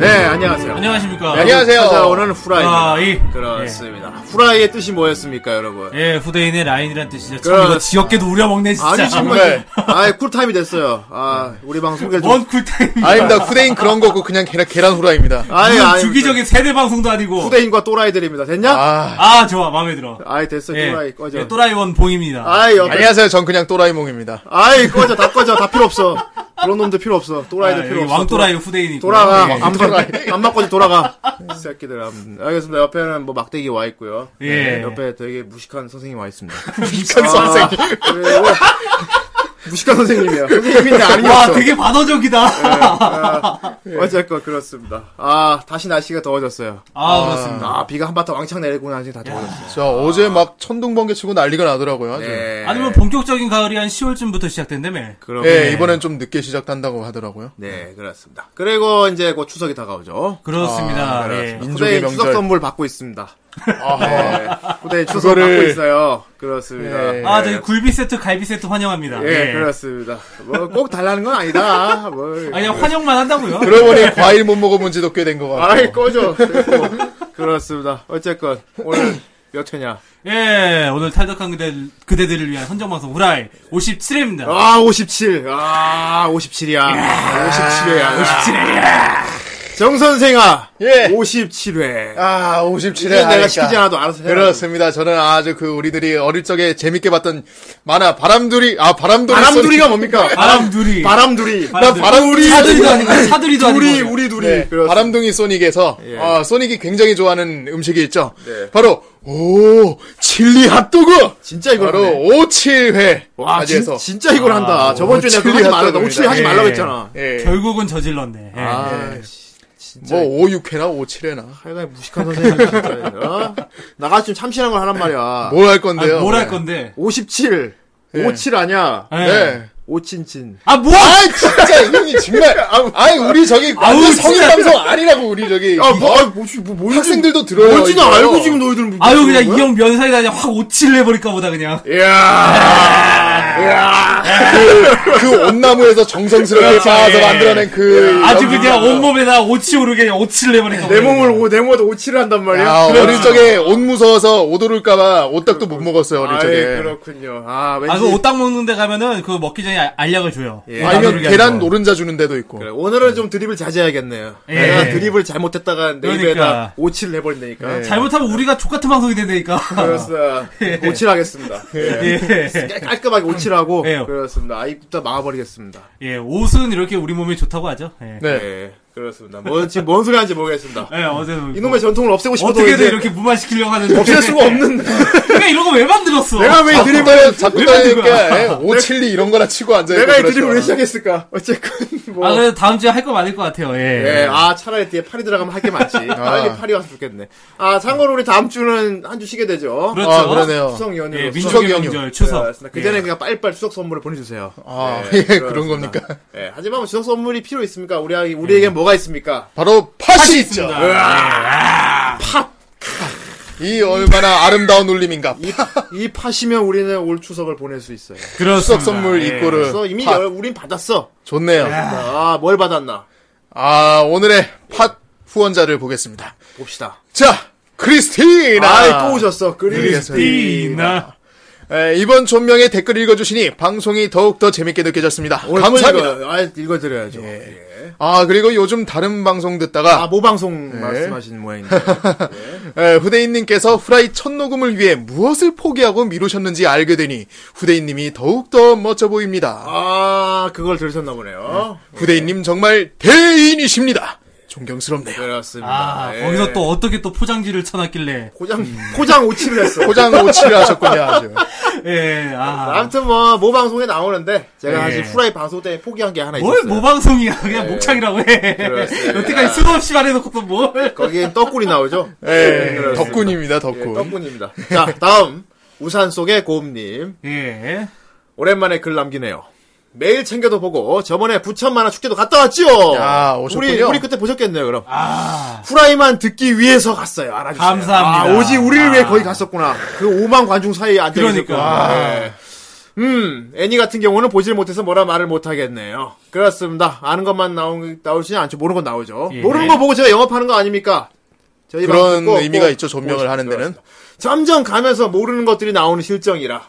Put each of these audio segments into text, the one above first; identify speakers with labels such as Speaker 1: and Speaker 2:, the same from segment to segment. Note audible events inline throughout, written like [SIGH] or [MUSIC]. Speaker 1: 네, 안녕하세요.
Speaker 2: 안녕하십니까.
Speaker 1: 네,
Speaker 3: 안녕하세요.
Speaker 1: 찾아오는 후라이.
Speaker 2: 라이.
Speaker 1: 그렇습니다. 후라이의 뜻이 뭐였습니까, 여러분?
Speaker 2: 예, 예, 후대인의 라인이란 뜻이죠. 참
Speaker 1: 그럼.
Speaker 2: 이거 지겹게도 우려먹네, 진짜.
Speaker 1: 아니 정말
Speaker 3: 정말.
Speaker 1: 아 쿨타임이 됐어요. 아 우리 방송 소개 좀.
Speaker 2: 뭔 쿨타임.
Speaker 3: 아닙니다. 후대인 그런 거고 그냥 계란, 계란 후라이입니다.
Speaker 1: 아니 아니
Speaker 2: 주기적인 세대 방송도 아니고.
Speaker 1: 후대인과 또라이들입니다. 됐냐?
Speaker 3: 아,
Speaker 2: 아, 좋아. 마음에 들어.
Speaker 1: 아이 됐어 또라이 꺼져.
Speaker 2: 예, 또라이원 봉입니다.
Speaker 1: 아이 옆에
Speaker 3: 안녕하세요. 전 그냥 또라이몽입니다.
Speaker 1: 아이 꺼져 다 꺼져 다 필요 없어. 그런 놈들 필요 없어. 또라이들
Speaker 2: 아,
Speaker 1: 필요
Speaker 2: 여기
Speaker 1: 없어.
Speaker 2: 왕또라이 후대인이.
Speaker 1: 돌아가
Speaker 3: 예,
Speaker 1: 안
Speaker 3: 돌아가.
Speaker 1: 바꿔 안 바꿔지 돌아가. 이 새끼들 아무튼. 알겠습니다. 옆에는 뭐 막대기 와 있고요.
Speaker 2: 예.
Speaker 1: 네, 옆에 되게 무식한 선생님 와 있습니다.
Speaker 3: 미칸
Speaker 1: 아,
Speaker 3: 선생님.
Speaker 1: 그리고 무식한 선생님이에요. 선생님인데
Speaker 2: [LAUGHS] 와,
Speaker 1: 아니었어. 예.
Speaker 2: 되게 반어적이다. 예.
Speaker 1: 어쨌건 그렇습니다. 아 다시 날씨가 더워졌어요.
Speaker 2: [LAUGHS] 아, 그렇습니다.
Speaker 1: 아 비가 한바탕 왕창 내리고 나서 다 더워졌어요.
Speaker 3: 자, 어제 막 천둥번개 치고 난리가 나더라고요. 아주.
Speaker 1: 네.
Speaker 2: 아니면 네. 본격적인 가을이 한 10월쯤부터 시작된다며.
Speaker 1: 그럼
Speaker 3: 예, 이번엔 좀 늦게 시작한다고 하더라고요.
Speaker 1: 네 그렇습니다. 그리고 이제 곧 추석이 다가오죠.
Speaker 2: 그렇습니다. 예.
Speaker 1: 아, 그렇습니다.
Speaker 3: 민족의
Speaker 1: 후대인 추석
Speaker 3: 명절.
Speaker 1: 선물 받고 있습니다.
Speaker 3: 아하.
Speaker 1: 네, 후대인 추석
Speaker 3: 그거를-
Speaker 1: 받고 있어요. 그렇습니다. 네.
Speaker 3: 예.
Speaker 2: 아, 저기 네. 굴비 세트, 갈비 세트 환영합니다.
Speaker 1: 예, 그렇습니다. 뭐 꼭 달라는 건 아니다. 뭐 뭘.
Speaker 2: 아니, 그냥 환영만
Speaker 1: [LAUGHS]
Speaker 2: 한다고요?
Speaker 3: 그러고 보니 과일 못 먹어본 지도 꽤 된 것 같고.
Speaker 1: 아이 꺼져. 됐고. 그렇습니다. 어쨌건 오늘 몇 회냐?
Speaker 2: 예, 오늘 탈덕한 그대, 그대들을 위한 헌정방송 후라이 57회입니다.
Speaker 1: 아 57. 아 57이야. 57회야.
Speaker 2: 57회.
Speaker 1: 정 선생아.
Speaker 3: 예.
Speaker 1: 57회.
Speaker 3: 아, 57회.
Speaker 1: 이건 내가 시키지 않아도 알아서 해라.
Speaker 3: 그렇습니다. 저는 아주 그 우리들이 어릴 적에 재밌게 봤던 만화 바람두리, 아, 바람돌이.
Speaker 1: 바람두리가 뭡니까?
Speaker 2: 바람두리.
Speaker 1: 바람두리.
Speaker 3: 난 바람두리.
Speaker 2: 사두리도 아니고, 사두리도 아니고.
Speaker 1: 우리 우리 둘이.
Speaker 3: 네,
Speaker 1: 그렇습니다.
Speaker 3: 바람둥이 소닉에서
Speaker 1: 예.
Speaker 3: 아, 소닉이 굉장히 좋아하는 음식이 있죠.
Speaker 1: 네.
Speaker 3: 바로 오 칠리 핫도그.
Speaker 1: 진짜 이걸
Speaker 3: 바로
Speaker 1: 하네.
Speaker 3: 오칠회
Speaker 1: 와 진,
Speaker 3: 맞이해서
Speaker 1: 진짜 이걸 한다. 저번 주에 내가 그거 하지 말라고 오칠회 하지 말라고 했잖아.
Speaker 3: 예.
Speaker 2: 결국은 저질렀네. 예.
Speaker 1: 아 씨, 진짜.
Speaker 3: 뭐 오육회나 오칠회나
Speaker 1: 하여간 무식한 선생님 진짜. 어? 나가 지금 참신한 걸 하란 말이야.
Speaker 3: 뭘 할
Speaker 2: 아,
Speaker 3: 건데요? 네.
Speaker 2: 뭘 할 건데?
Speaker 1: 57.
Speaker 3: 예.
Speaker 1: 57 아니야.
Speaker 2: 예.
Speaker 3: 네.
Speaker 1: 오친친.
Speaker 2: 아, 뭐!
Speaker 3: 아 진짜 이분이 정말
Speaker 1: [LAUGHS]
Speaker 3: 아니 우리 저기
Speaker 2: 아우,
Speaker 3: 완전 성인
Speaker 2: 진짜.
Speaker 3: 방송 아니라고 우리 저기
Speaker 1: 아, 뭐, 아, 뭐지, 뭐, 뭐,
Speaker 3: 학생들도 들어요.
Speaker 1: 뭔지 나
Speaker 3: 이거.
Speaker 1: 알고 지금 너희들. 뭐,
Speaker 2: 아유,
Speaker 1: 무슨
Speaker 2: 그냥
Speaker 1: 거야?
Speaker 2: 이 형 면사에다 그냥 확 오칠 내버릴까 보다, 그냥.
Speaker 1: 예, 아.
Speaker 3: 그 온나무에서 정성스럽게
Speaker 1: 그렇죠. 예.
Speaker 3: 쌓아서 만들어낸 그
Speaker 2: 아주 그냥 온몸에다 오치 오르게 그냥 오칠 내버릴까
Speaker 1: 내
Speaker 2: 보다.
Speaker 1: 몸을, 오, 내 몸에다 오치를 한단 말이야.
Speaker 3: 아,
Speaker 1: 그래.
Speaker 3: 어릴 적에 옷 무서워서 옷 오를까봐 오딱도 못 먹었어요, 어릴
Speaker 1: 아이, 예,
Speaker 3: 적에.
Speaker 1: 그렇군요. 아, 왠지.
Speaker 2: 아, 그 오딱 먹는 데 가면은 그 먹기 전에 아- 알약을 줘요.
Speaker 1: 예.
Speaker 2: 오딱
Speaker 3: 아니면
Speaker 2: 누르게
Speaker 3: 계란
Speaker 2: 하는 거.
Speaker 3: 노른자 주는 데도 있고.
Speaker 1: 그래, 오늘은 좀 드립을 자제해야겠네요.
Speaker 2: 예.
Speaker 1: 내가 드립을 잘못했다가 내
Speaker 2: 그러니까.
Speaker 1: 입에다 오치를 해버린다니까.
Speaker 3: 예.
Speaker 2: 잘못하면 우리가 족같은 방송이 된다니까.
Speaker 1: 그렇습니다. 오치를 하겠습니다. 예.
Speaker 2: [LAUGHS] 예.
Speaker 1: 깔끔하게 오치라고.
Speaker 2: 예.
Speaker 1: 그렇습니다. 아이부터 막아버리겠습니다.
Speaker 2: 예, 옷은 이렇게 우리 몸에 좋다고 하죠. 예.
Speaker 3: 네.
Speaker 1: 예. 그렇습니다. 뭐, 지금 뭔 소리 하는지 모르겠습니다.
Speaker 2: 예, 어제
Speaker 1: 이놈의 전통을 없애고 싶어도
Speaker 2: 어떻게든
Speaker 1: 이제
Speaker 2: 이렇게 무마시키려고 하는데
Speaker 1: 없앨 수가
Speaker 2: [LAUGHS]
Speaker 1: 없는.
Speaker 2: 내가 이런 거 왜 만들었어?
Speaker 1: 내가 아, 왜 이
Speaker 3: 자꾸
Speaker 1: 드립을
Speaker 3: 떠요, 자꾸
Speaker 2: 거야?
Speaker 3: 떠니까 오칠리 이런 거나 치고 앉아요.
Speaker 1: 내가 이 드립을 왜 시작했을까? 어쨌건 뭐.
Speaker 2: 아, 그래서 다음 주에 할 거 많을 것 같아요.
Speaker 1: 예,
Speaker 2: 예.
Speaker 1: 아 차라리 뒤에 팔이 들어가면 할 게 많지. 빨리 팔이 왔으면 좋겠네. 아 참고로 우리 다음 주는 한 주 쉬게 되죠.
Speaker 2: 그렇죠.
Speaker 3: 아, 그러네요.
Speaker 1: 추석 연휴.
Speaker 2: 예,
Speaker 1: 로
Speaker 3: 추석
Speaker 2: 민족의
Speaker 3: 연휴.
Speaker 2: 명절 추석.
Speaker 1: 그 전에
Speaker 2: 예.
Speaker 1: 그냥 빨리빨리 추석 선물을 보내주세요.
Speaker 3: 아, 예, 그런
Speaker 1: 네, 그렇습니다.
Speaker 3: 겁니까?
Speaker 1: 예, 하지만 뭐 추석 선물이 필요 있습니까? 우리 아이- 우리에겐 뭐가 있습니까?
Speaker 3: 바로 팥이 있죠.
Speaker 2: 있습니다.
Speaker 3: 이 얼마나 아름다운 울림인가.
Speaker 1: 이, 이 파시면 우리는 올 추석을 보낼 수 있어요.
Speaker 2: 그렇습니다.
Speaker 3: 추석 선물
Speaker 2: 예.
Speaker 3: 입고를.
Speaker 1: 그래서 이미
Speaker 3: 팥.
Speaker 1: 열- 우린 받았어.
Speaker 3: 좋네요.
Speaker 1: 아, 뭘 받았나?
Speaker 3: 아, 오늘의 팥 후원자를 보겠습니다.
Speaker 1: 봅시다.
Speaker 3: 자, 크리스티나!
Speaker 1: 아, 또 오셨어. 그리스티나.
Speaker 2: 띠나.
Speaker 3: 에, 예, 이번 존명의 댓글 읽어주시니 방송이 더욱더 재밌게 느껴졌습니다.
Speaker 1: 오늘 또
Speaker 3: 감사합니다.
Speaker 1: 읽어요. 아, 읽어드려야죠. 예.
Speaker 3: 아, 그리고 요즘 다른 방송 듣다가
Speaker 1: 아, 모방송 말씀하신 모양인데.
Speaker 3: 에, 후대인님께서 후라이 첫 녹음을 위해 무엇을 포기하고 미루셨는지 알게 되니 후대인님이 더욱더 멋져 보입니다.
Speaker 1: 아, 그걸 들으셨나 보네요.
Speaker 3: 후대인님 정말 대인이십니다. 존경스럽네요.
Speaker 1: 그렇습니다.
Speaker 2: 아,
Speaker 1: 예.
Speaker 2: 거기서 또 어떻게 또 포장지를 쳐놨길래.
Speaker 1: 포장 포장 오치를 했어.
Speaker 3: 포장 오치를 하셨군요, 아주.
Speaker 2: 예, 아.
Speaker 1: 아무튼 뭐 모방송에 나오는데
Speaker 4: 네.
Speaker 1: 제가
Speaker 2: 예.
Speaker 1: 사실 후라이 방송 때문에 포기한 게 하나
Speaker 2: 뭘
Speaker 1: 있었어요.
Speaker 2: 모방송이야. 그냥 목창이라고 해.
Speaker 1: 예. 그렇습니다.
Speaker 2: 여태까지 수도 없이 말해놓고도 뭘.
Speaker 1: 거기엔 떡굴이
Speaker 2: [LAUGHS]
Speaker 1: 나오죠.
Speaker 3: 예,
Speaker 1: 그렇습니다.
Speaker 3: 덕군입니다,
Speaker 1: 예,
Speaker 3: 덕군.
Speaker 1: 떡굴입니다. 자 다음 우산 속의 고음님
Speaker 2: 예.
Speaker 1: 오랜만에 글 남기네요. 매일 챙겨도 보고 저번에 부천 만화 축제도 갔다 왔지요.
Speaker 3: 야,
Speaker 1: 우리
Speaker 3: 아, 오셨군요.
Speaker 1: 우리 그때 보셨겠네요 그럼.
Speaker 2: 아.
Speaker 1: 후라이만 듣기 위해서 갔어요. 알아주세요. 아,
Speaker 2: 감사합니다.
Speaker 1: 오지 우리를 위해 거기 갔었구나. 그 5만 관중 사이에 앉아
Speaker 2: 그러니까.
Speaker 1: 있었구나. 네. 음, 애니 같은 경우는 보질 못해서 뭐라 말을 못하겠네요. 그렇습니다. 아는 것만 나오, 나오지는 않죠. 모르는 건 나오죠.
Speaker 2: 예.
Speaker 1: 모르는 거 보고 제가 영업하는 거 아닙니까? 저희 방송
Speaker 3: 그런
Speaker 1: 듣고
Speaker 3: 의미가
Speaker 1: 꼭
Speaker 3: 있죠, 전명을
Speaker 1: 보시죠.
Speaker 3: 하는 데는.
Speaker 1: 점점 가면서 모르는 것들이 나오는 실정이라.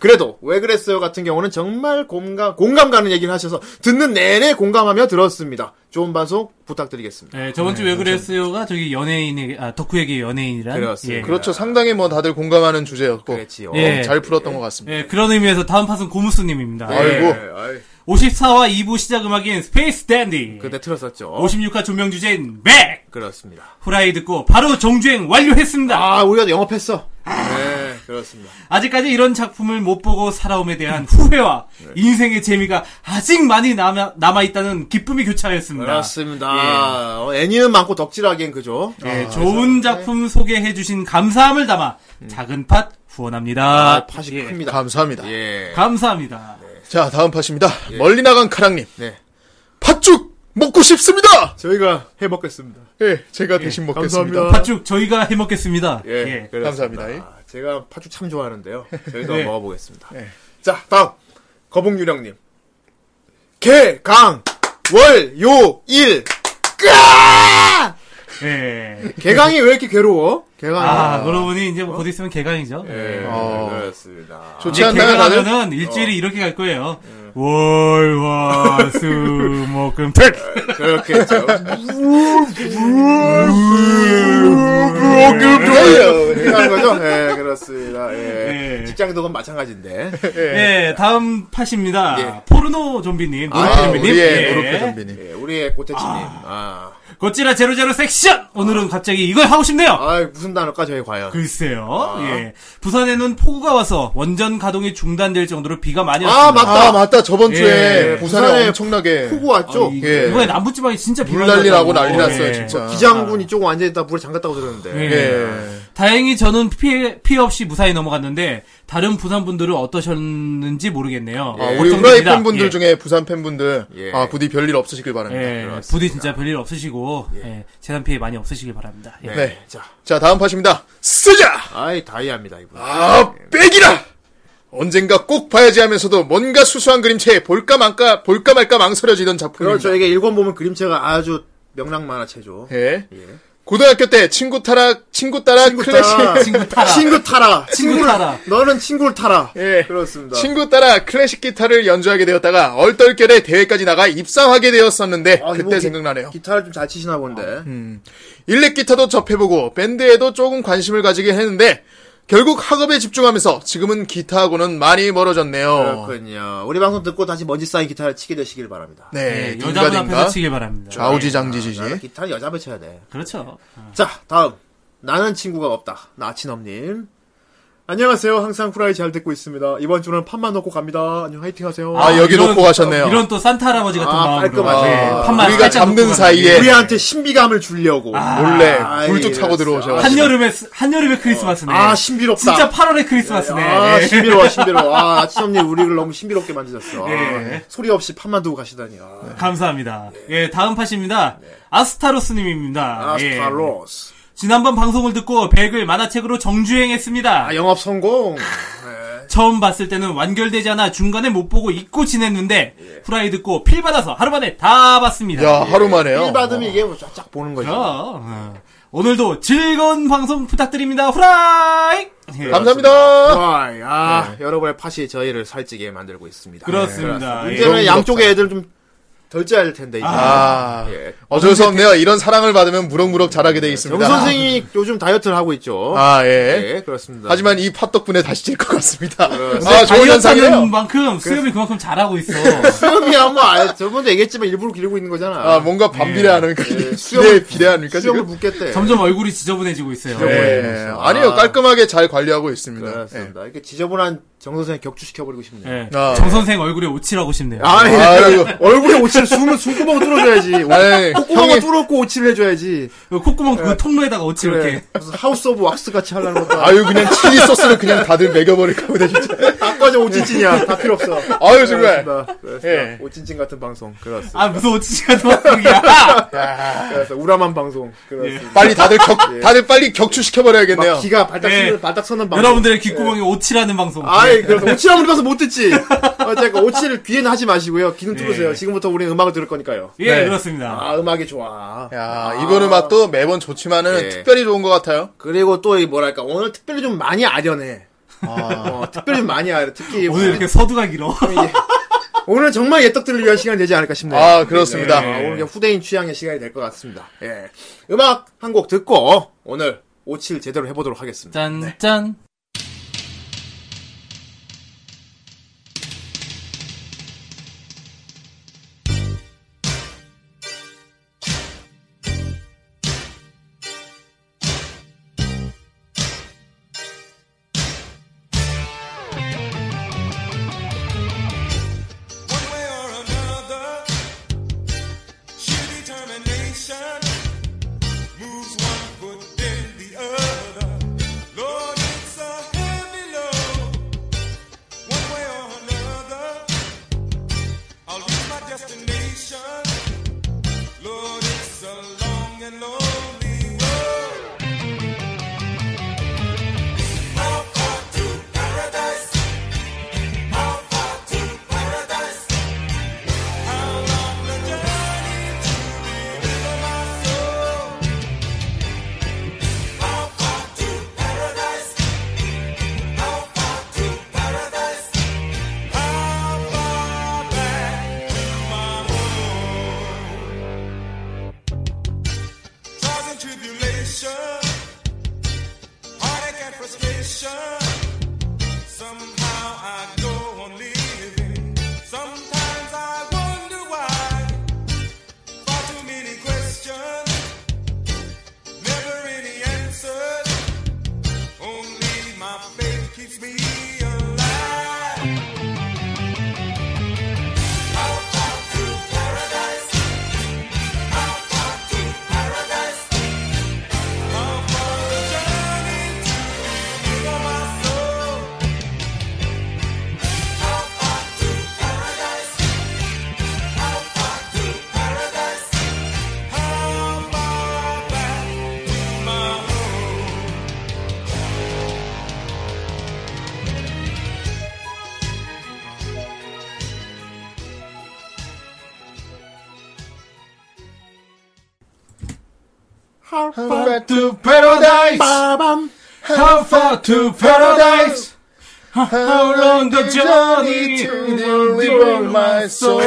Speaker 1: 그래도 왜 그랬어요 같은 경우는 정말 공감 공감 가는 얘기를 하셔서 듣는 내내 공감하며 들었습니다. 좋은 방송 부탁드리겠습니다.
Speaker 2: 예, 저번 주 왜 그랬어요가 저기 연예인에게, 아, 덕후에게 연예인이란.
Speaker 1: 네, 그렇죠. 그렇습니다.
Speaker 2: 예.
Speaker 3: 그렇죠. 상당히 뭐 다들 공감하는 주제였고.
Speaker 1: 그랬지요.
Speaker 2: 예.
Speaker 3: 잘 풀었던 것 같습니다.
Speaker 2: 예, 그런 의미에서 다음 팟은 고무스님입니다. 예.
Speaker 3: 네. 아이고.
Speaker 1: 아이,
Speaker 2: 54화 2부 시작 음악인 스페이스 댄디.
Speaker 1: 그때 틀었었죠.
Speaker 2: 56화 조명 주제인 맥!
Speaker 1: 그렇습니다.
Speaker 2: 후라이 듣고 바로 정주행 완료했습니다.
Speaker 1: 아, 우리가 영업했어. 네, 그렇습니다.
Speaker 2: 아직까지 이런 작품을 못 보고 살아옴에
Speaker 1: 음.
Speaker 2: 대한 후회와
Speaker 1: 네.
Speaker 2: 인생의 재미가 아직 많이 남아, 남아있다는 기쁨이 교차하였습니다.
Speaker 1: 아, 그렇습니다. 어, 애니는 많고 덕질하기엔 그죠?
Speaker 2: 예, 좋은 작품 소개해주신 감사함을 담아 작은 팟 후원합니다.
Speaker 1: 음. 아, 팥이
Speaker 2: 예,
Speaker 1: 큽니다.
Speaker 3: 감사합니다.
Speaker 1: 예.
Speaker 2: 감사합니다.
Speaker 3: 자, 다음 팟입니다. 멀리 나간 카랑님.
Speaker 1: 네.
Speaker 3: 팥죽 먹고 싶습니다!
Speaker 1: 저희가 해 먹겠습니다.
Speaker 3: 예, 제가 대신 먹겠습니다.
Speaker 1: 감사합니다.
Speaker 2: 팥죽 저희가 해먹겠습니다.
Speaker 1: 예.
Speaker 2: 예.
Speaker 3: 감사합니다.
Speaker 1: 아, 제가 팥죽 참 좋아하는데요.
Speaker 3: [LAUGHS]
Speaker 1: 저희도
Speaker 2: 네.
Speaker 1: 한번 먹어보겠습니다. 자, 다음. 거북유령님. 개, 강, 월, 요, 일. 까!
Speaker 2: 예.
Speaker 1: 개강이 왜 이렇게 괴로워? 개강이.
Speaker 2: 아, 그러고 보니 이제 뭐곧 있으면 개강이죠.
Speaker 1: 예,
Speaker 3: 어.
Speaker 1: 그렇습니다.
Speaker 3: 좋지
Speaker 2: 이제
Speaker 3: 않나요, 다들?
Speaker 2: 개강하면은
Speaker 3: 어.
Speaker 2: 일주일이 이렇게 갈 거예요. 월, 화, 수, 목, 금, 퇴!
Speaker 3: [LAUGHS]
Speaker 1: 그렇겠죠.
Speaker 3: 예.
Speaker 1: 그런 거죠? 예, 그렇습니다. 예.
Speaker 3: 네.
Speaker 2: 예.
Speaker 1: 직장 도건 마찬가지인데.
Speaker 3: [LAUGHS]
Speaker 2: 예, 다음 팟입니다.
Speaker 1: 예.
Speaker 2: 포르노 좀비님, 노르페
Speaker 1: 아,
Speaker 2: 좀비님.
Speaker 3: 우리의
Speaker 2: 예.
Speaker 3: 노르페 좀비님.
Speaker 1: 예, 우리의 꼬태치님. 아.
Speaker 2: 고찌라 제로제로 섹션! 오늘은 갑자기 이걸 하고 싶네요!
Speaker 1: 아, 무슨 단어까 저희 과연.
Speaker 2: 글쎄요,
Speaker 3: 아.
Speaker 2: 예. 부산에는 폭우가 와서 원전 가동이 중단될 정도로 비가 많이
Speaker 1: 아,
Speaker 2: 왔습니다.
Speaker 1: 맞다.
Speaker 3: 아, 맞다. 저번 주에
Speaker 2: 예. 아,
Speaker 3: 부산에
Speaker 1: 부산에
Speaker 3: 엄청나게
Speaker 1: 폭우 왔죠?
Speaker 2: 이-
Speaker 3: 예.
Speaker 2: 이번에 남부지방이 진짜
Speaker 3: 물
Speaker 2: 비가
Speaker 3: 난리 나고
Speaker 2: 났다고.
Speaker 3: 난리 났어요,
Speaker 2: 예.
Speaker 3: 진짜.
Speaker 1: 기장군
Speaker 3: 아.
Speaker 1: 이쪽 완전히 다 물에 잠갔다고
Speaker 3: 네.
Speaker 1: 들었는데.
Speaker 2: 예. 다행히 저는 피해, 피해 없이 무사히 넘어갔는데, 다른 부산분들은 어떠셨는지 모르겠네요.
Speaker 3: 아,
Speaker 1: 예.
Speaker 3: 우리 후라이
Speaker 2: 걱정됩니다.
Speaker 3: 팬분들
Speaker 2: 예.
Speaker 3: 중에 부산 팬분들
Speaker 1: 예.
Speaker 3: 아 부디 별일 없으시길 바랍니다.
Speaker 2: 예,
Speaker 1: 그렇습니다.
Speaker 2: 부디 진짜 별일 없으시고, 예, 재산 피해 많이 없으시길 바랍니다. 예.
Speaker 3: 네.
Speaker 1: 자,
Speaker 3: 자 다음 팟입니다. 쓰자
Speaker 1: 아이, 다이아입니다, 이분.
Speaker 3: 아 빼기라 언젠가 꼭 봐야지 하면서도 뭔가 수수한 그림체에 볼까 말까 볼까 말까 망설여지던 작품입니다.
Speaker 1: 그렇죠. 이게 일권 보면 그림체가 아주 명랑 만화체죠.
Speaker 3: 예.
Speaker 1: 예.
Speaker 3: 고등학교 때 친구 타라 친구 따라 클래식
Speaker 1: [LAUGHS] 친구 타라. 아, 친구 타라.
Speaker 2: 친구 타라.
Speaker 1: 너는 친구를 타라.
Speaker 3: 예.
Speaker 1: 그렇습니다.
Speaker 3: 친구 따라 클래식 기타를 연주하게 되었다가 얼떨결에 대회까지 나가 입상하게 되었었는데
Speaker 1: 아, 이분
Speaker 3: 그때
Speaker 1: 기-
Speaker 3: 생각나네요. 아, 음.
Speaker 1: 기타를 좀 잘 치시나 본데.
Speaker 3: 일렉 기타도 접해보고 밴드에도 조금 관심을 가지긴 했는데 결국 학업에 집중하면서 지금은 기타하고는 많이 멀어졌네요.
Speaker 1: 그렇군요. 우리 방송 듣고 다시 먼지 쌓인 기타를 치게 되시길 바랍니다.
Speaker 3: 네,
Speaker 2: 예,
Speaker 3: 딘가
Speaker 2: 여자분 앞에서
Speaker 3: 딘가
Speaker 2: 치길 바랍니다.
Speaker 3: 좌우지장지지지. 아,
Speaker 1: 나는 기타는 여자배 쳐야 돼.
Speaker 2: 그렇죠.
Speaker 1: 자, 다음. 나는 친구가 없다. 나치넘님. 안녕하세요. 항상 후라이 잘 듣고 있습니다. 이번 주는 판만 놓고 갑니다. 안녕, 화이팅 하세요.
Speaker 3: 아, 여기
Speaker 2: 이런-
Speaker 3: 놓고 가셨네요.
Speaker 2: 이런 또 산타 할아버지 같은
Speaker 1: 아,
Speaker 2: 마음으로
Speaker 1: 깔끔하죠.
Speaker 2: 예,
Speaker 3: 아,
Speaker 2: 판만
Speaker 3: 우리가
Speaker 2: 살짝
Speaker 3: 잠든
Speaker 2: 놓고
Speaker 3: 사이에
Speaker 2: 가는 게.
Speaker 1: 우리한테 신비감을 주려고.
Speaker 3: 예. 몰래
Speaker 1: 아,
Speaker 3: 불쭉
Speaker 1: 예,
Speaker 3: 차고
Speaker 1: 그랬어.
Speaker 2: [LAUGHS]
Speaker 3: 들어오셔가지고
Speaker 2: 한여름의 스- 한여름의 크리스마스네.
Speaker 1: 아, 신비롭다.
Speaker 2: 진짜 8월의 크리스마스네.
Speaker 1: 아,
Speaker 2: 예.
Speaker 1: 신비로워, 신비로워. 아, 나치넘님, 우리를 너무 신비롭게 만드셨어. 아,
Speaker 2: 예.
Speaker 1: 소리 없이 판만 두고 가시다니.
Speaker 2: 네.
Speaker 1: 아,
Speaker 2: [LAUGHS] 감사합니다. 예, 다음 팟입니다. 아스타로스님입니다. 예.
Speaker 1: 아스타로스.
Speaker 2: 지난번 방송을 듣고 백을 만화책으로 정주행했습니다.
Speaker 1: 아, 영업 성공.
Speaker 2: 처음 봤을 때는 완결되지 않아 중간에 못 보고 잊고 지냈는데 후라이 듣고 필 받아서 하루 만에 다 봤습니다.
Speaker 3: 야 하루 만에요.
Speaker 1: 일 받으면 이게 뭐 쫙쫙 보는 거죠.
Speaker 2: 그럼, 어. 오늘도 즐거운 방송 부탁드립니다. 후라이! 예.
Speaker 3: 감사합니다.
Speaker 1: 아, 아 여러분의 팥이 저희를 살찌게 만들고 있습니다.
Speaker 2: 그렇습니다.
Speaker 1: 이제는
Speaker 3: 이런
Speaker 1: 양쪽의 애들 좀 덜 짜야 할 텐데 이제.
Speaker 3: 아,
Speaker 1: 예.
Speaker 3: 어쩔 수 없네요. 이런 사랑을 받으면 무럭무럭 자라게 돼 있습니다.
Speaker 1: 정 선생이 요즘 다이어트를 하고 있죠.
Speaker 3: 아, 예.
Speaker 1: 예, 그렇습니다.
Speaker 3: 하지만 이 팥 덕분에 다시 찔 것 같습니다. 아,
Speaker 2: 아,
Speaker 3: 좋은
Speaker 2: 다이어트하는
Speaker 3: 현상이네요.
Speaker 2: 만큼 수염이 그만큼 잘하고 있어.
Speaker 1: 수염이야 뭐 알- 저번에 얘기했지만 일부러 길고 있는 거잖아.
Speaker 3: 아, 뭔가 반비례하니까.
Speaker 1: 예,
Speaker 3: 수염에 비례하니까
Speaker 1: 수염을
Speaker 3: 지금.
Speaker 1: 붓겠대.
Speaker 2: 점점 얼굴이 지저분해지고 있어요.
Speaker 3: 예.
Speaker 1: 아.
Speaker 3: 아니요, 깔끔하게 잘 관리하고 있습니다. 예.
Speaker 1: 그렇습니다. 이렇게 지저분한 정 선생 격추시켜 버리고 싶네요.
Speaker 2: 예.
Speaker 3: 아.
Speaker 2: 정 선생 얼굴에 오칠하고 싶네요.
Speaker 1: 아, 예.
Speaker 3: 아이고.
Speaker 1: 얼굴에 오칠 숨은 숨구멍 뚫어줘야지.
Speaker 3: 아이,
Speaker 1: 콧구멍을
Speaker 3: 형이-
Speaker 1: 뚫었고 오칠을 해줘야지.
Speaker 2: 그 콧구멍 그 통로에다가 오칠 이렇게.
Speaker 1: 무슨 하우스 오브 왁스 같이 하려는 것도 아니고.
Speaker 3: 아유, 그냥 칠리 소스를 그냥 다들 먹여버릴까 보다, 진짜.
Speaker 1: 다 꺼져 오찐찐이야. 다 필요 없어.
Speaker 3: 아유, 정말.
Speaker 1: 그렇습니다. 그렇습니다.
Speaker 3: 예.
Speaker 1: 오찐찐 같은 방송. 그렇습니다.
Speaker 2: 아, 무슨 오칠이가 도망이야
Speaker 1: 그래서 우람한 방송.
Speaker 2: 예.
Speaker 1: 그렇습니다.
Speaker 3: 빨리 다들 격, 다들 빨리 격추시켜버려야겠네요.
Speaker 1: 예. 막 기가 발딱
Speaker 2: 네.
Speaker 1: 쓰는 발딱 서는 방송.
Speaker 2: 여러분들의 귓구멍이 오칠하는 방송.
Speaker 1: 아이, 그래서 오칠하면 가서 못 듣지. 어, 제가 오칠을 귀에는 하지 마시고요. 귀는
Speaker 2: 네.
Speaker 1: 뚫으세요. 지금부터 우리는 음악을 들을 거니까요.
Speaker 2: 예,
Speaker 3: 네.
Speaker 2: 그렇습니다.
Speaker 1: 아, 음악이 좋아.
Speaker 3: 야, 이번 음악도 매번 좋지만은
Speaker 1: 예.
Speaker 3: 특별히 좋은 것 같아요.
Speaker 1: 그리고 또 이 뭐랄까 오늘 특별히 좀 많이 아련해. 어, 특별히 좀 많이 아련해. 특히 뭐
Speaker 2: 오늘 이렇게 서두가 길어.
Speaker 1: 오늘 정말 예떡들을 위한 시간이 되지 않을까 싶네요.
Speaker 3: 아, 그렇습니다.
Speaker 1: 네, 오늘 그냥 후대인 취향의 시간이 될 것 같습니다. 예. 음악 한 곡 듣고 오늘 57 제대로 해보도록 하겠습니다.
Speaker 2: 짠, 짠.
Speaker 5: One way or another, sheer determination moves one foot then the other. Lord, it's a heavy load. One way or another, I'll reach my destination. Lord, it's a long and lonely road. How far to paradise? How far to paradise? How long the journey to deliver my soul? How far to paradise? How far to paradise? How far back to my home? Trials and tribulation, heartache and frustration. Somehow I go on living. Sometimes I wonder why. Far too many questions, never any answers. Only my faith keeps me alive. How far to paradise? How far to paradise? How far the journey to deliver my soul? How far to paradise? How far to paradise? How far back to my home?
Speaker 3: How far to paradise?
Speaker 1: 빠밤.
Speaker 2: How far to 그 paradise? How long the journey to deliver my soul? [LAUGHS]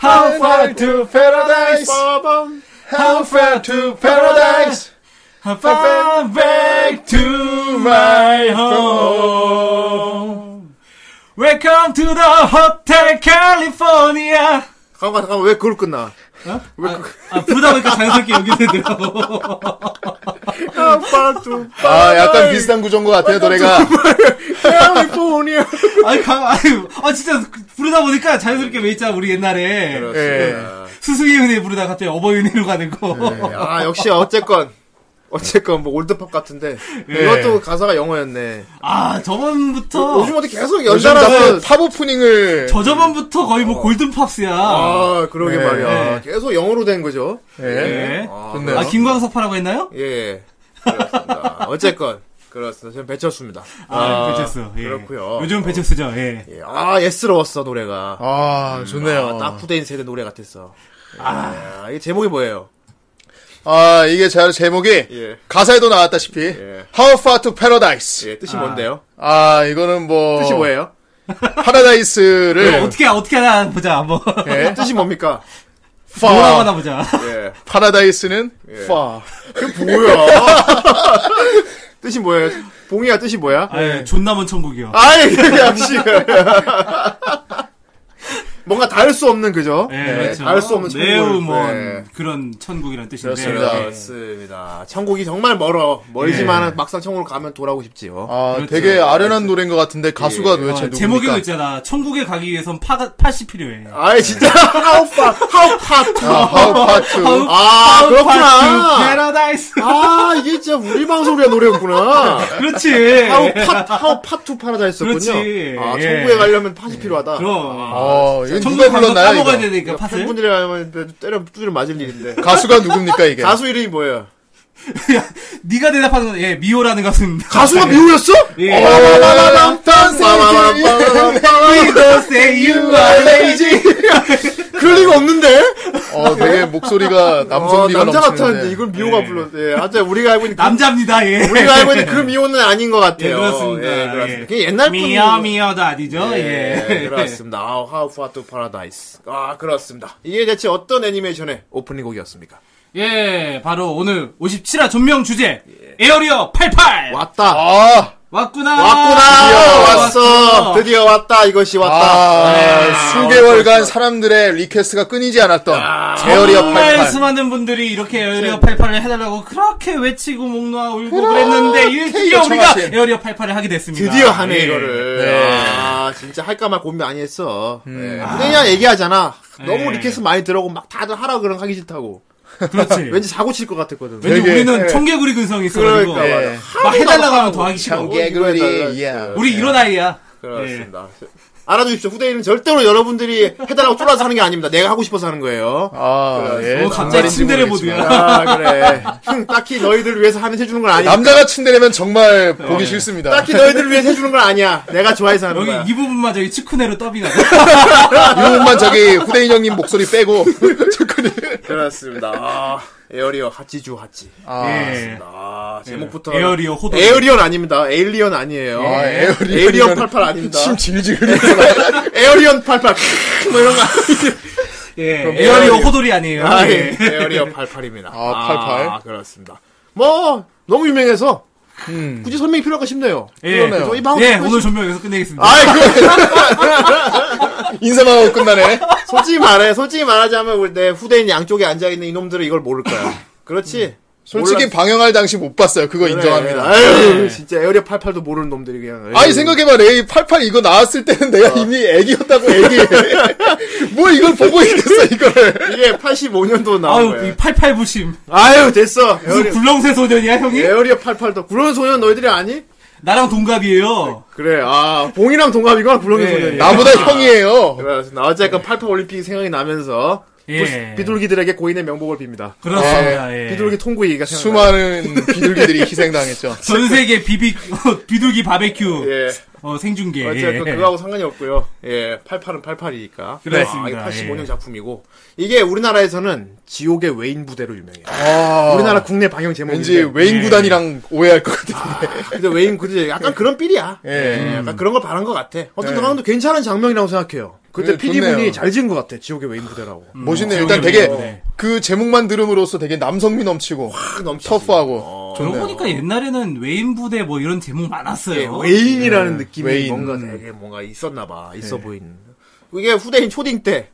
Speaker 2: How far to paradise?
Speaker 1: 빠밤.
Speaker 2: How far to paradise? How far back to my home? Welcome to the Hotel California.
Speaker 1: 잠깐만, 잠깐만, 왜 그걸 끝나?
Speaker 2: 아, 부르다 보니까 자연스럽게 여기 되더라고.
Speaker 1: 빠밤.
Speaker 3: 아, 약간 비슷한 구조인 것 같아요, 노래가.
Speaker 1: 캘리포니아.
Speaker 2: [LAUGHS] 아니, 가, 아니, 아, 진짜, 부르다 보니까 자연스럽게 왜 있잖아, 우리 옛날에.
Speaker 3: 예.
Speaker 2: 스승의 은혜 부르다 갑자기 어버이 은혜로 가는 거.
Speaker 1: 아, 역시 어쨌건. 어쨌건 뭐 올드팝 같은데
Speaker 3: 예.
Speaker 1: 이것도 가사가 영어였네.
Speaker 2: 아, 저번부터,
Speaker 1: 요즘 어떻게 계속
Speaker 3: 요즘
Speaker 1: 연달아서
Speaker 3: 자꾸 팝 오프닝을.
Speaker 2: 저저번부터 거의 뭐 골든팝스야.
Speaker 1: 어. 아 그러게
Speaker 3: 네.
Speaker 1: 말이야 계속 영어로 된 거죠.
Speaker 3: 예.
Speaker 2: 네.
Speaker 1: 아,
Speaker 3: 좋네요.
Speaker 2: 아, 김광석파라고 했나요?
Speaker 1: 예. 그렇습니다. 어쨌건 그렇습니다. 저는 배쳤습니다.
Speaker 2: 아, 배철수. 예.
Speaker 1: 그렇고요.
Speaker 2: 요즘 배철수죠, 예.
Speaker 1: 예. 아 예스러웠어 노래가.
Speaker 3: 아,
Speaker 1: 아, 딱
Speaker 3: 좋네요.
Speaker 1: 후대인 세대 노래 같았어. 아, 이게 제목이 뭐예요?
Speaker 3: 아, 이게 제, 제목이.
Speaker 1: 예.
Speaker 3: 가사에도 나왔다시피.
Speaker 1: 예.
Speaker 2: 아.
Speaker 3: How far to paradise?
Speaker 2: 어.
Speaker 1: 예, 뜻이 뭔데요?
Speaker 3: 아, 이거는 뭐.
Speaker 1: 뜻이 뭐예요? 예.
Speaker 3: 파라다이스를
Speaker 2: 어떻게 어떻게 하나 보자 한번 [LAUGHS]
Speaker 1: [LAUGHS]
Speaker 3: 예.
Speaker 1: 뜻이 뭡니까?
Speaker 2: 돌아가나
Speaker 3: 파
Speaker 2: 보자.
Speaker 1: 예.
Speaker 3: 파라다이스는 파
Speaker 2: [LAUGHS]
Speaker 1: 뭐야? 뜻이 뭐예요? 봉이야 뜻이 뭐야?
Speaker 2: 아, 예. 존나먼 천국이요.
Speaker 1: 아이 역시 뭔가 닿을 수 없는 그죠?
Speaker 2: 예,
Speaker 1: 네,
Speaker 2: 그렇죠.
Speaker 1: 닿을 수 없는
Speaker 2: 매우
Speaker 1: 천국을,
Speaker 2: 먼
Speaker 1: 네.
Speaker 2: 그런 천국이란 뜻인데.
Speaker 3: 그렇습니다.
Speaker 2: 예.
Speaker 1: 그렇습니다. 천국이 정말 멀어 멀지만 은 막상 천국을 가면 돌아오고 싶지요.
Speaker 3: [LAUGHS] 아,
Speaker 2: 그렇죠.
Speaker 3: 되게 아련한 노래인 것 같은데 가수가 도대체
Speaker 2: 어,
Speaker 3: 누구입니까?
Speaker 2: 제목이 그 있잖아. 천국에 가기 위해선 파가 팥이 필요해.
Speaker 1: 아이
Speaker 2: [LAUGHS]
Speaker 1: 진짜 하우파 하우파트
Speaker 3: 아, 파우 파트.
Speaker 1: 아 그렇구나.
Speaker 2: 패러다이스.
Speaker 1: 아 이게 진짜 우리 방송의 노래였구나.
Speaker 2: 그렇지.
Speaker 1: 하우파 하우파투 파라다이스였군요.
Speaker 2: 예. 그렇지.
Speaker 1: 아
Speaker 2: 예.
Speaker 1: 천국에 가려면 팥이 필요하다. 그러니까
Speaker 2: 그럼.
Speaker 1: 아,
Speaker 2: 그러니까
Speaker 3: 어, 이거
Speaker 2: 천국에
Speaker 3: 누가
Speaker 2: 가서
Speaker 3: 불렀나요?
Speaker 2: 까먹어야
Speaker 3: 이거?
Speaker 2: 되니까 팥을.
Speaker 1: 팬분들이 가면 때려 두드려 맞을 일인데.
Speaker 3: 가수가 누굽니까 이게?
Speaker 1: 가수 이름이 뭐예요?
Speaker 2: 네가 대답하는 건 예, 미호라는 가수입니다.
Speaker 1: 가수가 미우였어?
Speaker 2: 예.
Speaker 3: 네. 빠바바밤, 딴새.
Speaker 1: 예.
Speaker 2: We don't say you
Speaker 1: 어.
Speaker 2: are lazy.
Speaker 1: [LAUGHS] 그럴 리가 없는데?
Speaker 3: 어, 되게 목소리가
Speaker 1: 어,
Speaker 3: 남성미가
Speaker 1: 남자 같았는데,
Speaker 3: 넘치는데.
Speaker 1: 이걸 미호가
Speaker 2: 예.
Speaker 1: 불렀, 예. 하여튼, 우리가 알고 있는, 그-
Speaker 2: 남자입니다. 예.
Speaker 1: 우리가 알고 있는 그 미호는 아닌 것 같아요.
Speaker 2: 예, 그렇습니다.
Speaker 1: 예, 그렇습니다.
Speaker 2: 예.
Speaker 1: 그게 옛날 분.
Speaker 2: 미어 미어도 아니죠.
Speaker 1: 예,
Speaker 2: 예.
Speaker 1: 그렇습니다. 아우, How Far to Paradise. 아, 그렇습니다. 이게 대체 어떤 애니메이션의 오프닝 곡이었습니까?
Speaker 2: 예, 바로 오늘 57화 존명 주제 에어리어 88
Speaker 1: 왔다.
Speaker 3: 아,
Speaker 2: 왔구나.
Speaker 1: 예. 왔구나! 왔어!
Speaker 2: 왔어.
Speaker 1: 드디어 왔다! 이것이 왔다!
Speaker 3: 아, 수개월간 사람들의 리퀘스트가 끊이지 않았던 제어리어
Speaker 2: 아, 정말
Speaker 3: 88.
Speaker 2: 수많은 분들이 이렇게 에어리어 88을 해달라고 그렇게 외치고 목 놓아 울고 그랬는데
Speaker 3: 그렇게
Speaker 2: 드디어 우리가
Speaker 3: 요청하신.
Speaker 2: 에어리어 88을 하게 됐습니다.
Speaker 1: 드디어 하네,
Speaker 2: 예.
Speaker 1: 이거를.
Speaker 3: 네.
Speaker 1: 아, 진짜 할까 말 고민 많이 했어. 예. 근데 그냥 얘기하잖아. 너무
Speaker 2: 음. 아. 예.
Speaker 1: 리퀘스트 많이 들어오고 막 다들 하라 그런 하기 싫다고.
Speaker 2: 그렇지.
Speaker 1: [LAUGHS]
Speaker 2: 왠지,
Speaker 1: 왠지 사고 칠 것 같았거든.
Speaker 3: 되게-
Speaker 2: 예. 우리는
Speaker 3: 예.
Speaker 2: 청개구리 근성이 있어가지고
Speaker 1: 그러니까
Speaker 3: 예.
Speaker 1: 말이야.
Speaker 2: 막 해달라고 하면 더 하기 싫어.
Speaker 3: 청개구리, 야.
Speaker 2: 우리 이런 아이야.
Speaker 1: 예. 그렇습니다.
Speaker 2: 예.
Speaker 1: 알아두십시오. 후대인은 절대로 여러분들이 해달라고 쫄아서 하는 게 아닙니다. 내가 하고 싶어서 하는 거예요.
Speaker 3: 아,
Speaker 1: 그래.
Speaker 3: 예.
Speaker 2: 어, 갑자기
Speaker 3: 정말인지
Speaker 2: 침대를
Speaker 3: 모르겠지만.
Speaker 2: 보드야.
Speaker 1: 아, 그래. [LAUGHS] 딱히 너희들 위해서 하면 해주는 건 아니야.
Speaker 3: 남자가 침대라면 정말 보기 싫습니다.
Speaker 1: 네. 딱히 너희들 위해서 해주는 건 아니야. 내가 좋아해서 하는
Speaker 2: 여기
Speaker 1: 거야.
Speaker 2: 이 부분만 저기 치쿠네로 더빙하
Speaker 3: 이 부분만 저기 후대인 형님 목소리 빼고.
Speaker 1: 그렇습니다. 아, 에어리어 하치주 하치.
Speaker 3: 아,
Speaker 2: 예.
Speaker 1: 아, 제목부터.
Speaker 2: 에어리어 호도.
Speaker 1: 에어리언 아닙니다. 에일리언 아니에요. 네.
Speaker 3: 아, 에어리언.
Speaker 1: 예. 에일리언 88
Speaker 3: [LAUGHS]
Speaker 1: 아닙니다.
Speaker 3: 침 질질 흘리잖아.
Speaker 1: 에어리언 88. 뭐 이런 거.
Speaker 2: 예.
Speaker 3: 그럼
Speaker 2: 에어리어
Speaker 3: 에어리어.
Speaker 2: 호돌이 아니에요.
Speaker 1: 아,
Speaker 2: 예.
Speaker 1: 예. 에어리어 88입니다.
Speaker 3: 아, 88.
Speaker 1: 그렇습니다. 뭐, 너무 유명해서
Speaker 3: 음.
Speaker 1: 굳이 설명이 필요할까 싶네요.
Speaker 2: 예.
Speaker 3: 그러네요.
Speaker 1: 저희 방송
Speaker 2: 예,
Speaker 1: 끝이-
Speaker 2: 오늘 전명 여기서 끝내겠습니다.
Speaker 1: 아이, 그,
Speaker 3: 인사만 하고 끝나네.
Speaker 1: 솔직히 말해, 솔직히 말하자면, 우리 내 후대인 양쪽에 앉아있는 이놈들은 이걸 모를 거야. 그렇지?
Speaker 3: 음. 솔직히
Speaker 1: 몰랐어.
Speaker 3: 방영할 당시 못 봤어요. 그거 인정합니다. 예.
Speaker 1: 아유, 예. 진짜 에어리어 88도 모르는 놈들이 그냥. 에이.
Speaker 3: 아니 생각해봐 레이 88 이거 나왔을 때는 내가
Speaker 1: 어.
Speaker 3: 이미 애기였다고
Speaker 1: [LAUGHS]
Speaker 3: 애기 뭐 이걸 보고 있겠어 이거를
Speaker 1: 이게 85년도 나온
Speaker 2: 아유, 이
Speaker 1: 거야.
Speaker 2: 88 부심.
Speaker 1: 아유, 됐어.
Speaker 2: 무슨
Speaker 1: 에어리어,
Speaker 2: 굴렁쇠 소년이야, 형이?
Speaker 1: 에어리어 88도. 구렁이 소년 너희들이 아니?
Speaker 2: 나랑 동갑이에요.
Speaker 1: 그래, 아, 봉이랑 동갑이구나, 구렁이
Speaker 2: 예.
Speaker 1: 소년이.
Speaker 3: 네. 나보다 형이에요
Speaker 1: 그렇습니다. 네, 어쨌든 88 올림픽 생각이 나면서
Speaker 2: 예.
Speaker 1: 비둘기들에게 고인의 명복을 빕니다.
Speaker 2: 그렇습니다. 예.
Speaker 1: 비둘기 통구이가 생각나.
Speaker 3: 수많은 비둘기들이
Speaker 1: [LAUGHS]
Speaker 3: 희생당했죠
Speaker 2: 전 세계 비비 어, 비둘기 바베큐
Speaker 1: 예.
Speaker 2: 어, 생중계. 예.
Speaker 1: 어쨌든 그거하고 상관이 없고요. 예, 88은 88이니까.
Speaker 2: 그렇습니다.
Speaker 1: 아, 이게 85년
Speaker 2: 예.
Speaker 1: 작품이고 이게 우리나라에는 지옥의 외인 부대로 유명해요.
Speaker 3: 아,
Speaker 1: 우리나라 국내 방영 제목인데. 예. 아,
Speaker 3: 왠지 외인 구단이랑 오해할 것 같은데
Speaker 1: 근데 외인 그대 약간 그런 삘이야.
Speaker 3: 예.
Speaker 1: 예, 약간 그런 걸 바란 것 같아. 어떤
Speaker 3: 예.
Speaker 1: 상황도 괜찮은 장면이라고 생각해요. 그때
Speaker 3: 예,
Speaker 1: PD 분이
Speaker 3: 좋네요.
Speaker 1: 잘 지은 것 같아. 지옥의 외인 부대라고.
Speaker 3: 멋있네요
Speaker 2: 음,
Speaker 3: 일단
Speaker 2: 지옥의
Speaker 3: 되게
Speaker 2: 외인
Speaker 3: 그 제목만 들음으로써 되게 남성미 넘치고
Speaker 1: 확 넘치지.
Speaker 3: 터프하고
Speaker 1: 어.
Speaker 2: 그러고
Speaker 3: 좋네요
Speaker 2: 보니까 옛날에는 외인 부대 뭐 이런 제목
Speaker 1: 예,
Speaker 2: 많았어요.
Speaker 1: 외인이라는 예. 느낌이
Speaker 3: 외인.
Speaker 1: 뭔가 되게 뭔가 있었나 봐. 있어 보이는. 이게 후대인 초딩 때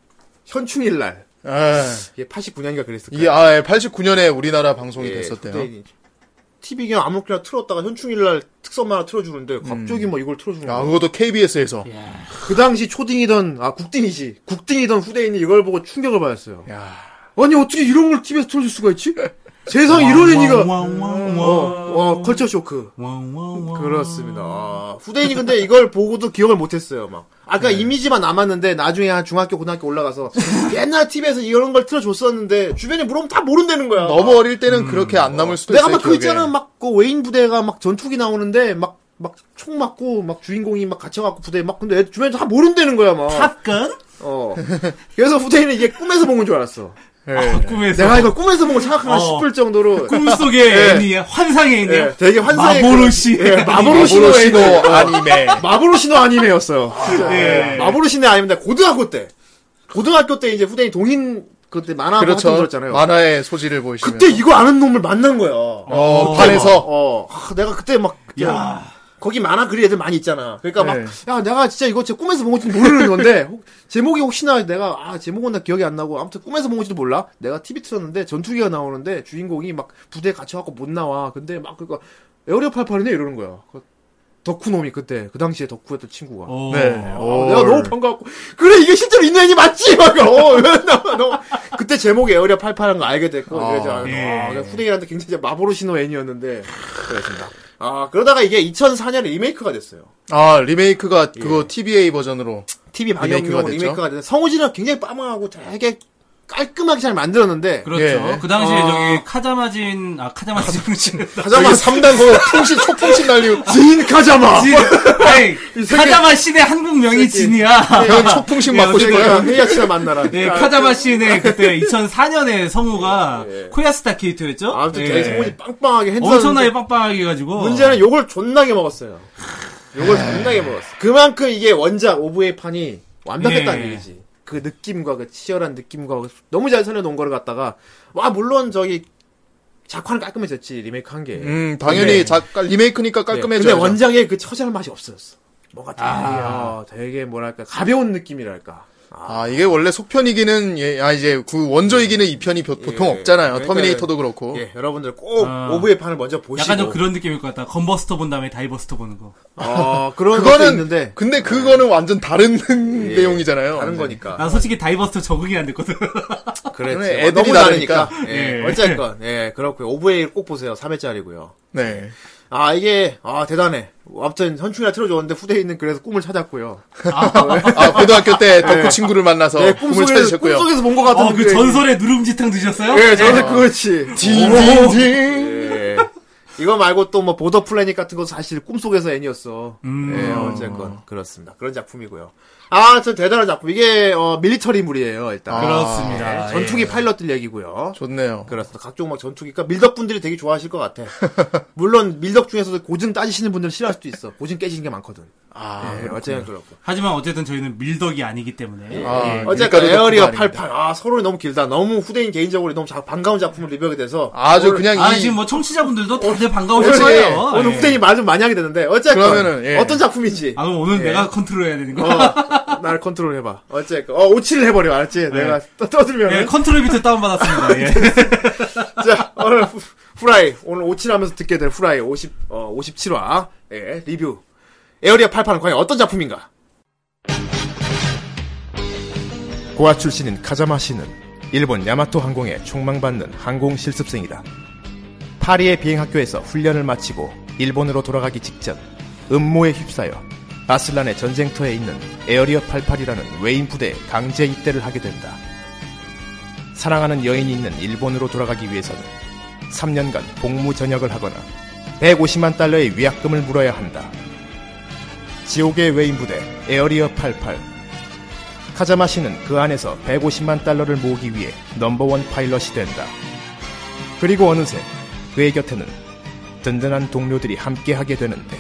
Speaker 1: 현충일 날
Speaker 3: 예.
Speaker 1: 이게 89년인가 그랬을 거예요.
Speaker 3: 이게 아 89년에 우리나라
Speaker 1: 예,
Speaker 3: 방송이 됐었대요
Speaker 1: 후대인이 TV 그냥 아무렇게나 틀었다가 현충일 날 특선만 하나 틀어주는데 갑자기 뭐 이걸 틀어주는
Speaker 3: 아
Speaker 1: 거야.
Speaker 3: 그것도 KBS에서
Speaker 1: 그 당시 초딩이던 아 국딩이지 국딩이던 후대인이 이걸 보고 충격을 받았어요.
Speaker 3: 야.
Speaker 1: 아니 어떻게 이런 걸 TV에서 틀어줄 수가 있지? 세상에 이런 애니가 어,
Speaker 2: 왕왕왕왕.
Speaker 1: 어 컬처 쇼크.
Speaker 2: 왕왕왕.
Speaker 1: 어. 그렇습니다. 아, 후대인이 근데 이걸 보고도 기억을 못했어요. 막
Speaker 3: 네.
Speaker 1: 아까 이미지만 남았는데 나중에 한 중학교 고등학교 올라가서 [LAUGHS] 옛날 TV에서 이런 걸 틀어줬었는데 주변에 물어보면 다 모른다는 거야.
Speaker 3: 너무 어릴 때는 그렇게 안 남을 수도
Speaker 1: 내가
Speaker 3: 있어요
Speaker 1: 막 그
Speaker 3: 기억에.
Speaker 1: 있잖아 막 그 외인 부대가 막 전투기 나오는데 막 막 총 맞고 막 주인공이 막 갇혀갖고 부대 막 근데 주변에 다 모른다는 거야 막.
Speaker 2: 탑건?
Speaker 1: 어. 그래서 후대인은 이게 꿈에서 본 건 줄 알았어.
Speaker 3: 예.
Speaker 2: 아, 꿈에서
Speaker 1: 내가 이걸 꿈에서 본걸 생각하나
Speaker 2: 어.
Speaker 1: 싶을 정도로
Speaker 2: 꿈속의
Speaker 1: 예.
Speaker 2: 애니야 환상의 애니야
Speaker 1: 예, 되게 환상의
Speaker 2: 마보로시
Speaker 1: 그- 예, 마보로시노
Speaker 3: 마보로시노
Speaker 1: 애니
Speaker 3: [LAUGHS] 아니메.
Speaker 1: 어. 마보로시노 아니메였어요. 진짜. 네.
Speaker 2: 예.
Speaker 1: 마보로시노 아니메 고등학교 때 고등학교 때 이제 후대인 동인 그때 만화 그렇
Speaker 3: 그렇죠.
Speaker 1: 들었잖아요.
Speaker 3: 만화의 소지를 보이시면.
Speaker 1: 그때 이거 아는 놈을 만난 거야. 어,
Speaker 3: 어,
Speaker 2: 어.
Speaker 3: 판에서
Speaker 1: 하, 내가 그때 막 야. 거기 만화 그리 애들 많이 있잖아. 그러니까 막,
Speaker 3: 네.
Speaker 1: 야, 내가 진짜 이거 제 꿈에서 본 건지 모르는 건데, 혹- 제목이 혹시나 내가, 아, 제목은 나 기억이 안 나고, 아무튼 꿈에서 본 건지도 몰라. 내가 TV 틀었는데, 전투기가 나오는데, 주인공이 막 부대에 갇혀갖고 못 나와. 근데 막, 그니까, 에어리어 88이네? 이러는 거야. 그 덕후놈이 그때, 그 당시에 덕후였던 친구가.
Speaker 2: 어.
Speaker 3: 네.
Speaker 1: 아,
Speaker 3: 오.
Speaker 1: 내가 너무 반가웠고 그래 이게 실제로 있는 애니 맞지? [LAUGHS] 막 어, 왜 나, 너 그때 제목이 에어리어 88한 거 알게 됐고
Speaker 3: 아,
Speaker 1: 그래서 아,
Speaker 2: 예.
Speaker 1: 아, 후대인한테 굉장히 마보로시노 애니였는데 그렇습니다. 아 그러다가 이게 2004년에 리메이크가 됐어요.
Speaker 3: 아 리메이크가
Speaker 1: 예.
Speaker 3: 그거 TBA 버전으로
Speaker 1: TV 방영용
Speaker 3: 리메이크가 됐죠.
Speaker 1: 리메이크가 됐는데 성우진은 굉장히 빠망하고 되게 깔끔하게 잘 만들었는데
Speaker 2: 그렇죠.
Speaker 3: 예.
Speaker 2: 그 당시에
Speaker 1: 어.
Speaker 2: 저기 카자마진 아 카자마진
Speaker 1: [LAUGHS]
Speaker 3: 저기 3단 그거 풍신 초풍신 날리고
Speaker 1: 진 카자마
Speaker 2: 진 아니
Speaker 1: 뭐, 이 새끼- 네,
Speaker 2: 카자마 신의 한국 명이 진이야.
Speaker 3: 그냥 초풍신
Speaker 2: 예,
Speaker 3: 맞고 싶어요.
Speaker 1: 그러니까 헤이아치나 만나라.
Speaker 2: 네, 카자마 씨네 그때 2004년에 성우가 코야스타 케이토였죠?
Speaker 1: 네. 아무튼
Speaker 2: 예.
Speaker 3: 네.
Speaker 1: 되게 성우진 빵빵하게 핸드폰
Speaker 2: 엄청나게 빡빡하게 해가지고.
Speaker 1: 문제는 요걸 존나게 먹었어요. 요걸 존나게 먹었어. 그만큼 이게 원작 오브웨이 판이 완벽했다는
Speaker 2: 예.
Speaker 1: 얘기지. 그 느낌과 그 치열한 느낌과 그 너무 잘 살려놓은 거를 갖다가 와 물론 저기 작화는 깔끔해졌지 리메이크 한 게.
Speaker 3: 음 당연히
Speaker 1: 네.
Speaker 3: 작 리메이크니까 깔끔해져.
Speaker 1: 근데 원작의 그 처절한 맛이 없어졌어. 뭐가 되게
Speaker 2: 아.
Speaker 1: 어, 되게 뭐랄까 가벼운 느낌이랄까.
Speaker 3: 아 이게 원래 속편 이기는 예, 아 이제 그 원조 이기는 2편이 보통
Speaker 1: 예.
Speaker 3: 없잖아요.
Speaker 1: 그러니까-
Speaker 3: 터미네이터도 그렇고.
Speaker 1: 예, 여러분들 꼭
Speaker 2: 아.
Speaker 1: 오브웨이 판을 먼저 보시고.
Speaker 2: 약간 좀 그런 느낌일 것 같다. 건버스터 본 다음에 다이버스터 보는 거.
Speaker 1: 어, 그런 것도
Speaker 3: 그거는
Speaker 1: 있는데
Speaker 3: 근데 그거는 완전 다른
Speaker 1: 예,
Speaker 3: [LAUGHS]
Speaker 1: 다른
Speaker 3: 내용이잖아요. 완전히.
Speaker 1: 거니까.
Speaker 2: 난 솔직히 다이버스터 적응이 안 됐거든.
Speaker 1: 그래,
Speaker 3: 그래,
Speaker 1: 지
Speaker 3: 애들이
Speaker 1: 너무
Speaker 3: 다르니까.
Speaker 1: 다르니까. 예,
Speaker 2: 예.
Speaker 1: 어쨌건, 예, 그렇고요. 오브웨이 꼭 보세요. 3회짜리고요.
Speaker 3: 네.
Speaker 1: 아, 이게, 아, 대단해. 아무튼, 현충이라 틀어줬는데 후대에 있는 그래서 꿈을 찾았고요.
Speaker 3: 아 고등학교 때 덕후 친구를 만나서
Speaker 1: 예,
Speaker 3: 어, 꿈을
Speaker 1: 꿈속에서,
Speaker 3: 찾으셨고요.
Speaker 1: 꿈속에서 본 것 같은
Speaker 2: 어, 그 전설의 누룽지탕 드셨어요?
Speaker 1: 아, 예, 전설 그거지. 어.
Speaker 3: 딩딩딩.
Speaker 1: 예. 이거 말고 또 뭐, 보더 플래닛 같은 것도 사실 꿈속에서 애니였어.
Speaker 2: 음.
Speaker 1: 예, 어쨌건, 그렇습니다. 그런 작품이고요. 아, 저 대단한 작품. 이게, 어, 밀리터리물이에요, 일단.
Speaker 2: 그렇습니다.
Speaker 1: 예, 전투기 파일럿들 얘기고요.
Speaker 3: 좋네요.
Speaker 1: 그렇습니다. 각종 막 전투기니까 그러니까 밀덕 분들이 되게 좋아하실 것
Speaker 3: [LAUGHS]
Speaker 1: 같아. 물론 밀덕 중에서도 고증 따지시는 분들은 싫어할 수도 있어. 고증 깨지는 게 많거든.
Speaker 3: 아,
Speaker 1: 예, 어쨌든 그렇고.
Speaker 2: 하지만 어쨌든 저희는 밀덕이 아니기 때문에.
Speaker 3: 아,
Speaker 2: 예.
Speaker 1: 네. 어쨌든
Speaker 3: 밀가루도
Speaker 1: 에어리어
Speaker 3: 그거 아닙니다.
Speaker 1: 88. 아 서론이 너무 길다. 너무 후대인 개인적으로 너무 자- 반가운 작품을 리뷰하게 돼서
Speaker 3: 아주
Speaker 1: 오늘-
Speaker 3: 그냥
Speaker 2: 아,
Speaker 3: 이
Speaker 2: 지금 뭐 청취자분들도 다들
Speaker 1: 오늘,
Speaker 2: 반가우실
Speaker 3: 그렇지.
Speaker 2: 거예요.
Speaker 1: 오늘
Speaker 2: 예.
Speaker 1: 후대인 말좀 많이 하게 되는데 어쨌건
Speaker 3: 그러면은, 예.
Speaker 1: 어떤 작품인지
Speaker 2: 아, 그럼 오늘 내가 컨트롤 해야 되는 거.
Speaker 1: 어, 나를 컨트롤 해봐. 어쨌건 어 오치를 해버려 알았지?
Speaker 3: 네.
Speaker 1: 내가 떠, 떠들면
Speaker 2: 예,
Speaker 1: 은
Speaker 2: 컨트롤 비트 다운받았습니다.
Speaker 1: [LAUGHS]
Speaker 2: 예.
Speaker 1: 자 오늘 후- 후라이 오늘 오치하면서 듣게 될 후라이 50 어, 57화 예, 리뷰 에어리어 88은 과연 어떤 작품인가?
Speaker 6: 고아 출신인 카자마 씨는 일본 야마토 항공에 총망받는 항공 실습생이다. 파리의 비행학교에서 훈련을 마치고 일본으로 돌아가기 직전 음모에 휩싸여 아슬란의 전쟁터에 있는 에어리어 88이라는 외인 부대에 강제 입대를 하게 된다. 사랑하는 여인이 있는 일본으로 돌아가기 위해서는 3년간 복무 전역을 하거나 150만 달러의 위약금을 물어야 한다. 지옥의 외인 부대 에어리어 88 카자마 씨는 그 안에서 150만 달러를 모으기 위해 넘버원 파일럿이 된다. 그리고 어느새 그의 곁에는 든든한 동료들이 함께하게 되는데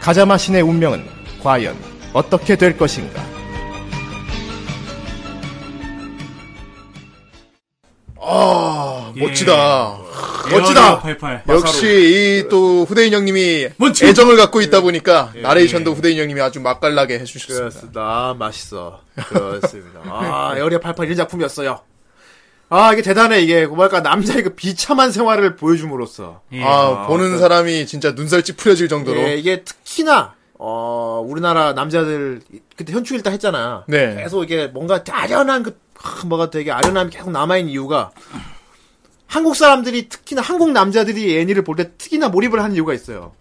Speaker 6: 카자마 씨의 운명은 과연 어떻게 될 것인가?
Speaker 3: 아,
Speaker 1: 예,
Speaker 3: 멋지다.
Speaker 1: 멋지다.
Speaker 2: 88.
Speaker 3: 역시 이 또 후대인 형님이
Speaker 2: 멋지.
Speaker 3: 애정을 갖고
Speaker 1: 예.
Speaker 3: 있다 보니까 나레이션도 후대인 형님이 아주 맛깔나게 해주셨습니다.
Speaker 1: 그렇습니다. 아, 맛있어. 그렇습니다. 아, 에어리어 88 이런 작품이었어요. 아, 이게 대단해. 이게 뭐랄까 남자의 그 비참한 생활을 보여줌으로써
Speaker 2: 예.
Speaker 3: 아, 보는 사람이 진짜 눈살 찌푸려질 정도로.
Speaker 1: 네. 예, 이게 특히나 어, 우리나라 남자들 그때 현충일때 했잖아.
Speaker 3: 네.
Speaker 1: 계속 이게 뭔가 아련한 그 아, 뭐가 되게 아련함이 계속 남아 있는 이유가 한국 사람들이 특히나 한국 남자들이 애니를 볼 때 특히나 몰입을 하는 이유가 있어요.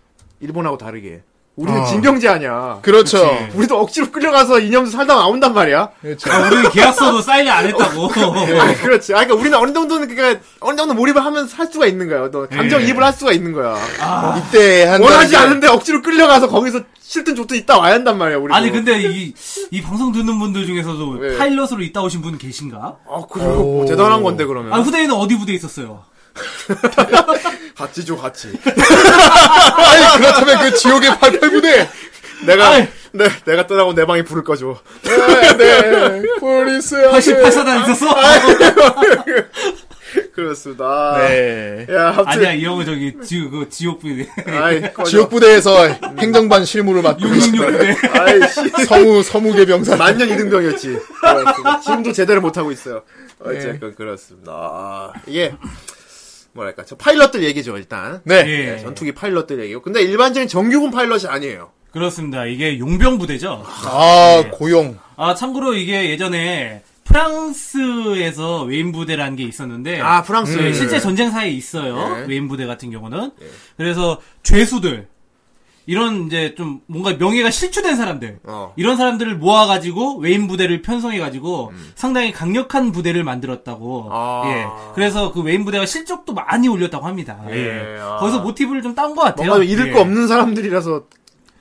Speaker 1: 일본하고 다르게. 우리는
Speaker 2: 어.
Speaker 1: 진경제 아니야.
Speaker 3: 그렇죠.
Speaker 2: 그치.
Speaker 1: 우리도 억지로 끌려가서 이념수 살다 나온단 말이야.
Speaker 3: 그렇죠.
Speaker 2: 아, 우리 계약서도 사인을
Speaker 1: [LAUGHS]
Speaker 2: 안 했다고.
Speaker 1: 아, 그렇지. 아, 그러니까 우리는 어느 정도는 그러니까 어느 정도 몰입을 하면서 할 수가 있는 거야. 너 감정
Speaker 2: 예. 아,
Speaker 1: 이입을 할 수가 있는 거야.
Speaker 3: 이때 한
Speaker 1: 아, 원하지 않은데 억지로 끌려가서 거기서 싫든 좋든 있다 와야 한단 말이야. 우리.
Speaker 2: 아니 근데 이, 이 방송 듣는 분들 중에서도
Speaker 1: 왜?
Speaker 2: 파일럿으로 있다 오신 분 계신가?
Speaker 1: 네. 아, 그리고 뭐 대단한 건데 그러면.
Speaker 2: 아 후대인은 어디 부대에 있었어요?
Speaker 1: 같이 줘, 같이.
Speaker 3: 아니 그렇다면 그 지옥의
Speaker 1: [LAUGHS]
Speaker 3: 팔팔부대.
Speaker 1: 내가 내, 내가 떠나고 내 방에 불을 꺼줘.
Speaker 3: 네, 네. 포리스
Speaker 2: 88사단 있었어?
Speaker 1: 그렇습니다. 아,
Speaker 3: 네.
Speaker 1: 야,
Speaker 2: 아니야
Speaker 1: 합체.
Speaker 2: 이 형은 저기 지, 그 지옥 부대 [LAUGHS]
Speaker 1: 아이, 꺼져.
Speaker 3: 지옥 부대에서 행정반 실무를 맡고 계신
Speaker 2: 666 부대
Speaker 1: 아이, 씨.
Speaker 3: 성우 성우계 병사.
Speaker 1: 만년 이등병이었지.
Speaker 3: [LAUGHS]
Speaker 1: 그렇습니다. 지금도 제대로 못하고 있어요.
Speaker 3: 네.
Speaker 1: 어쨌건 그렇습니다. 아, 이게, 뭐랄까. 저 파일럿들 얘기죠, 일단.
Speaker 3: 네.
Speaker 2: 예
Speaker 1: 전투기 파일럿들 얘기고. 근데 일반적인 정규군 파일럿이 아니에요.
Speaker 2: 그렇습니다 이게 용병 부대죠
Speaker 3: 아
Speaker 1: 네.
Speaker 3: 고용.
Speaker 2: 아 참고로 이게 예전에 프랑스에서 외인 부대라는 게 있었는데
Speaker 1: 아, 프랑스.
Speaker 2: 네, 실제 전쟁사에 있어요.
Speaker 1: 예.
Speaker 2: 외인 부대 같은 경우는. 그래서 죄수들 이런 이제 좀 뭔가 명예가 실추된 사람들
Speaker 1: 어.
Speaker 2: 이런 사람들을 모아가지고 외인 부대를 편성해가지고 상당히 강력한 부대를 만들었다고.
Speaker 1: 음. 아.
Speaker 2: 예. 그래서 그 외인 부대가 실적도 많이 올렸다고 합니다. 예.
Speaker 1: 예, 아.
Speaker 2: 거기서 모티브를 좀 딴 것 같아요.
Speaker 1: 뭔가 좀 잃을
Speaker 2: 예.
Speaker 1: 거 없는 사람들이라서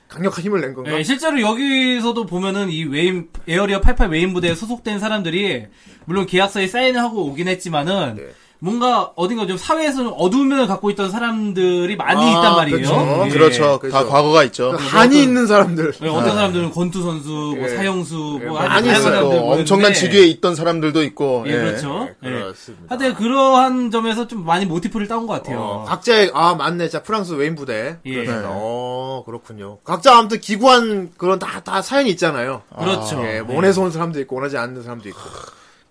Speaker 1: 강력한 힘을 낸 건가?
Speaker 2: 예, 실제로 여기서도 보면은 이 웨인 에어리어 88 웨인 부대에 소속된 사람들이 물론 계약서에 사인을 하고 오긴 했지만은
Speaker 1: 네.
Speaker 2: 뭔가 어딘가 좀 사회에서 좀 어두운 면을 갖고 있던 사람들이 많이
Speaker 1: 아,
Speaker 2: 있단 말이에요.
Speaker 1: 그렇죠.
Speaker 2: 예.
Speaker 3: 그렇죠. 다
Speaker 1: 그렇죠.
Speaker 3: 과거가 있죠.
Speaker 1: 한이 있는 사람들.
Speaker 2: 예, 어떤 사람들은 권투 선수, 뭐
Speaker 1: 예.
Speaker 2: 사형수, 뭐
Speaker 1: 예, 많이
Speaker 2: 아주 다양한
Speaker 1: 있어요. 네.
Speaker 2: 사람들
Speaker 3: 또
Speaker 2: 모였는데
Speaker 3: 엄청난 직위에 있던 사람들도 있고.
Speaker 2: 예, 그렇죠.
Speaker 1: 예, 그렇습니다.
Speaker 2: 하여튼 그러한 점에서 좀 많이 모티프를 따온 것 같아요.
Speaker 1: 어, 각자의 아 맞네, 진짜 프랑스 외인 부대.
Speaker 2: 예.
Speaker 1: 그렇습니다. 어 그렇군요. 각자 아무튼 기구한 그런 다 다 사연이 있잖아요.
Speaker 2: 그렇죠.
Speaker 1: 예, 뭐 원해서 온 사람도 있고 원하지 않는 사람도 있고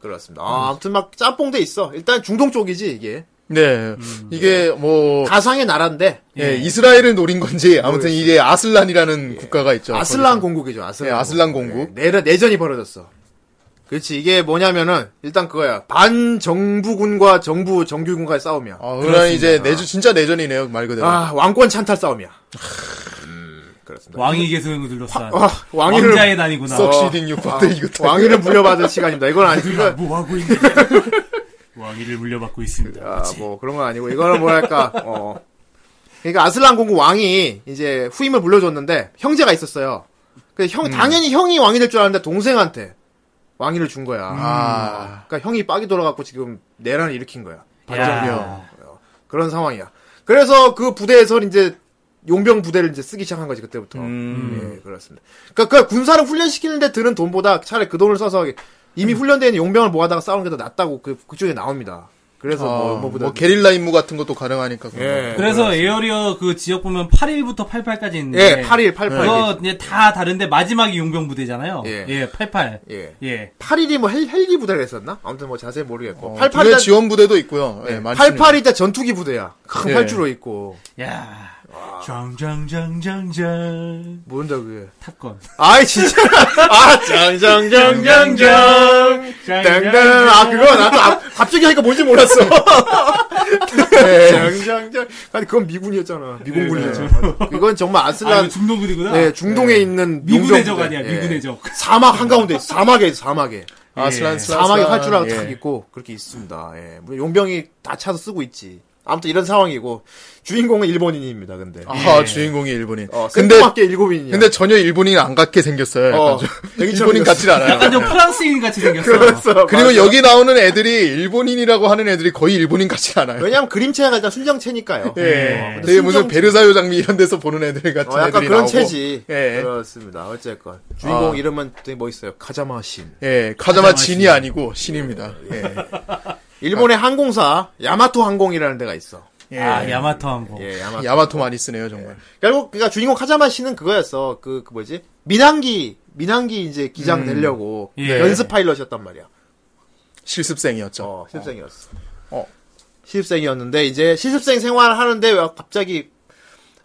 Speaker 1: 그렇습니다. 아, 아무튼 막 짬뽕돼 있어. 일단 중동 쪽이지 이게
Speaker 3: 네.
Speaker 1: 음.
Speaker 3: 이게 뭐
Speaker 1: 가상의 나라인데
Speaker 3: 예, 이스라엘을 노린 건지 아무튼 이게 아슬란이라는 국가가 있죠.
Speaker 1: 그렇죠. 예. 아슬란
Speaker 3: 거기서.
Speaker 1: 공국이죠. 아슬란,
Speaker 3: 예, 어, 아슬란 공국.
Speaker 1: 예, 내, 내전이 벌어졌어. 그렇지 이게 뭐냐면은 일단 그거야 반정부군과 정부 정규군과의 싸움이야.
Speaker 3: 아, 그러나 이제 내주 진짜 내전이네요 말 그대로.
Speaker 1: 아 왕권 찬탈 싸움이 음, 그렇습니다.
Speaker 2: 왕이 계승을 둘러싼
Speaker 1: 아, 왕위를
Speaker 2: 왕자의 난이구나.
Speaker 3: 석시딩
Speaker 1: 아.
Speaker 3: 육박대
Speaker 2: [LAUGHS]
Speaker 3: 이것도.
Speaker 1: 왕위를 물려받을 시간입니다. 이건 아니고 이건- [LAUGHS]
Speaker 2: 뭐하고 있는 왕위를 물려받고 있습니다.
Speaker 1: 아, 뭐 그런 건 아니고 이거는 뭐랄까 어. 그러니까 아슬란 공국 왕이 이제 후임을 물려줬는데 형제가 있었어요. 근데 형 당연히 형이 왕이 될 줄 알았는데 동생한테 왕위를 준 거야.
Speaker 3: 아.
Speaker 1: 그러니까 형이 빡이 돌아갖고 지금 내란을 일으킨 거야. 아,
Speaker 2: 야.
Speaker 1: 그런 상황이야. 그래서 그 부대에서 이제 용병 부대를 이제 쓰기 시작한 거지 그때부터. 예, 그렇습니다. 그러니까 그 군사를 훈련시키는데 드는 돈보다 차라리 그 돈을 써서 이미 훈련된 용병을 모아다가 싸우는 게 더 낫다고 그 그쪽에 나옵니다. 그래서
Speaker 3: 아,
Speaker 1: 뭐,
Speaker 3: 뭐,
Speaker 1: 뭐보다 예.
Speaker 3: 게릴라 임무 같은 것도 가능하니까. 그런 거.
Speaker 2: 그래서 에어리어 그 지역 보면 8일부터 88까지 있는데
Speaker 1: 뭐
Speaker 3: 네.
Speaker 1: 예, 8일, 88.
Speaker 2: 그거 이제 다 다른데 마지막이 용병 부대잖아요.
Speaker 1: 예.
Speaker 2: 예, 88.
Speaker 1: 예.
Speaker 2: 예.
Speaker 1: 8일이 뭐 헬, 헬기 부대를 했었나? 아무튼 뭐 자세히 모르겠고.
Speaker 3: 어,
Speaker 1: 88이 다,
Speaker 3: 지원 부대도 있고요. 예, 많이
Speaker 1: 88이 다 전투기 부대야. 큰
Speaker 3: 예.
Speaker 1: 활주로 있고.
Speaker 2: 야. 장장장장장.
Speaker 1: 뭔데 그게?
Speaker 2: 탑건.
Speaker 1: 아이 진짜. 아, 짱짱짱짱짱. 땡땡. 아, 그거 나도 앞- 갑자기 하니까 뭔지 몰랐어.
Speaker 3: 네.
Speaker 1: 짱짱짱. 아니 그건 미군이었잖아. 미군군이었잖아.
Speaker 3: 네,
Speaker 1: 맞아. 이건 정말
Speaker 2: 아,
Speaker 1: 아슬란
Speaker 2: 이거 중동군이구나.
Speaker 1: 네, 중동에 있는
Speaker 2: 미군의 적
Speaker 1: 용병부대.
Speaker 2: 아니야,
Speaker 1: 예.
Speaker 2: 미군의 적.
Speaker 1: [LAUGHS] 사막 한가운데 있어. 사막에 있어, 사막에.
Speaker 3: 아슬란
Speaker 2: 예.
Speaker 3: 슬란
Speaker 1: 사막에
Speaker 3: 슬란.
Speaker 1: 활주라고 탁
Speaker 3: 예.
Speaker 1: 있고 그렇게 있습니다. 예. 물론 용병이 다 차서 쓰고 있지. 아무튼 이런 상황이고 주인공은 일본인입니다. 근데
Speaker 3: 아 주인공이 일본인.
Speaker 1: 예. 어,
Speaker 3: 근데
Speaker 1: 생뚱맞게 일곱인이야.
Speaker 3: 근데 전혀 일본인 안 같게 생겼어요. 약간
Speaker 1: 어, [LAUGHS]
Speaker 3: 좀.
Speaker 1: 애기처럼
Speaker 3: 일본인 같질 않아요.
Speaker 2: 약간 좀 프랑스인 같이
Speaker 1: [LAUGHS]
Speaker 2: 생겼어.
Speaker 1: 그래서
Speaker 3: [LAUGHS] 그리고 여기 나오는 애들이 일본인이라고 하는 애들이 거의 일본인 같지 않아요.
Speaker 1: 왜냐하면 그림체가 일단 순정체니까요.
Speaker 3: 예.
Speaker 1: 어, 근데
Speaker 3: 되게 무슨
Speaker 1: 순정-
Speaker 3: 베르사유 장미 이런 데서 보는 애들 같은
Speaker 1: 어, 약간
Speaker 3: 애들이
Speaker 1: 그런
Speaker 3: 나오고.
Speaker 1: 체지.
Speaker 3: 예.
Speaker 1: 그렇습니다. 어쨌건 주인공
Speaker 3: 아.
Speaker 1: 이름은 되게 멋있어요. 카자마 신.
Speaker 3: 예, 카자마 진이 아니고 신입니다. 예.
Speaker 1: 일본의 항공사 야마토 항공이라는 데가 있어.
Speaker 3: 예.
Speaker 2: 아, 야마토 항공.
Speaker 3: 어.
Speaker 1: 예, 야마토.
Speaker 3: 야마토 많이 쓰네요, 정말.
Speaker 1: 결국 그러니까 주인공 카자마 씨는 그거였어. 그, 그 뭐지? 민항기 민항기 이제 기장
Speaker 3: 음.
Speaker 1: 되려고
Speaker 2: 예.
Speaker 1: 연습 파일럿이었단 말이야.
Speaker 3: 실습생이었죠.
Speaker 1: 어, 실습생이었어.
Speaker 3: 어.
Speaker 1: 실습생이었는데 이제 실습생 생활을 하는데 왜 갑자기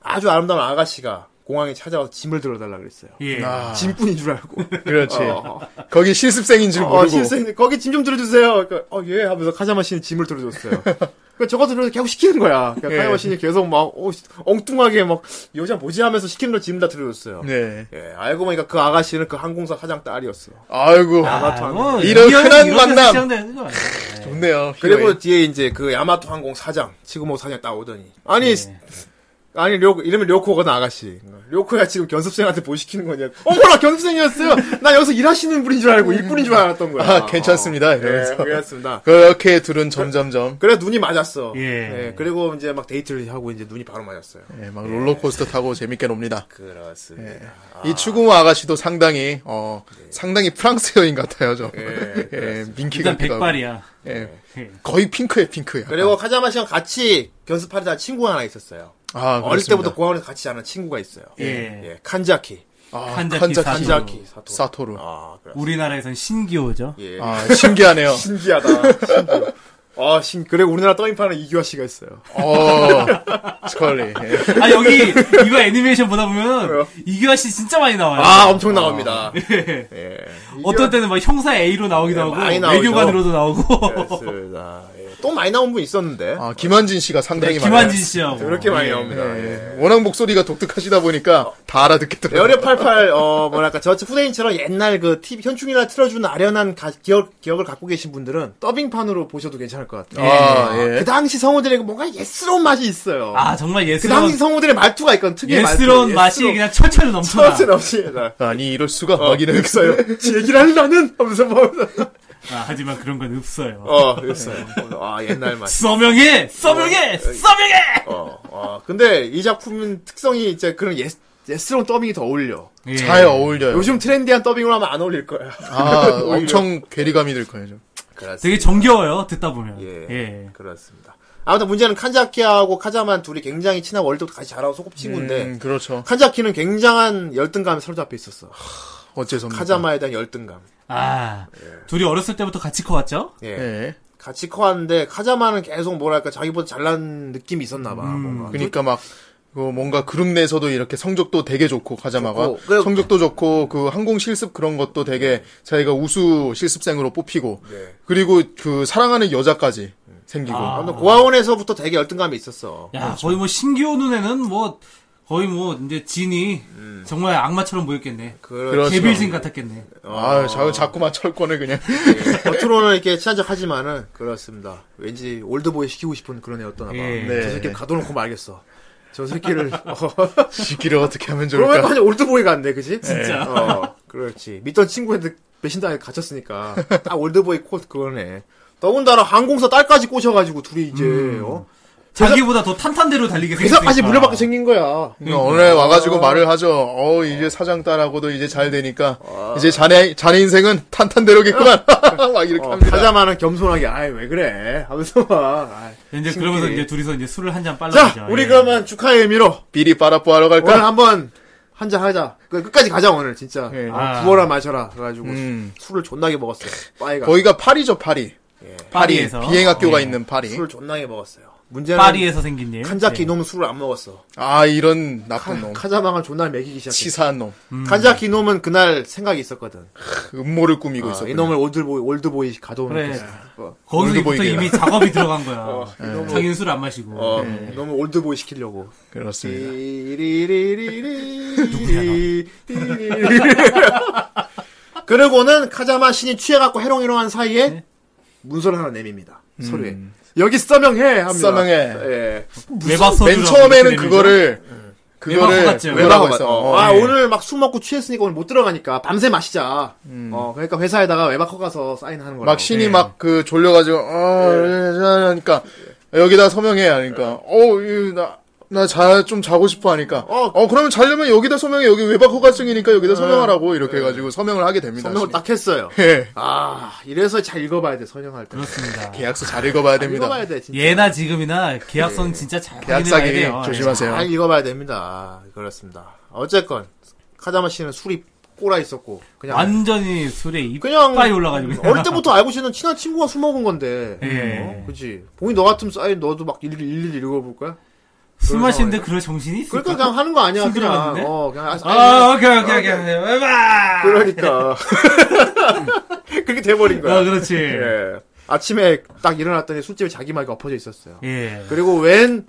Speaker 1: 아주 아름다운 아가씨가 공항에 찾아와서 짐을 들어달라 그랬어요.
Speaker 2: 예.
Speaker 3: 아,
Speaker 1: 짐꾼인 줄 알고.
Speaker 3: [LAUGHS] 그렇지.
Speaker 1: 어.
Speaker 3: 거기 실습생인 줄
Speaker 1: 어,
Speaker 3: 모르고. [LAUGHS]
Speaker 1: 실습생 거기 짐 좀 들어주세요. 그러니까, 어, 예 하면서 카자마 씨는 짐을 들어줬어요. 그러니까 저것을 이렇게 하고 시키는 거야. 그러니까
Speaker 3: 예.
Speaker 1: 카이와 신이 계속 막 어, 엉뚱하게 막 여자 뭐지 하면서 시키는 걸 지금 다 들어줬어요.
Speaker 3: 네.
Speaker 1: 예, 알고 보니까 그 아가씨는 그 항공사 사장 딸이었어.
Speaker 3: 아이고.
Speaker 2: 아, 뭐,
Speaker 3: 이런
Speaker 2: 이런-
Speaker 3: 흔한
Speaker 2: 이렇게
Speaker 3: 만남.
Speaker 2: 시작되는 거야.
Speaker 3: 좋네요.
Speaker 1: 그리고
Speaker 3: 히로인.
Speaker 1: 뒤에 이제 그 야마토 항공 사장, 치구모 사장 따오더니. 아니,
Speaker 3: 네.
Speaker 1: 아니, 료, 이름이 료코거든, 아가씨. 료코야 지금 견습생한테 뭐 시키는 거냐. 어머나, 견습생이었어요! 나 여기서 일하시는 분인 줄 알고, 일꾼인 줄 알았던 거야.
Speaker 3: 아, 괜찮습니다.
Speaker 1: 어. 예,
Speaker 3: 이러면서.
Speaker 1: 그렇습니다.
Speaker 3: 그렇게 둘은 점점점
Speaker 1: 그래, 눈이 맞았어.
Speaker 2: 예.
Speaker 1: 그리고 이제 막 데이트를 하고 이제 눈이 바로 맞았어요.
Speaker 3: 예, 막 롤러코스터 타고 재밌게 놉니다.
Speaker 1: 그렇습니다.
Speaker 3: 이 추구모 아가씨도 상당히 어 상당히 프랑스 여인 같아요, 저. [LAUGHS] 예, 민키가
Speaker 2: 일단 백발이야.
Speaker 3: 예,
Speaker 2: 예.
Speaker 3: 거의 핑크에 핑크야.
Speaker 1: 그리고 카자마 씨랑 같이 견습하려다 친구가 하나 있었어요.
Speaker 3: 아,
Speaker 1: 어릴
Speaker 3: 그렇습니다.
Speaker 1: 때부터 고아원에서 같이 자는 친구가 있어요.
Speaker 2: 예.
Speaker 1: 칸자키.
Speaker 3: 아,
Speaker 2: 칸자키, 사토루.
Speaker 1: 칸자키, 음. 사토.
Speaker 3: 사토루.
Speaker 1: 아, 그래.
Speaker 2: 우리나라에선 신기호죠.
Speaker 1: 예.
Speaker 3: 아, 신기하네요.
Speaker 1: 신기하다. 신기해. 아, 신, 그래, 우리나라 떠임판은 이규하 씨가 있어요.
Speaker 3: 어, 스컬리. 예.
Speaker 2: 아 여기 이거 애니메이션 보다 보면 이규하 씨 진짜 많이 나와요.
Speaker 1: 아, 예, 엄청 나옵니다.
Speaker 2: 네. 어떤 때는 막 형사 A로 나오기도
Speaker 1: 예, 많이
Speaker 2: 하고
Speaker 1: 나오죠. 예,
Speaker 2: 외교관으로도 나오고
Speaker 1: 그렇습니다. 예. 또 많이 나온 분 있었는데.
Speaker 3: 아, 김한진 씨가 상당히
Speaker 2: 네, 김한진
Speaker 3: 많아요.
Speaker 2: 씨하고
Speaker 1: 그렇게 많이
Speaker 2: 예.
Speaker 1: 나옵니다. 예.
Speaker 3: 예. 워낙 목소리가 독특하시다 보니까 다 알아듣겠더라고요.
Speaker 1: 열의 88, 어, 뭐랄까, 저 후대인처럼 옛날 그 TV, 현충이나 틀어준 아련한 가- 기억, 기억을 갖고 계신 분들은 더빙판으로 보셔도 괜찮을 것 같아요.
Speaker 3: 아, 예.
Speaker 1: 그 당시 성우들에게 뭔가 예스러운 맛이 있어요.
Speaker 2: 아 정말
Speaker 1: 그 당시
Speaker 2: 예스러운
Speaker 1: 성우들의 말투가 있건 특유의
Speaker 2: 예스러운 맛이 그냥 철철
Speaker 1: [LAUGHS]
Speaker 2: 넘쳐나.
Speaker 1: 처음 없습니다.
Speaker 3: 아니, 이럴 수가
Speaker 1: 어,
Speaker 3: 막 이런
Speaker 1: 있어요. 지 얘기를 하려는? 하면서 막.
Speaker 2: 아, 하지만 그런 건 없어요.
Speaker 1: 어, 있어요. 아, 옛날 맛.
Speaker 2: 써명해, 써명해, 써명해.
Speaker 1: 어, 어, 근데 이 작품은 특성이 이제 그런 예, 예스러운 더빙이 더 어울려.
Speaker 2: 예.
Speaker 3: [LAUGHS] 잘 어울려요.
Speaker 1: 요즘 트렌디한 더빙으로 하면 안 [LAUGHS] 어울릴 거야.
Speaker 3: 아, 엄청 괴리감이 들 거예요. 좀.
Speaker 1: 그렇습니다.
Speaker 2: 되게 정겨워요 듣다 보면.
Speaker 1: 예.
Speaker 2: 예.
Speaker 1: 그렇습니다. 아무튼 문제는 칸자키하고 카자만 둘이 굉장히 친하고 어릴 때부터 같이 자라고 소꿉친구인데
Speaker 3: 음, 그렇죠.
Speaker 1: 칸자키는 굉장한 열등감에 사로잡혀 있었어.
Speaker 3: 어째서입니까?
Speaker 1: 카자마에 대한 열등감.
Speaker 2: 아 둘이 어렸을 때부터 같이 커왔죠.
Speaker 1: 예.
Speaker 3: 예.
Speaker 1: 같이 커왔는데 카자마는 계속 뭐랄까 자기보다 잘난 느낌이 있었나 봐. 뭔가.
Speaker 3: 그러니까 막, 그 뭔가 그룹 내에서도 이렇게 성적도 되게 좋고, 가자마가.
Speaker 1: 좋고, 그리고-
Speaker 3: 성적도 좋고, 그 항공 실습 그런 것도 되게 자기가 우수 실습생으로 뽑히고,
Speaker 1: 네.
Speaker 3: 그리고 그 사랑하는 여자까지 생기고.
Speaker 1: 아무튼 고아원에서부터 되게 열등감이 있었어.
Speaker 2: 야 거의 뭐 신기호 눈에는 뭐 거의 뭐 이제 진이 정말 악마처럼 보였겠네.
Speaker 1: 그렇죠.
Speaker 2: 개빌진 같았겠네.
Speaker 3: 아, 자, 자꾸만 철권을 그냥. [LAUGHS]
Speaker 1: 겉으로는 이렇게 친한 척 하지만은 그렇습니다. 왠지 올드보이 시키고 싶은 그런 애였던 아마.
Speaker 2: 예.
Speaker 3: 네.
Speaker 1: 저 새끼 가둬놓고 말겠어. 저
Speaker 2: [LAUGHS]
Speaker 1: 새끼를 어,
Speaker 3: 지기를 어떻게 하면
Speaker 1: 그러면
Speaker 3: 좋을까?
Speaker 1: 완전 올드보이 같네, 그지?
Speaker 2: 진짜.
Speaker 1: 어, 그렇지. 믿던 친구한테 배신당해 갇혔으니까 딱 올드보이 코 그거네. 더군다나 항공사 딸까지 꼬셔가지고 둘이 이제
Speaker 2: 음.
Speaker 1: 어?
Speaker 2: 자기보다 더 탄탄대로 달리게
Speaker 1: 회사까지
Speaker 2: 생겼으니까.
Speaker 1: 물려받게 생긴 거야.
Speaker 3: 어,
Speaker 1: 음.
Speaker 3: 오늘 와가지고 말을 하죠. 어 이제 사장 딸하고도 이제 잘 되니까
Speaker 1: 아.
Speaker 3: 이제 자네 자네 인생은 탄탄대로겠구만. [LAUGHS] 막 이렇게
Speaker 1: 어,
Speaker 3: 합니다.
Speaker 1: 하자마는 겸손하게 아이 왜 그래 하면서 막. 아이,
Speaker 2: 이제
Speaker 1: 신기해.
Speaker 2: 그러면서 이제 둘이서 이제 술을 한 잔 빨라보죠.
Speaker 1: 자, 우리 그러면 축하의 의미로
Speaker 3: 비리 빨아뽀 하러 갈까?
Speaker 1: 오늘 한번 한잔 하자. 그 끝까지 가자 오늘 진짜.
Speaker 3: 예.
Speaker 1: 아, 부어라 마셔라. 그래가지고
Speaker 3: 음.
Speaker 1: 술을 존나게 먹었어요. 빠이가
Speaker 3: 거기가 파리죠 파리. 파리
Speaker 2: 예. 파리에서
Speaker 3: 비행학교가
Speaker 2: 예.
Speaker 3: 있는 파리.
Speaker 1: 어, 술을 존나게 먹었어요. 문제는
Speaker 2: 파리에서 생긴 일.
Speaker 3: 네.
Speaker 2: 예.
Speaker 1: 칸자키 놈은 술을 안 먹었어.
Speaker 3: 아 이런 나쁜 놈,
Speaker 1: 카자마가 음. 존나 먹이기 시작했어.
Speaker 3: 치사한 놈,
Speaker 1: 칸자키 놈은 그날 생각이 있었거든.
Speaker 3: 그 음모를 꾸미고
Speaker 1: 아,
Speaker 3: 있었.
Speaker 1: 이놈을 올드보이 올드보이 가둬놓고.
Speaker 3: 네.
Speaker 2: 그래.
Speaker 1: 어,
Speaker 2: 거기서부터
Speaker 3: 올드보이게.
Speaker 2: 이미 작업이 들어간 거야. 예.
Speaker 1: 이놈을-
Speaker 2: 자기는 술 안 마시고. 예.
Speaker 1: 어,
Speaker 3: 네.
Speaker 1: 너무 올드보이 시키려고. 음.
Speaker 3: 그렇습니다.
Speaker 1: 띠리리리리리. 그러고는 카자마 신이 취해갖고 해롱해롱한 사이에 문서를 하나 내밉니다. 서류에. 여기 써명해! 합니다.
Speaker 3: 써명해.
Speaker 1: 예.
Speaker 2: 외박서
Speaker 3: 맨 처음에는 그거를 그거를
Speaker 2: 외박 허가증.
Speaker 3: 외박 허가증.
Speaker 1: 어,
Speaker 3: 어,
Speaker 1: 아,
Speaker 3: 예.
Speaker 1: 오늘 막 술 먹고 취했으니까 오늘 못 들어가니까 밤새 마시자. 어, 그러니까 회사에다가 외박허 가서 사인하는 거라고.
Speaker 3: 막 신이 막 그 졸려가지고 어 하니까 여기다 서명해 하니까 어, 어나나 좀 자고 싶어 하니까
Speaker 1: 어. 예.
Speaker 3: 어, 그러면 자려면 여기다 서명해 여기 외박 허가증이니까 여기다 서명하라고 이렇게 해가지고 서명을 하게 됩니다.
Speaker 1: 서명을
Speaker 3: 신이.
Speaker 1: 딱 했어요.
Speaker 3: 예.
Speaker 1: 아, 이래서 잘 읽어봐야 돼, 서명할 때.
Speaker 2: 그렇습니다.
Speaker 3: 계약서 잘 읽어봐야
Speaker 1: 잘
Speaker 3: 됩니다.
Speaker 1: 읽어봐야 돼, 진짜.
Speaker 2: 예나 지금이나 계약서는 진짜 잘
Speaker 3: 계약
Speaker 2: 확인해야
Speaker 3: 사기
Speaker 2: 돼요.
Speaker 3: 조심하세요.
Speaker 1: 잘 읽어봐야 됩니다. 그렇습니다. 어쨌건 카자마 씨는 술이 꼬라 있었고
Speaker 2: 예.
Speaker 1: 그냥
Speaker 2: 완전히 술에
Speaker 1: 그냥
Speaker 2: 이빨이 올라가지고.
Speaker 1: 어릴 때부터 알고 지낸 친한 친구가 술 먹은 건데.
Speaker 2: 예.
Speaker 1: 어? 그치. 봉이 너 같으면 싸인 너도 막 일일이, 일일이 읽어볼 거야?
Speaker 2: 술
Speaker 1: 그런
Speaker 2: 마시는데
Speaker 1: 상황이야.
Speaker 2: 그럴 정신이 있을까?
Speaker 1: 그러니까 그냥 하는 거 아니야.
Speaker 2: 술
Speaker 1: 그냥.
Speaker 2: 들어갔는데?
Speaker 1: 어, 그냥. 아,
Speaker 2: 아, 오케이, 오케이, 오케이. 오케이.
Speaker 1: [LAUGHS] 그러니까. 그렇게 돼버린
Speaker 2: 아,
Speaker 1: 거야.
Speaker 2: 그렇지.
Speaker 1: 예. 아침에 딱 일어났더니 술집에 자기 말이 엎어져 있었어요.
Speaker 2: 예.
Speaker 1: 그리고 웬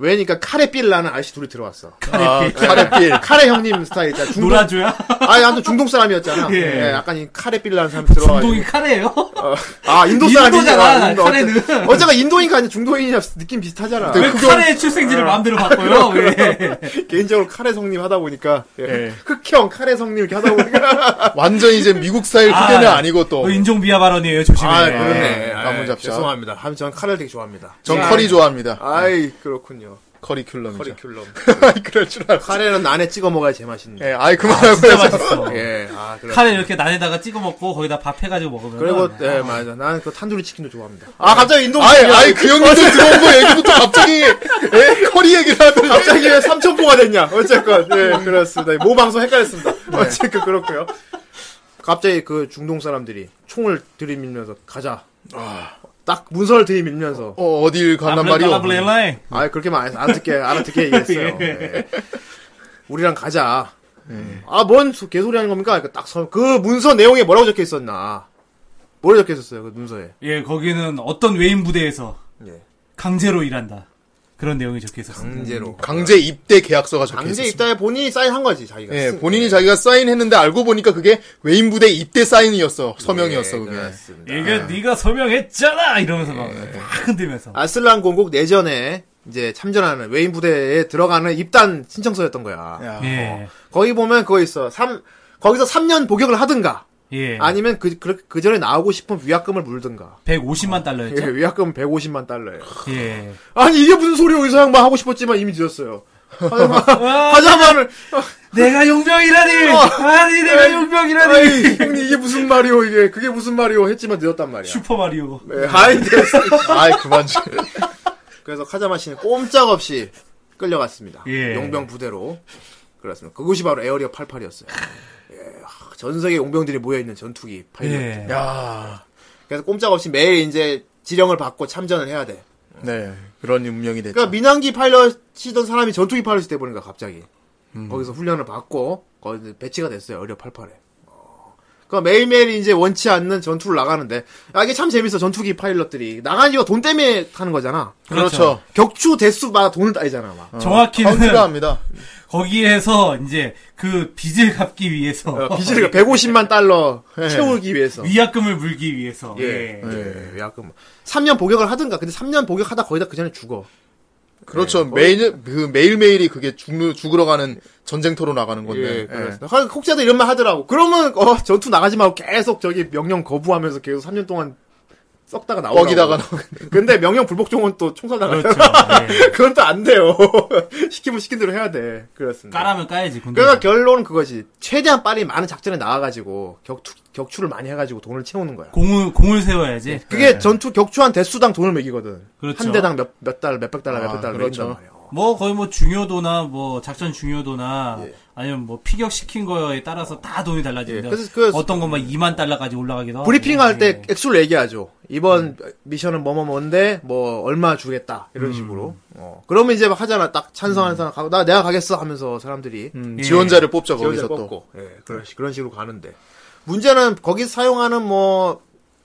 Speaker 1: 왜니까 카레 빌 나는 아저씨 둘이 들어왔어.
Speaker 3: 아,
Speaker 2: [LAUGHS]
Speaker 3: 카레필.
Speaker 1: 카레 형님 스타일 있잖아. 중동,
Speaker 2: 놀아줘야?
Speaker 1: 아니, 아무튼 중동 사람이었잖아.
Speaker 2: 예.
Speaker 1: 예, 약간 이 카레 빌 나는 사람이 들어와.
Speaker 2: 중동이 카레예요
Speaker 1: 어, 아, 인도 사람이지.
Speaker 2: 인도잖아,
Speaker 1: 아, 인도.
Speaker 2: 카레는.
Speaker 1: 어째- 어쨌든 인도인가 아니 중동인이냐 느낌 비슷하잖아.
Speaker 2: 왜 카레의
Speaker 1: 어.
Speaker 2: 출생지를 마음대로 바꿔요? 왜?
Speaker 1: [LAUGHS] 개인적으로 카레 성님 하다 보니까 예.
Speaker 3: 예.
Speaker 1: 흑형 카레 성님 이렇게 하다 [LAUGHS] 보니까
Speaker 3: 완전 이제 미국 스타일 후대는
Speaker 1: 예.
Speaker 2: 아,
Speaker 3: 아, 니고 또.
Speaker 2: 어, 인종 비하 발언이에요. 조심해.
Speaker 1: 아, 그렇네.
Speaker 3: 아, 가문 잡자.
Speaker 1: 죄송합니다. 하면 저는 카레를 되게 좋아합니다.
Speaker 3: 전 커리 좋아합니다.
Speaker 1: 아이, 그렇군요.
Speaker 3: 커리큘럼이죠.
Speaker 1: 커리큘럼. [LAUGHS]
Speaker 3: 그럴 줄 알았어.
Speaker 1: 카레는 난에 찍어 네. 먹어야 제맛입니다.
Speaker 3: 예, 아이 그만하고요.
Speaker 2: 진짜 맛있어.
Speaker 1: 예, 아, 그래.
Speaker 2: 카레 이렇게 난에다가 찍어 먹고 거기다 밥 해가지고 먹으면.
Speaker 1: 그리고, 예, 맞아. 나는 그 탄두리 치킨도 좋아합니다. 아, 갑자기 인도
Speaker 3: 아이 아이 그 형님들 들어온 거 얘기부터 갑자기 예, 커리 얘기를 하더니
Speaker 1: 갑자기 왜 삼천포가 됐냐. 어쨌건, 예, 그렇습니다. 모 방송 헷갈렸습니다.
Speaker 3: 네.
Speaker 1: 어쨌건 그렇고요 갑자기 그 중동 사람들이 총을 들이밀면서, 가자.
Speaker 3: 아.
Speaker 1: 딱 문서를 들이밀면서.
Speaker 3: 어, 어딜 간단
Speaker 2: 아브렐라
Speaker 3: 말이오.
Speaker 2: 블렐라이.
Speaker 1: 아, 그렇게 말 안 했어. 알아듣게,
Speaker 3: [LAUGHS]
Speaker 1: 알아듣게 얘기했어요. 예. 우리랑 가자. 아, 뭔 소- 개소리 하는 겁니까? 그러니까 딱 서, 그 문서 내용에 뭐라고 적혀 있었나. 뭐라고 적혀 있었어요, 그 문서에.
Speaker 2: 예, 거기는 어떤 외인 부대에서
Speaker 1: 예.
Speaker 2: 강제로 일한다. 그런 내용이 적혀 있었습니다.
Speaker 3: 강제 입대 계약서가 적혀
Speaker 1: 강제
Speaker 3: 있어요.
Speaker 1: 입다에 본인이 사인한 거지, 자기가.
Speaker 3: 예,
Speaker 1: 쓴-
Speaker 3: 본인이 자기가 사인했는데 알고 보니까 그게 외인 부대 입대 사인이었어. 서명이었어,
Speaker 1: 예,
Speaker 3: 그게.
Speaker 1: 그렇습니다.
Speaker 2: 이게 네가 서명했잖아 이러면서 막, 막 흔들면서
Speaker 1: 예. 아슬란 공국 내전에 이제 참전하는 외인 부대에 들어가는 입단 신청서였던 거야.
Speaker 3: 야.
Speaker 2: 예,
Speaker 1: 거기 보면 그거 있어. 삼 거기서 3년 복역을 하든가
Speaker 2: 예.
Speaker 1: 아니면 그, 그, 그 전에 나오고 싶은 위약금을 물든가.
Speaker 2: 150만
Speaker 1: 예,
Speaker 2: 달러였죠.
Speaker 1: 위약금 150만 달러예요.
Speaker 2: 예.
Speaker 1: 아니 이게 무슨 소리요? 의사 양반 하고 싶었지만 이미 늦었어요.
Speaker 2: [LAUGHS] 아,
Speaker 1: 하자마는
Speaker 2: 내가 용병이라니. 아니 내가 용병이라니.
Speaker 1: 어. 네. 아이 형님 이게 무슨 말이요? 이게 그게 무슨 말이요? 했지만 늦었단 말이야.
Speaker 2: 슈퍼 마리오.
Speaker 1: 예, 아이 됐어.
Speaker 3: 아이 그만 좀.
Speaker 1: 그래서 카자마 씨는 꼼짝없이 끌려갔습니다.
Speaker 2: 예.
Speaker 1: 용병 부대로. 그렇습니다. 그곳이 바로 에어리어 88이었어요. 예, 전 세계 용병들이 모여있는 전투기 8
Speaker 2: 예.
Speaker 3: 야.
Speaker 1: 그래서 꼼짝없이 매일 이제 지령을 받고 참전을 해야 돼.
Speaker 3: 네. 그런 운명이 됐죠.
Speaker 1: 그러니까 민항기 파일럿이던 사람이 전투기 파일럿이 돼버린가 갑자기.
Speaker 3: 음.
Speaker 1: 거기서 훈련을 받고 거기 배치가 됐어요. 에어리어 88에. 그러니까 매일매일 이제 원치 않는 전투를 나가는데 아 이게 참 재밌어 전투기 파일럿들이 나간 이유가 돈 때문에 타는 거잖아
Speaker 3: 그렇죠. 어.
Speaker 1: 격추 대수마다 돈을 따지잖아 막 어,
Speaker 2: 정확히는
Speaker 3: 카운트가 합니다.
Speaker 2: 거기에서 이제 그 빚을 갚기 위해서
Speaker 1: 어, 빚을 150만 달러
Speaker 3: 예.
Speaker 1: 채우기 위해서.
Speaker 2: 위약금을 물기 위해서.
Speaker 1: 예.
Speaker 2: 예.
Speaker 1: 예. 약간 3년 복역을 하든가. 근데 3년 복역하다 거의 다 그 전에 죽어.
Speaker 3: 그렇죠. 매일 그 매일매일이 그게 죽는 죽으러 가는 전쟁터로 나가는
Speaker 1: 예.
Speaker 3: 건데.
Speaker 1: 그래서 혹자도 이런 말 하더라고. 그러면 어, 전투 나가지 말고 계속 저기 명령 거부하면서 계속 3년 동안 썩다가 나오고.
Speaker 3: 뻑이다가
Speaker 1: 근데 명령 불복종은 또 총살 나가요.
Speaker 2: 그렇죠.
Speaker 1: [LAUGHS]
Speaker 2: 예.
Speaker 1: 그건 또 안 돼요. [LAUGHS] 시키면 시킨 대로 해야 돼. 그렇습니다.
Speaker 2: 까라면 까야지. 군대.
Speaker 1: 그러니까 결론은 그거지. 최대한 빨리 많은 작전에 나와가지고 격투, 격추를 많이 해가지고 돈을 채우는 거야.
Speaker 2: 공을 공을 세워야지.
Speaker 1: 그게 전투 격추한 대수당 돈을 매기거든.
Speaker 2: 네. 그렇죠.
Speaker 1: 한 대당 몇, 몇 달러, 몇백 달러,
Speaker 3: 아,
Speaker 1: 몇백 달러
Speaker 3: 그렇죠.
Speaker 1: 매긴단 말이에요.
Speaker 2: 뭐 거의 뭐 중요도나 뭐 작전 중요도나 아니면 뭐 피격 시킨 거에 따라서 다 돈이 달라집니다.
Speaker 1: 예, 그래서 그-
Speaker 2: 어떤 것만 2만 달러까지 올라가기도 하고.
Speaker 1: 브리핑 할 때
Speaker 2: 예.
Speaker 1: 액수를 얘기하죠. 이번 미션은 뭐뭐 뭔데, 뭐, 얼마 주겠다. 이런 식으로. 어. 그러면 이제 막 하잖아. 딱 찬성하는 사람 가고, 나, 내가 가겠어 하면서 사람들이.
Speaker 3: 음,
Speaker 2: 예.
Speaker 3: 지원자를 뽑자
Speaker 1: 지원자
Speaker 3: 거기서 또.
Speaker 1: 뽑고. 예, 그런, 식- 그런 식으로 가는데. 문제는 거기 사용하는 뭐,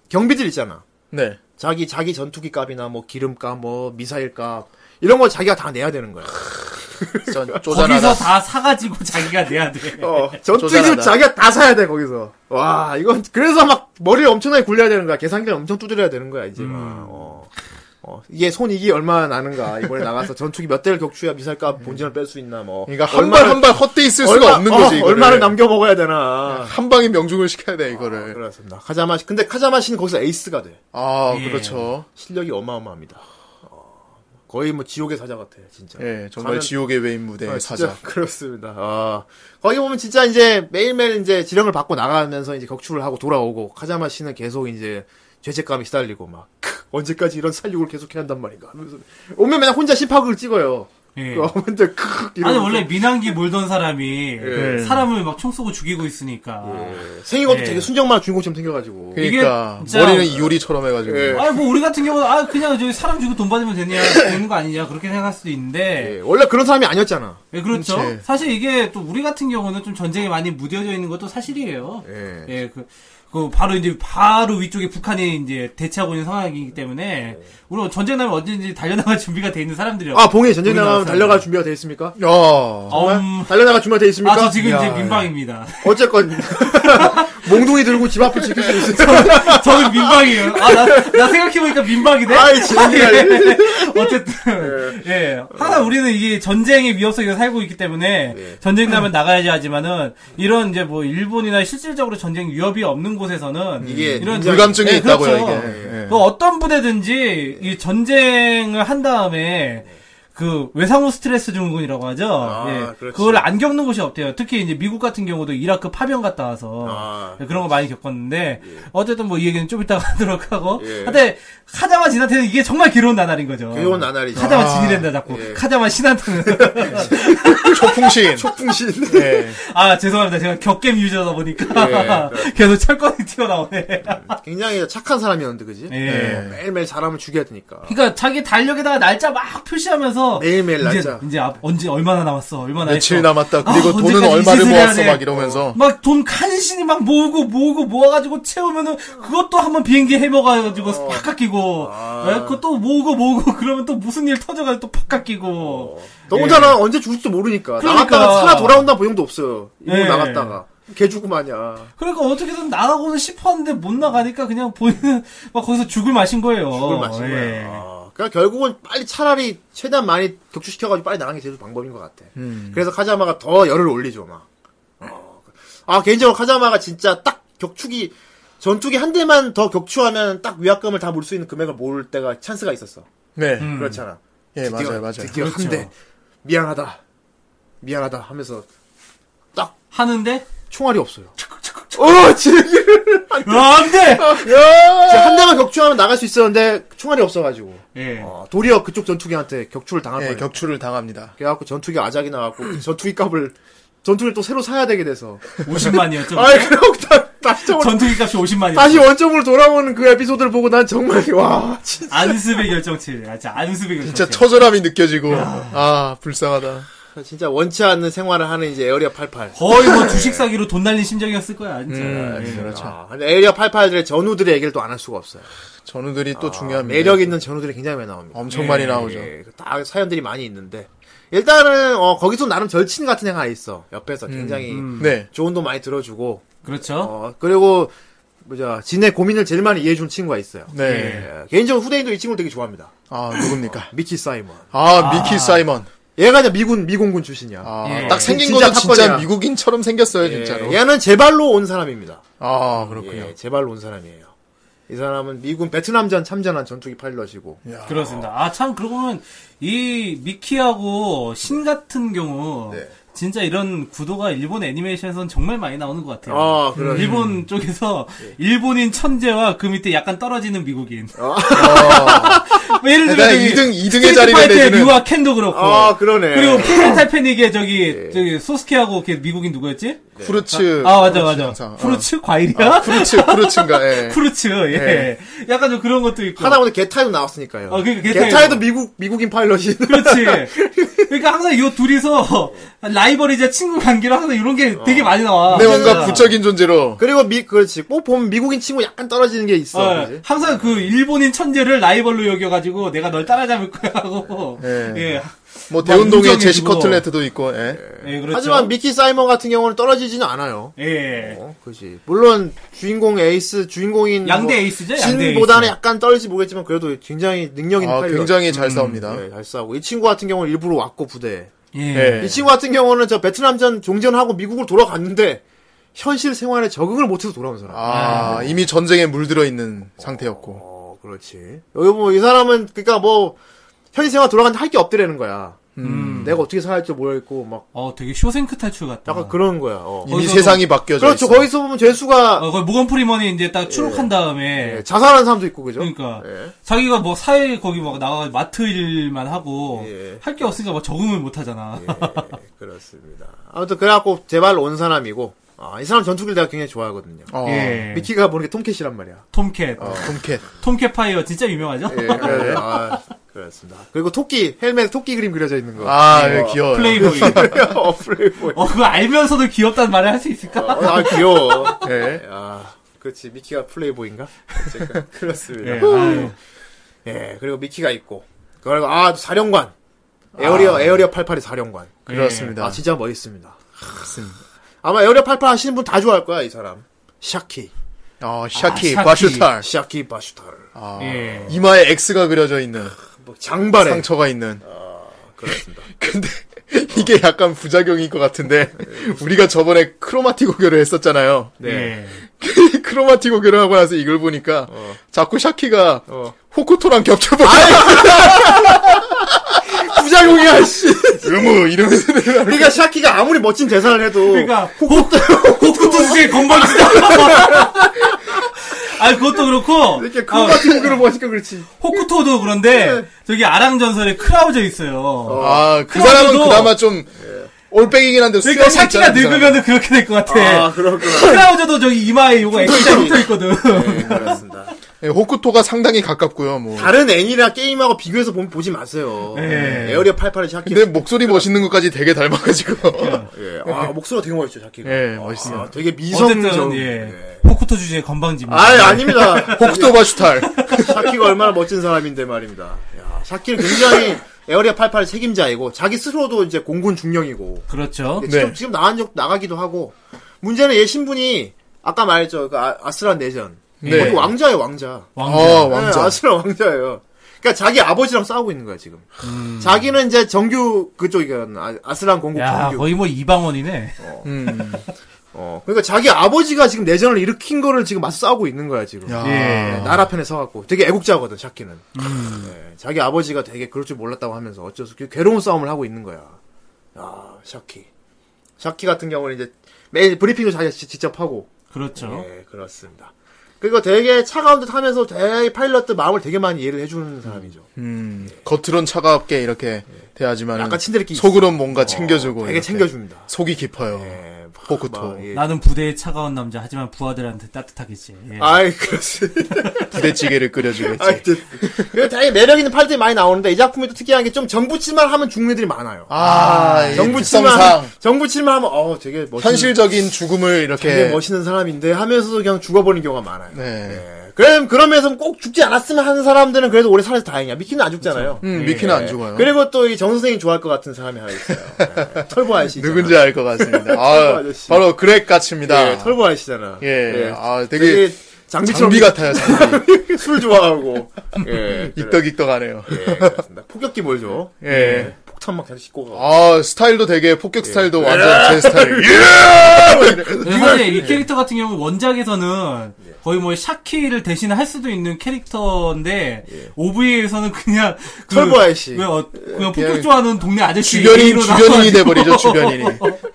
Speaker 1: 경비들 있잖아.
Speaker 3: 네.
Speaker 1: 자기, 자기 전투기 값이나 뭐, 기름 값, 뭐, 미사일 값. 이런 거 자기가 다 내야 되는 거야.
Speaker 3: 전
Speaker 2: 거기서
Speaker 3: 쪼잔하다.
Speaker 2: 다 사가지고 [LAUGHS] 자기가 내야 돼.
Speaker 1: 어, 전투기를
Speaker 3: 네, 조절하다.
Speaker 1: 자기가 다 사야 돼, 거기서. 와, 이건, 그래서 막 머리를 엄청나게 굴려야 되는 거야. 계산기를 엄청 두드려야 되는 거야, 이제. 막.
Speaker 3: 음.
Speaker 1: 어. 어, 이게 손익이 얼마나 나는가. 이번에 나가서 전투기 몇 대를 격추해야 미살값 본진을 뺄 수 있나, 뭐.
Speaker 3: 음. 그러니까 한 발 한 발 헛되이 쓸 수가
Speaker 1: 얼마-
Speaker 3: 없는
Speaker 1: 어,
Speaker 3: 거지. 이거를.
Speaker 1: 얼마를 남겨 먹어야 되나.
Speaker 3: 한 방에 명중을 시켜야 돼 이거를.
Speaker 1: 그렇습니다. 카자마, 씨- 근데 카자마 씨는 거기서 에이스가 돼.
Speaker 3: 그렇죠. 아,
Speaker 2: 예.
Speaker 3: 그렇죠.
Speaker 1: 실력이 어마어마합니다. 어, 거의 뭐 지옥의 사자 같아, 진짜.
Speaker 3: 예, 정말
Speaker 1: 가면-
Speaker 3: 지옥의 외인 무대
Speaker 1: 아,
Speaker 3: 의
Speaker 1: 진짜
Speaker 3: 네, 사자.
Speaker 1: [LAUGHS] 그렇습니다. 아, 거기 보면 진짜 이제 매일매일 이제 지령을 받고 나가면서 이제 격추를 하고 돌아오고 카자마 씨는 계속 이제 죄책감이 시달리고 막 [LAUGHS] 크, 언제까지 이런 살육을 계속해야 한단 말인가 하면서 오면 맨날 혼자 심파극을 찍어요.
Speaker 2: 예.
Speaker 1: 그 어머니들 크
Speaker 2: 아니
Speaker 1: 이러면서
Speaker 2: 원래 민항기 몰던 사람이
Speaker 1: 예.
Speaker 2: 사람을 막 총 쏘고 죽이고 있으니까.
Speaker 1: 생긴 것도
Speaker 2: 예.
Speaker 1: 되게 순정만 주인공처럼 생겨가지고
Speaker 3: 그러니까
Speaker 2: 이게 진짜-
Speaker 3: 머리는 이효리처럼 해가지고.
Speaker 1: 예.
Speaker 2: 아니 뭐 우리 같은 경우는 아 그냥 저기 사람 주고 돈
Speaker 1: [LAUGHS]
Speaker 2: 받으면 되냐 되는 거 아니냐 그렇게 생각할 수도 있는데
Speaker 1: 예, 원래 그런 사람이 아니었잖아.
Speaker 2: 예, 그렇죠
Speaker 3: 그치.
Speaker 2: 사실 이게 또 우리 같은 경우는 좀 전쟁에 많이 무뎌져 있는 것도 사실이에요
Speaker 1: 예.
Speaker 2: 예, 그, 그 바로 이제 바로 위쪽에 북한이 이제 대치하고 있는 상황이기 때문에 우리 전쟁 나면 언제든지 달려나갈 [LAUGHS] 준비가 돼 있는 사람들이요.
Speaker 1: 예. 아, 봉이 전쟁 나가면
Speaker 2: 우리나라
Speaker 1: 달려갈 준비가 돼 있습니까?
Speaker 3: 야.
Speaker 1: 정말?
Speaker 2: 음.
Speaker 1: 달려나갈 준비가 돼 있습니까? 예.
Speaker 2: 아, 저 지금 이제
Speaker 3: 야,
Speaker 2: 민방입니다.
Speaker 1: 어쨌건 [LAUGHS] 몽둥이 들고 집 앞을 지킬 수 있어요.
Speaker 2: 저는 민방이에요. 아, 나, 나 생각해보니까 민방이네? 예.
Speaker 1: 아이 진짜.
Speaker 2: 어쨌든 예 항상 우리는 이게 전쟁의 위협 속에서 살고 있기 때문에
Speaker 1: 예.
Speaker 2: 전쟁 나면 나가야지 하지만은 이런 이제 뭐 일본이나 실질적으로 전쟁 위협이 없는 곳에서는
Speaker 1: 음. 이게
Speaker 3: 불감증이
Speaker 2: 예,
Speaker 3: 있다고요,
Speaker 2: 그렇죠.
Speaker 3: 이게. 예.
Speaker 2: 그 어떤 부대든지 이 전쟁을 한 다음에 그 외상후 스트레스 증후군이라고 하죠.
Speaker 1: 아,
Speaker 2: 예.
Speaker 1: 그렇지.
Speaker 2: 그걸 안 겪는 곳이 없대요. 특히 이제 미국 같은 경우도 이라크 파병 갔다 와서
Speaker 1: 아,
Speaker 2: 네, 그런 거 많이 겪었는데 어쨌든 뭐 이 얘기는 좀 이따가 [LAUGHS] 하도록 하고.
Speaker 1: 예.
Speaker 2: 근데 카자마 진한테는 이게 정말 괴로운 나날인 거죠.
Speaker 1: 괴로운 나날이죠.
Speaker 2: 카자마
Speaker 1: 아,
Speaker 2: 진이랜다 자꾸.
Speaker 1: 예.
Speaker 2: 카자마 신한테는
Speaker 3: 초풍신.
Speaker 1: 풍신. 네.
Speaker 3: 예.
Speaker 2: 아 죄송합니다. 제가 격겜 유저다 보니까 [LAUGHS] 계속 철권이 튀어나오네.
Speaker 1: 굉장히 착한 사람이었는데 그지? 네.
Speaker 2: 예.
Speaker 1: 매일매일 사람을 죽여야 되니까.
Speaker 2: 그러니까 자기 달력에다가 날짜 막 표시하면서
Speaker 1: 매일매일
Speaker 2: 이제,
Speaker 1: 날짜.
Speaker 2: 이제 앞- 언제 얼마나 남았어 얼마나
Speaker 3: 며칠
Speaker 2: 했어.
Speaker 3: 남았다. 그리고
Speaker 2: 아,
Speaker 3: 돈은
Speaker 2: 언제까지
Speaker 3: 얼마를
Speaker 2: 이 세상에
Speaker 3: 모았어.
Speaker 2: 하네.
Speaker 3: 막 이러면서. 예.
Speaker 2: 막 돈 간신히 막 모으고 모으고 모아가지고 채우면은 그것도 한번 비행기 해먹어가지고 팍 깎이고
Speaker 1: 아.
Speaker 2: 예? 그것도 모으고 모으고 [LAUGHS] 그러면 또 무슨 일 터져가지고 또 팍 깎이고
Speaker 1: 어.
Speaker 2: 예.
Speaker 1: 더군다나 언제 죽을지도 모르니까.
Speaker 2: 그러니까.
Speaker 1: 나갔다가 살아 돌아온다 보용도 없어요. 일본
Speaker 2: 예.
Speaker 1: 나갔다가. 개 죽고 마냐.
Speaker 2: 그러니까 어떻게든 나가고는 싶었는데 못 나가니까 그냥 본인은 막 거기서 죽을 맛인 거예요
Speaker 3: 어,
Speaker 1: 죽을 마신
Speaker 2: 예.
Speaker 1: 거야. 아, 그러니까 결국은 빨리 차라리 최대한 많이 격추시켜가지고 빨리 나가는 게 제일 방법인 것 같아.
Speaker 3: 음.
Speaker 1: 그래서 카자마가 더 열을 올리죠, 막. 어. 아, 개인적으로 카자마가 진짜 딱 격추기, 전투기 한 대만 더 격추하면 딱 위약금을 다 물 수 있는 금액을 모을 때가 찬스가 있었어.
Speaker 3: 네.
Speaker 1: 그렇잖아.
Speaker 3: 예, 맞아요, 맞아요.
Speaker 1: 드디어
Speaker 2: 그렇죠.
Speaker 1: 한 대. 미안하다. 미안하다 하면서
Speaker 2: 하는데
Speaker 1: 총알이 없어요. 어, 진짜
Speaker 2: 아, 안돼
Speaker 1: 아. 한 대만 격추하면 나갈 수 있었는데 총알이 없어가지고.
Speaker 2: 예.
Speaker 1: 어, 도리어 그쪽 전투기한테 격추를 당할
Speaker 3: 예,
Speaker 1: 뻔했
Speaker 3: 격추를 당합니다.
Speaker 1: 그래갖고 전투기 아작이 [CLEARS THROAT] 나갖고 전투기 값을 전투기를 또 새로 사야 되게 돼서
Speaker 2: 50만이었죠
Speaker 1: 아이 그래갖고 다, 다시 정
Speaker 2: 전투기 값이 50만이었죠
Speaker 1: 다시 원점으로 돌아오는 그 에피소드를 보고 난 정말 [LAUGHS] 와 진짜
Speaker 2: 안습의 결정치. 아, 진짜 안습의 결정치.
Speaker 3: 진짜 처절함이 느껴지고. 아, 불쌍하다.
Speaker 1: 진짜 원치 않는 생활을 하는 이제 에어리어 88
Speaker 2: 거의 뭐 주식 사기로 돈 날린 심정이었을 거야, 진짜.
Speaker 1: 음,
Speaker 2: 예.
Speaker 3: 그렇죠.
Speaker 1: 아, 근데 에어리어 88들의 전우들의 얘기를 또 안 할 수가 없어요
Speaker 3: 전우들이 또 중요합니다.
Speaker 1: 매력 있는 전우들이 굉장히 네. 많이 나옵니다
Speaker 3: 엄청 많이 나오죠.
Speaker 1: 예, 다 사연들이 많이 있는데 일단은 어, 거기서 나름 절친 같은 애가 있어 옆에서 굉장히
Speaker 3: 네.
Speaker 1: 조언도 많이 들어주고
Speaker 2: 그렇죠.
Speaker 1: 어, 그리고 뭐자 진의 고민을 제일 많이 이해해 준 친구가 있어요
Speaker 3: 네.
Speaker 1: 예, 개인적으로 후대인도 이 친구를 되게 좋아합니다
Speaker 3: 아, 누굽니까?
Speaker 1: 미치 사이먼.
Speaker 3: 아, 미키 사이먼.
Speaker 1: 얘가 이제 미군 미공군 출신이야.
Speaker 3: 아,
Speaker 2: 예.
Speaker 3: 딱 생긴
Speaker 1: 진짜
Speaker 3: 것도 진짜
Speaker 1: 탑건이야.
Speaker 3: 미국인처럼 생겼어요,
Speaker 1: 예,
Speaker 3: 진짜로.
Speaker 1: 얘는 제발로 온 사람입니다.
Speaker 3: 아, 그렇군요.
Speaker 1: 예, 제발로 온 사람이에요. 이 사람은 미군 베트남전 참전한 전투기 파일럿이고.
Speaker 2: 그렇습니다. 아, 참, 그러고 보면, 이 미키하고 신 같은 경우,
Speaker 3: 네.
Speaker 2: 진짜 이런 구도가 일본 애니메이션에서는 정말 많이 나오는 것 같아요.
Speaker 1: 아, 그래.
Speaker 2: 일본 쪽에서
Speaker 3: 네.
Speaker 2: 일본인 천재와 그 밑에 약간 떨어지는 미국인. [LAUGHS] 뭐 예를 들면
Speaker 3: 일단
Speaker 2: 저기
Speaker 3: 아. 네, 이등- 이등의
Speaker 2: 스트리트
Speaker 3: 자리를
Speaker 2: 파이터의
Speaker 3: 내주는-
Speaker 2: 류와 켄도 그렇고
Speaker 1: 아, 그러네.
Speaker 2: 그리고 풀메탈 패닉의
Speaker 3: [LAUGHS]
Speaker 2: 저기
Speaker 3: 네.
Speaker 2: 저기 소스케하고 걔 미국인 누구였지?
Speaker 3: 후르츠. 아,
Speaker 2: 아 맞아 맞아.
Speaker 3: 항상. 어.
Speaker 2: 프루츠 과일이야?
Speaker 3: 후르츠, 후르츠인가, 예.
Speaker 2: 프루츠
Speaker 3: 네.
Speaker 2: 예. 약간 좀 그런 것도 있고.
Speaker 1: 하다보니 게타에도 나왔으니까요.
Speaker 2: 어, 그러니까 게타에도.
Speaker 1: 게타에도 미국 미국인 파일럿이. [LAUGHS]
Speaker 2: 그렇지. 그러니까 항상 요 둘이서 라이벌이자 친구 관계로 항상 이런 게 되게 많이 나와.
Speaker 3: 근데 네, 뭔가
Speaker 2: 항상.
Speaker 3: 부적인 존재로.
Speaker 1: 그리고 미 그렇지. 꼭 보면 미국인 친구 약간 떨어지는 게 있어.
Speaker 2: 어,
Speaker 1: 그지?
Speaker 2: 항상 그 일본인 천재를 라이벌로 여겨가지고 내가 널 따라잡을 거야 하고.
Speaker 3: 네.
Speaker 2: 예.
Speaker 3: 뭐,
Speaker 2: 인종이
Speaker 3: 대운동의 제시
Speaker 2: 지고.
Speaker 3: 커틀레트도 있고, 예.
Speaker 2: 예, 그렇죠.
Speaker 1: 하지만 미키 사이먼 같은 경우는 떨어지지는 않아요.
Speaker 2: 예.
Speaker 1: 어, 그지. 물론 주인공 에이스 주인공인
Speaker 2: 양대 에이스죠? 양대
Speaker 1: 진보다는
Speaker 2: 에이스.
Speaker 1: 약간 떨지 모르겠지만 그래도 굉장히 능력 있는
Speaker 3: 아,
Speaker 1: 파일럿.
Speaker 3: 굉장히 아. 잘 싸웁니다.
Speaker 1: 네, 잘 싸우고 이 친구 같은 경우는 일부러 왔고 부대에
Speaker 2: 예.
Speaker 3: 예.
Speaker 1: 이 친구 같은 경우는 저 베트남전 종전하고 미국을 돌아갔는데 현실 생활에 적응을 못해서 돌아온 사람.
Speaker 3: 아,
Speaker 2: 네.
Speaker 3: 이미 전쟁에 물들어 있는 상태였고.
Speaker 1: 어, 그렇지. 여기 뭐이 사람은 그러니까 뭐 현실 생활 돌아갔는데 할 게 없더라는 거야.
Speaker 2: 음.
Speaker 1: 내가 어떻게 살아야 할지 모르겠고 막
Speaker 2: 어, 되게 쇼생크 탈출 같다.
Speaker 1: 약간 그런 거야. 어.
Speaker 3: 이미
Speaker 2: 거기서-
Speaker 3: 세상이 바뀌어져
Speaker 1: 그렇죠.
Speaker 3: 있어.
Speaker 1: 거기서 보면 죄수가
Speaker 2: 어, 거의 모건 프리먼이 이제 딱 추록한 다음에.
Speaker 1: 예, 자살하는 사람도 있고 그죠.
Speaker 2: 그러니까
Speaker 1: 예.
Speaker 2: 자기가 뭐 사회 거기 막 나가 마트 일만 하고
Speaker 1: 예.
Speaker 2: 할 게 없으니까 막 적응을 못 하잖아.
Speaker 1: 예, 그렇습니다. 아무튼 그래갖고 제발 온 사람이고 아, 이 사람 전투기를 내가 굉장히 좋아하거든요.
Speaker 3: 어.
Speaker 2: [LAUGHS] 예.
Speaker 1: 미키가 보는 게 톰캣이란 말이야.
Speaker 2: 톰캣.
Speaker 3: 톰캣.
Speaker 2: 톰캣 파이어 진짜 유명하죠?
Speaker 1: 어. 예, 그래, 아, 그렇습니다. 그리고 토끼 헬멧 토끼 그림 그려져 있는 거.
Speaker 3: 아, 예, 귀여워.
Speaker 2: 플레이보이.
Speaker 1: 네. [LAUGHS] 어, 프레이보이.
Speaker 2: 어, 그거 알면서도 귀엽다는 말을 할 수 있을까?
Speaker 1: 아, 귀여워.
Speaker 3: 예.
Speaker 1: 아, 그렇지 미키가 플레이보인가? 어쨌건 그렇습니다.
Speaker 2: 예, 아유.
Speaker 1: 예, 그리고 미키가 있고. 그리고 아, 사령관. 에어리어 에어리어 88의 사령관.
Speaker 3: 그렇습니다.
Speaker 1: 아, 진짜 멋있습니다. 아마 에어리어 88 하시는 분 다 좋아할 거야, 이 사람. 샤키.
Speaker 3: 어, 샤키,
Speaker 2: 아, 샤키.
Speaker 3: 과슈탈.
Speaker 1: 아, 샤키 바슈탈.
Speaker 3: 아,
Speaker 2: 예.
Speaker 3: 이마에 X가 그려져 있는
Speaker 1: 뭐 장발에
Speaker 3: 상처가 있는. [LAUGHS]
Speaker 1: 그렇습니다.
Speaker 3: 근데 이게 약간 부작용일 것
Speaker 2: [LAUGHS]
Speaker 3: 같은데 우리가 저번에 크로마티 고교를 했었잖아요.
Speaker 1: 네.
Speaker 2: 예.
Speaker 3: 크로마티 고교를 하고 나서 이걸 보니까
Speaker 2: 어.
Speaker 3: 자꾸 샤키가
Speaker 1: 어.
Speaker 3: 호쿠토랑 겹쳐버려. [LAUGHS] 부작용이야 씨. 음우 이러면서 내가
Speaker 1: 그러니까 샤키가 아무리 멋진 대사를 해도
Speaker 2: 그러니까 호쿠토 호쿠토 스의 건방지다. [LAUGHS] 아 그것도 그렇고
Speaker 1: 이렇게
Speaker 2: 아,
Speaker 1: 크로마티 무기를 보니까 그렇지.
Speaker 2: 호쿠토도 그런데 저기 아랑 전설에 크라우저 있어요.
Speaker 3: 아그
Speaker 2: 크로마티도- 예.
Speaker 3: 사람은 그나마 좀 올백이긴 한데
Speaker 2: 그러니까
Speaker 3: 수염이 있잖아,
Speaker 2: 샤키가
Speaker 3: 그 사람.
Speaker 2: 늙으면 그렇게 될 것 같아.
Speaker 1: 아, 그렇구나.
Speaker 2: 크라우저도 저기 이마에 요거 액자 붙어 있거든.
Speaker 1: 네, 그렇습니다.
Speaker 3: 예, 호쿠토가 상당히 가깝고요. 뭐
Speaker 1: 다른 애니나 게임하고 비교해서 보면 보지 마세요.
Speaker 2: 네.
Speaker 1: 에어리어 88의 샤키.
Speaker 3: 근데 목소리 멋있는 것까지 되게 닮아가지고
Speaker 1: 예. 아, 목소리가 되게 멋있죠, 샤키가.
Speaker 3: 예 멋있어요.
Speaker 1: 아, 되게
Speaker 2: 어쨌든
Speaker 1: 미성적.
Speaker 2: 예. 호쿠토 주제의 건방지입니다.
Speaker 1: [LAUGHS] 네. 아이, 아닙니다.
Speaker 3: 호쿠토 바슈탈.
Speaker 1: 샤키가 얼마나 멋진 사람인데 말입니다. 야, 샤키는 굉장히 에어리어 88의 책임자이고 자기 스스로도 이제 공군 중령이고
Speaker 2: 그렇죠.
Speaker 1: 근데 어, 지금
Speaker 3: 네.
Speaker 1: 지금 나간 적 나가기도 하고 문제는 얘 신분이 아까 말했죠 그 아, 스란 내전
Speaker 3: 네.
Speaker 1: 거의 왕자예요 왕자. 네,
Speaker 2: 왕자.
Speaker 3: 어 왕자.
Speaker 1: 아스란 왕자예요. 그러니까 자기 아버지랑 싸우고 있는 거야 지금.
Speaker 3: 음.
Speaker 1: 자기는 이제 정규 그쪽이거든 아, 아스란 공국
Speaker 2: 야
Speaker 1: 정규.
Speaker 2: 거의 뭐 이방원이네.
Speaker 3: 음.
Speaker 1: 어, 그러니까 자기 아버지가 지금 내전을 일으킨 거를 지금 맞서 싸우고 있는 거야 지금.
Speaker 3: 야.
Speaker 1: 네, 나라 편에 서갖고 되게 애국자거든 샤키는 네, 자기 아버지가 되게 그럴 줄 몰랐다고 하면서 어쩔 수 없이 괴로운 싸움을 하고 있는 거야 야 샤키 샤키 같은 경우는 이제 매일 브리핑을 자기가 지- 직접 하고
Speaker 2: 그렇죠.
Speaker 1: 네 그렇습니다 그리고 되게 차가운 듯 하면서 되게 파일럿들 마음을 되게 많이 이해를 해주는 사람이죠
Speaker 3: 음, 겉으론 차갑게 이렇게 대하지만
Speaker 1: 약간 친데레끼
Speaker 3: 속으론 뭔가 챙겨주고
Speaker 1: 되게
Speaker 3: 이렇게.
Speaker 1: 챙겨줍니다
Speaker 3: 속이 깊어요.
Speaker 1: 네, 막-
Speaker 3: 호구토.
Speaker 1: 막, 예.
Speaker 2: 나는 부대의 차가운 남자 하지만 부하들한테 따뜻하겠지. 예.
Speaker 1: 아이 그렇습니다
Speaker 3: 부대찌개를 끓여주겠지.
Speaker 1: 하여튼 그 되게 매력 있는 파일들이 많이 나오는데 이 작품이 또 특이한 게 좀 정부치만 하면 죽는 애들이 많아요
Speaker 3: 아, 이
Speaker 1: 정부
Speaker 3: 특성상
Speaker 1: 칠만 정부 칠만 하면 어 되게 멋있는
Speaker 3: 현실적인 죽음을
Speaker 1: 되게
Speaker 3: 이렇게
Speaker 1: 멋있는 사람인데 하면서도 그냥 죽어버리는 경우가 많아요.
Speaker 3: 예. 네.
Speaker 1: 예. 그럼 그러면서 꼭 죽지 않았으면 하는 사람들은 그래도 오래 살아서 다행이야. 미키는 안 죽잖아요.
Speaker 3: 음, 미키는 안 죽어요.
Speaker 1: 예. 그리고 또 이 정 선생님 좋아할 것 같은 사람이 하나 있어요.
Speaker 3: [LAUGHS]
Speaker 1: 예. 털보 아저씨. 있잖아.
Speaker 3: 누군지 알 것 같습니다.
Speaker 1: [LAUGHS]
Speaker 3: 아,
Speaker 1: 아저씨.
Speaker 3: 바로 그렉 가츠입니다.
Speaker 1: 예, 털보 아저씨잖아.
Speaker 3: 예, 아, 되게
Speaker 1: 장비처럼
Speaker 3: 장비 같아요. 장비.
Speaker 1: [LAUGHS] 술 좋아하고.
Speaker 3: [LAUGHS]
Speaker 1: 예. 그래.
Speaker 3: 익덕익덕하네요.
Speaker 1: 예, 그렇습니다. 폭격기 몰죠.
Speaker 3: 예.
Speaker 1: 폭탄 막 계속 씻고 가.
Speaker 3: 아, 스타일도 되게 폭격 스타일도 완전 제 스타일.
Speaker 2: 근데 사실
Speaker 3: 그,
Speaker 2: 이 캐릭터 같은 경우 원작에서는
Speaker 3: 네.
Speaker 2: 거의 뭐 샤키를 대신할 수도 있는 캐릭터인데
Speaker 3: 예.
Speaker 2: OVA에서는 그냥 그
Speaker 1: 털보 아저씨.
Speaker 2: 왜 어, 그냥 폭격 좋아하는 동네 아저씨
Speaker 3: 예, 주변인
Speaker 2: 얘기로
Speaker 3: 주변인이
Speaker 2: 나와가지고.
Speaker 3: 돼버리죠. 주변인이.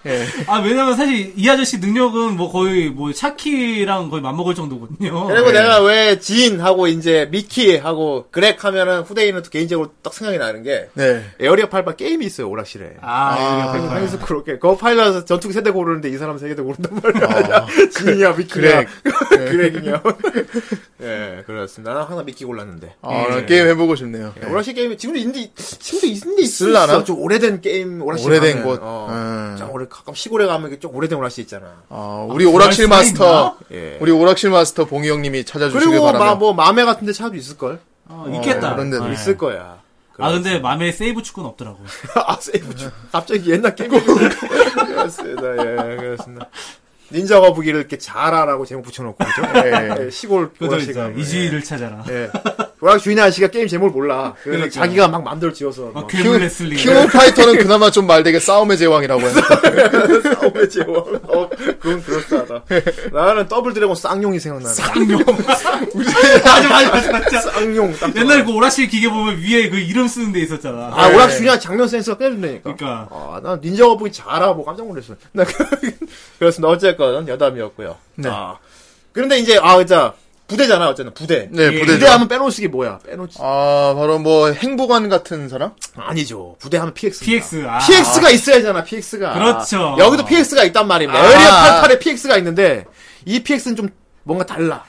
Speaker 3: 예.
Speaker 2: [LAUGHS] 아 왜냐면 사실 이 아저씨 능력은 뭐 거의 뭐 샤키랑 거의 맞먹을 정도거든요.
Speaker 3: 예.
Speaker 1: 그리고 내가 왜 지인하고 이제 미키하고 그렉 하면은 후대인은 또 개인적으로 딱 생각이 나는 게
Speaker 3: 네.
Speaker 1: 에어리어 팔바 게임이 있어요 오락실에.
Speaker 2: 아,
Speaker 1: 그래서 항상 그렇게 거 파일럿 전투기 세대 고르는데 이 사람 세대 고른단 말이야. [LAUGHS] 지인이야 [LAUGHS] 미키야
Speaker 3: 아, 그렉. 네.
Speaker 1: 그렉이냐. [LAUGHS] 예 그렇습니다. 나는 항상 미키 골랐는데.
Speaker 3: 아, 나 게임 해보고 싶네요. 예.
Speaker 1: 오락실 게임 지금 있는데 지금도 있는데
Speaker 3: 쓸라나?
Speaker 1: 있을라나? 좀 오래된 게임 오락실
Speaker 3: 오래된
Speaker 1: 가면,
Speaker 3: 곳.
Speaker 1: 어,
Speaker 3: 음.
Speaker 1: 좀 오래 가끔 시골에 가면 이게 좀 오래된 오락실 있잖아.
Speaker 3: 아, 우리 오락실
Speaker 2: 그럴 수가
Speaker 3: 마스터,
Speaker 1: 있나? 예.
Speaker 3: 우리 오락실 마스터 봉이 형님이 찾아주시길
Speaker 1: 그리고
Speaker 3: 바라며.
Speaker 1: 막뭐 맘에 같은데 차도 있을 걸.
Speaker 2: 어, 있겠다.
Speaker 3: 그런 데도
Speaker 2: 네.
Speaker 1: 있을 거야.
Speaker 2: 아 근데 맘에 세이브 축구는 없더라고.
Speaker 1: 아, 세이브 중. 갑자기 옛날 게임. 그렇습니다. 예, 그렇습니다. 닌자 거북이를 이렇게 잘하라고 제목 붙여놓고, 그죠?
Speaker 3: 예.
Speaker 1: 예, 시골
Speaker 2: 그죠
Speaker 1: 보라씨가.
Speaker 2: 있죠. 이지를 찾아라.
Speaker 3: 네.
Speaker 1: 예. 보라 주인 아저씨가 게임 제목을 몰라. 그래서
Speaker 2: 그러니까.
Speaker 1: 자기가 막 맘대로 지어서.
Speaker 2: 막
Speaker 1: 막
Speaker 2: 괴물 레슬링.
Speaker 3: 킹 오브 파이터는 그나마 좀 말되게 싸움의 제왕이라고 해요.
Speaker 1: [LAUGHS] 싸움의 제목. 어, 그건 그렇다. 나는 더블 드래곤 쌍용이 생각나네. [LAUGHS]
Speaker 2: 쌍용. 맞아 맞아 맞아. 진짜.
Speaker 1: 쌍용. 딱
Speaker 2: [LAUGHS] 옛날 그 오락실 기계 보면 위에 그 이름 쓰는 데 있었잖아.
Speaker 1: 아, 오락 주인 아저씨 장면 센스가 빼준다니까.
Speaker 2: 예. 그러니까.
Speaker 1: 아, 난 닌자 거북이 잘하고 깜짝 놀랐어. [LAUGHS] 나 그- 그렇습니다. 어쨌건 여담이었고요.
Speaker 3: 네.
Speaker 1: 아. 그런데 이제 아, 진짜 부대잖아. 어쨌든 부대.
Speaker 3: 네,
Speaker 1: 예.
Speaker 3: 부대죠.
Speaker 1: 하면 빼놓을 게 뭐야? 빼놓지.
Speaker 3: 아, 바로 뭐 행보관 같은 사람?
Speaker 1: 아, 니죠 부대 하면 PX.
Speaker 2: PX. 아.
Speaker 1: PX가 있어야잖아. PX가.
Speaker 2: 그렇죠.
Speaker 1: 여기도 PX가 있단 말입니다.
Speaker 3: 아.
Speaker 1: 에어리어 88에 PX가 있는데 이 PX는 좀 뭔가 달라.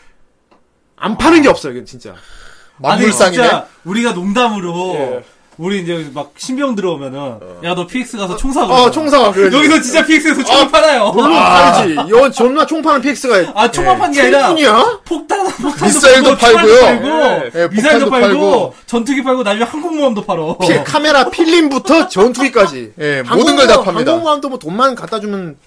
Speaker 1: 안 파는 게 없어요, 이건 진짜.
Speaker 2: 아니,
Speaker 3: 만물상이네.
Speaker 2: 진짜 우리가 농담으로
Speaker 1: 예.
Speaker 2: 우리 이제 막 신병 들어오면은 야 너 PX 가서 총 사고.
Speaker 1: 아, 총사. 그래.
Speaker 2: 여기서 진짜 PX에서 총
Speaker 1: 아,
Speaker 2: 팔아요.
Speaker 1: 물론 팔지. 여, 존나 총파는 PX가.
Speaker 2: 아 총만 판 게 아니라
Speaker 1: 총뿐이야?
Speaker 2: 폭탄, 폭탄도
Speaker 3: 미사일도
Speaker 2: 팔고, 총알도
Speaker 3: 팔고요.
Speaker 2: 팔고,
Speaker 3: 예, 예,
Speaker 2: 미사일도
Speaker 3: 폭탄도
Speaker 2: 팔고,
Speaker 3: 팔고.
Speaker 2: 전투기 팔고, 나중에 항공모함도 팔어.
Speaker 1: 피- 카메라 필름부터 전투기까지.
Speaker 3: [LAUGHS] 예, 모든 걸다 팝니다.
Speaker 1: 항공모함도 뭐 돈만 갖다 주면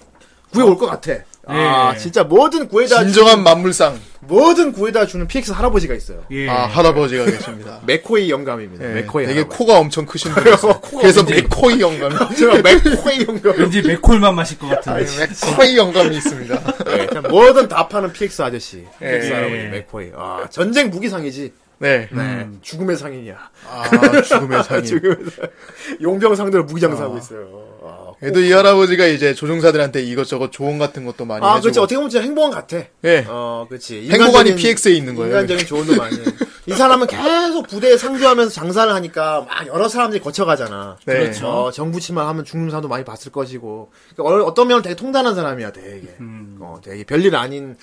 Speaker 1: 구해올 것 같아. 아,
Speaker 2: 예.
Speaker 1: 진짜 뭐든 구해다, 주,
Speaker 3: 진정한 만물상.
Speaker 1: 뭐든 구해다 주는 PX 할아버지가 있어요.
Speaker 2: 예.
Speaker 3: 아, 할아버지가 계십니다.
Speaker 1: 맥코이 영감입니다.
Speaker 3: 예,
Speaker 1: 맥코이.
Speaker 3: 되게
Speaker 1: 할아버지.
Speaker 3: 코가 엄청 크신 분이요 그래서 [LAUGHS] 맥코이 [LAUGHS] 영감이.
Speaker 1: 제가 [LAUGHS] 맥코이 영감.
Speaker 2: 왠지 맥콜만 마실 것 같은데.
Speaker 3: 아, 맥코이 영감이 [LAUGHS] 있습니다.
Speaker 1: 예, 그냥 뭐든 다 파는 PX 아저씨. PX
Speaker 2: 예.
Speaker 1: 할아버지 맥코이. 아, 전쟁 무기상이지.
Speaker 3: 네.
Speaker 1: 네. 죽음의 상인이야.
Speaker 3: 아, [LAUGHS]
Speaker 1: [LAUGHS]
Speaker 3: 죽음의 상인.
Speaker 1: 지금 용병 상대로 무기장사하고 있어요. 아,
Speaker 3: 그래도 이 할아버지가 이제 조종사들한테 이것저것 조언 같은 것도 많이
Speaker 1: 아
Speaker 3: 해주고.
Speaker 1: 그렇지. 어떻게 보면 진짜 행복한 같아.
Speaker 3: 예.
Speaker 1: 어, 그렇지.
Speaker 3: 행복한이
Speaker 1: 인간적인-
Speaker 3: PX에 있는 거예요.
Speaker 1: 인간적인 조언도 많이. 해. 이 사람은 계속 부대에 상주하면서 장사를 하니까 막 여러 사람들이 거쳐가잖아.
Speaker 3: 네.
Speaker 2: 그렇죠.
Speaker 1: 어, 정부치만 하면 죽는 사람도 많이 봤을 것이고. 그러니까 어, 어떤 면은 되게 통단한 사람이야, 되게.
Speaker 2: 음.
Speaker 1: 어, 되게 별일 아닌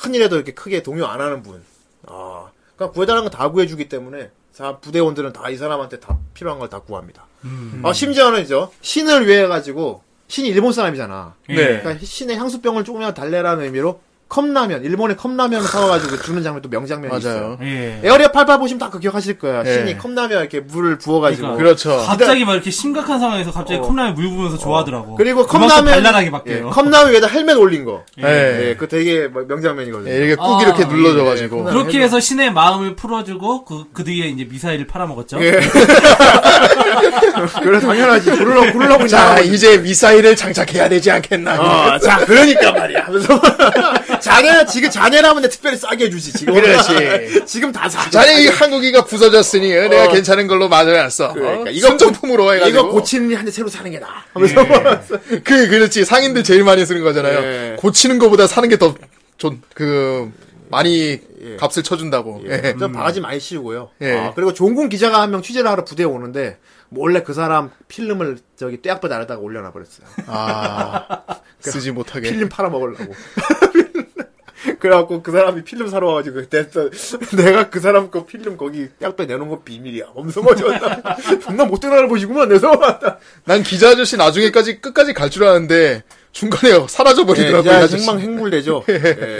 Speaker 1: 큰 일에도 이렇게 크게 동요 안 하는 분. 아, 그러니까 구해달라는 건 다 구해주기 때문에 사 부대원들은 다 이 사람한테 다 필요한 걸 다 구합니다.
Speaker 2: 음.
Speaker 1: 아, 심지어는 이제 신을 위해 가지고 신이 일본 사람이잖아.
Speaker 2: 네.
Speaker 1: 그러니까 신의 향수병을 조금이라도 달래라는 의미로 컵라면, 일본의 컵라면을 사와가지고 주는 장면도 명장면이 있어요.
Speaker 3: 맞아요.
Speaker 2: 예.
Speaker 1: 에어리어 88 보시면 다 그 기억하실 거야.
Speaker 3: 예.
Speaker 1: 신이 컵라면 이렇게 물을 부어가지고.
Speaker 2: 그러니까.
Speaker 1: 그
Speaker 3: 그렇죠.
Speaker 2: 갑자기 막 이렇게 심각한 상황에서 갑자기
Speaker 1: 어.
Speaker 2: 컵라면 물 부으면서 좋아하더라고.
Speaker 1: 리고
Speaker 2: 그만큼
Speaker 1: 컵라면.
Speaker 2: 발랄하게
Speaker 1: 예,
Speaker 2: 바뀌어요.
Speaker 1: 컵라면 위에다 헬멧 올린 거.
Speaker 3: 예.
Speaker 1: 예, 그 되게 뭐 명장면이거든요.
Speaker 3: 예, 이렇게 꾹
Speaker 2: 아,
Speaker 3: 이렇게
Speaker 1: 예,
Speaker 3: 눌러줘가지고.
Speaker 1: 예.
Speaker 2: 그렇게 해서 신의 마음을 풀어주고 그, 그 뒤에 이제 미사일을 팔아먹었죠.
Speaker 1: 예. 그래,
Speaker 3: [LAUGHS]
Speaker 1: 당연하지. 구르려고, 구르려고
Speaker 3: 자,
Speaker 1: 이제.
Speaker 3: 이제 미사일을 장착해야 되지 않겠나.
Speaker 1: 어, 자, 그러니까 말이야. 하면서. [LAUGHS] 자네, 지금 자네라면 내 특별히 싸게 해주지, 지금.
Speaker 3: 그렇지.
Speaker 1: [LAUGHS] 지금 다 사.
Speaker 3: 자네 이 한국이가 부서졌으니 어, 내가 괜찮은 걸로 맞아놨어.
Speaker 1: 어. 그러니까
Speaker 3: 어?
Speaker 1: 이거
Speaker 3: 순정품으로 해가지고.
Speaker 1: 이거 고치는 예. 한대 새로 사는 게 나아. 하면서.
Speaker 3: 그 그렇지 상인들 제일 많이 쓰는 거잖아요.
Speaker 1: 예.
Speaker 3: 고치는 거보다 사는 게더좀그 많이 값을 쳐준다고. 예.
Speaker 1: 좀 바가지 많이 씌우고요.
Speaker 3: 예.
Speaker 1: 아, 그리고 종군 기자가 한 명 취재를 하러 부대에 오는데 몰래 그 사람 필름을 저기 떼약볕 아래다가 올려놔 버렸어요.
Speaker 3: 아 쓰지 못하게.
Speaker 1: 필름 팔아 먹으려고. [LAUGHS] 그래갖고 그 사람이 필름 사러 와가지고 그때 했던 [LAUGHS] 내가 그 사람 거 필름 거기 떼약볕 내놓은 거 비밀이야. 엄청 멋졌다. 존나 [LAUGHS] 못된 알아보시구만 내서 왔다.
Speaker 3: 난 기자 아저씨 나중에까지 끝까지 갈 줄 알았는데 중간에 [LAUGHS] 사라져 버리더라고 요
Speaker 1: 예, 기자
Speaker 3: 아저씨.
Speaker 1: 행망 행굴되죠. 예,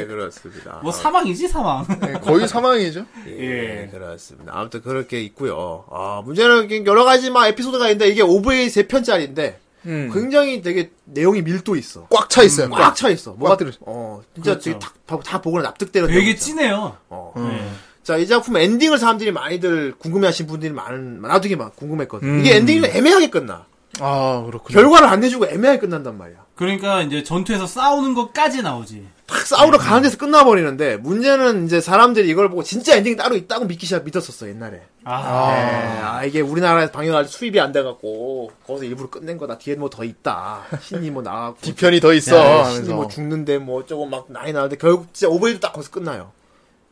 Speaker 1: 그렇습니다.
Speaker 2: 뭐 사망이지, 사망.
Speaker 3: 예, 거의 사망이죠.
Speaker 1: 예, 그렇습니다. 아무튼 그렇게 있고요. 아, 문제는 여러 가지 막 에피소드가 있는데 이게 OVA 세 편짜리인데 굉장히 되게 내용이 밀도 있어.
Speaker 3: 꽉 차 있어요.
Speaker 1: 꽉 차 있어. 뭐가
Speaker 3: 들어-
Speaker 1: 어, 진짜
Speaker 2: 그렇죠.
Speaker 1: 되게 탁, 봐- 다 보고 납득되는
Speaker 2: 되게
Speaker 1: 내용이죠.
Speaker 2: 진해요.
Speaker 1: 어. 자, 이 작품 엔딩을 사람들이 많이들 궁금해하신 분들이 많은 나도 이게 막 궁금했거든. 이게 엔딩이 좀 애매하게 끝나.
Speaker 3: 아 그렇군요.
Speaker 1: 결과를 안 내주고 애매하게 끝난단 말이야.
Speaker 2: 그러니까 이제 전투에서 싸우는 것까지 나오지.
Speaker 1: 탁 싸우러 가는 데서 끝나버리는데 문제는 이제 사람들이 이걸 보고 진짜 엔딩이 따로 있다고 믿기 시작 믿었었어 옛날에.
Speaker 2: 아,
Speaker 1: 네, 아 이게 우리나라에서 방영 아직 수입이 안 돼갖고 거기서 일부러 끝낸 거다 뒤에 뭐 더 있다 신이 뭐
Speaker 3: [LAUGHS]
Speaker 1: 나가고
Speaker 3: 뒤편이 더 있어.
Speaker 1: 야, 신이
Speaker 3: 하면서.
Speaker 1: 뭐 죽는데 뭐 저거 막 나이 나는데 결국 진짜 오버헤드 딱 거기서 끝나요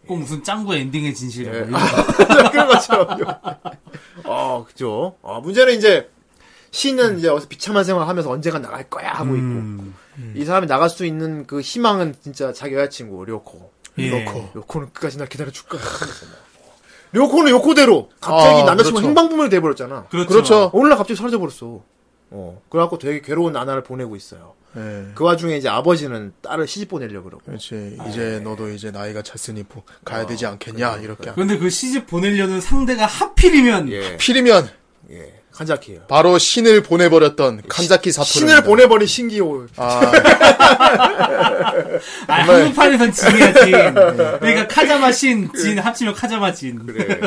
Speaker 2: 꼭 무슨 짱구 엔딩의 진실이야.
Speaker 1: 예.
Speaker 2: 뭐
Speaker 1: 아, 그런 것처럼요 아 그죠 아 문제는 이제 신은 이제 어디서 비참한 생활하면서 언젠가 나갈 거야
Speaker 3: 음.
Speaker 1: 하고 있고 이 사람이 나갈 수 있는 그 희망은 진짜 자기 여자친구 료코
Speaker 2: 예.
Speaker 3: 그렇고.
Speaker 1: 요코는 끝까지 날 기다려 줄까 뭐. 요코는 요코대로 갑자기
Speaker 3: 아,
Speaker 1: 남자친구 가
Speaker 3: 그렇죠.
Speaker 1: 행방불명이 돼버렸잖아
Speaker 2: 그렇죠.
Speaker 3: 그렇죠.
Speaker 1: 어느 날 갑자기 사라져 버렸어. 어. 그래갖고 되게 괴로운 나날을 보내고 있어요.
Speaker 3: 예.
Speaker 1: 그 와중에 이제 아버지는 딸을 시집 보내려 고 그러고.
Speaker 3: 그렇지.
Speaker 1: 아,
Speaker 3: 이제
Speaker 1: 예.
Speaker 3: 너도 이제 나이가 찼으니 부- 가야 되지 않겠냐 이렇게.
Speaker 2: 근데 그 시집 보내려는 상대가 하필이면
Speaker 1: 예.
Speaker 3: 필이면
Speaker 1: 예. 칸자키예요.
Speaker 3: 바로 신을 보내버렸던 칸자키 사토.
Speaker 1: 신을 보내버린 신기호.
Speaker 3: 아,
Speaker 2: 아,
Speaker 3: 정말.
Speaker 2: 한국판에선 진이야 진. 그러니까 카자마 신, 진 합치면 카자마 진.
Speaker 1: 그래.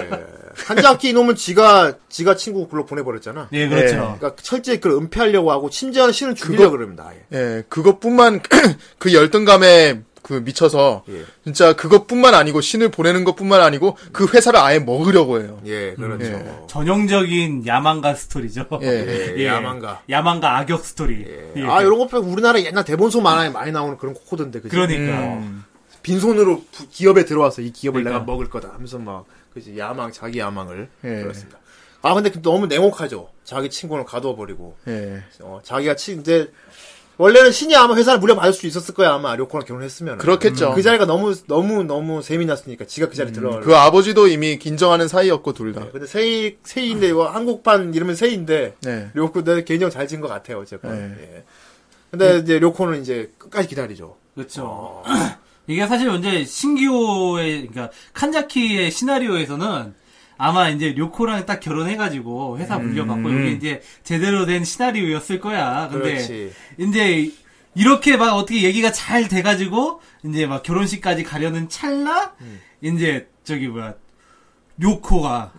Speaker 1: 칸자키 예. 이놈은 지가 지가 친구 글로 보내버렸잖아.
Speaker 2: 예, 그렇죠.
Speaker 1: 그러니까 철저히 그걸 은폐하려고 하고 심지어는 신을 죽이려고 그럽니다. 아예.
Speaker 3: 예, 그것뿐만 [CLEARS THROAT] 그 열등감에 그 미쳐서
Speaker 1: 예.
Speaker 3: 진짜 그것뿐만 아니고 신을 보내는 것뿐만 아니고 그 회사를 아예 먹으려고 해요.
Speaker 1: 예, 그렇죠.
Speaker 2: 전형적인 야망가 스토리죠. [LAUGHS]
Speaker 3: 예.
Speaker 1: 예, 야망가.
Speaker 2: 야망가 악역 스토리. 예.
Speaker 1: 아, 요런 거 빼고 우리나라 옛날 대본소 만화에 많이 나오는 그런 코드인데, 그지?
Speaker 2: 그러니까.
Speaker 1: 빈손으로 부- 기업에 들어와서 이 기업을
Speaker 2: 그러니까.
Speaker 1: 내가 먹을 거다 하면서 막 그지 야망 자기 야망을
Speaker 3: 예.
Speaker 1: 그렇습니다. 아 근데 그 너무 냉혹하죠. 자기 친구는 가둬버리고
Speaker 3: 예.
Speaker 1: 어, 자기가 친 이제 원래는 신이 아마 회사를 무려받을 수 있었을 거야 아마 료코랑 결혼했으면.
Speaker 3: 그렇겠죠.
Speaker 1: 그 자리가 너무 너무 너무 세미났으니까 지가 그 자리 들어가.
Speaker 3: 그 아버지도 이미 긴정하는 사이였고 둘 다.
Speaker 1: 근데 세이 세이인데 이거 한국판 이름은 세이인데
Speaker 3: 네.
Speaker 1: 료코 내 개인적으로 잘 지은 것 같아요 어쨌건.
Speaker 3: 네.
Speaker 1: 예. 근데 이제 료코는 이제 끝까지 기다리죠.
Speaker 2: 그렇죠. [CLEARS THROAT] 이게 사실 이제 신기호의 그러니까 칸자키의 시나리오에서는 아마 이제 료코랑 딱 결혼해가지고 회사
Speaker 1: 음,
Speaker 2: 물려받고 이게 이제 제대로 된 시나리오였을 거야. 근데
Speaker 1: 그렇지.
Speaker 2: 이제 이렇게 막 어떻게 얘기가 잘 돼가지고 이제 막 결혼식까지 가려는 찰나
Speaker 1: 음.
Speaker 2: 이제 저기 뭐야 료코가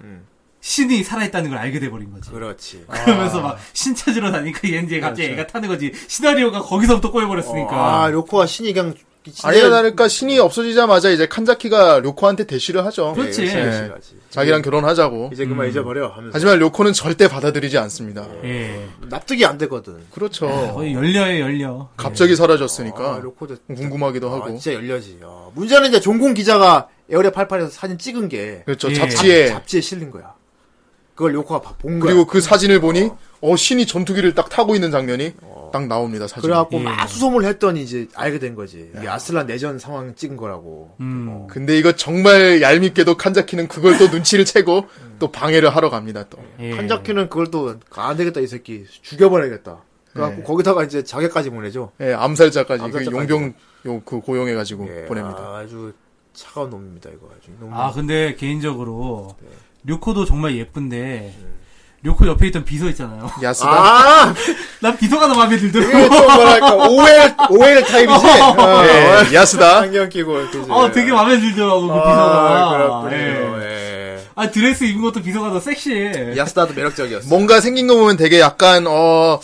Speaker 2: 신이 살아있다는 걸 알게 돼버린 거지.
Speaker 1: 음. 그렇지.
Speaker 2: [LAUGHS]
Speaker 1: 아. 그렇죠.
Speaker 2: 그러면서 막 신찾으러 다니까 얘는 이제 갑자기 얘가 타는 거지. 시나리오가 거기서부터 꼬여버렸으니까.
Speaker 1: 아 료코와 신이 그냥 진짜
Speaker 3: 아니나 다를까 신이 없어지자마자 이제 칸자키가 료코한테 대시를 하죠.
Speaker 2: 그렇지.
Speaker 1: 열심히 가지.
Speaker 3: 자기랑 결혼하자고.
Speaker 1: 예. 이제 그만 잊어버려 하면서
Speaker 3: 하지만 료코는 절대 받아들이지 않습니다.
Speaker 2: 예.
Speaker 1: 납득이 안 되거든.
Speaker 3: 그렇죠.
Speaker 2: 거의 열려요, 열려.
Speaker 3: 갑자기 사라졌으니까 음,
Speaker 1: 아, 료코도
Speaker 3: 궁금하기도
Speaker 1: 아,
Speaker 3: 하고.
Speaker 1: 진짜 열려지. 아, 문제는 이제 종공 기자가 에어레 88에서 사진 찍은 게
Speaker 3: 그렇죠.
Speaker 2: 예.
Speaker 3: 잡지에
Speaker 1: 잡지에 실린 거야. 그걸 요코가 봐- 본 거야.
Speaker 3: 그리고 그 사진을 보니 어 신이 전투기를 딱 타고 있는 장면이
Speaker 1: 어.
Speaker 3: 딱 나옵니다. 사진.
Speaker 1: 그래갖고
Speaker 2: 예.
Speaker 1: 막 수소문을 했더니 이제 알게 된 거지. 이게 아슬란 내전 상황 찍은 거라고.
Speaker 2: 음.
Speaker 3: 근데 이거 정말 얄밉게도 칸자키는 그걸 또 눈치를 채고
Speaker 1: 음.
Speaker 3: 또 방해를 하러 갑니다. 또.
Speaker 2: 예.
Speaker 1: 한자키는 그걸 또 안 되겠다 이 새끼 죽여버려야겠다. 그래갖고 거기다가 이제 자객까지 보내죠.
Speaker 3: 예, 암살자까지 그
Speaker 1: 암살자까지.
Speaker 3: 용병 요 그 고용해 가지고
Speaker 1: 예,
Speaker 3: 보냅니다.
Speaker 1: 아, 주 차가운 놈입니다 이거 아주. 너무
Speaker 2: 아, 근데 개인적으로
Speaker 1: 네.
Speaker 2: 류코도 정말 예쁜데 류코 옆에 있던 비서 있잖아요. [LAUGHS]
Speaker 3: 야스다.
Speaker 1: 아,
Speaker 2: 난 비서가 더 마음에
Speaker 1: 이게
Speaker 2: 들더라고.
Speaker 1: 또 뭐랄까 오웰 오웰 타입이지.
Speaker 3: [LAUGHS]
Speaker 1: 어,
Speaker 3: 예, 야스다.
Speaker 1: 안경 끼고. 그지?
Speaker 2: 어, 되게 마음에 들더라고 그
Speaker 1: 예, 아,
Speaker 2: 비서가.
Speaker 1: 그렇군요.
Speaker 2: 예.
Speaker 1: 예.
Speaker 2: 아, 드레스 입은 것도 비서가 더 섹시해.
Speaker 1: 야스다도 매력적이었어.
Speaker 3: 뭔가 생긴 거 보면 되게 약간 어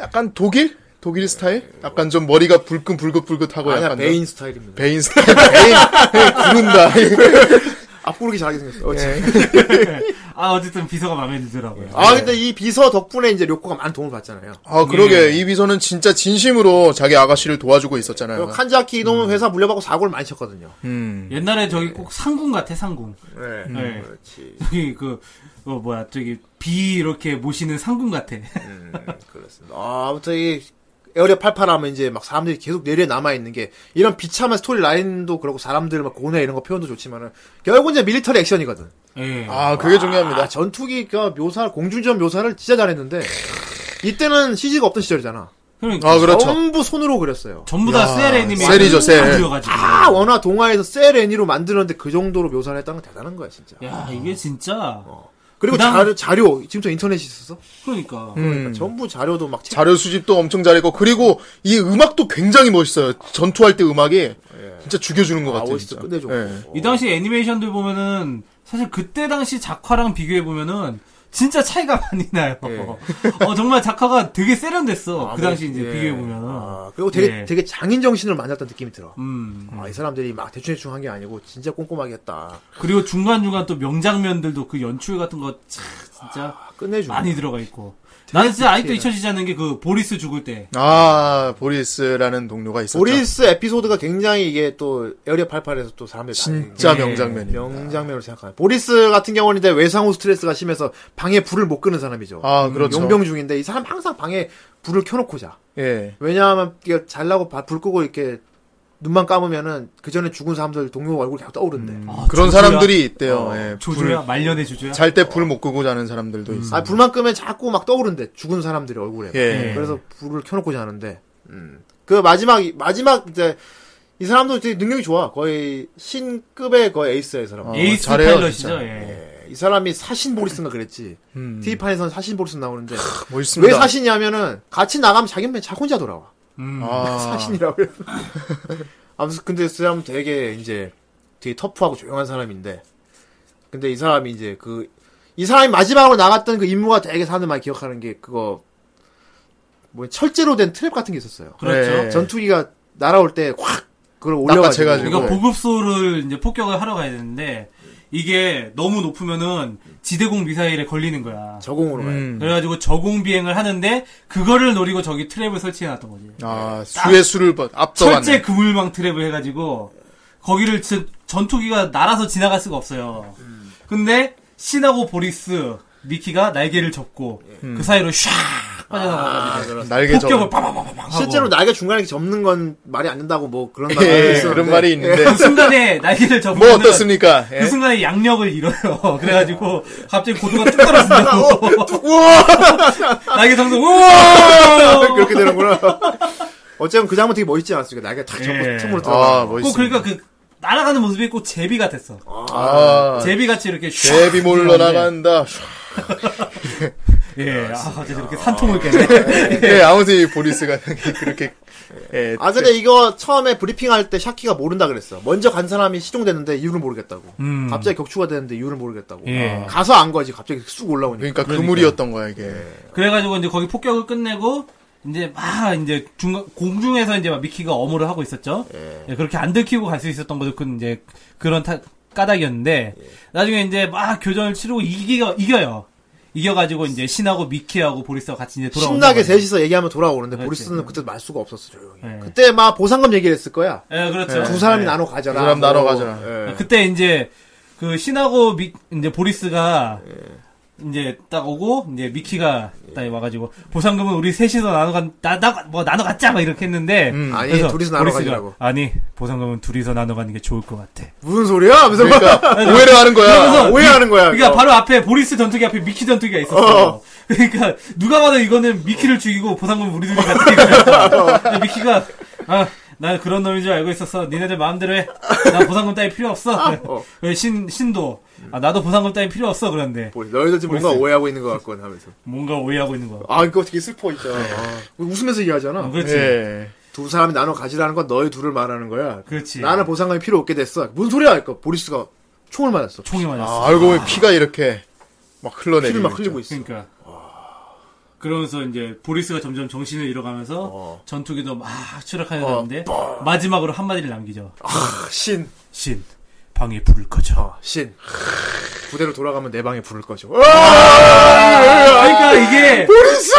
Speaker 3: 약간 독일 독일 스타일? 약간 좀 머리가 불끈 불긋불긋하고
Speaker 1: 아니야
Speaker 3: 약간
Speaker 1: 베인 스타일입니다.
Speaker 3: 베인 스타일. [LAUGHS] 베인 구른다.
Speaker 1: [LAUGHS] 앞구르기 잘하게 생겼어. 어,
Speaker 3: 예.
Speaker 2: 아, 어쨌든 비서가 마음에 들더라고요.
Speaker 1: 아 근데 이 비서 덕분에 이제 료코가 많은 도움을 받잖아요.
Speaker 3: 아 그러게
Speaker 1: 예.
Speaker 3: 이 비서는 진짜 진심으로 자기 아가씨를 도와주고 있었잖아요.
Speaker 1: 그리고 칸자키 이놈은 회사 물려받고 사고를 많이 쳤거든요.
Speaker 3: 음.
Speaker 2: 옛날에 저기
Speaker 1: 예.
Speaker 2: 꼭 상궁 같아, 상궁.
Speaker 1: 네.
Speaker 2: 네.
Speaker 1: 그렇지.
Speaker 2: 저기 그, 어, 뭐야, 저기 비 이렇게 모시는 상궁 같아. [LAUGHS]
Speaker 1: 음, 그렇습니다. 아, 아무튼 이 에어리어 88하면 이제 막 사람들이 계속 내려 남아 있는 게 이런 비참한 스토리 라인도 그렇고 사람들 막 고뇌 이런 거 표현도 좋지만은 결국 이제 밀리터리 액션이거든.
Speaker 2: 예.
Speaker 3: 아 그게 중요합니다.
Speaker 1: 아, 전투기가 묘사 공중전 묘사를 진짜 잘했는데 이때는 CG가 없던 시절이잖아.
Speaker 2: 그러니까
Speaker 3: 아 그렇죠.
Speaker 1: 전부 손으로 그렸어요.
Speaker 2: 전부 다 셀 애니메이션.
Speaker 3: 셀이죠, 셀.
Speaker 2: 그려가지고.
Speaker 1: 아, 원화 동화에서 셀 애니로 만드는데 그 정도로 묘사를 했다는 건 대단한 거야, 진짜.
Speaker 2: 야, 이게 진짜.
Speaker 1: 그리고
Speaker 2: 예. 그다음-
Speaker 1: 자료, 자료, 지금 저 인터넷이 있었어?
Speaker 2: 그러니까.
Speaker 1: 그러니까 전부 자료도 막 자...
Speaker 3: 자료 수집도 엄청 잘했고 그리고 이 음악도 굉장히 멋있어요. 전투할 때 음악이 진짜 죽여주는 것
Speaker 1: 아,
Speaker 3: 같아요.
Speaker 1: 멋있어.
Speaker 3: 진짜.
Speaker 1: 끝내줘.
Speaker 3: 예.
Speaker 2: 이 당시 애니메이션들 보면은 사실 그때 당시 작화랑 비교해 보면은 진짜 차이가 [LAUGHS] 많이 나요.
Speaker 3: 예.
Speaker 2: 어 정말 작화가 되게 세련됐어.
Speaker 3: 아, 뭐,
Speaker 2: 그 당시 이제
Speaker 3: 예.
Speaker 2: 비교해 보면은.
Speaker 1: 뭐, 아, 그리고 되게,
Speaker 2: 예.
Speaker 1: 되게 장인 정신을 만났다는 느낌이 들어.
Speaker 2: 음.
Speaker 1: 아, 이 사람들이 막 대충대충 한 게 아니고 진짜 꼼꼼하게 했다.
Speaker 2: 그리고 중간 중간 또 명장면들도 그 연출 같은 거 참, 진짜
Speaker 1: 아, 끝내주네.
Speaker 2: 많이 들어가 있고. 나는 진짜 아직도 잊혀지지 않는 게 그 보리스 죽을 때.
Speaker 3: 아 보리스라는 동료가 있었죠.
Speaker 1: 보리스 에피소드가 굉장히 이게 또 에어리어 88에서 또 사람들이
Speaker 3: 진짜
Speaker 2: 예.
Speaker 3: 명장면입니다.
Speaker 1: 명장면으로 생각하는. 보리스 같은 경우는 이제 외상후 스트레스가 심해서 방에 불을 못 끄는 사람이죠. 음,
Speaker 3: 아 그렇죠.
Speaker 1: 용병 중인데 이 사람 항상 방에 불을 켜놓고 자.
Speaker 3: 예.
Speaker 1: 왜냐하면 이게 잘라고 바- 불 끄고 이렇게 눈만 감으면은 그 전에 죽은 사람들 동료 얼굴 계속 떠오른대.
Speaker 2: 아, 조조야.
Speaker 3: 그런
Speaker 2: 어,
Speaker 3: 사람들이 있대요. 예.
Speaker 2: 조조야 말년의 조조야.
Speaker 3: 잘 때 불 못 끄고 자는 사람들도 있어.
Speaker 1: 아 불만 끄면 자꾸 막 떠오른대. 죽은 사람들이 얼굴에.
Speaker 3: 예.
Speaker 2: 예.
Speaker 1: 그래서 불을 켜놓고 자는데. 음. 그 마지막 마지막 이제 이 사람도 되게 능력이 좋아. 거의 신급의 거의 에이스야 이 사람.
Speaker 3: 어,
Speaker 2: 에이스
Speaker 3: 잘해요,
Speaker 2: 파일럿이죠.
Speaker 3: 진짜.
Speaker 2: 예.
Speaker 1: 예, 이 사람이 사신 보리스인가 그랬지. TV판에서는 사신 보리스 나오는데 왜
Speaker 3: 음. 멋있습니다.
Speaker 1: 사신이냐면은 같이 나가면 자기 맨 자기 혼자 돌아와.
Speaker 2: 음.
Speaker 3: 아,
Speaker 1: 사신이라고요. [LAUGHS] 아무튼 근데 그 사람 되게 이제 되게 터프하고 조용한 사람인데 근데 이 사람이 이제 그 이 사람이 마지막으로 나갔던 그 임무가 되게 사람들 많이 기억하는 게 그거 뭐 철제로 된 트랩 같은 게 있었어요.
Speaker 2: 그렇죠.
Speaker 3: 예.
Speaker 1: 전투기가 날아올 때 확 그걸 올려가지고
Speaker 3: 낚아채가지고.
Speaker 2: 그러니까
Speaker 3: 네.
Speaker 2: 보급소를 이제 폭격을 하러 가야 되는데 이게 너무 높으면은 지대공 미사일에 걸리는 거야.
Speaker 1: 저공으로 가요.
Speaker 3: 음.
Speaker 2: 그래가지고 저공 비행을 하는데 그거를 노리고 저기 트랩을 설치해놨던 거지.
Speaker 3: 아 수의 수를 번-
Speaker 2: 철제
Speaker 3: 앞서갔네.
Speaker 2: 그물망 트랩을 해가지고 거기를 진- 전투기가 날아서 지나갈 수가 없어요.
Speaker 3: 음. 음.
Speaker 2: 근데 신하고 보리스 미키가 날개를 접고 그 사이로 샥
Speaker 3: 아,
Speaker 2: 빠져나가가지고
Speaker 3: 날개
Speaker 2: 폭격을
Speaker 3: 접
Speaker 2: 빠바바바바 하고
Speaker 1: 실제로 날개 중간에 접는 건 말이 안 된다고 뭐 그런 말이
Speaker 3: 예,
Speaker 1: 있었는데
Speaker 3: 그런 말이 있는데
Speaker 2: 그 순간에 날개를 접으면
Speaker 3: 뭐 어떻습니까? 예.
Speaker 2: 그 순간에 양력을 잃어요. 그래가지고 갑자기 고도가 뚝
Speaker 3: [LAUGHS]
Speaker 2: 떨어진다고. 날개 정도 우와.
Speaker 1: [LAUGHS] 그렇게 되는구나. [LAUGHS] 어쨌든 그 장면 되게 멋있지 않았습니까? 날개 탁 접고
Speaker 2: 예.
Speaker 1: 틈으로
Speaker 3: 아
Speaker 1: 들어가.
Speaker 3: 멋있습니다.
Speaker 2: 꼭 그러니까 그 날아가는 모습이 꼭 제비 같았어.
Speaker 3: 아,
Speaker 2: 제비 같이 이렇게 슉
Speaker 3: 제비 몰러
Speaker 2: 네.
Speaker 3: 나간다.
Speaker 2: 예, 아, 어제 이렇게 산통을 깨네. [LAUGHS]
Speaker 3: 예, 아무튼 이 보리스가 [LAUGHS] 그렇게 예,
Speaker 1: 아 근데 이거 처음에 브리핑할 때 샤키가 모른다 그랬어. 먼저 간 사람이 시종됐는데 이유를 모르겠다고.
Speaker 2: 음.
Speaker 1: 갑자기 격추가 되는데 이유를 모르겠다고. 아.
Speaker 2: 예.
Speaker 1: 가서 안 거지. 갑자기 쑥 올라오니까.
Speaker 3: 그러니까 그물이었던 거야 이게.
Speaker 1: 네.
Speaker 2: 그래가지고 이제 거기 폭격을 끝내고 이제 막 이제 중 공중에서 이제 막 미키가 어무를 하고 있었죠. 예, 그렇게 안 들키고 갈 수 있었던 것도 그 이제 그런 타- 까닭이었는데 나중에 이제 막 교전을 치르고 이기가 이겨요. 이겨가지고 이제 신하고 미키하고 보리스와 같이 이제 돌아오는
Speaker 1: 신나게
Speaker 2: 거예요.
Speaker 1: 셋이서 얘기하면 돌아오는데
Speaker 2: 그렇지.
Speaker 1: 보리스는 그때 말 수가 없었어 조용히.
Speaker 3: 네.
Speaker 2: 예.
Speaker 1: 그때 막 보상금 얘기를 했을 거야.
Speaker 2: 예, 그렇죠.
Speaker 1: 두 사람이
Speaker 2: 예.
Speaker 1: 나눠 가져라.
Speaker 3: 두 사람
Speaker 1: 뭐.
Speaker 3: 나눠 가져라. 아,
Speaker 1: 예.
Speaker 2: 그때 이제 그 신하고 미, 이제 보리스가
Speaker 1: 네.
Speaker 2: 이제 딱 오고 이제 미키가 딱 와가지고 보상금은 우리 셋이서 나눠 간 나나 뭐 나눠 갖자 막 이렇게 했는데
Speaker 1: 음. 아니
Speaker 2: 그래서
Speaker 1: 둘이서 나눠
Speaker 2: 보리스가,
Speaker 1: 가지라고.
Speaker 2: 아니 보상금은 둘이서 나눠 가는 게 좋을 것 같아.
Speaker 1: 무슨 소리야? 하면서
Speaker 3: 그러니까 오해를 하는 거야.
Speaker 2: 그러면서
Speaker 1: 오해하는 거야.
Speaker 2: 그러니까
Speaker 1: 그거.
Speaker 2: 바로 앞에 보리스 전투기 앞에 미키 전투기가 있었어. 요 그러니까 누가 봐도 이거는 미키를 죽이고 보상금 우리 둘이 같이. [LAUGHS] 이거야. 근데 미키가 아. 난 그런 놈인 줄 알고 있었어. 니네들 마음대로 해. 난 보상금 따위 필요 없어.
Speaker 1: 어.
Speaker 2: 그래, 신, 신도. 아, 나도 보상금 따위 필요 없어. 그런데.
Speaker 1: 보리스, 너희들 지금 뭔가 오해하고 있는 것 같군 하면서.
Speaker 2: 뭔가 오해하고 있는 거야.
Speaker 1: 아 이거 되게 슬퍼 있잖아. 아, 웃으면서 얘기하잖아. 네.
Speaker 2: 어, 그렇지.
Speaker 3: 예.
Speaker 1: 두 사람이 나눠 가지라는 건 너희 둘을 말하는 거야.
Speaker 2: 그렇지.
Speaker 1: 나는 보상금이 필요 없게 됐어. 뭔 소리야? 그러니까 보리스가 총을 맞았어.
Speaker 2: 총이 맞았어.
Speaker 3: 아, 알고 보면 피가 이렇게 막 흘러내리고
Speaker 1: 피를 막
Speaker 3: 있죠.
Speaker 1: 흘리고 있어.
Speaker 2: 그러니까. 그러면서 이제 보리스가 점점 정신을 잃어가면서 전투기도 막 추락하려 하는데 마지막으로 한마디를 남기죠.
Speaker 1: 아, 신,
Speaker 2: 신, 방에 불을 꺼져.
Speaker 1: 어, 신. 부대로 돌아가면 내 방에 부를 거죠. 어?
Speaker 2: 그러니까 이게
Speaker 1: 보리스!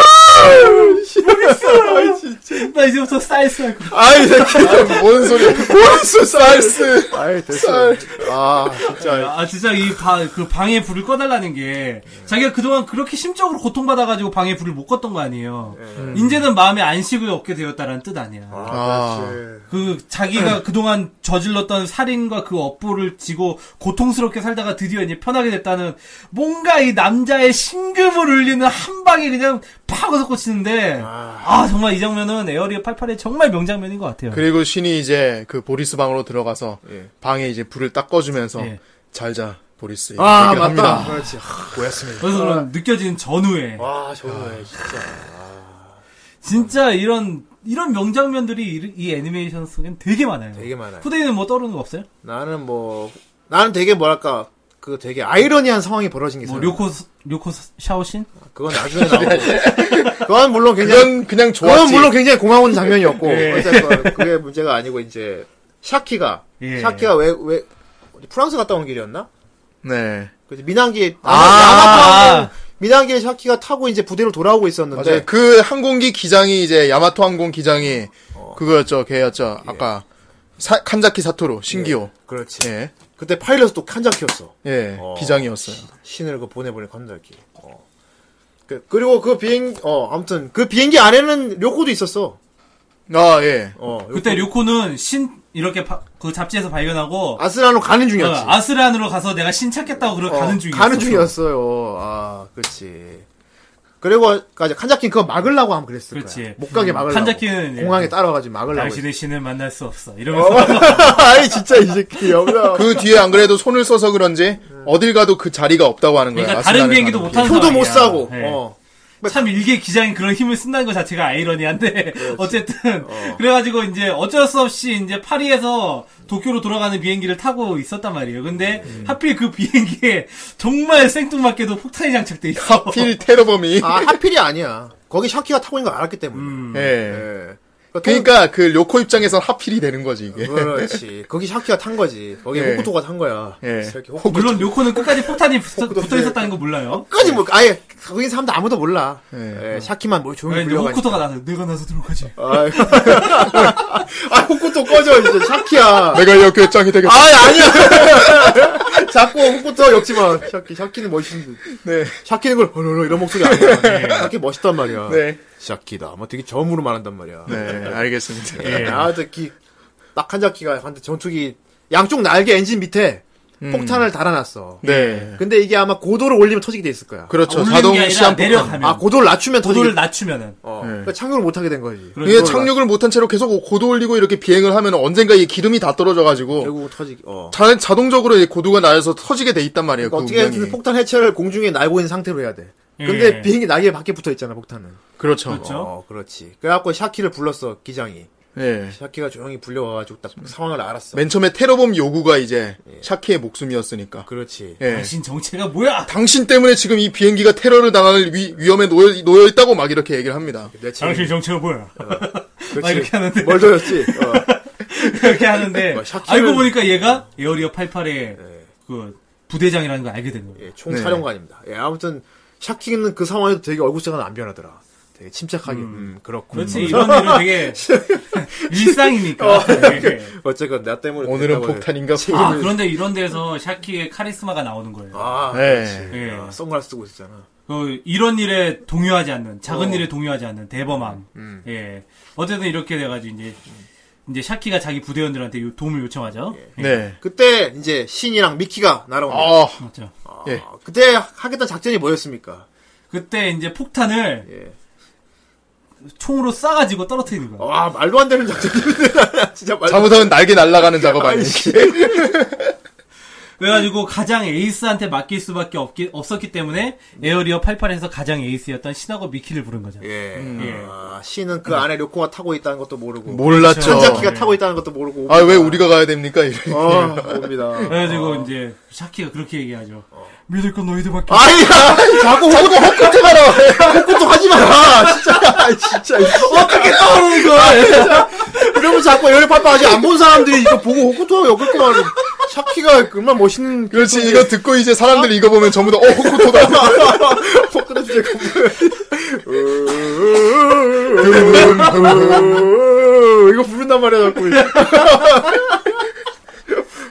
Speaker 2: 나 이제부터 사이스 할 거야.
Speaker 3: 아이 새끼 뭔 소리야? 보리스 쌀스.
Speaker 1: 아이 됐어. 아 진짜.
Speaker 2: 아 진짜 이그 방에 불을 꺼달라는 게 자기가 그동안 그렇게 심적으로 고통받아가지고 방에 불을 못 껐던 거 아니에요. 이제는 마음에 안식을 얻게 되었다라는 뜻 아니야.
Speaker 3: 아.
Speaker 1: 그렇지.
Speaker 2: 그
Speaker 1: 네.
Speaker 2: 자기가 그동안 저질렀던 살인과 그 업보를 지고 고통스럽게 살다가 드디어 이제 편하게 됐다는 뭔가 이 남자의 심금을 울리는 한 방에 그냥 파고서 꽂히는데 아, 정말 이 장면은 에어리어 88의 정말 명장면인 것 같아요.
Speaker 3: 그리고 신이 이제 그 보리스 방으로 들어가서
Speaker 1: 예.
Speaker 3: 방에 이제 불을 딱 꺼주면서
Speaker 2: 예.
Speaker 3: 잘자 보리스.
Speaker 1: 아
Speaker 3: 이렇게
Speaker 1: 맞다.
Speaker 3: 합니다.
Speaker 1: 그렇지. 아, 고였습니다.
Speaker 2: 그래서 그런 느껴지는 전후에
Speaker 1: 와 아, 정말 진짜.
Speaker 2: 진짜 이런 이런 명장면들이 이, 이 애니메이션 속엔 되게 많아요.
Speaker 1: 되게 많아요.
Speaker 2: 후대인은 뭐 떠오르는 거 없어요?
Speaker 1: 나는 뭐 나는 되게 뭐랄까 그 되게 아이러니한 상황이 벌어진 게 있어요. 아,
Speaker 2: 뭐 료코 료코 샤오신?
Speaker 1: 그건 나중에 [LAUGHS] 나오고. 그건 물론 굉장히
Speaker 3: 그냥
Speaker 1: 그건
Speaker 3: 그냥 좋았지. 예.
Speaker 1: 물론 굉장히 고마운 장면이었고 어쨌건 그게 문제가 아니고 이제 샤키가
Speaker 2: 예.
Speaker 1: 샤키가 왜 왜 프랑스 갔다 온 길이었나?
Speaker 3: 네.
Speaker 1: 그래서 민항기
Speaker 3: 아,
Speaker 1: 아, 민항기에 샤키가 타고 이제 부대로 돌아오고 있었는데
Speaker 3: 맞아요. 그 항공기 기장이 이제 야마토 항공 기장이 그거였죠. 걔였죠. 아까 사- 칸자키 사토루 신기호.
Speaker 1: 그렇지
Speaker 3: 예. 예.
Speaker 1: 그때 파일럿은 또 칸자키였어 어.
Speaker 3: 기장이었어요.
Speaker 1: 신을 그 보내버린 칸자키 어. 그, 그리고 그 비행 어 아무튼 그 비행기 안에는 료코도 있었어
Speaker 3: 아, 예.
Speaker 1: 어 료코.
Speaker 2: 그때 료코는 신 이렇게 파- 그 잡지에서 발견하고
Speaker 1: 아스라노 가는 중이었지
Speaker 2: 어, 아스란으로 가서 내가 신 찾겠다고 그러
Speaker 1: 어,
Speaker 2: 가는 중이었어.
Speaker 1: 가는 중이었어요. 아, 그렇지. 그리고 까지 칸자키는 그거 막으려고 하면 그랬을
Speaker 2: 그렇지. 음,
Speaker 1: 거야. 못 가게 막으려고.
Speaker 2: 칸자키는
Speaker 1: 공항에 따라와가지고 막으려고.
Speaker 2: 당신의 신을 만날 수 없어. 이러면서
Speaker 1: 했어. 아이 진짜 이 새끼
Speaker 2: [LAUGHS]
Speaker 1: 여기다.
Speaker 3: 그 뒤에 안 그래도 손을 써서 그런지 어딜 가도 그 자리가 없다고 하는 거예요.
Speaker 2: 그러니까 다른 비행기도 못 타는
Speaker 1: 표도 못
Speaker 2: 상황이야.
Speaker 1: 사고.
Speaker 2: 예.
Speaker 1: 어.
Speaker 2: 참 일개 기자인 그런 힘을 쓴다는 것 자체가 아이러니한데 어쨌든 그래가지고 이제 어쩔 수 없이 이제 파리에서 도쿄로 돌아가는 비행기를 타고 있었단 말이에요. 근데
Speaker 1: 음.
Speaker 2: 하필 그 비행기에 정말 생뚱맞게도 폭탄이 장착돼 있어.
Speaker 3: 하필 테러범이.
Speaker 1: 아 하필이 아니야. 거기 샤키가 타고 있는 걸 알았기 때문에.
Speaker 2: 음.
Speaker 1: 예.
Speaker 3: 예.
Speaker 2: [LAUGHS]
Speaker 3: 그러니까 그 료코 입장에선 하필이 되는 거지 이게.
Speaker 1: 그렇지. 거기 샤키가 탄 거지. 거기
Speaker 3: 예.
Speaker 1: 호쿠토가 탄 거야.
Speaker 3: 예.
Speaker 1: 이 새끼 호쿠.
Speaker 2: 물론 요코는 끝까지 폭탄이 붙어, 붙어 있었다는 거 몰라요.
Speaker 1: 끝까지 뭐 아예 거기 사람들 아무도 몰라.
Speaker 3: 예.
Speaker 1: 예, 샤키만 뭐 조용히
Speaker 2: 근데
Speaker 1: 불려가니까.
Speaker 2: 네, 호쿠토가 나서 내가 나서 들어가지.
Speaker 1: 아이. 아 호쿠토 꺼져 이제 샤키야.
Speaker 3: 아, 내가 여교장이 되겠다.
Speaker 1: 아 아니야 [LAUGHS] 자꾸 옷부터 역지만 샤키 샤키는 멋있는데
Speaker 3: 네.
Speaker 1: 샤키는 걸 헐헐 이런 목소리 안 해. 샤키 멋있단 말이야.
Speaker 3: 네.
Speaker 1: 샤키다. 뭐 되게 저음으로 말한단 말이야.
Speaker 3: 네, 알겠습니다. 네.
Speaker 1: 예. 아, 저기 딱한 자키가 한테 전투기 양쪽 날개 엔진 밑에 폭탄을 달아놨어.
Speaker 3: 음.
Speaker 2: 예.
Speaker 3: 네.
Speaker 1: 근데 이게 아마 고도를 올리면 터지게 돼 있을 거야.
Speaker 3: 그렇죠.
Speaker 2: 올리는
Speaker 3: 자동
Speaker 2: 게 아니라
Speaker 3: 시한 폭탄.
Speaker 2: 내려가면.
Speaker 1: 아 고도를 낮추면
Speaker 2: 도도를
Speaker 1: 터지게.
Speaker 2: 낮추면은. 그러니까
Speaker 1: 어.
Speaker 3: 네. 그렇죠.
Speaker 1: 그러니까 착륙을 못 하게 된 거지.
Speaker 3: 이게 착륙을 못한 채로 계속 고도 올리고 이렇게 비행을 하면 언젠가 이 기름이 다 떨어져가지고
Speaker 1: 결국 터지기. 어.
Speaker 3: 자, 자동적으로 이 고도가 낮아서 터지게 돼 있단 말이에요. 그
Speaker 1: 그러니까 어떻게 해서
Speaker 3: 운명이.
Speaker 1: 폭탄 해체를 공중에 날고 있는 상태로 해야 돼. 근데
Speaker 2: 예.
Speaker 1: 비행기 날개 밖에 붙어 있잖아 폭탄은.
Speaker 3: 그렇죠.
Speaker 2: 그렇죠.
Speaker 1: 어, 그렇지. 그래갖고 샤키를 불렀어 기장이.
Speaker 3: 네.
Speaker 1: 샤키가 조용히 불려와가지고 딱
Speaker 3: 음.
Speaker 1: 상황을 알았어.
Speaker 3: 맨 처음에 테러범 요구가 이제 샤키의 목숨이었으니까.
Speaker 1: 예. 그렇지.
Speaker 3: 예.
Speaker 2: 당신 정체가 뭐야?
Speaker 3: 당신 때문에 지금 이 비행기가 테러를 당할 위, 위험에 놓여, 놓여 있다고 막 이렇게 얘기를 합니다.
Speaker 1: 내
Speaker 2: 당신
Speaker 1: 책임.
Speaker 2: 정체가 뭐야? 막
Speaker 1: 그렇지.
Speaker 2: 아, 이렇게 하는데
Speaker 1: 멀더였지. 어.
Speaker 2: [LAUGHS] 이렇게 하는데
Speaker 1: 뭐 샤키를-
Speaker 2: 알고 보니까 얘가 에어리어 88의 그 부대장이라는 걸 알게 된 거예요.
Speaker 1: 예, 총
Speaker 3: 네.
Speaker 1: 사령관입니다. 예, 아무튼 샤키는 그 상황에도 되게 얼굴색은 안 변하더라. 되게 침착하게. 음, 그렇군.
Speaker 2: 그렇지 이런 일은 되게 [LAUGHS] 일상이니까. 예.
Speaker 1: [LAUGHS] 어쨌건 나 때문에
Speaker 3: 오늘은
Speaker 1: 된다고
Speaker 3: 폭탄인가?
Speaker 2: 아 그런데 이런 데서 샤키의 카리스마가 나오는 거예요.
Speaker 1: 아,
Speaker 3: 네.
Speaker 1: 그렇지.
Speaker 2: 예.
Speaker 1: 아, 선글라스 쓰고 있었잖아.
Speaker 2: 그 이런 일에 동요하지 않는 작은 일에 동요하지 않는 대범함. 예. 어쨌든 이렇게 돼가지고 이제 이제 샤키가 자기 부대원들한테 요- 도움을 요청하죠. 예.
Speaker 1: 예.
Speaker 3: 네.
Speaker 1: 그때 이제 신이랑 미키가 날아옵니다.
Speaker 3: 아,
Speaker 2: 맞죠.
Speaker 1: 아,
Speaker 3: 예.
Speaker 1: 그때 하겠다는 작전이 뭐였습니까?
Speaker 2: 그때 이제 폭탄을
Speaker 1: 예.
Speaker 2: 총으로 쏴가지고 떨어뜨리는 거예요.
Speaker 1: 와 말도 안 되는 작전인데 [LAUGHS] 진짜 말도 안
Speaker 3: 잘못하면 날개 날아가는 작업 아니에요?
Speaker 2: 그래가지고 가장 에이스한테 맡길 수밖에 없기, 없었기 때문에 에어리어 88에서 가장 에이스였던 신하고 미키를 부른 거죠.
Speaker 1: 예.
Speaker 2: 예.
Speaker 1: 아, 신은 그 안에 료코가 타고 있다는 것도 모르고
Speaker 3: 몰랐죠.
Speaker 1: 천자키가 타고 있다는 것도 모르고
Speaker 3: 뭐- 아, 왜 우리가 가야 됩니까? 이런.
Speaker 1: 아, 옵니다.
Speaker 2: 그래가지고 이제 샤키가 그렇게 얘기하죠. 믿을 건 너희들밖에 없
Speaker 1: 어. 아이야 자꾸 자꾸 헛것도 가라 헛것도 하지 마라 진짜 아이, 진짜 어떻게 떠오르는 거야 그러면 자꾸 열이 파파 아직 안 본 사람들이 이거 보고 헛것도 하고 헛것도 하는 샤키가 얼마나 멋있는
Speaker 3: 그렇지, 이거 듣고 이제 사람들이 이거 보면 전부 다, 어,
Speaker 1: [LAUGHS]
Speaker 3: 호코토다.
Speaker 1: 어, 헛그릇이 이거 부른단 말이야 자꾸 어,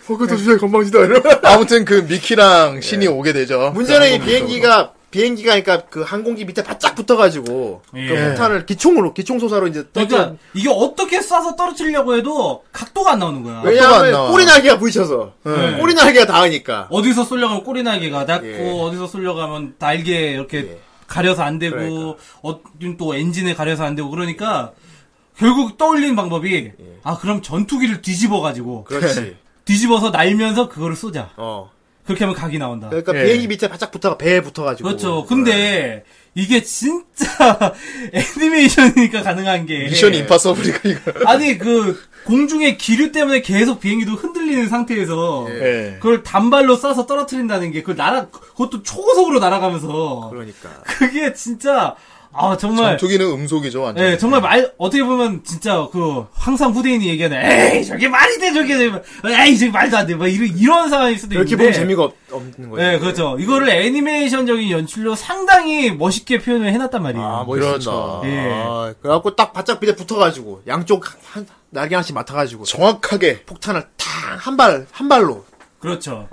Speaker 1: 헛것도 주제 건방지다 이러
Speaker 3: 아무튼 그 미키랑 신이 오게 되죠.
Speaker 1: 문제는 이 비행기가 비행기가 그러니까 그 항공기 밑에 바짝 붙어가지고
Speaker 2: 예.
Speaker 1: 그 폭탄을 기총으로 기총 소사로 이제
Speaker 2: 그러니까
Speaker 1: 떠든
Speaker 2: 이게 어떻게 쏴서 떨어뜨리려고 해도 각도가 안 나오는 거야.
Speaker 3: 안
Speaker 1: 왜냐하면
Speaker 3: 나와.
Speaker 1: 꼬리 날개가 부딪혀서 음,
Speaker 2: 네.
Speaker 1: 꼬리 날개가 닿으니까
Speaker 2: 어디서 쏠려가면 꼬리나기가 닿고
Speaker 1: 예.
Speaker 2: 어디서 쏠려가면 날개 이렇게 가려서 안 되고
Speaker 1: 그러니까.
Speaker 2: 어, 또 엔진에 가려서 안 되고 그러니까 결국 떠올린 방법이 아 그럼 전투기를 뒤집어 가지고
Speaker 1: 예. 그렇지
Speaker 2: 뒤집어서 날면서 그거를 쏘자.
Speaker 1: 어
Speaker 2: 그렇게 하면 각이 나온다.
Speaker 1: 그러니까
Speaker 3: 예.
Speaker 1: 비행기 밑에 바짝 붙어가 배에 붙어가지고 음,
Speaker 2: 그렇죠. 근데 이게 진짜 [LAUGHS] 애니메이션이니까 가능한 게
Speaker 3: 미션 임파서블이가 이거.
Speaker 2: 아니 그 공중의 기류 때문에 계속 비행기도 흔들리는 상태에서
Speaker 3: 예.
Speaker 2: 그걸 단발로 쏴서 떨어뜨린다는 게 그걸 날아 그것도 초고속으로 날아가면서
Speaker 1: 그러니까
Speaker 2: 그게 진짜 아 정말
Speaker 3: 전투기는 음속이죠, 완전.
Speaker 2: 예 정말 말 어떻게 보면 진짜 그 항상 후대인이 얘기하는 에이 저게 말이 돼 저게 에이 저게 말도 안 돼 막 이런 이런 상황일 수도 있는데
Speaker 1: 이렇게 보면 재미가 없, 없는 거죠
Speaker 2: 예 그렇죠 이거를 애니메이션적인 연출로 상당히 멋있게 표현을 해놨단 말이에요
Speaker 1: 아 멋있다
Speaker 3: 그렇죠.
Speaker 2: 예.
Speaker 1: 아, 그래갖고 딱 바짝 밑에 붙어가지고 양쪽 한, 날개 하나씩 맡아가지고
Speaker 3: 정확하게.
Speaker 1: 폭탄을 탁한발한 발로
Speaker 2: 그렇죠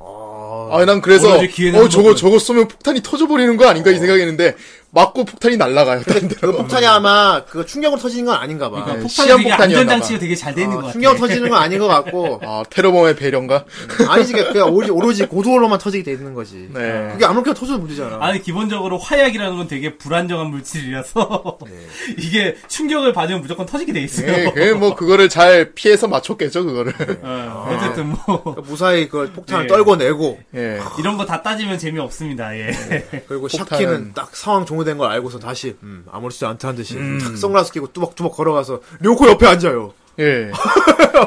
Speaker 3: 아, 난 그래서,
Speaker 2: 오로지 기회는
Speaker 3: 어, 저거,
Speaker 2: 한번
Speaker 3: 저거 쏘면 폭탄이 터져버리는 거 아닌가 이 생각했는데, 맞고 폭탄이 날아가요, 다른
Speaker 1: 그
Speaker 3: 데로.
Speaker 1: 폭탄이 아마 그 충격으로 터지는 건 아닌가 봐.
Speaker 2: 음. 그러니까
Speaker 3: 예,
Speaker 2: 폭탄이 되게
Speaker 3: 시한폭탄이었나
Speaker 2: 안전장치가
Speaker 3: 봐.
Speaker 2: 되게 잘 돼 있는
Speaker 1: 어,
Speaker 2: 것 같아요
Speaker 1: 충격으로 터지는 건 아닌 것 같고
Speaker 3: 아, 테러범의 배려인가?
Speaker 1: 아니지 그냥 오로지, 오로지 고도로만 터지게 돼 있는 거지.
Speaker 3: 네.
Speaker 1: 그게 아무렇게나 터져도 문제잖아.
Speaker 2: 아니 기본적으로 화약이라는 건 되게 불안정한 물질이라서 [LAUGHS] 이게 충격을 받으면 무조건 터지게 돼 있어요.
Speaker 3: 예, 그, 뭐, 그거를 잘 피해서 맞췄겠죠, 그거를.
Speaker 2: 어, 어쨌든 뭐 [LAUGHS]
Speaker 1: 그러니까 무사히 그 폭탄을
Speaker 2: 예.
Speaker 1: 떨궈내고
Speaker 3: 예.
Speaker 2: 이런 거 다 따지면 재미 없습니다. 예.
Speaker 1: 그리고
Speaker 3: 폭탄은-
Speaker 1: 샤키는 딱 상황 종료된 걸 알고서 다시 음, 아무렇지도 않다는 듯이 탁 선글라스 끼고 뚜벅뚜벅 걸어가서 료코 옆에 앉아요.
Speaker 3: 예.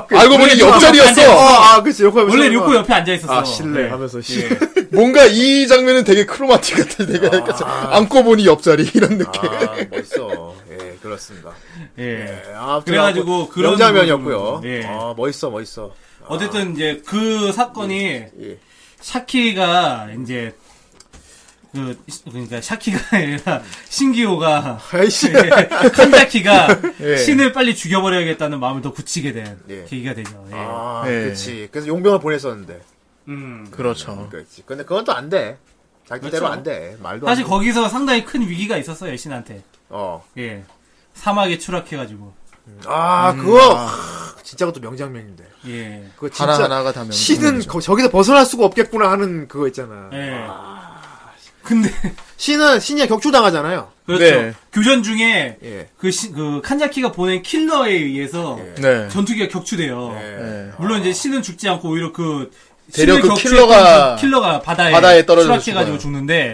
Speaker 3: 알고 보니
Speaker 1: 어,
Speaker 3: 옆자리였어!
Speaker 1: 아, 그치 료코 옆에
Speaker 2: [LAUGHS] 원래
Speaker 1: 설마-
Speaker 2: 료코 옆에 앉아 있었어. 네.
Speaker 1: 아
Speaker 3: 네.
Speaker 1: 실례 하면서 실
Speaker 3: 예. 뭔가 이 장면은 되게 크로마틱 같아. 되게 약간 안고 보니 옆자리 이런 느낌.
Speaker 1: [LAUGHS] 아 멋있어. 예 그렇습니다.
Speaker 2: 예.
Speaker 1: 아, 아무튼
Speaker 2: 그래가지고
Speaker 1: 하고
Speaker 2: 그런
Speaker 1: 명장면이었고요.
Speaker 2: 부분은- 예.
Speaker 1: 아 멋있어 멋있어.
Speaker 2: 어쨌든 이제 그 사건이
Speaker 1: 예.
Speaker 2: 샤키가 이제 그 그러니까 샤키가 [LAUGHS] 아니라 신기호가
Speaker 1: 아이씨. 예.
Speaker 2: [LAUGHS] 칸자키가
Speaker 3: 예.
Speaker 2: 신을 빨리 죽여버려야겠다는 마음을 더 굳히게 된
Speaker 1: 예.
Speaker 2: 계기가 되죠. 예.
Speaker 1: 아
Speaker 3: 예.
Speaker 1: 그치. 그래서 용병을 보냈었는데
Speaker 2: 음.
Speaker 3: 그렇죠.
Speaker 1: 그렇지. 근데 그건 또 안 돼. 자기대로
Speaker 2: 그렇죠.
Speaker 1: 안 돼. 말도
Speaker 2: 사실
Speaker 1: 안 돼.
Speaker 2: 거기서 상당히 큰 위기가 있었어 여신한테.
Speaker 1: 어.
Speaker 2: 예. 사막에 추락해가지고.
Speaker 1: 아, 그거 하, 진짜 그것도 명장면인데.
Speaker 2: 예.
Speaker 1: 그거 진짜
Speaker 3: 음, 하나 하나가 다 명.
Speaker 1: 신은 거- 저기서 벗어날 수가 없겠구나 하는 그거 있잖아. 네.
Speaker 2: 예. 근데
Speaker 1: 신은 신이 격추당하잖아요.
Speaker 2: 그렇죠.
Speaker 3: 네.
Speaker 2: 교전 중에
Speaker 1: 예.
Speaker 2: 그, 시- 그 칸자키가 보낸 킬러에 의해서
Speaker 3: 네.
Speaker 2: 전투기가 격추돼요.
Speaker 3: 네.
Speaker 2: 물론 이제 신은 죽지 않고 오히려 그
Speaker 3: 대려
Speaker 2: 신을
Speaker 3: 그
Speaker 2: 격추했던
Speaker 3: 킬러가-
Speaker 2: 그 킬러가 바다에,
Speaker 3: 바다에 떨어져
Speaker 2: 추락해가지고
Speaker 3: 죽어요. 네.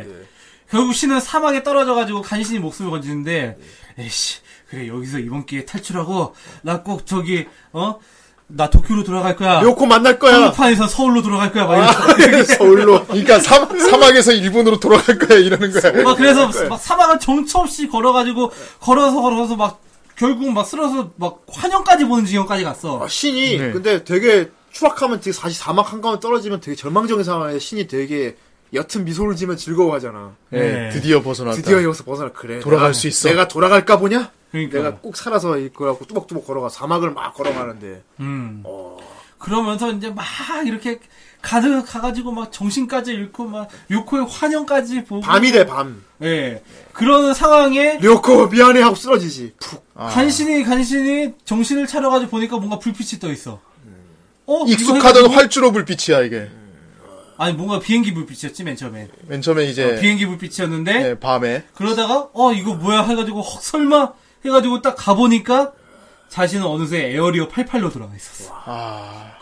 Speaker 2: 죽는데 결국 신은 사막에 떨어져가지고 간신히 목숨을 건지는데 에이씨 그래 여기서 이번 기회에 탈출하고 나 꼭 저기 어 나 도쿄로 돌아갈 거야.
Speaker 1: 요코 만날 거야.
Speaker 2: 한국판에서 서울로 돌아갈 거야. 막 이러면서
Speaker 1: 서울로.
Speaker 3: 그 그러니까 사, 사막에서 일본으로 돌아갈 거야 이러는 거야.
Speaker 2: 막 그래서 막 사막을 정처 없이 걸어가지고 걸어서 걸어서 막 결국 막 쓸어서 막 환영까지 보는 지경까지 갔어.
Speaker 1: 아, 신이
Speaker 3: 네.
Speaker 1: 근데 되게 추락하면 되게 사실 사막 한가운데 떨어지면 되게 절망적인 상황에 신이 되게 옅은 미소를 지면 즐거워하잖아.
Speaker 3: 네.
Speaker 2: 네.
Speaker 3: 드디어 벗어났다.
Speaker 1: 드디어 여기서 벗어나 그래.
Speaker 3: 돌아갈
Speaker 1: 내가-
Speaker 3: 수 있어. 어.
Speaker 1: 내가 돌아갈까 보냐?
Speaker 2: 그러니까.
Speaker 1: 내가 꼭 살아서 이거라고 뚜벅뚜벅 걸어가 사막을 막 걸어가는데
Speaker 2: 음. 그러면서 이제 막 이렇게 가득 가가지고 막 정신까지 잃고 막 요코의 환영까지 보고
Speaker 1: 밤이 돼 밤.
Speaker 2: 예 그런 상황에
Speaker 1: 료코 미안해 하고 쓰러지지. 푹.
Speaker 3: 아.
Speaker 2: 간신히 간신히 정신을 차려가지고 보니까 뭔가 불빛이 떠 있어. 어 이거
Speaker 3: 익숙하던
Speaker 2: 해가지고-
Speaker 3: 활주로 불빛이야 이게.
Speaker 2: 아니 뭔가 비행기 불빛이었지 맨 처음에
Speaker 3: 맨 처음에 이제
Speaker 2: 비행기 불빛이었는데
Speaker 3: 네, 밤에
Speaker 2: 그러다가 어 이거 뭐야 해가지고 헉 설마 해가지고 딱 가보니까 자신은 어느새 에어리어 88로 돌아가 있었어.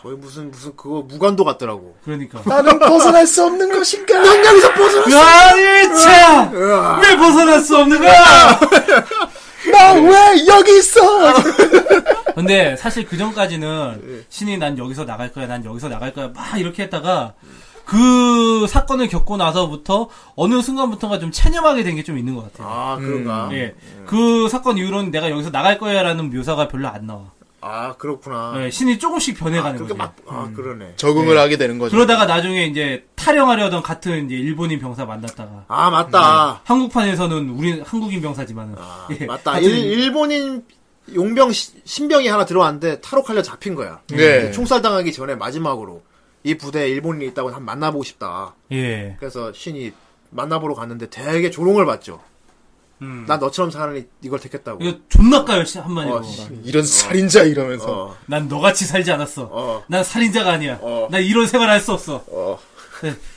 Speaker 1: 거의 무슨 무슨 그거 무관도 같더라고.
Speaker 2: 그러니까
Speaker 3: 나는 벗어날 수 없는 것인가?
Speaker 1: 난 여기서 벗어나.
Speaker 2: 아니 참왜 벗어날 수 없는 거야?
Speaker 3: 나 왜 여기 있어?
Speaker 2: 근데 사실 그
Speaker 1: 예.
Speaker 2: 전까지는 신이 난 여기서 나갈 거야, 난 여기서 나갈 거야 막 이렇게 했다가 그 사건을 겪고 나서부터 어느 순간부터가 좀 체념하게 된 게 좀 있는 것 같아요.
Speaker 1: 아 그런가.
Speaker 2: 예, 그 사건 이후로는 내가 여기서 나갈 거야라는 묘사가 별로 안 나와.
Speaker 1: 아 그렇구나.
Speaker 2: 예, 신이 조금씩
Speaker 1: 아,
Speaker 2: 변해가는
Speaker 1: 그렇게
Speaker 2: 거죠.
Speaker 1: 막,
Speaker 2: 음.
Speaker 1: 아, 그러네.
Speaker 3: [LAUGHS] 적응을 하게 되는 거죠.
Speaker 2: 그러다가 나중에 이제 탈영하려던 같은 이제 일본인 병사 만났다가
Speaker 1: 아, 맞다.
Speaker 2: 한국판에서는 우리 한국인 병사지만은 [LAUGHS] 예,
Speaker 1: 아, 맞다.
Speaker 2: 같은-
Speaker 1: 일, 일본인 용병, 시- 신병이 하나 들어왔는데 탈옥하려 잡힌 거야.
Speaker 3: 네.
Speaker 1: 총살당하기 전에 마지막으로 이 부대에 일본인이 있다고 한번 만나보고 싶다.
Speaker 2: 예.
Speaker 1: 그래서 신이 만나보러 갔는데 되게 조롱을 받죠.
Speaker 2: 음.
Speaker 1: 난 너처럼 사는 이- 이걸 택했다고.
Speaker 2: 이거 존나 까요 씨, 한마디로.
Speaker 1: 어, 씨.
Speaker 3: 아, 이런 살인자 이러면서
Speaker 1: 어,
Speaker 2: 난 너같이 살지 않았어.
Speaker 1: 어.
Speaker 2: 난 살인자가 아니야.
Speaker 1: 어.
Speaker 2: 난 이런 생활 할 수 없어. 네,
Speaker 1: 어.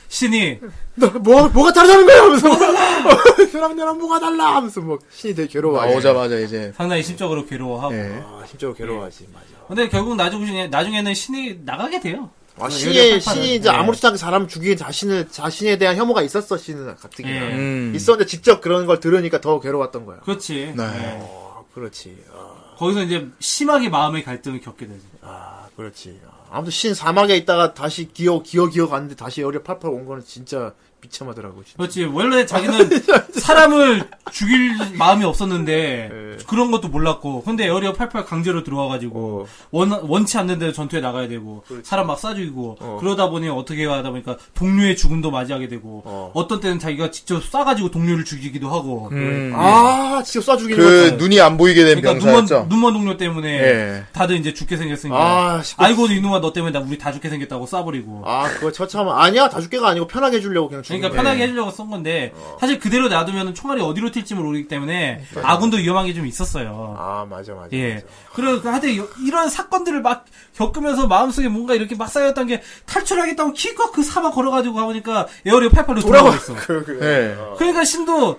Speaker 2: 신이
Speaker 1: 너, 뭐, 뭐가 다르다는 거야? 하면서. [LAUGHS] 너랑 나랑 뭐가 달라? 하면서 막 신이 되게 괴로워하지.
Speaker 3: 나오자마자 이제
Speaker 2: 상당히 심적으로 괴로워하고.
Speaker 3: 예.
Speaker 1: 아, 심적으로 괴로워하지. 맞아.
Speaker 2: 근데 결국 나중에, 나중에는 신이 나가게 돼요.
Speaker 1: 아,
Speaker 2: 연령
Speaker 1: 신이,
Speaker 2: 판판은,
Speaker 1: 신이 이제
Speaker 2: 네.
Speaker 1: 아무렇지 않게 사람 죽이기 자신을, 자신에 대한 혐오가 있었어, 신은 가뜩이나.
Speaker 2: 예.
Speaker 3: 음.
Speaker 1: 있었는데 직접 그런 걸 들으니까 더 괴로웠던 거야.
Speaker 2: 그렇지.
Speaker 3: 네.
Speaker 2: 예.
Speaker 1: 아, 그렇지. 아,
Speaker 2: 거기서 이제 심하게 마음의 갈등을 겪게 되죠.
Speaker 1: 아, 그렇지. 아, 아무튼 신 사막에 있다가 다시 기어, 기어, 기어 갔는데 다시 열이 팔팔 온 거는 진짜 비참하더라고. 진짜.
Speaker 2: 그렇지. 원래
Speaker 3: [LAUGHS]
Speaker 2: 자기는 사람을 죽일 마음이
Speaker 3: 예.
Speaker 2: 없었는데 그런 것도 몰랐고. 근데 에어리어 88 강제로 들어와가지고 원 원치 않는 데로 전투에 나가야 되고 사람 막 쏴죽이고
Speaker 3: 어.
Speaker 2: 그러다 보니 어떻게 하다 보니까 동료의 죽음도 맞이하게 되고
Speaker 1: 어.
Speaker 2: 어. 떤 때는 자기가 직접 쏴가지고 동료를 죽이기도 하고.
Speaker 3: 음.
Speaker 1: 아, 직접 쏴 죽이는
Speaker 3: 그
Speaker 1: 거.
Speaker 3: 눈이 안 보이게 된
Speaker 2: 그러니까
Speaker 3: 병사였죠.
Speaker 2: 눈먼 눈먼 동료 때문에
Speaker 3: 예.
Speaker 2: 다들 이제 죽게 생겼으니까.
Speaker 1: 아,
Speaker 2: 아, 이고 이놈아 너 때문에 나 우리 다 죽게 생겼다고 쏴버리고.
Speaker 1: 아, 그거 처참한. 아니야, 다 죽게가 아니고 편하게 해주려고 그냥 죽는
Speaker 2: 그러니까
Speaker 1: 거야.
Speaker 2: 편하게 해주려고 쓴 건데 사실 그대로 놔두면 총알이 어디로 튈지 모르기 때문에 아군도 위험한 게 좀 있었어요.
Speaker 1: 아, 맞아, 맞아.
Speaker 2: 예.
Speaker 1: 맞아.
Speaker 2: 네. 그리고 그 하여튼 여- 이런 사건들을 막 겪으면서 마음속에 뭔가 이렇게 막 쌓였던 게 탈출하겠다고 키껏 그 사막 걸어가지고 가보니까 에어리어 88로 돌아와 있어.
Speaker 1: 그, 그,
Speaker 3: 예.
Speaker 2: 그러니까 신도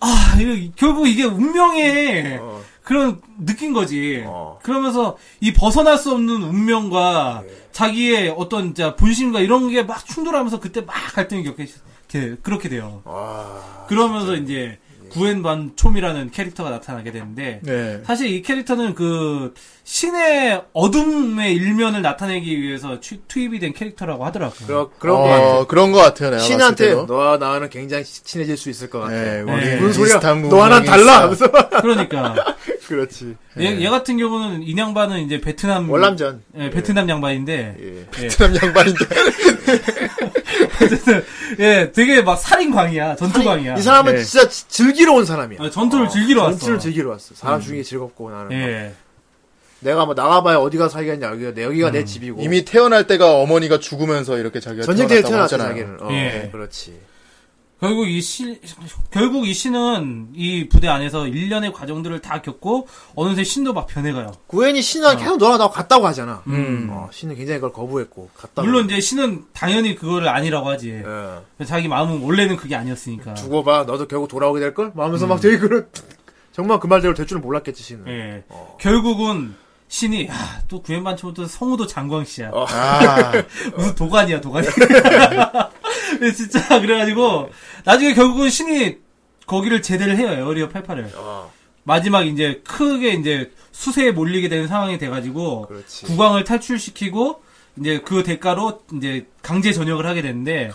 Speaker 2: 아 이거 결국 이게 운명의 그런 느낀 거지.
Speaker 1: 어.
Speaker 2: 그러면서 이 벗어날 수 없는 운명과
Speaker 1: 예.
Speaker 2: 자기의 어떤 자 본심과 이런 게 막 충돌하면서 그때 막 갈등이 겪게 이렇게 그렇게 돼요.
Speaker 1: 아, 예.
Speaker 2: 그러면서 이제 구엔반 촘이라는 캐릭터가 나타나게 되는데
Speaker 3: 예.
Speaker 2: 사실 이 캐릭터는 그 신의 어둠의 일면을 나타내기 위해서 취- 투입이 된 캐릭터라고 하더라고요.
Speaker 1: 그런, 그런 거 같아.
Speaker 3: 어, 그런 거 같아요. 내가
Speaker 1: 신한테
Speaker 3: 봤을 때도.
Speaker 1: 너와 나는 굉장히 친해질 수 있을 것 같아.
Speaker 3: 예,
Speaker 1: 어,
Speaker 3: 우리
Speaker 2: 예.
Speaker 1: 무슨 소리야?
Speaker 3: 비슷한
Speaker 1: 너와 난
Speaker 3: 문명이
Speaker 1: 달라.
Speaker 3: 있어.
Speaker 1: 하면서 [LAUGHS]
Speaker 2: 그러니까
Speaker 1: 그렇지.
Speaker 2: 얘, 얘 같은 경우는 인양반은 이제 베트남
Speaker 1: 네. 월남전.
Speaker 2: 예, 베트남 양반인데
Speaker 1: 예.
Speaker 3: 베트남 양반인데
Speaker 2: 어쨌든 예 되게 막 살인광이야 전투광이야.
Speaker 1: 이 사람은
Speaker 3: 예.
Speaker 1: 진짜 지- 즐기러 온 사람이야.
Speaker 2: 어, 전투를 즐기러 왔어.
Speaker 1: 전투를 즐기러 왔어. 사람 중에 즐겁고 나는.
Speaker 2: 예.
Speaker 1: 내가 뭐 나가봐야 어디 가서 살겠냐. 여기가 내, 여기가
Speaker 2: 음.
Speaker 1: 내 집이고.
Speaker 3: 이미 태어날 때가 어머니가 죽으면서 이렇게 자기가
Speaker 1: 전쟁터에
Speaker 3: 태어났다고
Speaker 1: 태어났죠,
Speaker 3: 했잖아요.
Speaker 1: 자기는. 어,
Speaker 2: 예.
Speaker 1: 그렇지.
Speaker 2: 결국 이 씨, 결국 이 씨는 이 부대 안에서 일련의 과정들을 다 겪고 어느새 신도 막 변해가요.
Speaker 1: 구엔이 신이랑
Speaker 2: 어.
Speaker 1: 계속 너랑 나 갔다고 하잖아. 어, 신은 굉장히 그걸 거부했고, 갔다고.
Speaker 2: 음. 물론 이제 신은 당연히 그거를 아니라고 하지.
Speaker 1: 예.
Speaker 2: 자기 마음은 원래는 그게 아니었으니까.
Speaker 1: 죽어봐. 너도 결국 돌아오게 될걸? 뭐 하면서 막 되게 그런, [LAUGHS] 정말 그 말대로 될 줄은 몰랐겠지, 신은.
Speaker 2: 음. 예.
Speaker 1: 어.
Speaker 2: 결국은 신이 야, 또 구현반초부터 성우도 장광 씨야.
Speaker 1: 어. [LAUGHS]
Speaker 3: 아,
Speaker 2: 무슨 도가니야 도가니. [LAUGHS] 진짜 그래가지고 나중에 결국은 신이 거기를 제대를 해요 에어리어 88을.
Speaker 1: 어.
Speaker 2: 마지막 이제 크게 이제 수세에 몰리게 되는 상황이 돼가지고
Speaker 1: 그렇지.
Speaker 2: 국왕을 탈출시키고 이제 그 대가로 이제 강제 전역을 하게 되는데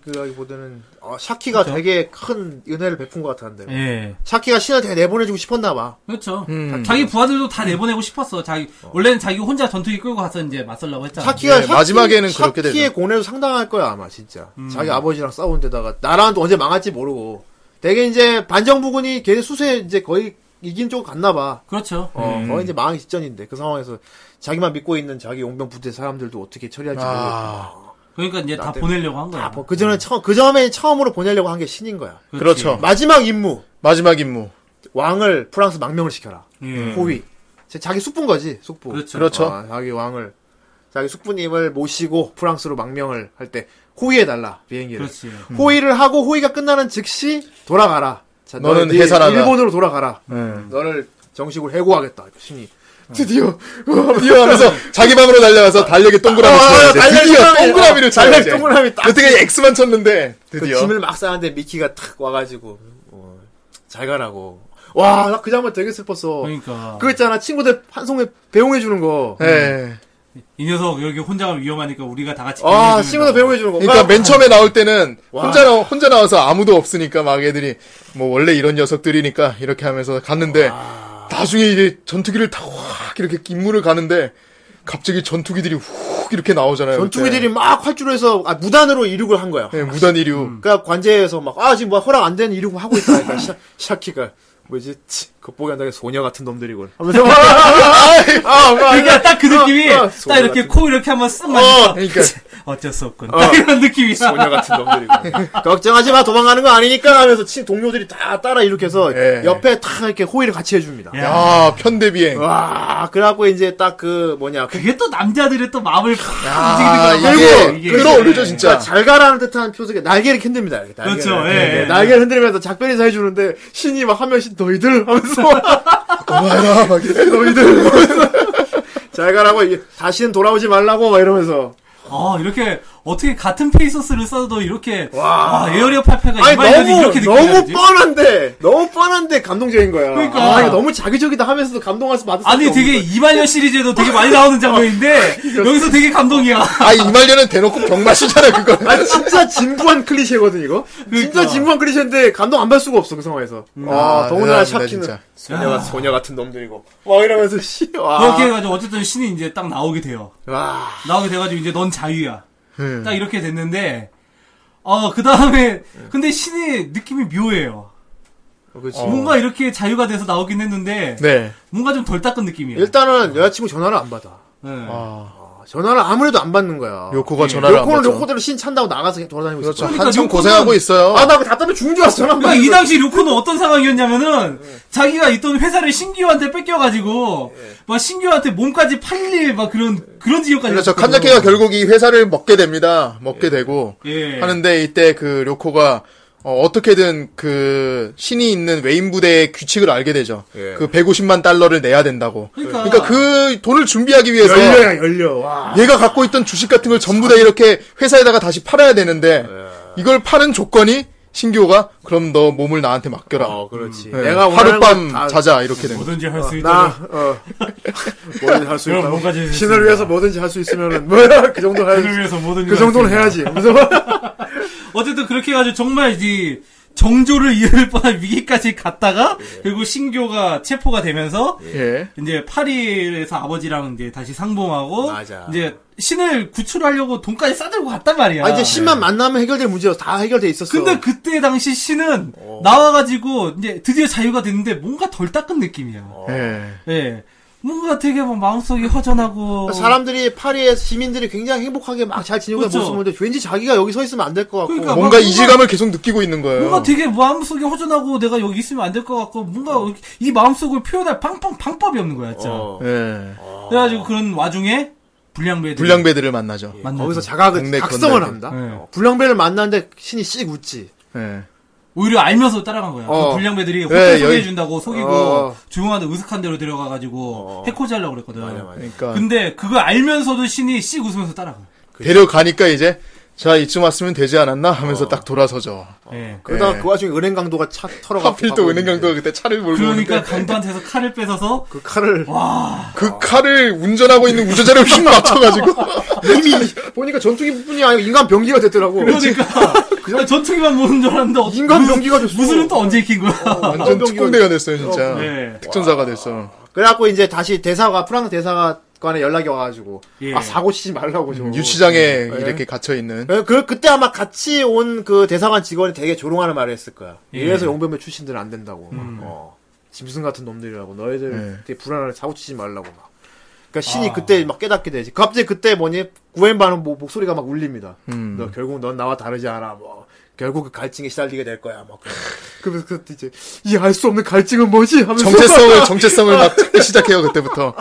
Speaker 1: 관계적이기보다는, 어, 샤키가
Speaker 2: 그렇죠.
Speaker 1: 되게 큰 은혜를 베푼 것 같았는데.
Speaker 2: 예
Speaker 1: 샤키가 신을 되게 내보내주고 싶었나봐.
Speaker 2: 그렇죠
Speaker 3: 음.
Speaker 2: 자기 부하들도 다 내보내고 싶었어 자기 원래는 자기 혼자 전투기 끌고 가서 이제 맞설라고 했잖아
Speaker 1: 샤키가
Speaker 3: 예, 마지막에는 그렇게
Speaker 1: 샤키의
Speaker 3: 되죠. 음.
Speaker 1: 고뇌도 상당할 거야 아마 진짜. 자기 아버지랑 싸운 데다가 나라는 또 언제 망할지 모르고. 되게 이제 반정부군이 걔 수세 이제 거의 이긴 쪽 갔나 봐.
Speaker 2: 그렇죠
Speaker 1: 어,
Speaker 3: 음.
Speaker 1: 거의 이제 망하기 직전인데 그 상황에서 자기만 믿고 있는 자기 용병 부대 사람들도 어떻게 처리할지
Speaker 3: 아.
Speaker 2: 그러니까 이제 다
Speaker 1: 나한테-
Speaker 2: 보내려고 한 거야
Speaker 1: 모르고. 아, 그 전에 처음 그 전에 처음으로 보내려고 한 게 신인 거야.
Speaker 3: 그렇죠.
Speaker 1: 마지막 임무
Speaker 3: 마지막 임무.
Speaker 1: 왕을 프랑스 망명을 시켜라.
Speaker 2: 예.
Speaker 1: 호위. 제- 자기 숙부인 거지 숙부.
Speaker 2: 그렇죠.
Speaker 3: 그렇죠.
Speaker 1: 아, 자기 왕을 자기 숙부님을 모시고 프랑스로 망명을 할 때 호위해 달라 비행기를.
Speaker 2: 그렇지 음.
Speaker 1: 호의를 하고 호의가 끝나는 즉시 돌아가라. 자,
Speaker 3: 너는
Speaker 1: 네
Speaker 3: 해산하라.
Speaker 1: 일본으로 돌아가라.
Speaker 2: 네.
Speaker 3: 음.
Speaker 1: 너를 정식으로 해고하겠다. 신이 드디어
Speaker 3: 드디어 하면서 자기 방으로 달려가서 달력에 동그라미 쳐야 돼.
Speaker 1: 아, 달력에
Speaker 3: 드디어
Speaker 1: 동그라미,
Speaker 3: 동그라미를
Speaker 1: 어,
Speaker 3: 쳐야
Speaker 1: 달력에
Speaker 3: 돼.
Speaker 1: 동그라미 딱.
Speaker 3: 여태까지 X만 쳤는데 드디어.
Speaker 1: [LAUGHS] 그 짐을 막 싸는데 미키가 탁 와가지고 어, 잘 가라고. 와, 나 그 장면 되게 슬펐어.
Speaker 2: 그러니까 네.
Speaker 1: 그거 있잖아. 친구들 한 송에 배웅해 주는 거.
Speaker 3: 예.
Speaker 2: 이 녀석 여기 혼자 가면 위험하니까 우리가 다 같이
Speaker 1: 아,
Speaker 2: 보내주면
Speaker 1: 친구들 배웅해 주는 거.
Speaker 3: 그러니까 맨 처음에 나올 때는
Speaker 1: 와.
Speaker 3: 혼자 나 혼자 나와서 아무도 없으니까 막 애들이 뭐 원래 이런 녀석들이니까 이렇게 하면서 갔는데 나중에 이제 전투기를 다 확 이렇게 임무를 가는데 갑자기 전투기들이 훅 이렇게 나오잖아요.
Speaker 1: 전투기들이 막 활주로에서 아, 무단으로 이륙을 한 거야.
Speaker 3: 그때. 예, 무단 이륙.
Speaker 1: 그러니까 관제에서 막 아 지금 뭐 허락 안 되는 이러고 하고 있다. 그러니까 샤, 샤키가 뭐지 치, 겉보기 한다게 소녀 같은 놈들이군. 하면서 막, 아, 아, 아,
Speaker 2: 그러니까 딱 그 느낌이
Speaker 1: 어, 어,
Speaker 2: 딱 이렇게
Speaker 1: 소녀 같은-
Speaker 2: 코 이렇게 한번 쓱 맞춰
Speaker 3: 그러니까
Speaker 2: [LAUGHS] 어쩔 수 없군 딱 이런 느낌이야
Speaker 1: 소녀 같은 놈들이군. 걱정하지 마 도망가는 거 아니니까 하면서 친 동료들이 다 따라 이륙해서
Speaker 3: 예.
Speaker 1: 옆에 탁 이렇게 호의를 같이 해줍니다.
Speaker 3: 야 편대비행.
Speaker 1: 어. 와 그래갖고 이제 딱 그 뭐냐 그
Speaker 2: 그게 또 남자들의 또 마음을 팍
Speaker 3: 아
Speaker 2: 움직이는 거라고
Speaker 3: 이게 끌어올리죠 진짜.
Speaker 1: 그러니까 잘 가라는 듯한 표정에 날개를 흔듭니다. 이렇게 날개를.
Speaker 2: 그렇죠, 예,
Speaker 1: 네,
Speaker 2: 예.
Speaker 1: 날개를 흔들면서 작별 인사 해주는데 신이 막 한 명씩 너희들 하면서
Speaker 2: [LAUGHS]
Speaker 3: 고마워라 막 이래.
Speaker 1: 너희들 잘 가라고 이게 다시는 돌아오지 말라고 막 이러면서
Speaker 2: 아 이렇게 어떻게 같은 페이소스를 써도 이렇게 와, 에어리어 파페가
Speaker 1: 아니
Speaker 2: 이말까지 이렇게
Speaker 1: 너무 너무
Speaker 2: 느껴지지
Speaker 1: 뻔한데 너무 뻔한데 감동적인 거야.
Speaker 2: 그러니까.
Speaker 1: 아, 이거 너무 자기적이다 하면서도 감동할 수 받을 수
Speaker 2: 아니 되게 이말년 시리즈에도 되게 많이 나오는 장면인데 여기서 되게 감동이야
Speaker 3: 아 이말년은 대놓고 병마시잖아 그거.
Speaker 1: 아 진짜 진부한 클리셰거든 이거.
Speaker 2: 그러니까.
Speaker 1: 진짜 진부한 클리셰인데 감동 안 받을 수가 없어 그 상황에서. 아,
Speaker 3: 아,
Speaker 1: 더군다나
Speaker 3: 대단합니다,
Speaker 1: 샤키는
Speaker 3: 진짜.
Speaker 1: 소녀 소녀 같은 놈들이고 막 이러면서 씨 와.
Speaker 2: 그렇게
Speaker 3: 아.
Speaker 2: 해가지고 어쨌든 아. 뭐 신이 이제 딱 나오게 돼요
Speaker 1: 와.
Speaker 2: 나오게 돼가지고 이제 넌 자유야
Speaker 3: 네.
Speaker 2: 딱 이렇게 됐는데 어그 다음에
Speaker 3: 네.
Speaker 2: 근데 신의 느낌이 묘해요
Speaker 1: 어, 그렇지. 음.
Speaker 2: 뭔가 이렇게 자유가 돼서 나오긴 했는데
Speaker 3: 어. 네.
Speaker 2: 뭔가 좀 덜 닦은 느낌이에요
Speaker 1: 일단은 여자친구 전화를 안 받아.
Speaker 2: 네.
Speaker 3: 아
Speaker 1: 전화를 아무래도 안 받는 거야.
Speaker 2: 예.
Speaker 3: 요코가 전화를 안
Speaker 1: 요코는
Speaker 3: 받죠.
Speaker 1: 요코대로 신 찬다고 나가서 그냥 돌아다니고
Speaker 3: 그렇죠.
Speaker 1: 있어.
Speaker 2: 그러니까
Speaker 3: 한참
Speaker 2: 요코는-
Speaker 3: 고생하고 있어요. 네.
Speaker 1: 아, 나 그거 답답해 죽는 줄 알았어.
Speaker 2: 그러니까 이 당시 루코는 어떤 상황이었냐면은
Speaker 3: 네.
Speaker 2: 자기가 있던 회사를 신규한테 뺏겨가지고 막 신규한테 몸까지 팔릴 막 그런 그런 지역까지
Speaker 3: 그렇죠.
Speaker 2: 갔거든요.
Speaker 3: 칸자키가 결국 이 회사를 먹게 됩니다. 먹게 되고
Speaker 2: 예.
Speaker 3: 하는데 이때 그 료코가 어, 떻게든그 신이 있는 외인 부대의 규칙을 알게 되죠.
Speaker 1: 예.
Speaker 3: 그 150만 달러를 내야 된다고.
Speaker 2: 그러니까.
Speaker 3: 그러니까 그 돈을 준비하기 위해서
Speaker 1: 열려야 열려. 와.
Speaker 3: 얘가 갖고 있던 주식 같은 걸 전부 다 이렇게 회사에다가 다시 팔아야 되는데 이걸 파는 조건이 신규호가 그럼 너 몸을 나한테 맡겨라.
Speaker 1: 어, 그렇지.
Speaker 3: 예.
Speaker 1: 내가 원하는
Speaker 3: 하룻밤
Speaker 1: 건다
Speaker 3: 자자 이렇게 되는.
Speaker 2: 뭐든지 할 수
Speaker 1: 나,
Speaker 2: 있다.
Speaker 1: 어. 뭐든지 할 수
Speaker 2: 그럼
Speaker 1: 있다.
Speaker 2: 뭔가지 할수
Speaker 1: 신을
Speaker 2: 있습니다.
Speaker 1: 위해서 뭐든지 할 수 있으면은, 뭐야, [LAUGHS] 그 정도 해야지.
Speaker 2: 그를 위해서 뭐든지
Speaker 1: 그
Speaker 2: 할수
Speaker 1: 정도는
Speaker 2: 있다.
Speaker 1: 해야지. 무서
Speaker 2: 어쨌든 그렇게 해가지고 정말 이 정조를 [LAUGHS] 잃을 뻔한 위기까지 갔다가
Speaker 1: 예.
Speaker 2: 결국 신교가 체포가 되면서
Speaker 3: 예.
Speaker 2: 이제 파리에서 아버지랑 이제 다시 상봉하고
Speaker 1: 맞아.
Speaker 2: 이제 신을 구출하려고 돈까지 싸들고 갔단 말이야. 네.
Speaker 1: 아, 이제 신만 만나면 해결될 문제였어. 다 해결돼 있었어. 어.
Speaker 2: 근데 그때 당시 신은 나와가지고 이제 드디어 자유가 됐는데 뭔가 덜 닦은 느낌이야.
Speaker 3: 예.
Speaker 2: 예. 뭔가 되게 뭐 마음속이
Speaker 3: 어.
Speaker 2: 허전하고
Speaker 1: 사람들이 파리에 시민들이 굉장히 행복하게 막 잘 지내고 있는
Speaker 2: 그렇죠.
Speaker 1: 모습을 보는데 왠지 자기가 여기 서 있으면 안 될 것 같고
Speaker 2: 그러니까
Speaker 3: 뭔가
Speaker 2: 뭔가-
Speaker 3: 이질감을 계속 느끼고 있는 거예요.
Speaker 1: 어.
Speaker 2: 뭔가 되게 마음속이 허전하고 내가 여기 있으면 안 될 것 같고 뭔가 이 마음속을 표현할 방법, 방법이 없는 거야 진짜
Speaker 1: 어.
Speaker 3: 예.
Speaker 2: 그래가지고 그런 와중에 불량배들
Speaker 3: 불량배들을 만나죠.
Speaker 2: 만나죠.
Speaker 1: 거기서 자각을
Speaker 3: 동네
Speaker 1: 각성을
Speaker 3: 건달들.
Speaker 1: 합니다.
Speaker 2: 네.
Speaker 1: 어, 불량배를 만났는데 신이 씩 웃지.
Speaker 3: 예.
Speaker 2: 오히려 알면서 따라간 거야
Speaker 1: 어.
Speaker 2: 그 불량배들이
Speaker 3: 예,
Speaker 2: 호텔
Speaker 3: 여기-
Speaker 2: 소개해준다고 속이고
Speaker 1: 어.
Speaker 2: 조용한데 으슥한 데로 데려가가지고 해코지 하려고 그랬거든 예.
Speaker 3: 그러니까
Speaker 2: 근데 그걸 알면서도 신이 씩 웃으면서 따라가
Speaker 3: 데려가니까 이제 자 이쯤 왔으면 되지 않았나 하면서 딱 돌아서죠.
Speaker 2: 예.
Speaker 1: 그러다가
Speaker 3: 예.
Speaker 1: 그 와중에 은행 강도가 차 털어가고
Speaker 3: 하필 또 은행 강도가 그때 차를 몰고
Speaker 2: 그러니까
Speaker 3: 오는데
Speaker 2: 강도한테서 칼을 뺏어서
Speaker 1: 그 칼을
Speaker 2: 아,
Speaker 3: 그 칼을 운전하고 있는 운전자를 휙 맞춰가지고
Speaker 1: 이미 보니까 전투기뿐이 아니고 인간 병기가 됐더라고.
Speaker 2: 그러니까 나 [LAUGHS] 전투기만 모는 줄 알았는데 어-
Speaker 1: 인간
Speaker 2: 무슨-
Speaker 1: 병기가 됐어.
Speaker 2: 무술은 또 언제 익힌 거야 [LAUGHS]
Speaker 3: 완전
Speaker 1: 병기가-
Speaker 3: 특공대가 됐어요 진짜.
Speaker 2: 네.
Speaker 3: 특전사가 됐어.
Speaker 1: 그래갖고 이제 다시 대사가 프랑스 대사관에 연락이 와가지고
Speaker 2: 예.
Speaker 1: 아 사고 치지 말라고 좀.
Speaker 3: 유치장에 이렇게 갇혀 있는.
Speaker 1: 예, 그 그때 아마 같이 온 그 대사관 직원이 되게 조롱하는 말을 했을 거야.
Speaker 2: 예. 음.
Speaker 1: 이래서 용병배 출신들은 안 된다고. 막, 어. 짐승 같은 놈들이라고 너희들
Speaker 3: 예.
Speaker 1: 되게 불안하게 사고 치지 말라고 막. 그러니까 신이
Speaker 2: 아.
Speaker 1: 그때 막 깨닫게 되지. 갑자기 그때 뭐니 구엔바는 뭐 목소리가 막 울립니다. 너 결국 넌 나와 다르지 않아. 뭐 결국 그 갈증에 시달리게 될 거야. 막 [LAUGHS] 그러면서 그 이제 이 알 수 없는 갈증은 뭐지? 하면서
Speaker 3: 정체성을 정체성을 막 찾기 시작해요 그때부터.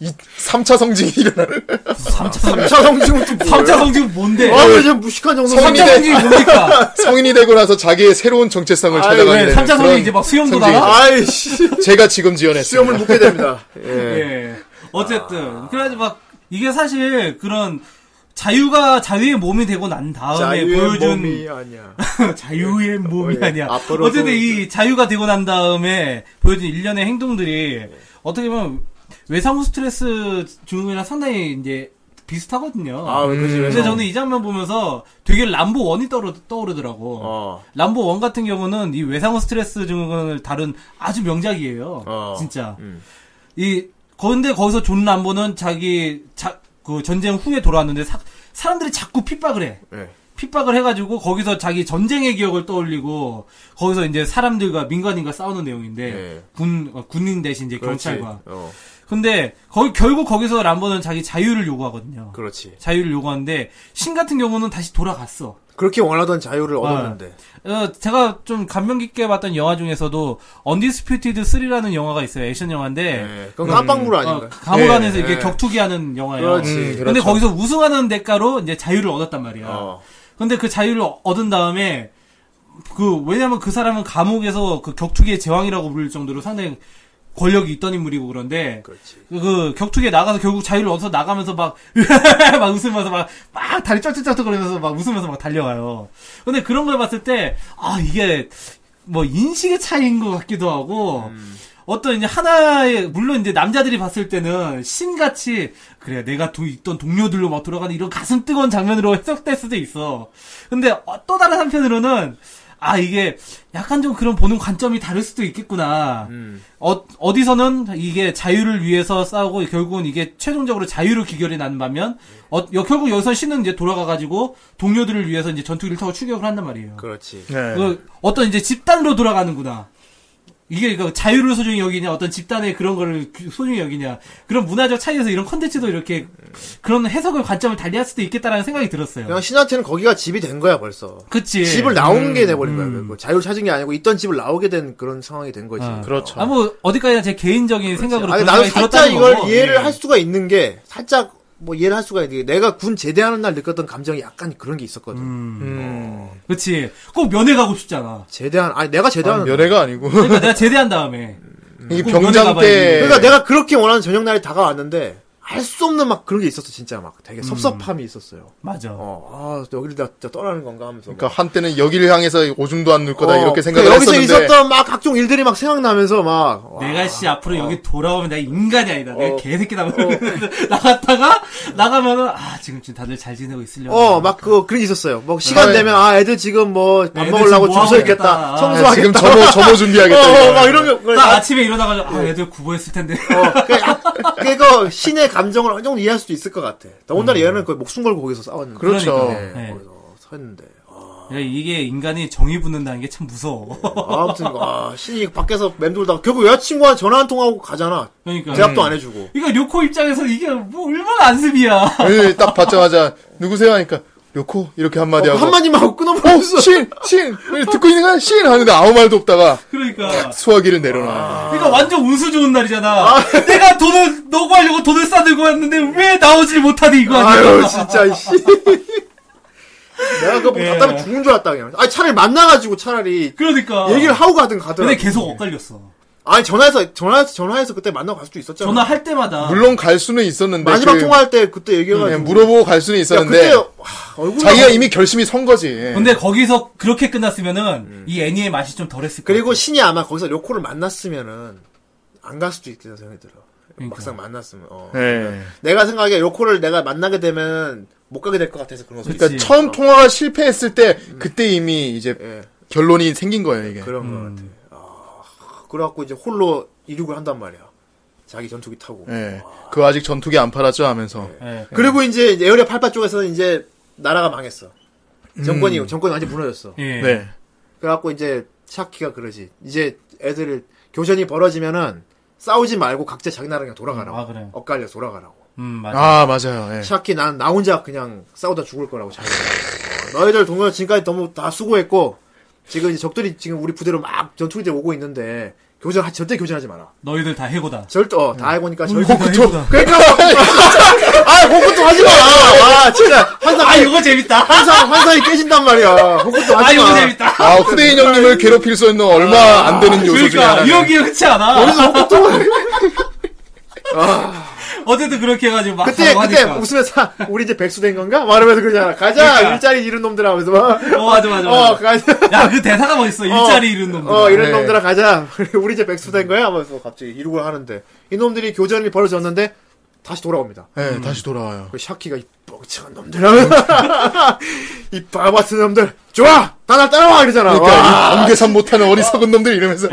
Speaker 3: 이 3차 성징이 일어나는
Speaker 2: 3차
Speaker 1: 3차 성징은 또 뭐야?
Speaker 2: 3차 성지는 뭔데
Speaker 1: 아, 왜 이제 무식한 정도
Speaker 3: 성인-
Speaker 2: 3차 성지
Speaker 3: [LAUGHS]
Speaker 2: 뭡니까
Speaker 3: 성인이 되고 나서 자기의 새로운 정체성을
Speaker 1: 아유,
Speaker 3: 찾아가게
Speaker 2: 네,
Speaker 3: 되는
Speaker 2: 3차 성지
Speaker 3: 그런
Speaker 2: 이제 막 수영도
Speaker 3: 성징이죠.
Speaker 1: [LAUGHS]
Speaker 2: 나가
Speaker 1: 아이씨
Speaker 3: 제가 지금 지원했어요.
Speaker 1: 수염을 묶게 됩니다. 예.
Speaker 2: 예. 어쨌든 그래가지고 막 이게 사실 그런 자유가 자유의 몸이 되고 난 다음에
Speaker 1: 자유의
Speaker 2: 보여준
Speaker 1: 몸이 아니야.
Speaker 2: [LAUGHS] 자유의 몸이
Speaker 1: 예.
Speaker 2: 아니야.
Speaker 1: 앞으로도
Speaker 2: 어쨌든 이 자유가 되고 난 다음에 보여준 일련의 행동들이 어떻게 보면 외상후 스트레스 증후군이랑 상당히 이제 비슷하거든요.
Speaker 1: 아, 그지.
Speaker 2: 근데 저는 이 장면 보면서 되게 람보 원이 떠오르, 떠오르더라고.
Speaker 1: 어.
Speaker 2: 람보 원 같은 경우는 이 외상후 스트레스 증후군을 다룬 아주 명작이에요.
Speaker 1: 어.
Speaker 2: 진짜.
Speaker 1: 음.
Speaker 2: 이 그런데 거기서 존 람보는 자기 자, 그 전쟁 후에 돌아왔는데 사, 사람들이 자꾸 핍박을 해.
Speaker 1: 예.
Speaker 2: 핍박을 해가지고 거기서 자기 전쟁의 기억을 떠올리고 거기서 이제 사람들과 민간인과 싸우는 내용인데
Speaker 1: 예.
Speaker 2: 군 어, 군인 대신 이제
Speaker 1: 그렇지.
Speaker 2: 경찰과
Speaker 1: 어,
Speaker 2: 근데 거기 결국 거기서 람보는 자기 자유를 요구하거든요.
Speaker 1: 그렇지.
Speaker 2: 자유를 요구하는데 신 같은 경우는 다시 돌아갔어.
Speaker 1: 그렇게 원하던 자유를
Speaker 2: 아.
Speaker 1: 얻었는데.
Speaker 2: 어, 제가 좀 감명 깊게 봤던 영화 중에서도 언디스퓨티드 3라는 영화가 있어요. 액션 영화인데
Speaker 1: 예. 그건 깜빵물 아닌가?
Speaker 2: 어, 감옥
Speaker 3: 예,
Speaker 2: 안에서 이렇게
Speaker 1: 예.
Speaker 2: 격투기하는 영화예요.
Speaker 1: 그렇지.
Speaker 3: 음, 그렇죠.
Speaker 2: 근데 거기서 우승하는 대가로 이제 자유를 얻었단 말이야.
Speaker 1: 어.
Speaker 2: 근데 그 자유를 얻은 다음에 그 왜냐면 그 사람은 감옥에서 그 격투기의 제왕이라고 부를 정도로 상당히 권력이 있던 인물이고 그런데
Speaker 1: 그렇지.
Speaker 2: 그, 그 격투기에 나가서 결국 자유를 얻어서 나가면서 막, [LAUGHS] 막 웃으면서 막, 막 다리 쩔쩔쩔쩔 거리면서 막 웃으면서 막 달려가요. 근데 그런 걸 봤을 때, 아, 이게, 뭐, 인식의 차이인 것 같기도 하고, 어떤 이제 하나의, 물론 이제 남자들이 봤을 때는 신같이, 그래, 내가 도, 있던 동료들로 막 돌아가는 이런 가슴 뜨거운 장면으로 [LAUGHS] 해석될 수도 있어. 근데 어, 또 다른 한편으로는, 아, 이게, 약간 좀 그런 보는 관점이 다를 수도 있겠구나. 어, 어디서는 이게 자유를 위해서 싸우고 결국은 이게 최종적으로 자유로 귀결이 난 반면 어, 여- 결국 여기서 신은 이제 돌아가가지고 동료들을 위해서 이제 전투기를 타고 추격을 한단 말이에요.
Speaker 1: 그렇지.
Speaker 3: 네.
Speaker 2: 그 어떤 이제 집단으로 돌아가는구나. 이게 그러니까 자유를 소중히 여기냐 어떤 집단의 그런 거를 귀- 소중히 여기냐 그런 문화적 차이에서 이런 컨텐츠도 이렇게 그런 해석을 관점을 달리할 수도 있겠다라는 생각이 들었어요.
Speaker 1: 그냥 신한테는 거기가 집이 된 거야, 벌써.
Speaker 2: 그치.
Speaker 1: 집을 나온
Speaker 2: 음.
Speaker 1: 게 돼버린 거야. 그거. 자유를 찾은 게 아니고 있던 집을 나오게 된 그런 상황이 된 거지.
Speaker 2: 아,
Speaker 3: 그렇죠.
Speaker 2: 아, 뭐, 어디까지나 제 개인적인 생각으로.
Speaker 1: 아니,
Speaker 2: 그런
Speaker 1: 나는
Speaker 2: 생각이
Speaker 1: 살짝
Speaker 2: 들었다는
Speaker 1: 이걸
Speaker 2: 거고.
Speaker 1: 이해를
Speaker 2: 예.
Speaker 1: 할 수가 있는 게, 살짝, 뭐, 이해를 할 수가 있는 게, 내가 군 제대하는 날 느꼈던 감정이 약간 그런 게 있었거든.
Speaker 3: 음.
Speaker 2: 그치. 꼭 면회 가고 싶잖아.
Speaker 1: 제대한, 아니, 내가 제대하는. 날.
Speaker 3: 연애가 아니고
Speaker 1: 음,
Speaker 2: 그러니까 내가 제대한 다음에.
Speaker 3: 이
Speaker 2: 꼭
Speaker 3: 병장
Speaker 2: 연애가
Speaker 3: 때
Speaker 1: 그러니까 내가 그렇게 원하는 저녁 날이 다가왔는데, 알 수 없는 막 그런 게 있었어, 진짜 막.
Speaker 2: 음.
Speaker 1: 되게 섭섭함이 있었어요.
Speaker 2: 맞아.
Speaker 1: 어, 아, 여기를 내가 진짜 떠나는 건가 하면서. 막.
Speaker 3: 그러니까 한때는 여기를 향해서 오줌도 안 눌 거다
Speaker 1: 어,
Speaker 3: 이렇게 생각을
Speaker 1: 여기서
Speaker 3: 했었는데
Speaker 1: 있었던 막 각종 일들이 막 생각나면서 막 와,
Speaker 2: 내가 씨 앞으로
Speaker 1: 어.
Speaker 2: 여기 돌아오면 내가 인간이 아니다. 내가 개새끼다. [LAUGHS] 나갔다가 나가면은 아 지금 지금 다들 잘 지내고 있으려고.
Speaker 1: 어, 막 그, 그런 게 있었어요. 뭐, 시간
Speaker 3: 네.
Speaker 1: 되면, 아, 애들 지금 뭐, 밥
Speaker 2: 애들
Speaker 1: 먹으려고 줄
Speaker 2: 지금 뭐하고
Speaker 1: 서 있겠다.
Speaker 2: 있겠다.
Speaker 3: 네,
Speaker 1: 청소하겠다.
Speaker 3: 지금 점호 점호 준비하겠다.
Speaker 1: 어,
Speaker 3: 이거.
Speaker 1: 어, 막 이러면, 그,
Speaker 2: 나
Speaker 1: 아,
Speaker 2: 애초에 일어나가지고 아 애들 구보했을 텐데.
Speaker 1: 어, 그, 약- 그거, 신의 감정을 어느 정도 그 이해할 수도 있을 것 같아. 더군다나 얘는 거의 목숨 걸고 거기서 싸웠는데.
Speaker 3: 그렇죠.
Speaker 2: 음. 네.
Speaker 1: 거기서 서 있는데. 아,
Speaker 2: [LAUGHS] 야, 이게 인간이 정이 붙는다는 게 참 무서워. [LAUGHS]
Speaker 1: 아무튼 와 신이 밖에서 맴돌다가 결국 여자친구한 전화 한 통하고 가잖아.
Speaker 2: 그러니까.
Speaker 1: 대답도
Speaker 3: 음.
Speaker 1: 안 해주고.
Speaker 2: 그러니까 료코 입장에서 이게 뭐 얼마나 안습이야. [LAUGHS]
Speaker 3: 아니, 네, 딱 받자마자 누구세요 하니까 요코 이렇게 한마디
Speaker 1: 어,
Speaker 3: 하고
Speaker 1: 한마디만 하고
Speaker 3: 어,
Speaker 1: 끊어버렸어.
Speaker 3: 신! 신! 듣고 있는 거야? 신! 하는데 아무 말도 없다가
Speaker 2: 그러니까.
Speaker 3: 수화기를 내려놔.
Speaker 1: 아.
Speaker 2: 그러니까 완전 운수 좋은 날이잖아. [LAUGHS] 내가 돈을 너구 하려고 돈을 싸들고 왔는데 왜 나오질 못하니 이거 아니야. [LAUGHS]
Speaker 1: 아유 진짜 이씨. 내가 그거 보고
Speaker 2: 예.
Speaker 1: 답답해 죽은 줄 알았다 그냥. 아니 차라리 만나가지고 차라리
Speaker 2: 그러니까.
Speaker 1: 얘기를 하고 가든
Speaker 2: 근데
Speaker 1: 가든.
Speaker 2: 계속 엇갈렸어.
Speaker 1: 아니 전화해서 전화해서 전화해서 그때 만나고 갈 수도 있었잖아.
Speaker 2: 전화할 때마다.
Speaker 3: 물론 갈 수는 있었는데
Speaker 1: 마지막
Speaker 3: 그-
Speaker 1: 통화할 때 그때
Speaker 3: 그냥
Speaker 1: 얘기해가지고.
Speaker 3: 물어보고 갈 수는
Speaker 1: 야,
Speaker 3: 있었는데
Speaker 1: 그때 그- 와, 얼굴
Speaker 3: 자기가 이미 결심이 선 거지.
Speaker 2: 근데 거기서 그렇게 끝났으면은 이 애니의 맛이 좀 덜했을
Speaker 1: 음.
Speaker 2: 거야.
Speaker 1: 그리고 신이 아마 거기서 요코를 만났으면은 안 갈 수도 있겠다 생각이 들어.
Speaker 2: 그러니까.
Speaker 1: 막상 만났으면. 어.
Speaker 3: 예.
Speaker 1: 내가 생각에 요코를 내가 만나게 되면 못 가게 될 것 같아서 그런 거지.
Speaker 3: 그러니까 처음 통화가 실패했을 때
Speaker 2: 음.
Speaker 3: 그때 이미 이제
Speaker 1: 예,
Speaker 3: 결론이 생긴 거예요 이게.
Speaker 1: 그런
Speaker 2: 음.
Speaker 1: 것 같아. 아, 그래갖고 이제 홀로 이륙을 한단 말이야. 자기 전투기 타고.
Speaker 3: 예. 그거 아직 전투기 안 팔았죠 하면서.
Speaker 2: 예.
Speaker 1: 네. 그리고 이제 에어리아 팔파 쪽에서는 이제 나라가 망했어.
Speaker 2: 음.
Speaker 1: 정권이 정권이 완전 무너졌어.
Speaker 2: 예.
Speaker 3: 네.
Speaker 1: 그래갖고 이제 샤키가 그러지. 이제 애들을 교전이 벌어지면은 싸우지 말고 각자 자기 나라 그냥 돌아가라고.
Speaker 2: 아, 네. 그래.
Speaker 1: 엇갈려 서 돌아가라고.
Speaker 2: 음, 맞아.
Speaker 3: 아 맞아요. 예.
Speaker 1: 샤키 난 나 혼자 그냥 싸우다 죽을 거라고 자기. 너희들 동료 지금까지 너무 다 수고했고 지금 이제 적들이 지금 우리 부대로 막 전투기들 오고 있는데 교전 하- 절대 교전하지 마라.
Speaker 2: 너희들 다 해고다.
Speaker 1: 절대
Speaker 2: 음.
Speaker 1: 어다 해보니까 절대.
Speaker 2: 너희들 다 해고다.
Speaker 1: 그러니까 아 호구도 하지 마. 아 진짜 환상
Speaker 2: 아, 이거 재밌다.
Speaker 1: 환상 환상이 깨진단 말이야. 호구도
Speaker 2: 아,
Speaker 1: 하지 마.
Speaker 2: 이거 재밌다.
Speaker 3: 아 후대인 형님을 괴롭힐 수 있는 얼마 안 되는 요소 중에
Speaker 2: 아, 그러니까
Speaker 3: 하나.
Speaker 2: 이런 게 흔치 않아. [LAUGHS] 아. 어쨌든 그렇게 해가지고 막
Speaker 1: 그때
Speaker 2: 하고
Speaker 1: 그때
Speaker 2: 하니까.
Speaker 1: 웃으면서 하, 우리 이제 백수 된 건가? 말하면서 그러잖아. 가자
Speaker 2: 그러니까.
Speaker 1: 일자리 잃은 놈들 하면서 막.
Speaker 2: 어 맞아 맞아. 그러니까.
Speaker 1: 어
Speaker 2: 맞아.
Speaker 1: 가자.
Speaker 2: 야 그 대사가 멋있어. 일자리 잃은 놈들.
Speaker 1: 어, 이런
Speaker 3: 네.
Speaker 1: 놈들아 가자. [LAUGHS] 우리 이제 백수 된 거야? 하면서 갑자기 이러고 하는데 이놈들이 교전이 벌어졌는데 다시 돌아옵니다.
Speaker 3: 예.
Speaker 2: 음.
Speaker 3: 다시 돌아와요.
Speaker 1: 그 샤키가 이 뻥치한 놈들 [LAUGHS] 하면서 이 바보같은 놈들 좋아! 다나 따라와! 이러잖아.
Speaker 3: 그러니까
Speaker 1: 와,
Speaker 3: 이 관계산 못하는 어리석은 놈들
Speaker 2: 예.
Speaker 3: 이러면서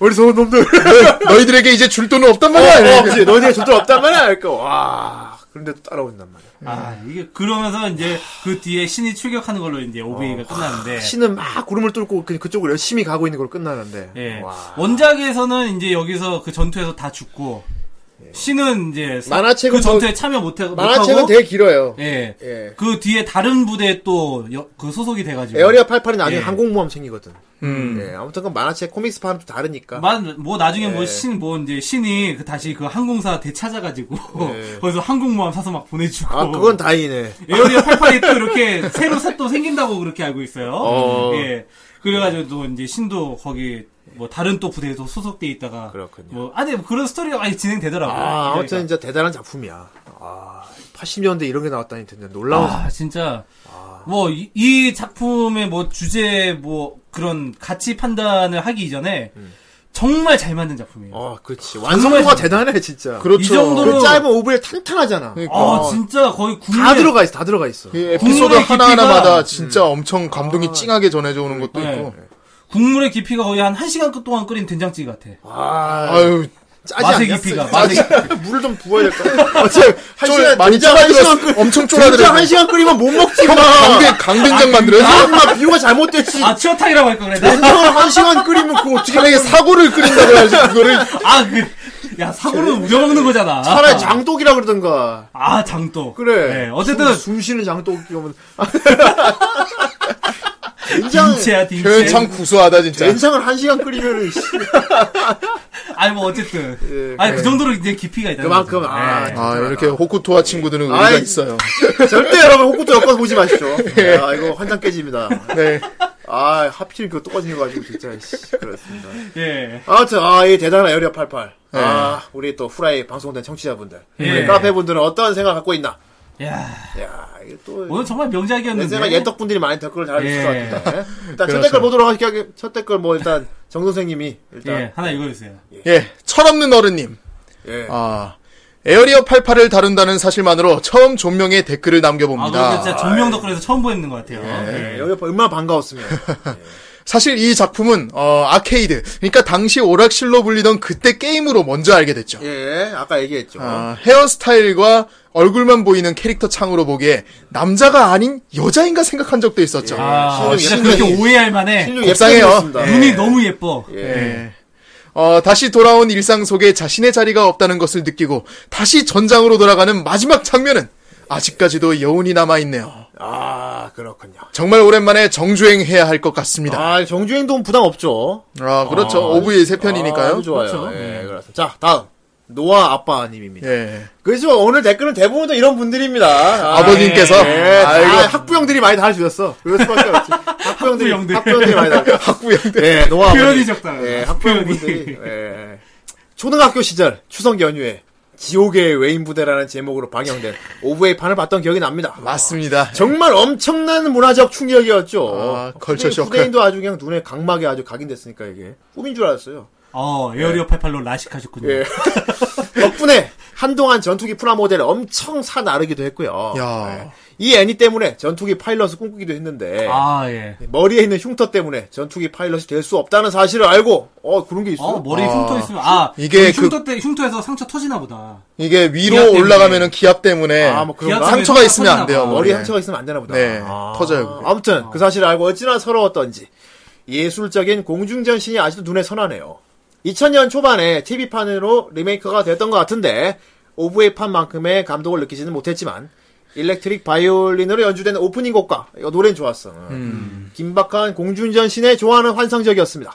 Speaker 1: 우리 서운 놈들. [LAUGHS]
Speaker 3: 너희들에게 이제 줄 돈은 없단 말이야.
Speaker 1: 어,
Speaker 3: 이러니까.
Speaker 1: 그치. 너희들 존재 없단 말이야. 그러니까 와. 그런데 또 따라온단 말이야.
Speaker 2: 아 이게 그러면서 이제 그 뒤에 신이 출격하는 걸로 이제 오브이가 끝나는데.
Speaker 1: 어, 신은 막 구름을 뚫고 그- 그쪽으로 열심히 가고 있는 걸로 끝나는데.
Speaker 2: 예.
Speaker 1: 와.
Speaker 2: 원작에서는 이제 여기서 그 전투에서 다 죽고 신은 이제 사-
Speaker 1: 예. 만화책은
Speaker 2: 그 전투에 참여 못해
Speaker 1: 만화책은
Speaker 2: 못하고
Speaker 1: 되게 길어요.
Speaker 2: 예.
Speaker 1: 예.
Speaker 2: 그 뒤에 다른 부대에 또 그 소속이 돼가지고
Speaker 1: 음. 에어리아 88이 나중에
Speaker 2: 예.
Speaker 1: 항공모함생이거든. 예, 아무튼 그 만화책 코믹스판은 또 다르니까. 예.
Speaker 2: 만, 뭐 나중에 뭐 신 뭐 이제 신이 그 다시 그 항공사 되찾아가지고 [LAUGHS] 거기서 항공모함 사서 막 보내주고
Speaker 1: 예. 아, 그건 다행이네.
Speaker 2: 에어리어 88이 또 이렇게 새로 사- 또 생긴다고 그렇게 알고 있어요. 예. 그래가지고 또 이제 신도 거기 뭐 다른 또 부대에도 소속돼 있다가
Speaker 1: 그렇군요.
Speaker 2: 뭐 아니 뭐 그런 스토리가 많이 진행되더라고요.
Speaker 1: 아, 아무튼
Speaker 2: 그러니까.
Speaker 1: 진짜 대단한 작품이야. 아, 80년대 이런 게 나왔다니 진짜 놀라운.
Speaker 2: 아 진짜 뭐 이 작품의 뭐 주제 뭐 그런 가치 판단을 하기 이전에 정말 잘 만든 작품이에요.
Speaker 1: 음. 어, 그렇지. 완성도가
Speaker 2: 정말
Speaker 1: 대단해 진짜. 그
Speaker 3: 그렇죠.
Speaker 2: 이 정도로
Speaker 1: 짧은 오브에 탄탄하잖아.
Speaker 3: 그러니까.
Speaker 2: 아 진짜 거의 국내
Speaker 1: 다 들어가 있어. 다 들어가 있어.
Speaker 3: 이 에피소드
Speaker 2: 국물의
Speaker 3: 하나하나마다
Speaker 2: 깊이가- 아.
Speaker 3: 진짜 엄청 감동이 찡하게 전해져 오는 것도
Speaker 2: 네.
Speaker 3: 있고.
Speaker 2: 국물의 깊이가 거의 한 1시간 동안 끓인 된장찌개 같아.
Speaker 1: 아,
Speaker 3: 아유,
Speaker 1: 짜지
Speaker 2: 맛의
Speaker 1: 않겠어?
Speaker 2: 깊이가,
Speaker 1: 짜지 물을 좀 부어야 될 것 같아. 어째 한
Speaker 3: 쫄-
Speaker 1: 시간
Speaker 3: 많이
Speaker 1: 된장 한 시간
Speaker 3: 쫄아들었어.
Speaker 1: 끓
Speaker 3: 엄청
Speaker 1: 된장 한
Speaker 3: 쫄아들었어.
Speaker 1: 시간 끓이면 못 먹지 마.
Speaker 3: 강된 강된장 만들어요.
Speaker 1: 아, 엄마 비유가 잘못됐지.
Speaker 2: 아 치어탕이라고 할 걸 그랬나?
Speaker 1: 된장을 한 시간 끓이면 그거 어떻게
Speaker 3: 차라리 사고를 끓인다고 해야지 그거를
Speaker 1: [LAUGHS]
Speaker 2: 아, 그, 야, 사고를 우려먹는 거잖아.
Speaker 1: 차라리 장독이라 그러던가.
Speaker 2: 아, 장독.
Speaker 1: 그래.
Speaker 2: 네, 어쨌든,
Speaker 1: 숨, 숨 쉬는 장독이 오면 된장
Speaker 2: 딘체야, 딘체.
Speaker 3: 표현 참 구수하다 진짜.
Speaker 1: 된장을 한 시간 끓이면
Speaker 2: 아니, 뭐, 어쨌든.
Speaker 1: 예,
Speaker 2: 아니, 그 정도로 이제 깊이가 있다.
Speaker 1: 그만큼 아,
Speaker 3: 아 이렇게 호쿠토와 친구들은 의미가
Speaker 1: 아이.
Speaker 3: 있어요.
Speaker 1: 절대 여러분 호구도 엮어서 보지 마시죠.
Speaker 3: [LAUGHS]
Speaker 1: 아 이거 환장 깨집니다.
Speaker 3: 네.
Speaker 1: 아 하필 그거 똑같이 해가지고 진짜 씨, 그렇습니다.
Speaker 2: 예.
Speaker 1: 아무튼 아이 대단한 에어리어 88.
Speaker 3: 네.
Speaker 1: 아 우리 또 후라이 방송된 청취자분들,
Speaker 2: 예.
Speaker 1: 우리 카페 분들은 어떤 생각 갖고 있나?
Speaker 2: 야
Speaker 1: 야 이게 또
Speaker 2: 오늘 정말
Speaker 1: 내
Speaker 2: 명작이었는데.
Speaker 1: 생각 옛덕분들이 많이 댓글을 달아주실
Speaker 2: 뭐 예.
Speaker 1: 것 같은데 네? 일단 첫
Speaker 3: 그렇죠.
Speaker 1: 댓글 보도록 할게요 첫 댓글 뭐 일단 정 선생님이 일단
Speaker 2: 예, 하나 읽어주세요.
Speaker 3: 예. 철없는 어른님.
Speaker 1: 예.
Speaker 3: 아 에어리어 88을 다룬다는 사실만으로 처음 존명의 댓글을
Speaker 2: 아,
Speaker 3: 남겨봅니다.
Speaker 1: 네,
Speaker 2: 예. 그래서 진짜 조명 덕분에서 처음 보이는 것 같아요.
Speaker 3: [LAUGHS]
Speaker 1: 예, 여기 얼마나 반가웠으면.
Speaker 3: 사실 이 작품은 어, 아케이드 그러니까 당시 오락실로 불리던 그때 게임으로 먼저 알게 됐죠.
Speaker 1: 예, 아까 얘기했죠.
Speaker 2: 어?
Speaker 3: 아, 헤어스타일과 얼굴만 보이는 캐릭터 창으로 보기에 남자가 아닌 여자인가 생각한 적도 있었죠.
Speaker 2: 아,
Speaker 1: 신우
Speaker 2: 진짜
Speaker 1: 예쁘네.
Speaker 2: 그렇게 오해할 만해.
Speaker 1: 실력
Speaker 3: 곱상해요.
Speaker 1: 예쁘습니다.
Speaker 2: 눈이 너무 예뻐.
Speaker 3: 예. 어, 다시 돌아온 일상 속에 자신의 자리가 없다는 것을 느끼고 다시 전장으로 돌아가는 마지막 장면은 아직까지도 여운이 남아있네요.
Speaker 1: 아, 그렇군요.
Speaker 3: 정말 오랜만에 정주행해야 할 것 같습니다.
Speaker 1: 아, 정주행동 부담 없죠.
Speaker 3: 아, 그렇죠.
Speaker 1: 아,
Speaker 3: OVA 세
Speaker 1: 아주
Speaker 3: 편이니까요.
Speaker 1: 좋아요.
Speaker 2: 그렇죠.
Speaker 1: 예, 그렇습니다. 자, 다음. 노아 아빠님입니다.
Speaker 3: 예.
Speaker 1: 그렇죠. 오늘 댓글은 대부분 다 이런 분들입니다. 아,
Speaker 3: 아버님께서
Speaker 1: 예, 다
Speaker 3: 아이고.
Speaker 1: 학부형들이 많이 달아주셨어. 그럴 수밖에 없지. 학부형들이,
Speaker 2: 학부형들.
Speaker 1: 학부형들이 많이 달아주셨어.
Speaker 3: 학부형들.
Speaker 1: 예, 노아
Speaker 2: 표현이
Speaker 1: 아버님.
Speaker 2: 적당하다.
Speaker 1: 예, 학부형분들이. 예. 초등학교 시절 추석 연휴에 지옥의 외인 부대라는 제목으로 방영된 오브웨이판을 봤던 기억이 납니다.
Speaker 3: 맞습니다.
Speaker 1: 정말 엄청난 문화적 충격이었죠.
Speaker 3: 아, 컬처 쇼크.
Speaker 1: 후대인도 아주 그냥 눈에 각막이 아주 각인됐으니까 이게 꿈인 줄 알았어요.
Speaker 2: 어, 에어리어 88로 라식하셨군요.
Speaker 1: 예. [LAUGHS] 덕분에 한동안 전투기 프라모델을 엄청 사 나르기도 했고요.
Speaker 3: 야.
Speaker 1: 예. 이 애니 때문에 전투기 파일럿을 꿈꾸기도 했는데
Speaker 2: 아, 예.
Speaker 1: 머리에 있는 흉터 때문에 전투기 파일럿이 될 수 없다는 사실을 알고 어 그런 게 있어요.
Speaker 2: 어, 머리
Speaker 3: 아,
Speaker 2: 흉터 있으면, 아,
Speaker 3: 이게
Speaker 2: 이게
Speaker 1: 그
Speaker 2: 흉터 때, 흉터에서 상처 터지나 보다.
Speaker 3: 이게
Speaker 2: 기압
Speaker 3: 위로
Speaker 2: 때문에.
Speaker 3: 올라가면은 기압 때문에
Speaker 1: 아, 뭐 그런가?
Speaker 2: 기압 때문에
Speaker 3: 상처가 있으면 안
Speaker 2: 터지나
Speaker 3: 돼요.
Speaker 2: 봐.
Speaker 1: 머리
Speaker 3: 머리에.
Speaker 1: 상처가 있으면 안 되나 보다.
Speaker 3: 네,
Speaker 1: 아.
Speaker 3: 터져요, 그게.
Speaker 1: 아무튼 그 사실을 알고 어찌나 서러웠던지 예술적인 공중전 신이 아직도 눈에 선하네요. 2000년 초반에 TV판으로 리메이크가 됐던 것 같은데 오브웨이판만큼의 감동을 느끼지는 못했지만 일렉트릭 바이올린으로 연주된 오프닝 곡과 이거 노래는 좋았어. 음.
Speaker 2: 음.
Speaker 1: 긴박한 공중전 신의 좋아하는 환상적이었습니다.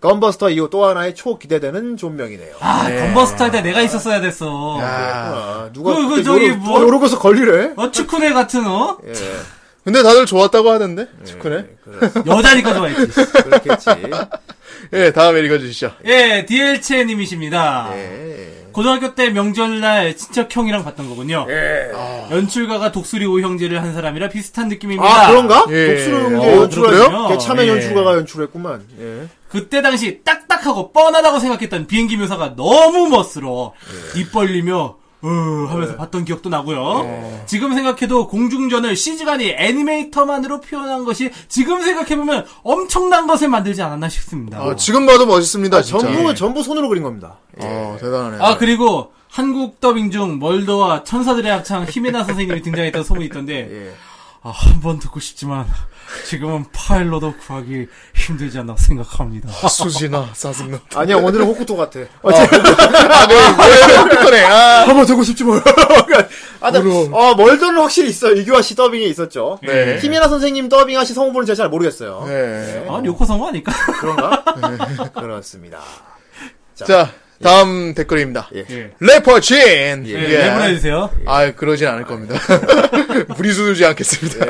Speaker 1: 건버스터 이후 또 하나의 초 기대되는 존명이네요.
Speaker 2: 아, 건버스터 할 때 내가 있었어야 됐어.
Speaker 1: 아, 누가
Speaker 2: 그, 그,
Speaker 1: 그때
Speaker 2: 저기
Speaker 1: 요러-
Speaker 2: 뭐-
Speaker 1: 어, 요러고서 걸리래?
Speaker 2: 어, 축구네 같은, 어?
Speaker 1: 예,
Speaker 3: 근데 다들 좋았다고 하던데. 축구네.
Speaker 2: 여자니까 좋아했지.
Speaker 1: [LAUGHS] 그렇겠지.
Speaker 3: 예, 다음에 읽어 주시죠.
Speaker 2: 예, DL체님이십니다.
Speaker 1: 예.
Speaker 2: 고등학교 때 명절날 친척 형이랑 봤던 거군요.
Speaker 1: 예.
Speaker 2: 연출가가 독수리 오형제를 한 사람이라 비슷한 느낌입니다.
Speaker 1: 아, 그런가?
Speaker 3: 예.
Speaker 1: 독수리
Speaker 3: 어,
Speaker 1: 어, 연출하요?
Speaker 2: 그렇군요.
Speaker 1: 걔 참여
Speaker 2: 예.
Speaker 1: 연출가가 연출했구만. 예.
Speaker 2: 그때 당시 딱딱하고 뻔하다고 생각했던 비행기 묘사가 너무 멋스러워 입 벌리며 으 하면서 봤던 기억도 나고요. 지금 생각해도 공중전을 CG간이 애니메이터만으로 표현한 것이 지금 생각해보면 엄청난 것을 만들지 않았나 싶습니다.
Speaker 3: 아, 지금 봐도 멋있습니다, 진짜. 예.
Speaker 1: 전부 전부 손으로 그린 겁니다.
Speaker 3: 어, 대단하네요.
Speaker 2: 아 그리고 한국 더빙 중 멀더와 천사들의 합창 히메나 선생님이 등장했던 소문이 있던데 아 한 번 듣고 싶지만 지금은 파일로도 구하기 힘들지 않나 생각합니다.
Speaker 3: 수지나 사슴나.
Speaker 1: 아니야, 오늘은 호쿠토 같아.
Speaker 2: 어.
Speaker 3: 아, 네. 뭐예요? 그거네. 아.
Speaker 1: 한번 되고 싶지 뭐. 아, 나, 어, 멀더는 확실히 있어요. 이규화 씨 더빙이 있었죠.
Speaker 3: 네.
Speaker 1: 히메나 선생님 더빙하신 성우분은 제가 잘 모르겠어요.
Speaker 3: 네.
Speaker 2: 아 요코 성우 아닐까?
Speaker 1: 그런가? 그렇습니다.
Speaker 3: 자, 다음 댓글입니다.
Speaker 2: 예.
Speaker 3: 레퍼친! 예.
Speaker 2: 네, 랩을 해주세요.
Speaker 3: 아, 그러진 않을 [LAUGHS] 겁니다. 무리수들지 않겠습니다.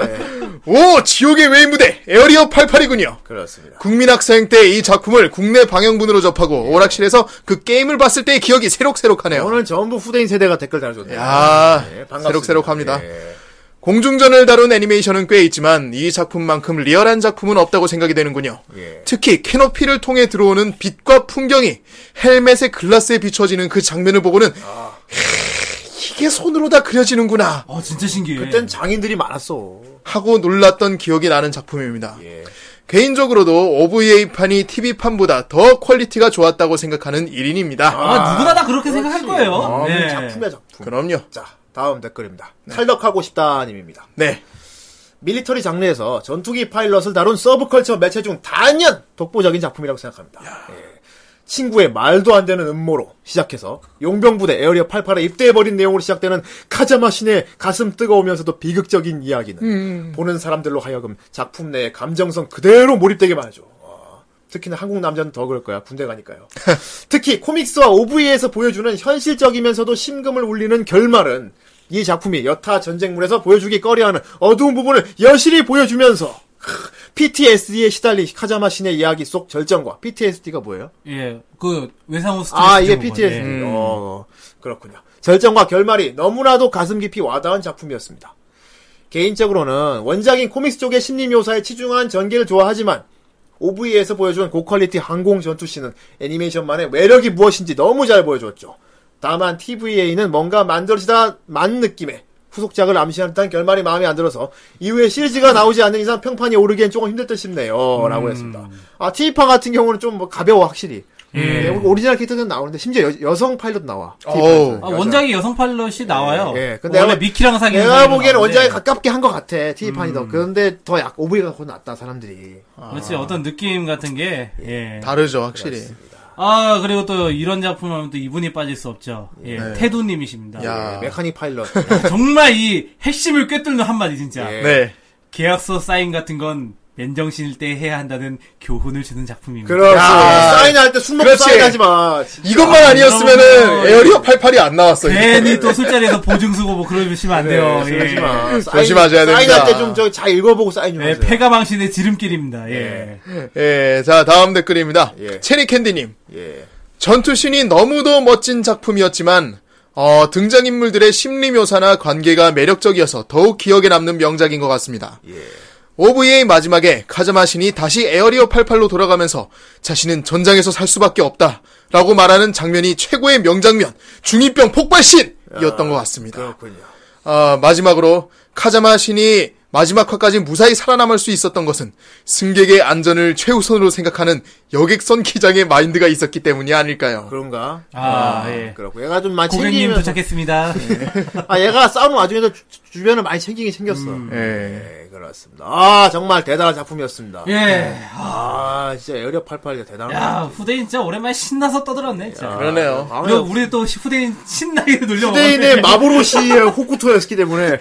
Speaker 3: 오! 지옥의 외인 무대! 에어리어 88이군요.
Speaker 1: 그렇습니다.
Speaker 3: 국민학생 때 이 작품을 국내 방영분으로 접하고 오락실에서 그 게임을 봤을 때의 기억이 새록새록하네요.
Speaker 1: 오늘 전부 후대인 세대가 댓글 달아줬네요.
Speaker 3: 야,
Speaker 1: 예, 반갑습니다.
Speaker 3: 새록새록합니다.
Speaker 1: 예.
Speaker 3: 공중전을 다룬 애니메이션은 꽤 있지만 이 작품만큼 리얼한 작품은 없다고 생각이 되는군요.
Speaker 1: 예.
Speaker 3: 특히 캐노피를 통해 들어오는 빛과 풍경이 헬멧의 글라스에 비춰지는 그 장면을 보고는
Speaker 1: 아.
Speaker 3: 이게 손으로 다 그려지는구나
Speaker 2: 아 진짜 신기해.
Speaker 3: 예.
Speaker 1: 그땐 장인들이 많았어.
Speaker 3: 하고 놀랐던 기억이 나는 작품입니다.
Speaker 1: 예.
Speaker 3: 개인적으로도 OVA판이 TV판보다 더 퀄리티가 좋았다고 생각하는 1인입니다.
Speaker 2: 아, 누구나 다 그렇게 생각할 거예요.
Speaker 1: 아,
Speaker 2: 네.
Speaker 1: 작품이야, 작품.
Speaker 3: 어, 그럼요.
Speaker 1: 자, 다음 댓글입니다. 탈덕하고 싶다님입니다.
Speaker 3: 네.
Speaker 1: 밀리터리 장르에서 전투기 파일럿을 다룬 서브컬처 매체 중 단연 독보적인 작품이라고 생각합니다. 예. 친구의 말도 안 되는 음모로 시작해서 용병부대 에어리어 88에 입대해버린 내용으로 시작되는 카자마 신의 가슴 뜨거우면서도 비극적인 이야기는 보는 사람들로 하여금 작품 내의 감정성 그대로 몰입되게 만하죠. 아, 특히나 한국 남자는 더 그럴 거야. 군대 가니까요. [LAUGHS] 특히 코믹스와 OVA에서 보여주는 현실적이면서도 심금을 울리는 결말은 이 작품이 여타 전쟁물에서 보여주기 꺼려하는 어두운 부분을 여실히 보여주면서 [LAUGHS] PTSD에 시달린 카자마 신의 이야기 속 절정과 PTSD가 뭐예요?
Speaker 2: 예, 그 외상후 스트레스.
Speaker 1: 아, 이게
Speaker 2: 증후군.
Speaker 1: PTSD.
Speaker 2: 예.
Speaker 1: 어, 그렇군요. 절정과 결말이 너무나도 가슴 깊이 와닿은 작품이었습니다. 개인적으로는 원작인 코믹스 쪽의 심리 묘사에 치중한 전개를 좋아하지만 OVA에서 보여준 고퀄리티 항공 전투씬은 애니메이션만의 매력이 무엇인지 너무 잘 보여줬죠. 다만 TVA는 뭔가 만들어지다 만 느낌의 후속작을 암시한다는 결말이 마음에 안 들어서 이후에 시리즈가 나오지 않는 이상 평판이 오르기엔 조금 힘들 듯 싶네요. 라고
Speaker 2: 음.
Speaker 1: 했습니다. 아, 티파 같은 경우는 좀뭐 가벼워, 확실히. 예, 오리지널 캐릭터는 나오는데, 심지어 여, 성 파일럿 나와. T8 은.
Speaker 3: 어우.
Speaker 2: 아,
Speaker 1: 여자.
Speaker 2: 원작이 여성 팔럿이 나와요.
Speaker 1: 예, 근데
Speaker 2: 원래
Speaker 1: 내가-
Speaker 2: 미키랑 사귀는
Speaker 1: 내가
Speaker 2: 사람이
Speaker 1: 보기에는
Speaker 2: 나오는데.
Speaker 1: 원작에 가깝게 한 것 같아, 티판이
Speaker 2: 음.
Speaker 1: 더. 그런데 더 약, 오브이가 더 낫다, 사람들이.
Speaker 2: 그렇지 어떤 느낌 같은 게
Speaker 1: 네.
Speaker 2: 예.
Speaker 3: 다르죠, 확실히.
Speaker 2: 아 그리고 또 이런 작품 하면 또 이분이 빠질 수 없죠. 예,
Speaker 1: 네.
Speaker 2: 태도님이십니다. 예.
Speaker 3: 야.
Speaker 1: 메카닉
Speaker 2: [LAUGHS]
Speaker 1: 파일럿.
Speaker 2: 정말 이 핵심을 꿰뚫는 한마디 진짜.
Speaker 1: 예.
Speaker 3: 네.
Speaker 2: 계약서 사인 같은 건 맨정신일 때 해야 한다는 교훈을 주는 작품입니다.
Speaker 1: 그렇지.
Speaker 3: 야.
Speaker 1: 사인할 때 술 먹고
Speaker 3: 그렇지.
Speaker 1: 사인하지 마.
Speaker 3: 이것만 아니었으면은 에어리어 88이 안 나왔어. 이게.
Speaker 2: 괜히 또 술자리에서 보증 쓰고 뭐 그러시면 안 돼요.
Speaker 1: 네, 그러지
Speaker 2: 예.
Speaker 1: 마. 사인-
Speaker 3: 조심하셔야
Speaker 1: 사인할
Speaker 3: 됩니다.
Speaker 1: 때 좀 저 잘 읽어보고 사인 좀
Speaker 2: 예,
Speaker 1: 하세요. 네.
Speaker 2: 패가 망신의 지름길입니다. 예.
Speaker 3: 예, 자, 다음 댓글입니다.
Speaker 1: 예.
Speaker 3: 체리캔디님.
Speaker 1: 예.
Speaker 3: 전투신이 너무도 멋진 작품이었지만, 어, 등장인물들의 심리 묘사나 관계가 매력적이어서 더욱 기억에 남는 명작인 것 같습니다.
Speaker 1: 예.
Speaker 3: OVA 마지막에 카자마 신이 다시 에어리어 88로 돌아가면서 자신은 전장에서 살 수밖에 없다. 라고 말하는 장면이 최고의 명장면, 중2병 폭발신이었던 것 같습니다.
Speaker 1: 아, 그렇군요.
Speaker 3: 아, 마지막으로 카자마 신이 마지막 화까지 무사히 살아남을 수 있었던 것은 승객의 안전을 최우선으로 생각하는 여객선 기장의 마인드가 있었기 때문이 아닐까요?
Speaker 1: 그런가?
Speaker 2: 아, 예.
Speaker 1: 그렇고 얘가 좀 많이
Speaker 2: 고객님
Speaker 1: 챙기면서
Speaker 2: 도착했습니다.
Speaker 1: 아 얘가 싸우는 와중에도 주, 변을 많이 챙기긴 챙겼어.
Speaker 3: 예.
Speaker 1: 네, 그렇습니다. 아 정말 대단한 작품이었습니다.
Speaker 2: 예.
Speaker 1: 아 진짜 에어리어 88 대단한.
Speaker 2: 야,
Speaker 1: 거.
Speaker 2: 후대인 진짜 오랜만에 신나서 떠들었네, 진짜.
Speaker 3: 그러네요.
Speaker 1: 아,
Speaker 2: 그리고 우리 또 후대인 신나게 놀려
Speaker 1: 후대인의 마보로시의 호쿠토였기 때문에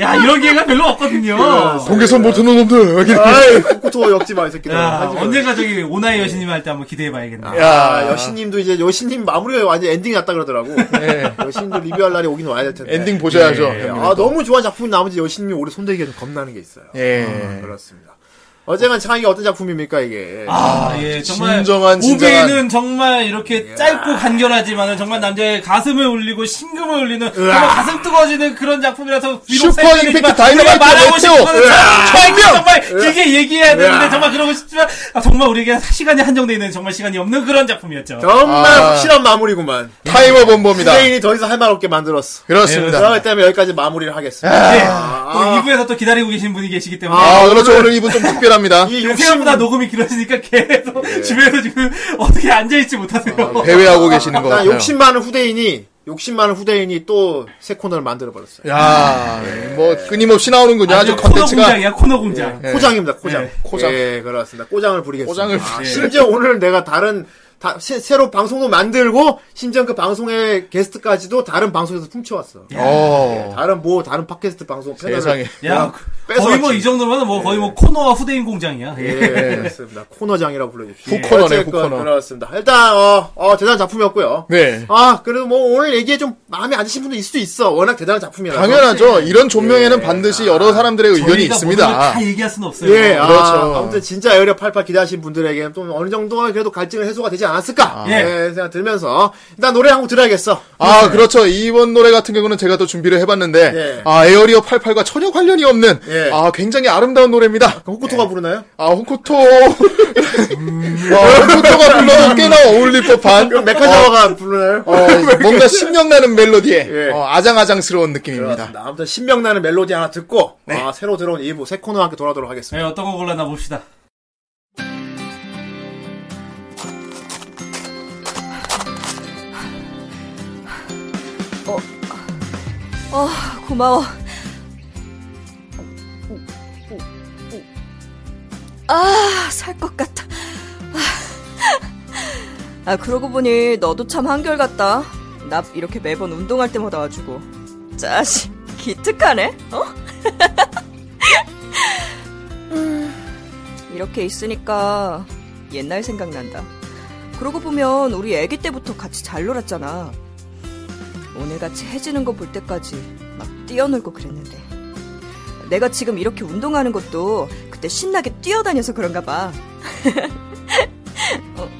Speaker 2: 야, 이런 기회가 별로 없거든요.
Speaker 3: 동계선 못하는 놈들.
Speaker 1: 아이, 호쿠토 역지마 이 새끼들.
Speaker 2: 야,
Speaker 1: 하지 마.
Speaker 2: 언젠가 저기 오나이 여신님 할 때 한번 기대해 봐야겠네.
Speaker 1: 아, 여신님도 이제 여신님 마무리가 완전 엔딩이 났다 그러더라고. 여신님도 리뷰할 날이 오긴 와야 될 텐데.
Speaker 3: 네. 엔딩 보셔야죠. 네.
Speaker 1: 예, 예. 아, 너무 좋아한 작품이 나머지 여신님이 올해 손대기가 좀 겁나는 게 있어요.
Speaker 3: 예.
Speaker 1: 아, 그렇습니다. 어제간 창이가 어떤 작품입니까, 이게?
Speaker 2: 아, 예, 정말.
Speaker 3: 그 진정한, 진정한.
Speaker 2: 오비는 정말 이렇게 짧고 간결하지만은 정말 남자의 가슴을 울리고 심금을 울리는 정말 가슴 뜨거워지는 그런 작품이라서 비록
Speaker 3: 슈퍼
Speaker 2: 사이클이지만
Speaker 3: 임팩트 다이너마이트
Speaker 2: 우리가 말하고
Speaker 3: 메테오.
Speaker 2: 싶은 거는
Speaker 3: 으아.
Speaker 2: 정말,
Speaker 3: 천명.
Speaker 2: 정말 길게 얘기해야 되는데 정말 그러고 싶지만 아, 정말 우리에게 시간이 한정돼 있는 정말 시간이 없는 그런 작품이었죠.
Speaker 1: 정말
Speaker 3: 아.
Speaker 1: 확실한 마무리구만.
Speaker 3: 타이머 범버입니다.
Speaker 1: 후대인이 더 이상 할 말 없게 만들었어.
Speaker 3: 그렇습니다.
Speaker 1: 그렇기 때문에 여기까지 마무리를 하겠습니다.
Speaker 2: 예. 또 2부에서 또 기다리고 계신 분이 계시기 때문에
Speaker 3: 아, 그렇죠. 오늘 이분 좀
Speaker 1: 이
Speaker 3: 특별합니다.
Speaker 2: 이
Speaker 1: 욕심-
Speaker 2: 생각보다 녹음이 길어지니까 계속 [LAUGHS] 집에서 지금 어떻게 앉아있지 못하세요.
Speaker 3: 배회하고 계시는 것
Speaker 1: 나
Speaker 3: 같아요.
Speaker 1: 욕심 많은 후대인이, 욕심 많은 후대인이 또 새 코너를 만들어버렸어요.
Speaker 3: 야, 뭐 끊임없이 나오는군요. 아주
Speaker 2: 코너
Speaker 3: 컨텐츠가
Speaker 2: 공장이야, 코너 공장.
Speaker 1: 코장입니다, 코장.
Speaker 2: 예,
Speaker 3: 코장.
Speaker 1: 예, 그렇습니다. 꼬장을 부리겠습니다.
Speaker 3: 꼬장을
Speaker 1: 아,
Speaker 3: 부리-
Speaker 1: 심지어 오늘 내가 다른, 다- 새- 새로 방송도 만들고, 심지어 그 방송의 게스트까지도 다른 방송에서 훔쳐왔어.
Speaker 3: 어.
Speaker 1: 다른 뭐, 다른 팟캐스트 방송 패널을
Speaker 3: 세상에. 그,
Speaker 2: 야,
Speaker 1: 뺏어갔지.
Speaker 2: 거의 뭐 이 정도면 뭐 거의 뭐 코너와 후대인 공장이야. 예.
Speaker 1: 예, 그렇습니다. 코너장이라고 불러주십시오.
Speaker 3: 그 후코너네,
Speaker 1: 어쨌건
Speaker 3: 후코너.
Speaker 1: 그렇습니다. 일단, 어, 어, 대단한 작품이었고요.
Speaker 3: 네.
Speaker 1: 아, 그래도 뭐, 오늘 얘기에 좀 마음에 안 드신 분도 있을 수도 있어. 워낙 대단한 작품이라서.
Speaker 3: 당연하죠. 이런 존명에는 반드시 여러 사람들의 의견이
Speaker 2: [LAUGHS] 저희가 모든 걸
Speaker 3: 있습니다. 아.
Speaker 2: 다 얘기할 수는 없어요.
Speaker 1: 예, 아,
Speaker 3: 그렇죠.
Speaker 1: 아무튼 진짜 에어리어 88 기대하신 분들에게는 좀 어느 정도 그래도 갈증을 해소가 되지 않았을까?
Speaker 2: 예.
Speaker 1: 예, 생각 들면서. 일단 노래 한 곡 들어야겠어.
Speaker 3: 아, 그렇죠. 이번 노래 같은 경우는 제가 또 준비를 해봤는데,
Speaker 1: 예.
Speaker 3: 아, 에어리어 88과 전혀 관련이 없는,
Speaker 1: 예.
Speaker 3: 아, 굉장히 아름다운 노래입니다.
Speaker 1: 그럼 호쿠토가 부르나요?
Speaker 3: 아, 홍코토. [LAUGHS] 아, 홍코토가 불러도 꽤나 어울릴 법한,
Speaker 1: 그럼 메카자와가 부르나요?
Speaker 3: 어, 뭔가 신명나는 멜로디에,
Speaker 1: 예.
Speaker 3: 어, 아장아장스러운 느낌입니다. 네.
Speaker 1: 그렇습니다. 아무튼 신명나는 멜로디 하나 듣고 아, 새로 들어온 2부 새 코너와 함께 돌아오도록 하겠습니다.
Speaker 2: 예, 어떤 거 골랐나 봅시다.
Speaker 7: 어, 고마워. 아, 살 것 같아. 아, 그러고 보니 너도 참 한결같다. 나 이렇게 매번 운동할 때마다 와주고. 짜식, 기특하네, 어? [LAUGHS] 음, 이렇게 있으니까 옛날 생각난다. 그러고 보면 우리 애기 때부터 같이 잘 놀았잖아. 오늘같이 해지는 거 볼 때까지 막 뛰어놀고 그랬는데 내가 지금 이렇게 운동하는 것도 그때 신나게 뛰어다녀서 그런가 봐 [LAUGHS] 어,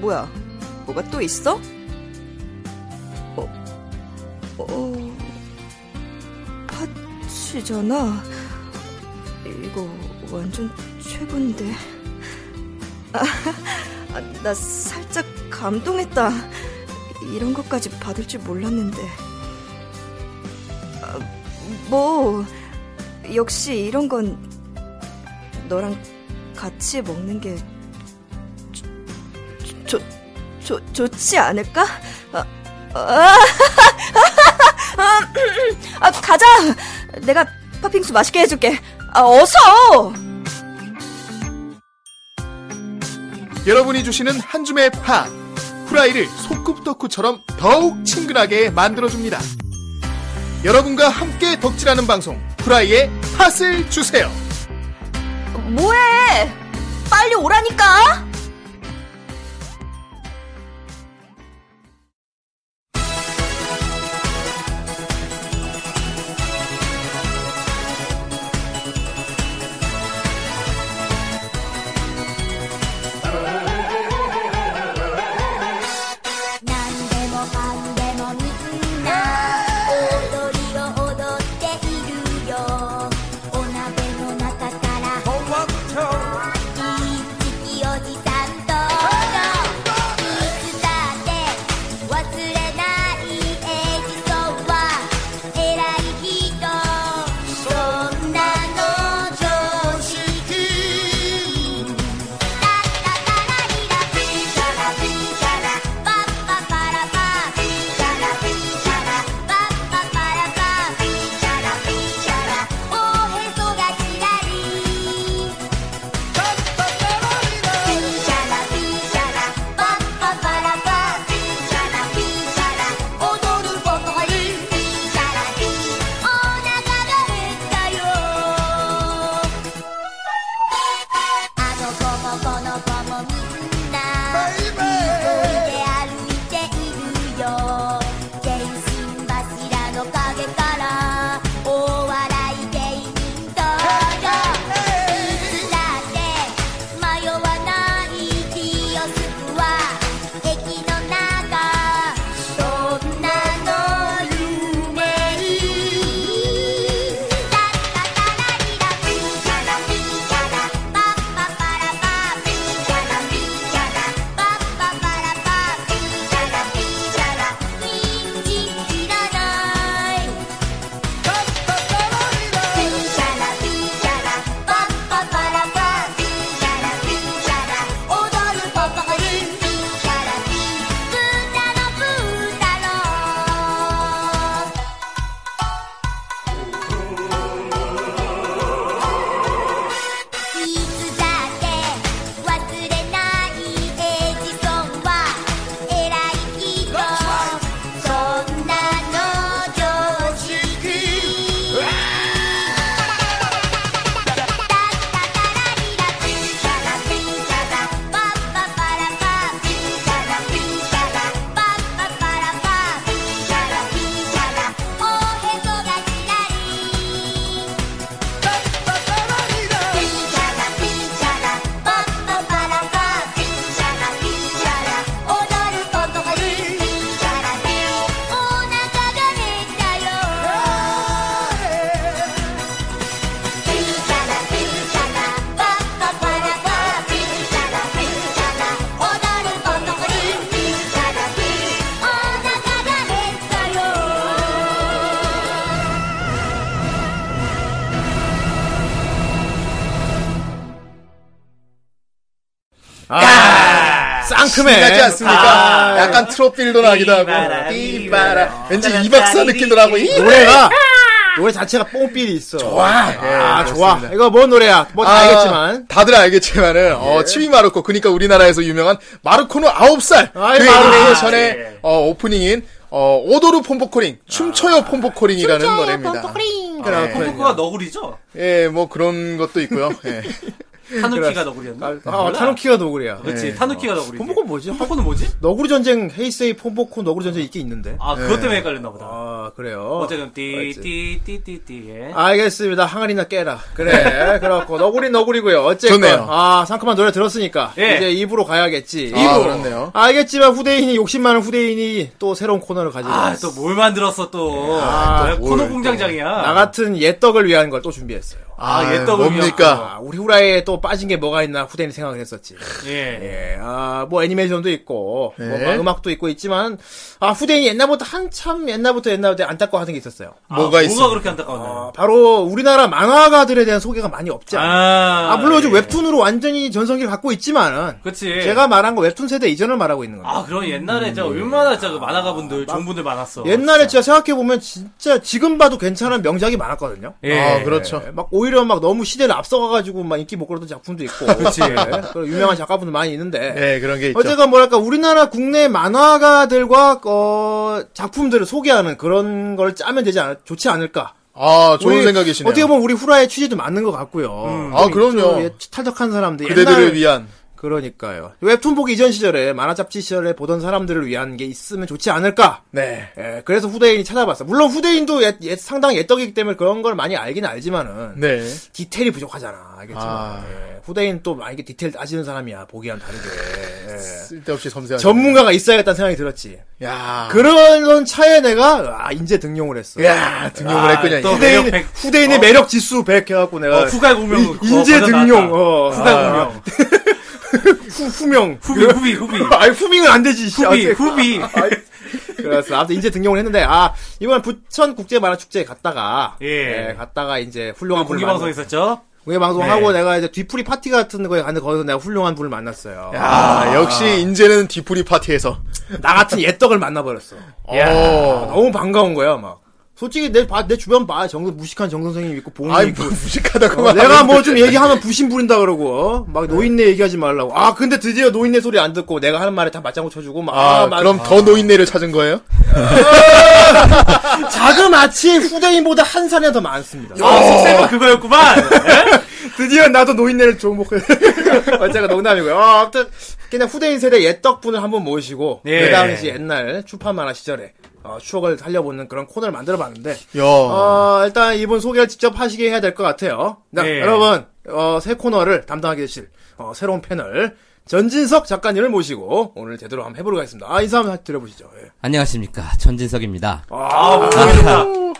Speaker 7: 뭐야 뭐가 또 있어? 어, 어, 파치잖아 이거 완전 최고인데 아, 아, 나 살짝 감동했다 이런 것까지 받을 줄 몰랐는데. 아, 뭐 역시 이런 건 너랑 같이 먹는 게 좋, 좋, 좋, 좋지 않을까? 아, 아, [LAUGHS] 아, 가자. 내가 팥빙수 맛있게 해줄게. 아, 어서.
Speaker 3: 여러분이 주시는 한 줌의 팥 후라이를 소꿉 덕후처럼 더욱 친근하게 만들어줍니다. 여러분과 함께 덕질하는 방송 후라이의 팥을 주세요.
Speaker 7: 뭐해? 빨리 오라니까.
Speaker 8: 「なんでもかんでもみんな」「踊りを踊っているよ」「お鍋の中から」「いいきおじさんと」「いつだって忘れないエジソンは偉い人」「そんなの常識」「タッタカラリラピーカラピーカラ」「パッパパラパーピーカラピーカラ」「パッパパラパーピーカラピーカラ」「おへそがちらり」「パッパパラリラピーカラピーカラ」「パッパパラパーピーカラピーカラ」「おどることがいい」「ピーカラピー」「おなかがへったよ」「あの子もこの子もみんな」「一人で歩いているよ」「全身柱の陰から」「お笑い芸人登場」「いつだって迷わないキオスクは」「駅の中そんなの夢に」「タッタタラリラピーカラピーカラ」「パッパパラパーピーカラピーカラ」「パッパパラパーピーカラピーカラ」「にんじんいらない」「パッパパラリラ」「ピーカラピーカラ」「パッパパラパーピーカラピーカラ」「おどるポポリンピーカラピー」「ブータロブータロー」「いつだって忘れないエジソンは偉い人」「そんなの常識」「タッタタラリラピーカラピーカラ」「パッパパラパーピーカラピーカラ」「パッパパラパーピーカラピーカラ」「おへそがちらり」「パッパパラリラ」「ピーカラピーカラ」「パッパパラパーピーカラピーカラ」「踊ることがいいピーカラピー」「おなかがへったよ」「ピーカラピーカラパッパパラパーピーカラピーカラ」「踊ることがいいピーカラピー」「おなかが減ったよ」
Speaker 1: 아,
Speaker 3: 아, 신나지
Speaker 1: 쌍큼해. 아,
Speaker 3: 않습니까? 약간 트롯필도 나기도 하고. 띠바라. 왠지 이박사 느낌도 나고. 이
Speaker 1: 노래가 노래 자체가 뽕삘이 있어.
Speaker 3: 좋아. 예,
Speaker 1: 아 좋아.
Speaker 3: 그렇습니다.
Speaker 1: 이거 뭔 노래야? 뭐 다
Speaker 3: 아,
Speaker 1: 알겠지만. 예.
Speaker 3: 다들 알겠지만은, 어, 치위 마르코, 그니까 우리나라에서 유명한 마르코는 9살.
Speaker 1: 아이, 마르코. 아,
Speaker 3: 그의
Speaker 1: 예.
Speaker 3: 노래의 전에, 어, 오프닝인, 어, 오도르 폼포코링,
Speaker 1: 아.
Speaker 3: 춤춰요 폼포코링이라는 노래입니다.
Speaker 1: 그래,
Speaker 3: 예.
Speaker 1: 그래.
Speaker 2: 코코가 아, 너구리죠?
Speaker 3: 예, 뭐 그런 것도 있고요.
Speaker 1: [LAUGHS]
Speaker 3: 예.
Speaker 2: 타누키가 너구리였나?
Speaker 1: 아,
Speaker 2: 몰라.
Speaker 1: 타노키가 노구리야. 예.
Speaker 2: 그렇지. 타누키가 너구리.
Speaker 1: 폼포코는 뭐지?
Speaker 2: 폼포코는 뭐지?
Speaker 1: 너구리 전쟁 헤이세이 폼포코 너구리 전쟁 있긴 있는데. 예.
Speaker 2: 아, 그것 때문에 헷갈렸나 보다.
Speaker 1: 아 그래요. 아,
Speaker 2: 어쨌든
Speaker 1: 알겠지.
Speaker 2: 띠띠띠띠띠 예.
Speaker 1: 알겠습니다. 항아리나 깨라. 그래, [LAUGHS] 그렇고 너구리 너구리고요. 어쨌건
Speaker 3: 좋네요.
Speaker 1: 아 상큼한 노래 들었으니까
Speaker 2: 예.
Speaker 1: 이제 입으로 가야겠지.
Speaker 3: 아, 그렇네요.
Speaker 1: 알겠지만 후대인이 욕심 많은 후대인이 또 새로운 코너를 가지고
Speaker 2: 아,
Speaker 1: 왔어.
Speaker 2: 또 뭘 만들었어 또.
Speaker 1: 예,
Speaker 3: 아,
Speaker 2: 아,
Speaker 3: 또
Speaker 2: 코너
Speaker 3: 뭘
Speaker 2: 공장장이야.
Speaker 1: 나 같은 옛떡을 위한 걸 또 준비했어요.
Speaker 2: 아, 옛 더블이었구나.
Speaker 3: 뭡니까?
Speaker 1: 아, 우리 후라이에 또 빠진 게 뭐가 있나 후대인 생각을 했었지.
Speaker 2: 예.
Speaker 1: 예, 아, 뭐 애니메이션도 있고,
Speaker 3: 네.
Speaker 1: 뭔가 음악도 있고 있지만, 아, 후대인이 옛날부터 한참 옛날부터 옛날부터 안타까워 하던 게 있었어요.
Speaker 2: 아,
Speaker 3: 뭐가 있어요?
Speaker 2: 그렇게 안타까웠나요?
Speaker 1: 아, 바로 우리나라 만화가들에 대한 소개가 많이 없지 않아요.
Speaker 2: 아,
Speaker 1: 아, 물론 요즘
Speaker 2: 예.
Speaker 1: 웹툰으로 완전히 전성기를 갖고 있지만은,
Speaker 2: 그치.
Speaker 1: 제가 말한 거 웹툰 세대 이전을 말하고 있는 겁니다.
Speaker 2: 아, 그럼 옛날에 진짜 얼마나 진짜 그 만화가 분들, 좋은 분들 많았어.
Speaker 1: 음. 아, 옛날에 진짜 생각해보면 진짜 지금 봐도 괜찮은 명작이 많았거든요.
Speaker 2: 예.
Speaker 3: 아, 그렇죠.
Speaker 1: 예, 막 오히려 막 너무 시대를 앞서가가지고 막 인기 못 끌었던 작품도
Speaker 3: [LAUGHS]
Speaker 1: 있고. 예, 그렇지. 유명한 작가분들 많이 있는데.
Speaker 3: 예, 그런 게 있죠.
Speaker 1: 어쨌건 뭐랄까 우리나라 국내 만화가들과 어, 작품들을 소개하는 그런 걸 짜면 되지 않 좋지 않을까?
Speaker 3: 아, 좋은
Speaker 1: 우리-
Speaker 3: 생각이시네요.
Speaker 1: 어떻게 보면 우리 후라이의 취지도 맞는 것 같고요.
Speaker 3: 아, 그럼요.
Speaker 1: 예, 탈덕한 사람들
Speaker 3: 그대들을
Speaker 1: 옛날-
Speaker 3: 위한.
Speaker 1: 그러니까요. 웹툰 보기 이전 시절에 만화 잡지 시절에 보던 사람들을 위한 게 있으면 좋지 않을까?
Speaker 3: 네.
Speaker 1: 예, 그래서 후대인이 찾아봤어. 물론 후대인도 옛- 옛- 상당히 옛떡이기 때문에 그런 걸 많이 알긴 알지만은
Speaker 3: 네.
Speaker 1: 디테일이 부족하잖아. 알겠지만
Speaker 3: 아.
Speaker 1: 예, 후대인 또 만약에 디테일 따지는 사람이야. 보기와는 다르게. 예.
Speaker 3: 쓸데없이 섬세한.
Speaker 1: 전문가가 있어야겠다는 생각이 들었지.
Speaker 3: 야.
Speaker 1: 그런 차에 내가 아 인제 등용을 했어.
Speaker 3: 야, 등용을
Speaker 2: 아,
Speaker 3: 했군요.
Speaker 2: 또-
Speaker 3: 이제.
Speaker 1: 후대인
Speaker 2: 매력 백-
Speaker 1: 후대인의
Speaker 2: 어.
Speaker 1: 매력 지수 100 해갖고 내가
Speaker 2: 어, 후갈 공명.
Speaker 1: 인- 인재 등용. 어.
Speaker 2: 후갈 공명.
Speaker 1: [LAUGHS] 후, 후명.
Speaker 2: 후비, 후비,
Speaker 1: [LAUGHS]
Speaker 2: 후비.
Speaker 1: 아니 후밍은 안 되지. 씨. [LAUGHS] 아, 그-
Speaker 2: 후비, 후비.
Speaker 1: 그래서 아무튼 인제 등용을 했는데 아 이번 부천 국제 만화 축제에 갔다가
Speaker 2: 예. 그
Speaker 1: 갔다가 이제 훌륭한 분을
Speaker 2: 공개방송
Speaker 1: 만났-
Speaker 2: 있었죠?
Speaker 1: 공개 방송하고
Speaker 2: 네.
Speaker 1: 내가 이제 뒤풀이 파티 같은 거에 갔는데 거기서 내가 훌륭한 분을 만났어요.
Speaker 3: 야, 아, 역시 인제는 뒤풀이 파티에서.
Speaker 1: 나 같은 옛떡을 만나버렸어. 아,
Speaker 3: 어.
Speaker 1: 너무 반가운 거야 막. 솔직히 내, 봐- 내 주변 봐. 정, 무식한 정 선생님 있고 봉이
Speaker 3: 아이,
Speaker 1: 있고
Speaker 3: 뭐, 무식하다고
Speaker 1: 음, 어,
Speaker 3: 말.
Speaker 1: 내가 뭐 좀 얘기하면 부심 부린다 그러고 어? 막 노인네 얘기하지 말라고 아 근데 드디어 노인네 소리 안 듣고 내가 하는 말에 다 맞장구 쳐주고 막,
Speaker 3: 아,
Speaker 1: 아, 막
Speaker 3: 그럼 더 노인네를 찾은 거예요?
Speaker 1: 자그마치 후대인보다 한 살이나 더 많습니다
Speaker 2: 아,
Speaker 1: 어.
Speaker 2: 속셈은 그거였구만.
Speaker 1: [LAUGHS] 드디어 나도 노인네를 종목해 [LAUGHS] 어제가 농담이고요 어, 아무튼 그냥 후대인 세대 옛떡분을 한번 모시고
Speaker 2: 예.
Speaker 1: 그 당시 옛날 추파 만화 시절에 어, 추억을 살려보는 그런 코너를 만들어봤는데
Speaker 3: 야.
Speaker 1: 어, 일단 이분 소개를 직접 하시게 해야 될 것 같아요. 자,
Speaker 2: 네.
Speaker 1: 여러분, 어, 새 코너를 담당하게 되실 어, 새로운 패널 전진석 작가님을 모시고 오늘 제대로 한번 해보도록 하겠습니다. 아, 인사 한번 드려보시죠. 예.
Speaker 8: 안녕하십니까 전진석입니다.
Speaker 1: 아,
Speaker 2: 아,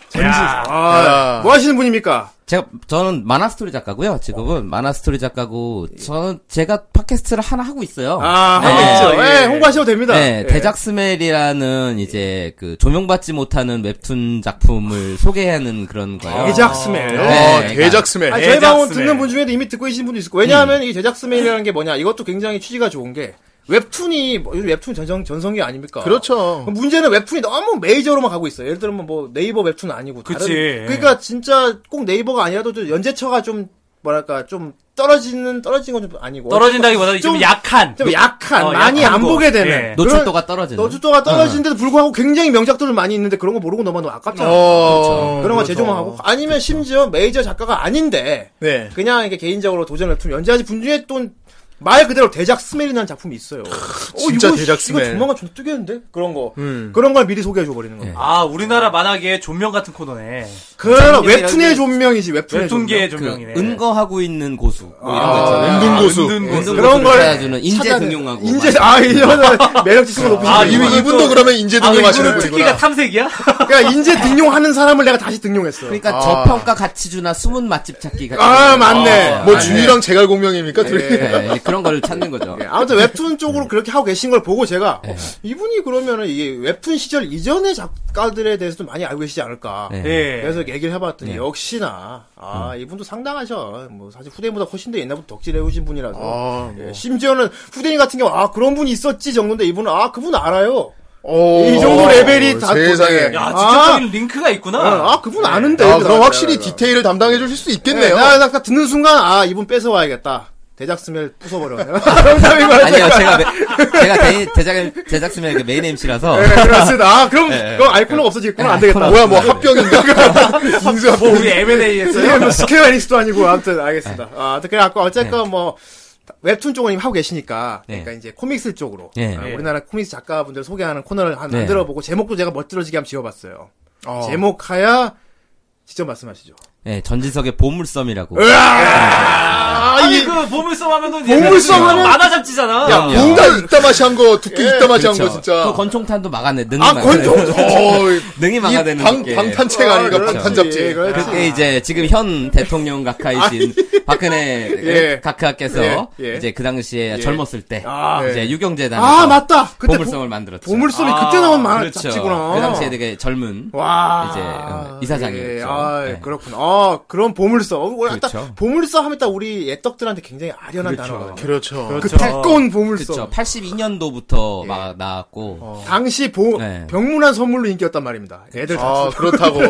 Speaker 1: 전진석.
Speaker 3: 아.
Speaker 1: 뭐 하시는 분입니까?
Speaker 8: 제가 저는 만화 스토리 작가고요. 지금은 만화 스토리 작가고 저는 제가 팟캐스트를 하나 하고 있어요.
Speaker 1: 아, 하고
Speaker 8: 네.
Speaker 1: 있죠.
Speaker 2: 예.
Speaker 1: 예, 홍보하셔도 됩니다.
Speaker 8: 네,
Speaker 1: 예.
Speaker 8: 대작 스멜이라는 이제 그 조명받지 못하는 웹툰 작품을
Speaker 1: 아.
Speaker 8: 소개하는 그런 거예요.
Speaker 1: 대작 스멜.
Speaker 3: 야,
Speaker 8: 네, 그러니까-
Speaker 3: 대작 스멜.
Speaker 1: 뭐- 아니, 저희
Speaker 2: 대작
Speaker 1: 방송
Speaker 2: 스멜.
Speaker 1: 듣는 분 중에도 이미 듣고 계신 분도 있을 거예요.
Speaker 3: 음.
Speaker 1: 왜냐하면 이 대작 스멜이라는 게 뭐냐. 이것도 굉장히 취지가 좋은 게 웹툰이, 뭐, 요즘 웹툰 전성, 전성기 아닙니까?
Speaker 3: 그렇죠.
Speaker 1: 문제는 웹툰이 너무 메이저로만 가고 있어요. 예를 들면 뭐 네이버 웹툰 아니고 다른-
Speaker 2: 그치, 예.
Speaker 1: 그러니까 진짜 꼭 네이버가 아니라도 좀 연재처가 좀 뭐랄까 좀 떨어지는 떨어진 건 좀 아니고
Speaker 2: 떨어진다기보다는 좀,
Speaker 1: 좀-
Speaker 2: 약한.
Speaker 1: 좀 약한
Speaker 2: 어,
Speaker 1: 많이
Speaker 2: 약한
Speaker 1: 안
Speaker 2: 거.
Speaker 1: 보게 되는
Speaker 2: 예.
Speaker 8: 노출도가 떨어지는.
Speaker 1: 노출도가 떨어지는데도 불구하고 굉장히 명작들은 많이 있는데 그런 거 모르고 넘어가면 아깝잖아.
Speaker 3: 어.
Speaker 1: 그런 거
Speaker 3: 그렇죠.
Speaker 1: 제조만 하고 아니면 심지어 메이저 작가가 아닌데
Speaker 3: 네.
Speaker 1: 그냥 이렇게 개인적으로 도전 웹툰 연재하지 분 중에 또 말 그대로 대작 스멜이라는 작품이 있어요. 어,
Speaker 3: 진짜
Speaker 1: 이거,
Speaker 3: 대작 스멜.
Speaker 1: 이거 조만간 좀 뜨겠는데? 그런 거.
Speaker 3: 음. 예.
Speaker 1: 그런 걸 미리 소개해줘 버리는 거야.
Speaker 2: 아, 우리나라 만화계의 존명 같은 코너네.
Speaker 1: 그럼 웹툰의 존명이지 웹툰의
Speaker 2: 웹툰계의
Speaker 8: 그
Speaker 2: 존명이네.
Speaker 8: 은거하고 있는 고수. 뭐 이런 거
Speaker 3: 아,
Speaker 8: 있잖아요.
Speaker 3: 은둔고수.
Speaker 8: 은둔
Speaker 1: 그런
Speaker 8: 고수를
Speaker 1: 걸
Speaker 8: 찾아주는 인재
Speaker 1: 찾아내-
Speaker 8: 등용하고.
Speaker 1: 인재 아 이거는 [LAUGHS] 매력 지수가 높으신
Speaker 2: 아,
Speaker 3: 아,
Speaker 1: 분이 아,
Speaker 3: 이,
Speaker 2: 이분은
Speaker 3: 분도
Speaker 2: 또-
Speaker 3: 그러면 인재 등용하시는
Speaker 2: 아, 이분은 특기가
Speaker 1: [LAUGHS]
Speaker 3: 분이구나.
Speaker 2: 탐색이야?
Speaker 1: 그러니까 인재 등용하는 사람을 내가 다시 등용했어.
Speaker 8: 그러니까
Speaker 3: 아.
Speaker 8: 저평가 가치주나 숨은 맛집 찾기 같은.
Speaker 1: 아
Speaker 8: 거.
Speaker 1: 맞네.
Speaker 3: 뭐
Speaker 8: 아,
Speaker 3: 주위랑 제갈 공명입니까? 둘이?
Speaker 8: 네, 이제 그런 걸 찾는 거죠.
Speaker 1: 예, 아무튼 웹툰 쪽으로 그렇게 하고 계신 걸 보고 제가
Speaker 8: 예.
Speaker 1: 어, 이분이 그러면은 이게 웹툰 시절 이전의 작가들에 대해서도 많이 알고 계시지 않을까.
Speaker 8: 네. 음.
Speaker 2: 예.
Speaker 1: 그래서 얘기를 해봤더니
Speaker 8: 예.
Speaker 1: 역시나 아 이분도 상당하셔. 뭐 사실 후대인보다 훨씬 더 옛날부터 덕질해오신 분이라서.
Speaker 3: 아,
Speaker 1: 예, 심지어는 후대인 같은 경우 아 그런 분이 있었지 정도인데 이분은 아 그분 알아요.
Speaker 3: 오.
Speaker 1: 이 정도 레벨이
Speaker 3: 오,
Speaker 1: 다
Speaker 3: 어, 세상에.
Speaker 1: 또-
Speaker 2: 야,
Speaker 1: 아.
Speaker 2: 직접적인 링크가 있구나.
Speaker 1: 아, 그분 아는데. 예.
Speaker 3: 아, 그럼 확실히 디테일을 담당해 주실 수 있겠네요.
Speaker 1: 나, 나, 나 듣는 순간, 아, 이분 뺏어와야겠다. 대작 스멜 부숴버려.
Speaker 3: [LAUGHS]
Speaker 1: 농담인 거야,
Speaker 8: 아니요,
Speaker 1: 제가.
Speaker 8: 제가 매- 제가 대- 제작 제작팀의 그 메인 MC라서
Speaker 1: 네, 그렇습니다. 아, 그럼,
Speaker 3: 예,
Speaker 8: 네,
Speaker 1: 그럼 아이콘로가 없어지겠구나. 안 되겠다.
Speaker 3: 뭐야, 뭐 합병인가? [LAUGHS] 인수
Speaker 2: 뭐,
Speaker 3: 합병.
Speaker 2: 우리 M&A
Speaker 1: 이게
Speaker 2: 했어요?
Speaker 1: 뭐 스퀘어 에닉스도 아니고, 아무튼, 알겠습니다.
Speaker 8: 네.
Speaker 1: 아, 아무튼 그래갖고, 어쨌건 뭐, 웹툰 쪽은 이미 하고 계시니까,
Speaker 8: 네.
Speaker 1: 그러니까 이제 코믹스 쪽으로,
Speaker 8: 네.
Speaker 1: 아, 우리나라 코믹스 작가분들 소개하는 코너를 한,
Speaker 8: 네.
Speaker 1: 만들어보고, 제목도 제가 멋들어지게 한번 지어봤어요.
Speaker 3: 어.
Speaker 1: 제목하야, 직접 말씀하시죠.
Speaker 8: 예, 전지석의 보물섬이라고.
Speaker 1: 아,
Speaker 2: 아니
Speaker 1: 이
Speaker 2: 그 보물섬 하면은
Speaker 1: 보물섬 하면-
Speaker 2: 만화 잡지잖아.
Speaker 1: 야,
Speaker 8: 그럼요.
Speaker 3: 뭔가 이따맛이 한 거, 두께
Speaker 1: 예.
Speaker 3: 이따맛이 한 거,
Speaker 8: 그렇죠.
Speaker 3: 진짜. 네.
Speaker 8: 또 건총탄도 막아내 능이
Speaker 1: 아,
Speaker 8: 막아내-
Speaker 1: 권총!
Speaker 3: 어이,
Speaker 8: 능이
Speaker 3: 이
Speaker 8: 막아내는
Speaker 3: 방,
Speaker 8: 게.
Speaker 3: 방탄책 아닌가,
Speaker 1: 그렇지.
Speaker 8: 네.
Speaker 3: 방탄잡지.
Speaker 1: 그렇지.
Speaker 8: 그때 이제 지금 현 대통령 각하이신 박근혜
Speaker 1: 예.
Speaker 8: 각하께서
Speaker 1: 예, 예.
Speaker 8: 이제 그 당시에 젊었을 때
Speaker 1: 아.
Speaker 8: 이제 유경재단
Speaker 1: 아, 맞다! 그때
Speaker 8: 보물섬을 만들었죠.
Speaker 1: 보물섬이 그때 나온 만화
Speaker 8: 그렇죠.
Speaker 1: 잡지구나.
Speaker 8: 그 당시에 되게 젊은
Speaker 1: 와
Speaker 8: 이제, 어, 이사장이었죠.
Speaker 1: 예, 아,
Speaker 8: 네.
Speaker 1: 그렇구나. 아, 그런 보물섬. 어, 약간
Speaker 8: 그렇죠.
Speaker 1: 보물섬 하면 딱 우리 애떡들한테 굉장히 아련한
Speaker 2: 그렇죠.
Speaker 1: 단어가 든요
Speaker 3: 그렇죠.
Speaker 1: 그 두꺼운 보물섬.
Speaker 8: 그렇죠. 82년도부터 막 나왔고
Speaker 1: 어. 당시 보,
Speaker 8: 네.
Speaker 1: 병문안 선물로 인기였단 말입니다. 애들 다
Speaker 3: 아, 그렇다고.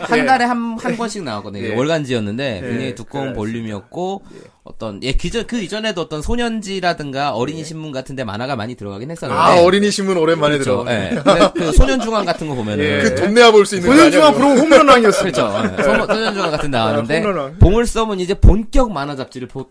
Speaker 8: 한 달에 한, 한 권씩 나왔거든요.
Speaker 1: 예.
Speaker 8: 월간지였는데
Speaker 1: 예,
Speaker 8: 굉장히 두꺼운
Speaker 1: 그래서.
Speaker 8: 볼륨이었고 어떤 예 기존 그 이전에도 어떤 소년지라든가 어린이 신문 같은데 만화가 많이 들어가긴 했었는데
Speaker 3: 아, 어린이 신문 오랜만에
Speaker 8: 그렇죠.
Speaker 3: 들어.
Speaker 8: 예. 근데 그 소년중앙 같은 거 보면은
Speaker 1: 예.
Speaker 3: 그 돈내야 볼 수 있는 거 아니야,
Speaker 1: 소년중앙
Speaker 3: 그거?
Speaker 1: 프로 홈런왕이었습니다. 네. 아,
Speaker 8: 그렇죠. 예. 소- 소년중앙 같은 데 나왔는데
Speaker 1: 홈런왕.
Speaker 8: 보물섬은 이제 본격 만화 잡지를 포-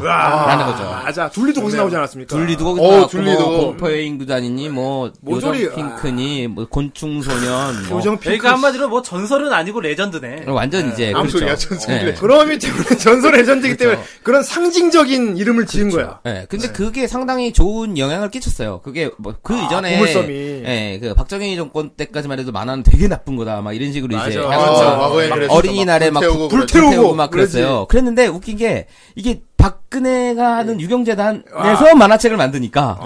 Speaker 8: 표방했다라는 거죠. 네.
Speaker 1: 맞아. 둘리도 거기서 나오지 않았습니까?
Speaker 8: 둘리도 거기서
Speaker 3: 어,
Speaker 8: 나왔고
Speaker 3: 둘리도.
Speaker 8: 뭐 공포 여행 구단이니 뭐 요정
Speaker 1: 모조리,
Speaker 8: 핑크니 뭐 곤충 소년 뭐
Speaker 1: 요정 핑크.
Speaker 2: 그러니까 한마디로 뭐 전설은 아니고 레전드네.
Speaker 8: 완전 이제
Speaker 3: 아무
Speaker 8: 그렇죠.
Speaker 3: 소리야, 전설이.
Speaker 8: 예.
Speaker 1: 그럼이 때문에 전설 레전드이기 때문에 그런 상징적인 이름을 지은 거야.
Speaker 8: 예, 근데 그게 상당히 좋은 영향을 끼쳤어요. 그게 뭐 그
Speaker 1: 아,
Speaker 8: 이전에
Speaker 1: 보물섬이.
Speaker 8: 예, 그 박정희 정권 때까지만 해도 만화는 되게 나쁜 거다 막 이런 식으로 이제
Speaker 1: 맞아.
Speaker 8: 향하죠.
Speaker 1: 아,
Speaker 3: 과거엔
Speaker 8: 막
Speaker 3: 그랬었죠.
Speaker 8: 어린이날에 막
Speaker 3: 불태우고
Speaker 8: 불-
Speaker 1: 그랬죠.
Speaker 8: 불태우고 막
Speaker 1: 그러지.
Speaker 8: 그랬어요. 그랬는데 웃긴 게 이게 박근혜가
Speaker 1: 네.
Speaker 8: 하는 유경재단에서
Speaker 1: 아.
Speaker 8: 만화책을 만드니까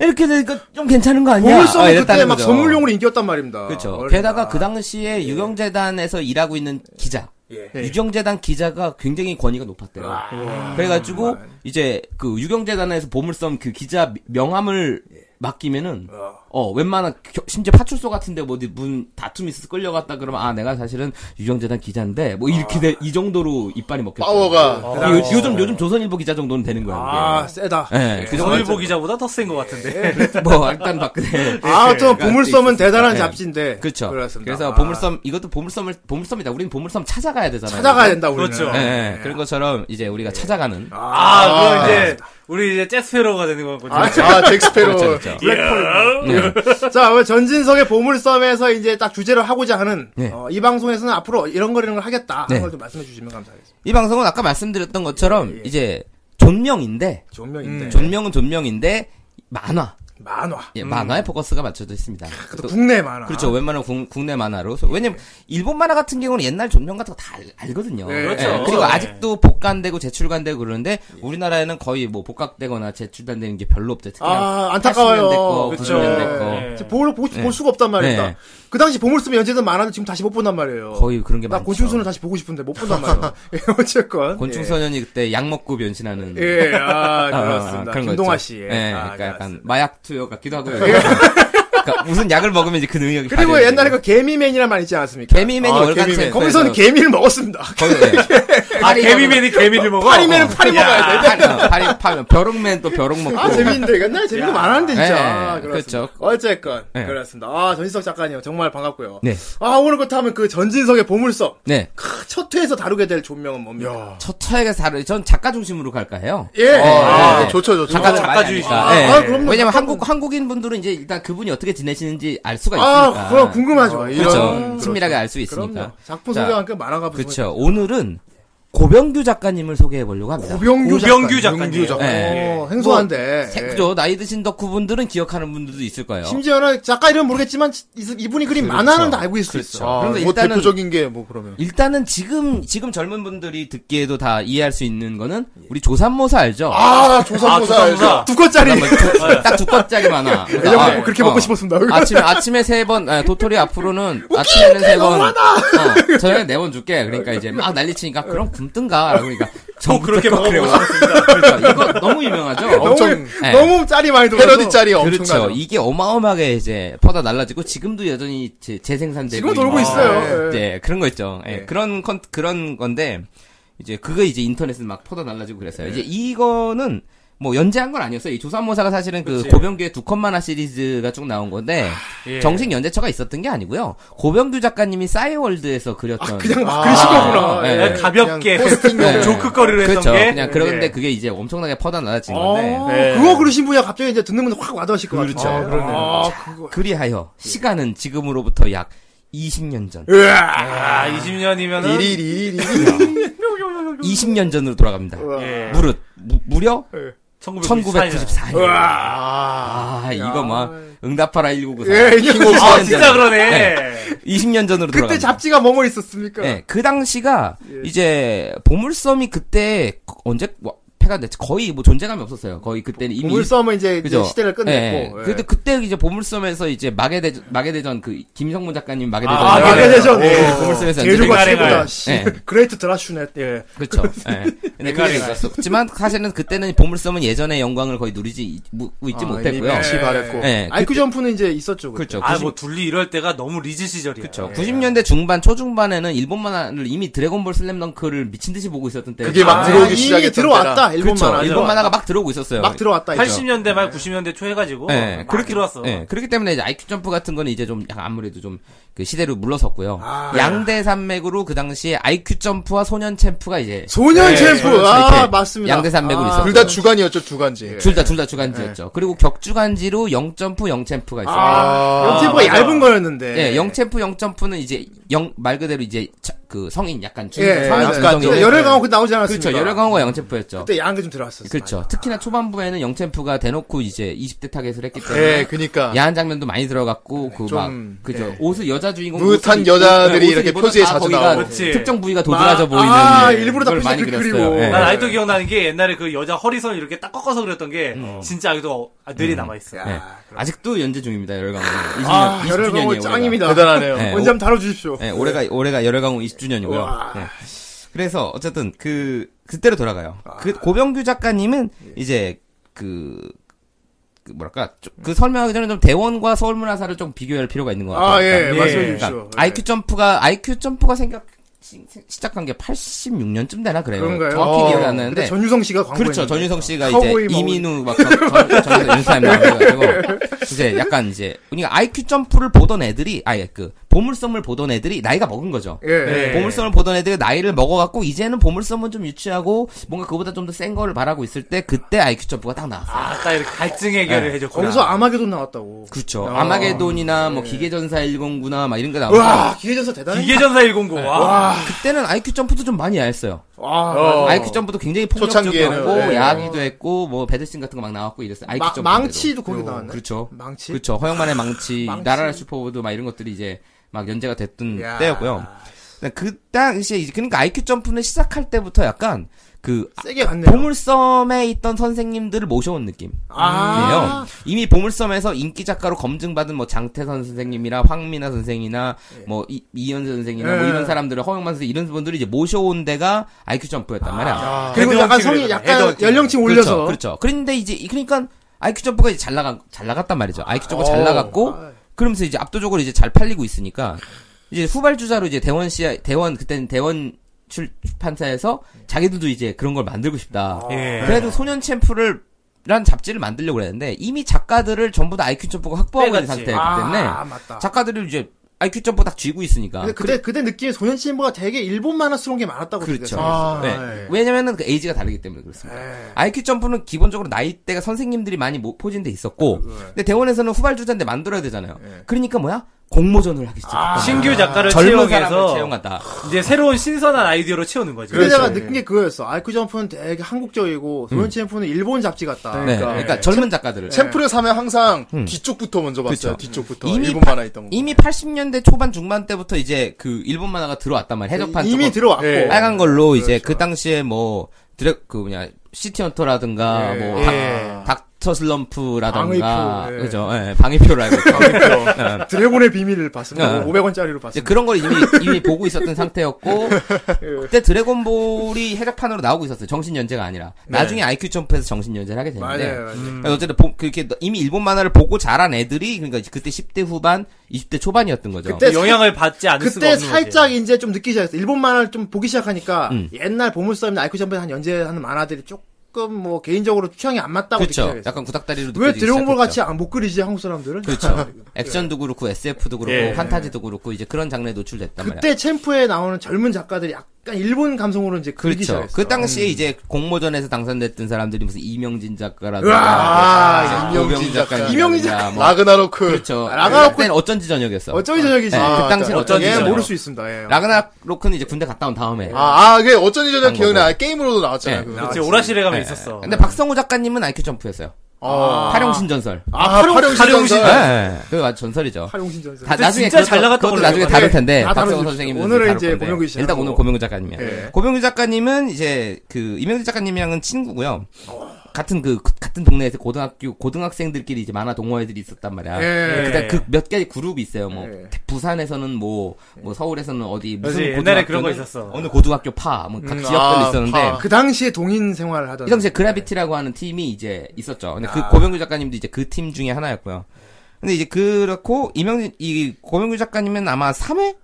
Speaker 8: 이렇게 되니까 좀 괜찮은 거 아니야?
Speaker 1: 보물섬은
Speaker 8: 아,
Speaker 1: 아. 그때
Speaker 8: 이랬다는
Speaker 1: 막
Speaker 8: 거죠.
Speaker 1: 선물용으로 인기였단 말입니다.
Speaker 8: 그렇죠.
Speaker 1: 어린이날.
Speaker 8: 게다가 그 당시에 유경재단에서 일하고 있는 기자.
Speaker 1: 예.
Speaker 8: 유경재단 기자가 굉장히 권위가 높았대요.
Speaker 1: 아.
Speaker 8: 그래가지고 이제 그 유경재단에서 보물섬 그 기자 미- 명함을
Speaker 1: 예.
Speaker 8: 맡기면은 어 웬만한 겨- 심지어 파출소 같은데 뭐 어디 문 다툼 있어서 끌려갔다 그러면 아 내가 사실은 유경재단 기자인데 뭐 이렇게
Speaker 1: 아.
Speaker 8: 돼- 이 정도로 이빨이 먹혔어.
Speaker 3: 파워가.
Speaker 8: 요, 즘 요즘 조선일보 기자 정도는 되는 거야.
Speaker 1: 아, 세다.
Speaker 8: 그 이게. 예, 그 정도
Speaker 2: 조선일보 기자보다 더 센 것
Speaker 1: 예.
Speaker 2: 같은데.
Speaker 8: 뭐 일단 박근혜
Speaker 1: 아, 아무튼
Speaker 8: 그러니까
Speaker 1: 보물섬은
Speaker 8: 있었어요.
Speaker 1: 대단한
Speaker 8: 예.
Speaker 1: 잡지인데.
Speaker 8: 그렇죠.
Speaker 1: 그렇습니다.
Speaker 8: 래서
Speaker 1: 아,
Speaker 8: 보물섬 이것도 보물섬을 보물섬이다. 우리는 보물섬 찾아가야 되잖아요.
Speaker 1: 찾아가야 예. 된다 우리는. 아,
Speaker 2: 그렇죠.
Speaker 8: 예, 예, 그런 것처럼 이제 우리가 찾아가는
Speaker 2: 아, 그럼 이제 우리 이제 재스페로가 되는 거군요.
Speaker 8: 그렇죠.
Speaker 3: 아, 잭스페로.
Speaker 2: 예.
Speaker 1: 블랙홀.
Speaker 8: 네.
Speaker 1: 자, 오늘 전진석의 보물섬에서 이제 딱 주제를 하고자 하는
Speaker 8: 네.
Speaker 1: 어, 이 방송에서는 앞으로 이런 거 이런 걸 하겠다
Speaker 8: 네. 음.
Speaker 1: 하는 걸 좀 말씀해 주시면 감사하겠습니다.
Speaker 8: 이 방송은 아까 말씀드렸던 것처럼
Speaker 1: 예.
Speaker 8: 이제 존명인데
Speaker 1: 좋은 명인데
Speaker 8: 존명은 존명인데 만화
Speaker 1: 만화.
Speaker 8: 예, 만화에 포커스가 맞춰져 있습니다.
Speaker 1: 또
Speaker 8: 또-
Speaker 1: 국내 만화.
Speaker 8: 그렇죠. 웬만한 국, 국내 만화로. 왜냐면
Speaker 1: 예.
Speaker 8: 일본 만화 같은 경우는 옛날 존명 같은 거 다 알거든요.
Speaker 1: 네, 예.
Speaker 2: 그렇죠.
Speaker 8: 예. 그리고
Speaker 2: 네.
Speaker 8: 아직도 복간되고 재출간되고 그러는데 우리나라에는 거의 뭐 복각되거나 재출간되는 게 별로 없죠. 특히
Speaker 1: 아, 안타까워요.
Speaker 8: 80년대 거,
Speaker 1: 그렇죠.
Speaker 8: 90년대 거.
Speaker 2: 네.
Speaker 1: 지금 보러 보, 볼 수가 없단 말입니다.
Speaker 8: 네.
Speaker 1: 그 당시 보물섬 연재된 만화는 지금 다시 못 본단 말이에요.
Speaker 8: 거의 그런 게
Speaker 1: 나
Speaker 8: 많죠.
Speaker 1: 곤충소년 다시 보고 싶은데 못 본단
Speaker 8: [LAUGHS]
Speaker 1: 말이에요. 예, 어쨌건
Speaker 8: 곤충 소년이 그때 약 먹고 변신하는
Speaker 1: 예, 예, 아,
Speaker 8: [LAUGHS] 아, 아, 아,
Speaker 1: 그렇습니다.
Speaker 8: 그런 거
Speaker 1: 김동아
Speaker 8: 있죠.
Speaker 1: 씨.
Speaker 8: 예,
Speaker 1: 의
Speaker 8: 그러니까 약간 마약 투여 같기도 하고요. 그러니까 무슨 약을 먹으면 이제 그 능력이
Speaker 1: 그리고 옛날에 그 개미맨이란 말 있지 않습니까?
Speaker 8: 개미맨이
Speaker 3: 아,
Speaker 8: 월간체 네.
Speaker 3: 개미맨.
Speaker 1: 거기서는 개미를 먹었습니다. [LAUGHS]
Speaker 2: 아, 개미맨이 개미를 먹어.
Speaker 1: 파리맨은 파리 먹어야 돼.
Speaker 8: 파리 파리 벼룩맨 또 벼룩 먹고
Speaker 1: 아, 재밌는데. 이거 옛날에 재밌는 거 많았는데, 진짜.
Speaker 8: 예,
Speaker 1: 아,
Speaker 8: 그렇죠.
Speaker 1: 그렇습니다. 어쨌건.
Speaker 8: 예.
Speaker 1: 그렇습니다. 아, 전진석 작가님. 정말 반갑고요.
Speaker 8: 네.
Speaker 1: 아, 오늘 그렇다면 그 전진석의 보물섬.
Speaker 8: 네.
Speaker 1: 크, 첫 회에서 다루게 될 존명은 뭡니까?
Speaker 8: 첫 차에가 다르. 전 작가 중심으로 갈까 해요.
Speaker 1: 예.
Speaker 3: 아,
Speaker 8: 예.
Speaker 3: 좋죠, 좋죠.
Speaker 8: 작가
Speaker 2: 작가주의시다.
Speaker 8: 아,
Speaker 1: 아, 그럼요.
Speaker 8: 왜냐면
Speaker 1: 작가분.
Speaker 8: 한국 한국인 분들은 이제 일단 그분이 어떻게 지내시는지 알 수가 있으니까.
Speaker 1: 아, 그럼 궁금하죠.
Speaker 3: 아,
Speaker 8: 그렇죠.
Speaker 3: 이런-
Speaker 8: 친밀하게 알 수 있으니까.
Speaker 1: 그럼요. 작품
Speaker 8: 자,
Speaker 1: 소개한 그 만화가 부분.
Speaker 8: 그렇죠. 오늘은 고병규 작가님을 소개해 보려고 합니다.
Speaker 1: 고병규
Speaker 2: 고병규
Speaker 1: 작가.
Speaker 2: 작가님.
Speaker 1: 작가.
Speaker 8: 예.
Speaker 1: 어, 행소한데.
Speaker 8: 세- 그렇죠.
Speaker 1: 예.
Speaker 8: 그죠. 나이 드신 덕후분들은 기억하는 분들도 있을 거예요.
Speaker 1: 심지어는 작가 이름 은 모르겠지만 이- 이분이 그린 만화는 다 알고 있을 수 있어.
Speaker 3: 아,
Speaker 8: 그렇죠. 그래서
Speaker 3: 뭐
Speaker 8: 일단은-
Speaker 3: 대표적인 게 뭐 그러면.
Speaker 8: 일단은 지금 지금 젊은 분들이 듣기에도 다 이해할 수 있는 거는 우리 조삼모사 알죠?
Speaker 3: 아,
Speaker 2: 아,
Speaker 3: 조상모사
Speaker 2: 조상모사.
Speaker 3: 알죠?
Speaker 1: 두
Speaker 2: 아,
Speaker 1: 권짜리.
Speaker 8: 딱
Speaker 1: [LAUGHS]
Speaker 8: 두껍짜리 많아. 어.
Speaker 1: 예전부터 그렇게 먹고 싶었습니다.
Speaker 8: 아침에 아침에 세 번, 아, 도토리 앞으로는 아침에는 세 번, 어, 저녁에 네 번 줄게. 그러니까 이제 막 난리치니까 그럼 굶든가. 라고 그러니까
Speaker 2: 꼭 그렇게
Speaker 8: 막
Speaker 2: 먹어보고 싶습니다.
Speaker 8: [LAUGHS] 그렇죠. 이거 너무 유명하죠.
Speaker 3: 엄청
Speaker 1: 너무,
Speaker 8: 예.
Speaker 1: 너무 짤이 많이 들어서.
Speaker 3: 패러디 짤이
Speaker 8: 그렇죠.
Speaker 3: 엄청나죠.
Speaker 8: 이게 어마어마하게 이제 퍼다 날라지고 지금도 여전히 재- 재생산되고
Speaker 1: 지금 돌고
Speaker 8: 있는
Speaker 1: 있어요. 예.
Speaker 8: 예, 그런 거 있죠. 예,
Speaker 1: 예.
Speaker 8: 그런 컨, 그런 건데, 이제 그거 이제 인터넷에 막 퍼져 날라지고 그랬어요. 이제 이거는, 뭐 연재한 건 아니었어요. 이 조삼모사가 사실은 그 고병규의 두 컷만화 시리즈가 쭉 나온 건데 정식 연재처가 있었던 게 아니고요. 고병규 작가님이 싸이월드에서 그렸던
Speaker 1: 아, 그냥 막 그리신 거구나.
Speaker 8: 예.
Speaker 2: 그냥 가볍게 [LAUGHS] 네.
Speaker 8: 예.
Speaker 2: 조크거리로 했던
Speaker 8: 그렇죠.
Speaker 2: 게
Speaker 8: 그냥 그런데 그게 이제 엄청나게 퍼다 날라진 건데
Speaker 1: 어, 그거 그러신 분이 갑자기
Speaker 8: 그렇죠.
Speaker 1: 이제 듣는 분확 와닿으실 것 같아요.
Speaker 8: 그리하여 시간은 지금으로부터 약 20년 전.
Speaker 2: 아, 20년이면은
Speaker 3: 리리리리.
Speaker 8: 20년 전으로 돌아갑니다.
Speaker 2: 예.
Speaker 8: 무릇 무, 무려
Speaker 2: 1994년.
Speaker 8: 1994년. 아, 이거 막 응답하라 1994.
Speaker 3: 예, 이게 뭐
Speaker 2: 아, 진짜 그러네.
Speaker 8: 20년 전으로
Speaker 3: 그때
Speaker 8: 돌아갑니다.
Speaker 3: 잡지가 뭐뭐
Speaker 1: 그러니까.
Speaker 3: 있었습니까?
Speaker 8: 네, 그 당시가
Speaker 1: 예.
Speaker 8: 이제 보물섬이 그때 언제 와, 폐가됐지? 거의 뭐 존재감이 없었어요. 거의 그때는 이미
Speaker 1: 우물섬은 이제, 이제
Speaker 8: 그죠?
Speaker 1: 시대를 끝냈고. 예.
Speaker 8: 그때 그때 이제 보물섬에서 이제 마계대전 마계대전 그 김성문 작가님 마계대전
Speaker 1: 아, 마계대전.
Speaker 8: 예,
Speaker 1: 오.
Speaker 8: 보물섬에서 이제
Speaker 1: 제주가
Speaker 2: 맹가랭알.
Speaker 1: 최고다. 씨.
Speaker 8: 예.
Speaker 1: 그레이트 드라슈넷. 예.
Speaker 8: 그렇죠. 예. 근데
Speaker 2: 옛날에
Speaker 8: 그게 있었지만 사실은 그때는 보물섬은 예전의 영광을 거의 누리지 이- 무- 있지 뭐 못했고요.
Speaker 1: 아, 이미 같이 바랬고.
Speaker 8: 예,
Speaker 1: 아이큐 점프는 이제 있었죠. 그때.
Speaker 8: 그렇죠.
Speaker 2: 아, 뭐 둘리 이럴 때가 너무 리즈 시절이야. 예.
Speaker 8: 그렇죠.
Speaker 1: 네.
Speaker 8: 90년대 중반 초중반에는 일본 만화를 이미 드래곤볼 슬램덩크를 미친 듯이 보고 있었던 때.
Speaker 3: 그게 막
Speaker 1: 아,
Speaker 3: 들어오기
Speaker 1: 이미
Speaker 3: 시작했던
Speaker 1: 들어왔다.
Speaker 3: 때라.
Speaker 1: 일본
Speaker 8: 그렇죠.
Speaker 1: 만화.
Speaker 8: 일본 만화가 막 들어오고 있었어요.
Speaker 1: 막 들어왔다. 이제.
Speaker 2: 80년대 말 90년대 초 해가지고
Speaker 8: 예,
Speaker 2: 막
Speaker 8: 네. 그렇게-
Speaker 2: 들어왔어.
Speaker 8: 예, 그렇기 때문에 이제 IQ 점프 같은 거는 이제 좀 약간 아무래도 좀 그 시대로 물러섰고요.
Speaker 1: 아, 네.
Speaker 8: 양대 산맥으로 그 당시에 IQ 점프와 소년 챔프가 이제
Speaker 1: 소년
Speaker 2: 예,
Speaker 1: 챔프.
Speaker 8: 소년 챔프.
Speaker 1: 아,
Speaker 8: 이렇게
Speaker 1: 맞습니다.
Speaker 8: 양대 산맥으로
Speaker 1: 아, 네.
Speaker 8: 있었죠.
Speaker 3: 둘 다 주간이었죠, 주간지.
Speaker 8: 둘 다 둘 다 주간지였죠. 그리고 격주간지로 영 점프 영 챔프가 있어요.
Speaker 1: 아, 네. 영챔프가
Speaker 2: 맞아.
Speaker 1: 얇은 거였는데.
Speaker 8: 예, 영챔프 영점프는 이제 영 말 그대로 이제 차- 그 성인 약간 중
Speaker 1: 예,
Speaker 8: 성인
Speaker 3: 약간
Speaker 8: 중성인
Speaker 3: 좀
Speaker 1: 열혈 강호 그 나오지 않았습니까?
Speaker 8: 그렇죠. 여러 강호가 영챔프였죠.
Speaker 1: 그때 예, 양게 좀 들어왔었어요.
Speaker 8: 그렇죠.
Speaker 1: 많이.
Speaker 8: 특히나 초반부에는 영챔프가 대놓고 이제 20대 타겟을 했기 때문에
Speaker 3: 예, 그니까.
Speaker 8: 야한 장면도 많이
Speaker 1: 네,
Speaker 8: 들어갔고 그 막
Speaker 3: 좀,
Speaker 8: 그죠 옷을 여자 주인공
Speaker 3: 무릇한
Speaker 8: 옷을 입고,
Speaker 3: 여자들이
Speaker 8: 옷을
Speaker 3: 이렇게
Speaker 8: 입어도
Speaker 3: 표지에
Speaker 8: 다
Speaker 3: 자주
Speaker 8: 거기가
Speaker 3: 나오고.
Speaker 2: 그렇지.
Speaker 8: 특정 부위가 도드라져
Speaker 1: 아,
Speaker 8: 보이는
Speaker 1: 아, 일부러 다
Speaker 8: 걸
Speaker 1: 표지
Speaker 8: 많이
Speaker 1: 그렇게
Speaker 8: 그렸어요.
Speaker 1: 그리고.
Speaker 8: 예.
Speaker 2: 난 아직도 기억나는 게 옛날에 그 여자 허리선 이렇게 딱 꺾어서 그렸던 게
Speaker 8: 음.
Speaker 2: 진짜 아직도 아, 뇌리 남아있어.
Speaker 8: 예. 아직도 연재 중입니다 열강호. 20년,
Speaker 1: 아, 열혈 강호
Speaker 8: 20주년이에요.
Speaker 1: 짱입니다.
Speaker 3: 대단하네요.
Speaker 8: 네.
Speaker 1: 언제 한번 다뤄주십시오.
Speaker 8: 올해가 올해가 열혈강호 20주년이고요. 네.
Speaker 1: 우와.
Speaker 8: 그래서 어쨌든 그 그때로 돌아가요. 그 고병규 작가님은
Speaker 1: 예.
Speaker 8: 이제 그, 그 뭐랄까 좀그 설명하기 전에 좀 대원과 서울문화사를 좀 비교할 필요가 있는 것 같아요.
Speaker 1: 아, 예,
Speaker 8: 그러니까
Speaker 1: 말씀해
Speaker 2: 예.
Speaker 1: 주십시오. 예.
Speaker 8: IQ 점프가 IQ 점프가 생각 시, 작한게 86년쯤 되나 그래요.
Speaker 1: 그런가요?
Speaker 8: 정확히
Speaker 1: 어,
Speaker 8: 기억이 안
Speaker 1: 그때
Speaker 8: 나는데.
Speaker 1: 전유성 씨가 광고.
Speaker 8: 그렇죠. 전유성 씨가
Speaker 1: 카우보이
Speaker 8: 이제
Speaker 1: 마을.
Speaker 8: 이민우 막 전유성 나와가지고 이제 약간 이제 우리가 IQ 점프를 보던 애들이 아예 그 보물섬을 보던 애들이 나이가 먹은 거죠.
Speaker 1: 예. 예.
Speaker 2: 예.
Speaker 8: 보물섬을 보던 애들이 나이를 먹어갖고 이제는 보물섬은 좀 유치하고 뭔가 그보다 좀 더 센 거를 바라고 있을 때 그때 IQ 점프가 딱 나왔어요.
Speaker 2: 아, 아까 이렇게 갈증 해결을
Speaker 8: 예.
Speaker 2: 해줬구나.
Speaker 1: 거기서 아마게돈 나왔다고.
Speaker 8: 그렇죠. 아마게돈이나 뭐 기계전사 109나 막 이런 게 나오고
Speaker 1: 와, 기계전사 대단해.
Speaker 2: 기계전사 109.
Speaker 1: 네.
Speaker 2: 와.
Speaker 8: 그때는 IQ 점프도 좀 많이 했어요.
Speaker 1: 와,
Speaker 3: 어.
Speaker 8: IQ 점프도 굉장히
Speaker 3: 초창기에는,
Speaker 8: 폭력적이었고
Speaker 3: 예.
Speaker 8: 야하기도 했고 뭐 배드신 같은 거 막 나왔고 이랬어요. IQ
Speaker 1: 마-
Speaker 8: 점프
Speaker 1: 망치도 거기 나왔네.
Speaker 8: 그렇죠.
Speaker 1: 망치.
Speaker 8: 그렇죠. 허영만의 망치,
Speaker 1: 어, 망치.
Speaker 8: 나라라 슈퍼보드 막 이런 것들이 이제 막 연재가 됐던
Speaker 1: 야.
Speaker 8: 때였고요. 근데 그 당시에 이제 그러니까 IQ 점프는 시작할 때부터 약간 그
Speaker 1: 세게 갔네요.
Speaker 8: 보물섬에 있던 선생님들을 모셔온 느낌.
Speaker 1: 아.
Speaker 8: 이에요. 이미 보물섬에서 인기 작가로 검증받은 뭐 장태선 선생님이나 황민아 선생이나 뭐 이, 이현세 선생이나 뭐
Speaker 1: 예.
Speaker 8: 이런 사람들을 허영만 선생 이런 분들이 이제 모셔온 데가 IQ 점프였단 말이야.
Speaker 1: 아, 그리고
Speaker 2: 헤드헌팅을
Speaker 1: 약간 성이
Speaker 2: 했네,
Speaker 1: 약간
Speaker 2: 헤드헌팅.
Speaker 1: 연령층
Speaker 8: 그렇죠,
Speaker 1: 올려서.
Speaker 8: 그렇죠. 그런데 이제 이- 그러니까 IQ 점프가 이제 잘 나간 잘 나갔단 말이죠. IQ 점프 가잘
Speaker 2: 어?
Speaker 8: 나갔고
Speaker 1: 어.
Speaker 8: 그러면서 이제 압도적으로 이제 잘 팔리고 있으니까 이제 후발주자로 이제 대원 씨 대원 그때는 대원 출- 출판사에서 자기들도 이제 그런 걸 만들고 싶다.
Speaker 2: 예.
Speaker 8: 그래도 소년 챔프를 란 잡지를 만들려고 그랬는데 이미 작가들을 전부 다 IQ 점프가 확보하고 있는
Speaker 2: 빼갔지.
Speaker 8: 상태였기 때문에
Speaker 1: 아, 맞다.
Speaker 8: 작가들을 이제 IQ 점프 딱 쥐고 있으니까
Speaker 1: 근데 그때 그때 느낌이 소년 친부가 되게 일본 만화스러운 게 많았다고
Speaker 8: 그러니까 그렇죠.
Speaker 1: 생각했어요.
Speaker 8: 네.
Speaker 1: 예.
Speaker 8: 왜냐면은 그 에이지가 다르기 때문에 그렇습니다. IQ 점프는 기본적으로 나이대가 선생님들이 많이 모- 포진돼 있었고, 근데 대원에서는 후발주자인데 만들어야 되잖아요. 그러니까 뭐야? 공모전을 하기 시작했다.
Speaker 2: 아. 신규 작가를
Speaker 8: 그 젊은
Speaker 2: 채용해서
Speaker 8: 사람을 채용한다.
Speaker 2: 이제 새로운 신선한 아이디어로 채우는 거지.
Speaker 1: 그래서 내가
Speaker 3: 그렇죠.
Speaker 1: 느낀 게 그거였어. 아이쿠 점프는 되게 한국적이고 소년 챔프는 일본 잡지 같다.
Speaker 8: 음. 네, 그러니까 젊은 작가들을
Speaker 3: 챔프를 사면 항상
Speaker 8: 음.
Speaker 3: 뒤쪽부터 먼저 봤어요.
Speaker 8: 그쵸.
Speaker 1: 음.
Speaker 3: 뒤쪽부터.
Speaker 8: 이미
Speaker 3: 일본
Speaker 8: 파-
Speaker 3: 만화 있던 거.
Speaker 8: 이미 80년대 초반 중반 때부터 이제 그 일본 만화가 들어왔단 말이에요. 해적판
Speaker 1: 이미
Speaker 8: 조금
Speaker 1: 들어왔고.
Speaker 3: 예.
Speaker 8: 빨간 걸로 이제 그 당시에 뭐 드래 그 뭐냐 시티헌터라든가
Speaker 1: 예.
Speaker 8: 뭐
Speaker 1: 예.
Speaker 8: 닥- 닥터 슬럼프라든가
Speaker 1: 방위표, 예.
Speaker 8: 그죠 예, 방위표를 알고 있죠. 예.
Speaker 1: [LAUGHS] 드래곤의 비밀을 봤습니다.
Speaker 8: 네.
Speaker 1: 500원짜리로
Speaker 8: 이제
Speaker 1: 봤습니다. 예.
Speaker 8: 그런 걸 이미 이미 보고 있었던 상태였고
Speaker 1: [LAUGHS]
Speaker 8: 그때 드래곤볼이 해적판으로 나오고 있었어요. 정신 연재가 아니라 나중에 IQ 점프에서 정신 연재를 하게 되는데
Speaker 1: 네. 맞아요. 맞아요.
Speaker 8: 그러니까 어쨌든 보- 그렇게 이미 일본 만화를 보고 자란 애들이 그러니까 이제 그때 10대 후반, 20대 초반이었던 거죠.
Speaker 1: 그때
Speaker 2: 영향을 받지 않을 수가
Speaker 1: 그때
Speaker 2: 없는
Speaker 1: 살짝
Speaker 2: 거지.
Speaker 1: 이제 좀 느끼기 시작했어. 일본 만화를 좀 보기 시작하니까
Speaker 8: 음.
Speaker 1: 옛날 보물섬이나 아이쿠 점프에 한 연재하는 만화들이 조금 뭐 개인적으로 취향이 안 맞다고 느끼기
Speaker 8: 그렇죠.
Speaker 1: 시작했어.
Speaker 8: 약간 구닥다리로
Speaker 1: 왜
Speaker 8: 느껴지기
Speaker 1: 드래곤볼 같이
Speaker 8: 시작했죠.
Speaker 1: 안 못 그리지 한국 사람들은? [LAUGHS]
Speaker 2: [LAUGHS]
Speaker 8: 그렇죠. 액션도
Speaker 2: 예.
Speaker 8: 그렇죠. 그렇고 SF도 그렇고 판타지도 그렇고 이제 그런 장르에 노출됐단 말이야.
Speaker 1: 그때 챔프에 나오는 젊은 작가들이 약 약간 일본 감성으로 이제 그리기
Speaker 2: 그렇죠.
Speaker 1: 시작했어요.
Speaker 2: 그 당시에
Speaker 8: 음.
Speaker 4: 음.
Speaker 2: 이제 공모전에서 당선됐던 사람들이 무슨 이명진
Speaker 1: 으아,
Speaker 2: 작가라든가
Speaker 3: 이명진 작가.
Speaker 2: 이명진
Speaker 1: 이명진
Speaker 2: 작가 뭐
Speaker 3: 라그나로크.
Speaker 2: 그렇죠.
Speaker 1: 아, 라그나로크.
Speaker 2: 그때는 어쩐지 저녁이었어.
Speaker 1: 어쩐지 저녁이지.
Speaker 2: 네, 그 당시엔 어쩐지
Speaker 1: 예,
Speaker 2: 저녁.
Speaker 1: 모를 수 있습니다.
Speaker 8: 아.
Speaker 1: 예.
Speaker 2: 라그나로크는 이제 군대 갔다 온 다음에.
Speaker 3: 아, 아, 그게 어쩐지 저녁
Speaker 2: 한
Speaker 3: 기억나.
Speaker 2: 거고.
Speaker 3: 아, 게임으로도 나왔잖아요.
Speaker 2: 네.
Speaker 3: 그거.
Speaker 4: 그치, 오라실에 가면
Speaker 2: 네.
Speaker 4: 있었어.
Speaker 2: 근데 박성우 작가님은 IQ 점프였어요.
Speaker 3: 아,
Speaker 2: 탈용 신전설.
Speaker 1: 아, 활용
Speaker 3: 활용신-
Speaker 1: 활용신
Speaker 2: 네. 그거 아주 전설이죠.
Speaker 1: 활용신전세.
Speaker 2: 다,
Speaker 4: 그때
Speaker 2: 나중에
Speaker 4: 진짜 잘 나갔던
Speaker 2: 그것도
Speaker 4: 걸로
Speaker 2: 나중에
Speaker 1: 알고
Speaker 2: 다룰
Speaker 1: 있어요.
Speaker 2: 텐데
Speaker 1: 네, 다
Speaker 2: 박성호
Speaker 1: 다루죠.
Speaker 2: 선생님
Speaker 1: 오늘은 이제 고명규 씨랑
Speaker 2: 일단
Speaker 1: 하고.
Speaker 2: 오늘 고명규 작가님이야.
Speaker 1: 예.
Speaker 2: 고명규 작가님은 이제 그 이명진 작가님이랑은 친구고요. 같은 그 그- 같은 동네에서 고등학교 고등학생들끼리 이제 만화 동호회들이 있었단
Speaker 8: 네,
Speaker 2: 말이야.
Speaker 1: 예.
Speaker 2: 그다음 그몇 가지 그룹이 있어요. 뭐
Speaker 1: 예.
Speaker 2: 부산에서는 뭐 뭐 서울에서는 어디 무슨
Speaker 4: 예. 그렇지,
Speaker 2: 고등학교는
Speaker 4: 옛날에 그런 거 있었어.
Speaker 2: 어느 고등학교 파뭐각
Speaker 3: 음,
Speaker 2: 지역별로
Speaker 3: 아,
Speaker 2: 있었는데
Speaker 3: 파.
Speaker 1: 그 당시에 동인 생활을 하던.
Speaker 2: 이 당시에 그라비티라고 하는 팀이 이제 있었죠. 근데
Speaker 4: 아.
Speaker 2: 그 고명규 작가님도 이제 그 팀 중에 하나였고요. 근데 이제 그렇고 이명진 이 고명규 작가님은 아마 3회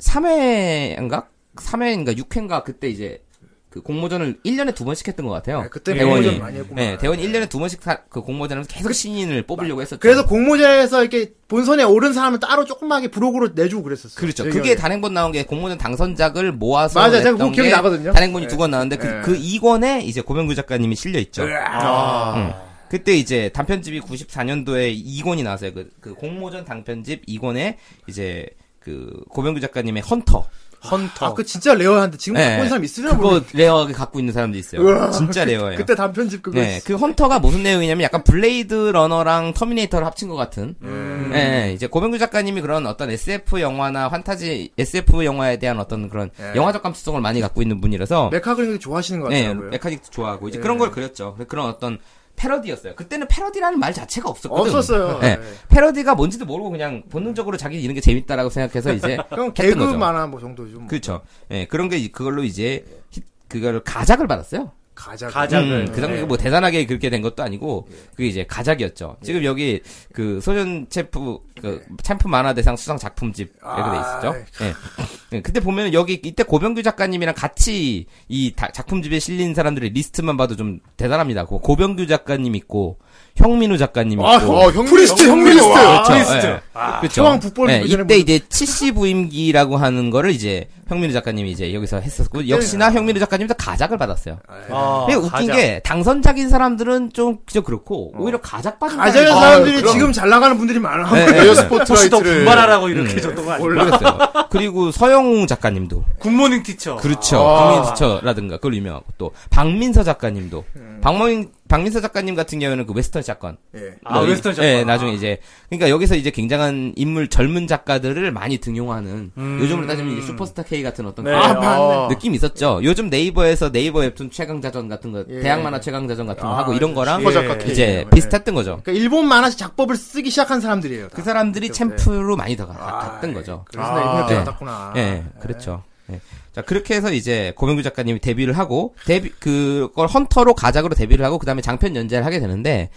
Speaker 2: 3회인가? 3회인가 6회인가 그때 이제 그 공모전을 1년에 두 번씩 했던 것 같아요.
Speaker 1: 네, 그때 공모전 많이 했구만.
Speaker 2: 네,
Speaker 4: 예.
Speaker 2: 대원이 1년에 두 번씩 사- 그 공모전을 계속 신인을 뽑으려고 했었죠.
Speaker 1: 그래서 공모전에서 이렇게 본선에 오른 사람은 따로 조그맣게 부록으로 내주고 그랬었어요.
Speaker 2: 그렇죠.
Speaker 1: 제
Speaker 2: 그게
Speaker 1: 기억에.
Speaker 2: 단행본 나온 게 공모전 당선작을 모아서
Speaker 1: 맞아요. 제가
Speaker 2: 냈던
Speaker 1: 그거 기억이
Speaker 2: 게
Speaker 1: 나거든요.
Speaker 2: 단행본이 두 권 나왔는데 그,
Speaker 1: 예.
Speaker 2: 그 2권에 이제 고명규 작가님이 실려 있죠. 아, 음, 그때 이제 단편집이 94년도에 2권이 나왔어요. 그, 그 공모전
Speaker 1: 그
Speaker 2: 단편집 2권에 이제 그 고명규 작가님의 헌터. 헌터.
Speaker 1: 아, 그 진짜 레어한데 지금 갖고 있는 사람 있으려나
Speaker 2: 네. 그거
Speaker 1: 모르겠
Speaker 2: 레어하게 갖고 있는 사람도 있어요.
Speaker 1: 우와.
Speaker 2: 진짜 레어예요.
Speaker 1: 그때 단편집 그거.
Speaker 2: 네, 그 헌터가 무슨 내용이냐면 약간 블레이드 러너랑 터미네이터를 합친 것 같은.
Speaker 1: 음.
Speaker 2: 네, 이제 고명규 작가님이 그런 어떤 SF 영화나 환타지 SF 영화에 대한 어떤 그런
Speaker 1: 네.
Speaker 2: 영화적 감수성을 많이 갖고 있는 분이라서
Speaker 1: 메카 그리는 거 좋아하시는 것
Speaker 2: 네,
Speaker 1: 같더라고요.
Speaker 2: 메카닉도 좋아하고 이제 그런 걸 그렸죠. 그런 어떤 패러디였어요. 그때는 패러디라는 말 자체가 없었거든.
Speaker 4: 아,
Speaker 1: 없었어요.
Speaker 2: 네.
Speaker 1: 네.
Speaker 2: 패러디가 뭔지도 모르고 그냥 본능적으로 자기 이런 게 재밌다라고
Speaker 4: [LAUGHS]
Speaker 2: 생각해서 이제
Speaker 1: 그럼
Speaker 2: 했던
Speaker 1: 개그
Speaker 2: 거죠.
Speaker 1: 만화 뭐 정도 좀
Speaker 2: 그렇죠. 예, 그런 게 이- 그걸로 이제 히- 그거를 가작을 받았어요.
Speaker 1: 가자.
Speaker 4: 가작을.
Speaker 2: 음, 그
Speaker 8: 그러니까
Speaker 2: 당시 뭐 대단하게 그렇게 된 것도 아니고 그게 이제 가작이었죠. 지금 여기 그 소년 챔프 그 챔프 만화 대상 수상 작품집 이렇게 돼
Speaker 1: 아,
Speaker 2: 있었죠. 예. 예. 그때 보면 여기 이때 고병규 작가님이랑 같이 이 다- 작품집에 실린 사람들의 리스트만 봐도 좀 대단합니다. 고- 고병규 작가님 있고 형민우 작가님 있고
Speaker 3: 아, 어, 형,
Speaker 1: 프리스트,
Speaker 3: 형-
Speaker 1: 형민우. 와.
Speaker 2: 그렇죠.
Speaker 1: 프리스트.
Speaker 2: 예. 그렇죠.
Speaker 1: 중앙 북벌
Speaker 2: 예,
Speaker 1: 이전에
Speaker 2: 이때 이제 치시 부임기라고 하는 거를 이제 형민우 작가님이 이제 여기서 했었고 역시나 형민우 작가님도 가작을 받았어요.
Speaker 4: 아,
Speaker 2: 근데 웃긴
Speaker 4: 가자.
Speaker 2: 게 당선작인 사람들은 좀 그저 그렇고 오히려 가작 받은
Speaker 1: 가자는
Speaker 2: 사람이-
Speaker 1: 사람들이
Speaker 3: 아유, 그럼.
Speaker 1: 지금 잘 나가는 분들이 많아.
Speaker 2: 네, 네,
Speaker 3: 에어
Speaker 2: 네.
Speaker 4: 혹시 더
Speaker 3: 스포트라이트를.
Speaker 4: 분발하라고 이렇게 줬던 거 아니야?
Speaker 2: 모르겠어요. 그리고 서영웅 작가님도
Speaker 4: 굿모닝 티처.
Speaker 2: 그렇죠. 박민서라든가 그걸 유명하고 또 박민서 작가님도 박민 박민서 작가님 같은 경우에는 그 웨스턴 사건.
Speaker 1: [LAUGHS] 예.
Speaker 4: 아,
Speaker 2: 뭐 이-
Speaker 4: 웨스턴 사건.
Speaker 2: 예, 나중에 이제 그러니까 여기서 이제 굉장한 인물 젊은 작가들을 많이 등용하는 요즘으로 따지면 이제 슈퍼스타 K 같은 어떤
Speaker 4: 네.
Speaker 2: 그런
Speaker 4: 아,
Speaker 1: 맞네.
Speaker 2: 느낌 있었죠. 요즘 네이버에서 네이버 웹툰 최강자전 같은 거,
Speaker 1: 예.
Speaker 2: 네. 대학 만화 최강자전 같은 거
Speaker 1: 아,
Speaker 2: 하고 이런 거랑
Speaker 1: 슈퍼 작가
Speaker 2: 예, 이제
Speaker 1: K네요.
Speaker 2: 비슷했던 거죠.
Speaker 1: 그러니까 일본 만화 작법을 쓰기 시작한 사람들이에요. 다. 아, 예.
Speaker 2: 그 사람들이 챔프로 많이 더 가- 갔던 거죠.
Speaker 1: 그래서 나 일본에
Speaker 2: 네.
Speaker 1: 들어갔구나.
Speaker 2: 아. 예, 그렇죠. 예. 자, 그렇게 해서 이제 고명규 작가님이 데뷔를 하고, 데뷔, 그걸 헌터로 가작으로 데뷔를 하고, 그 다음에 장편 연재를 하게 되는데,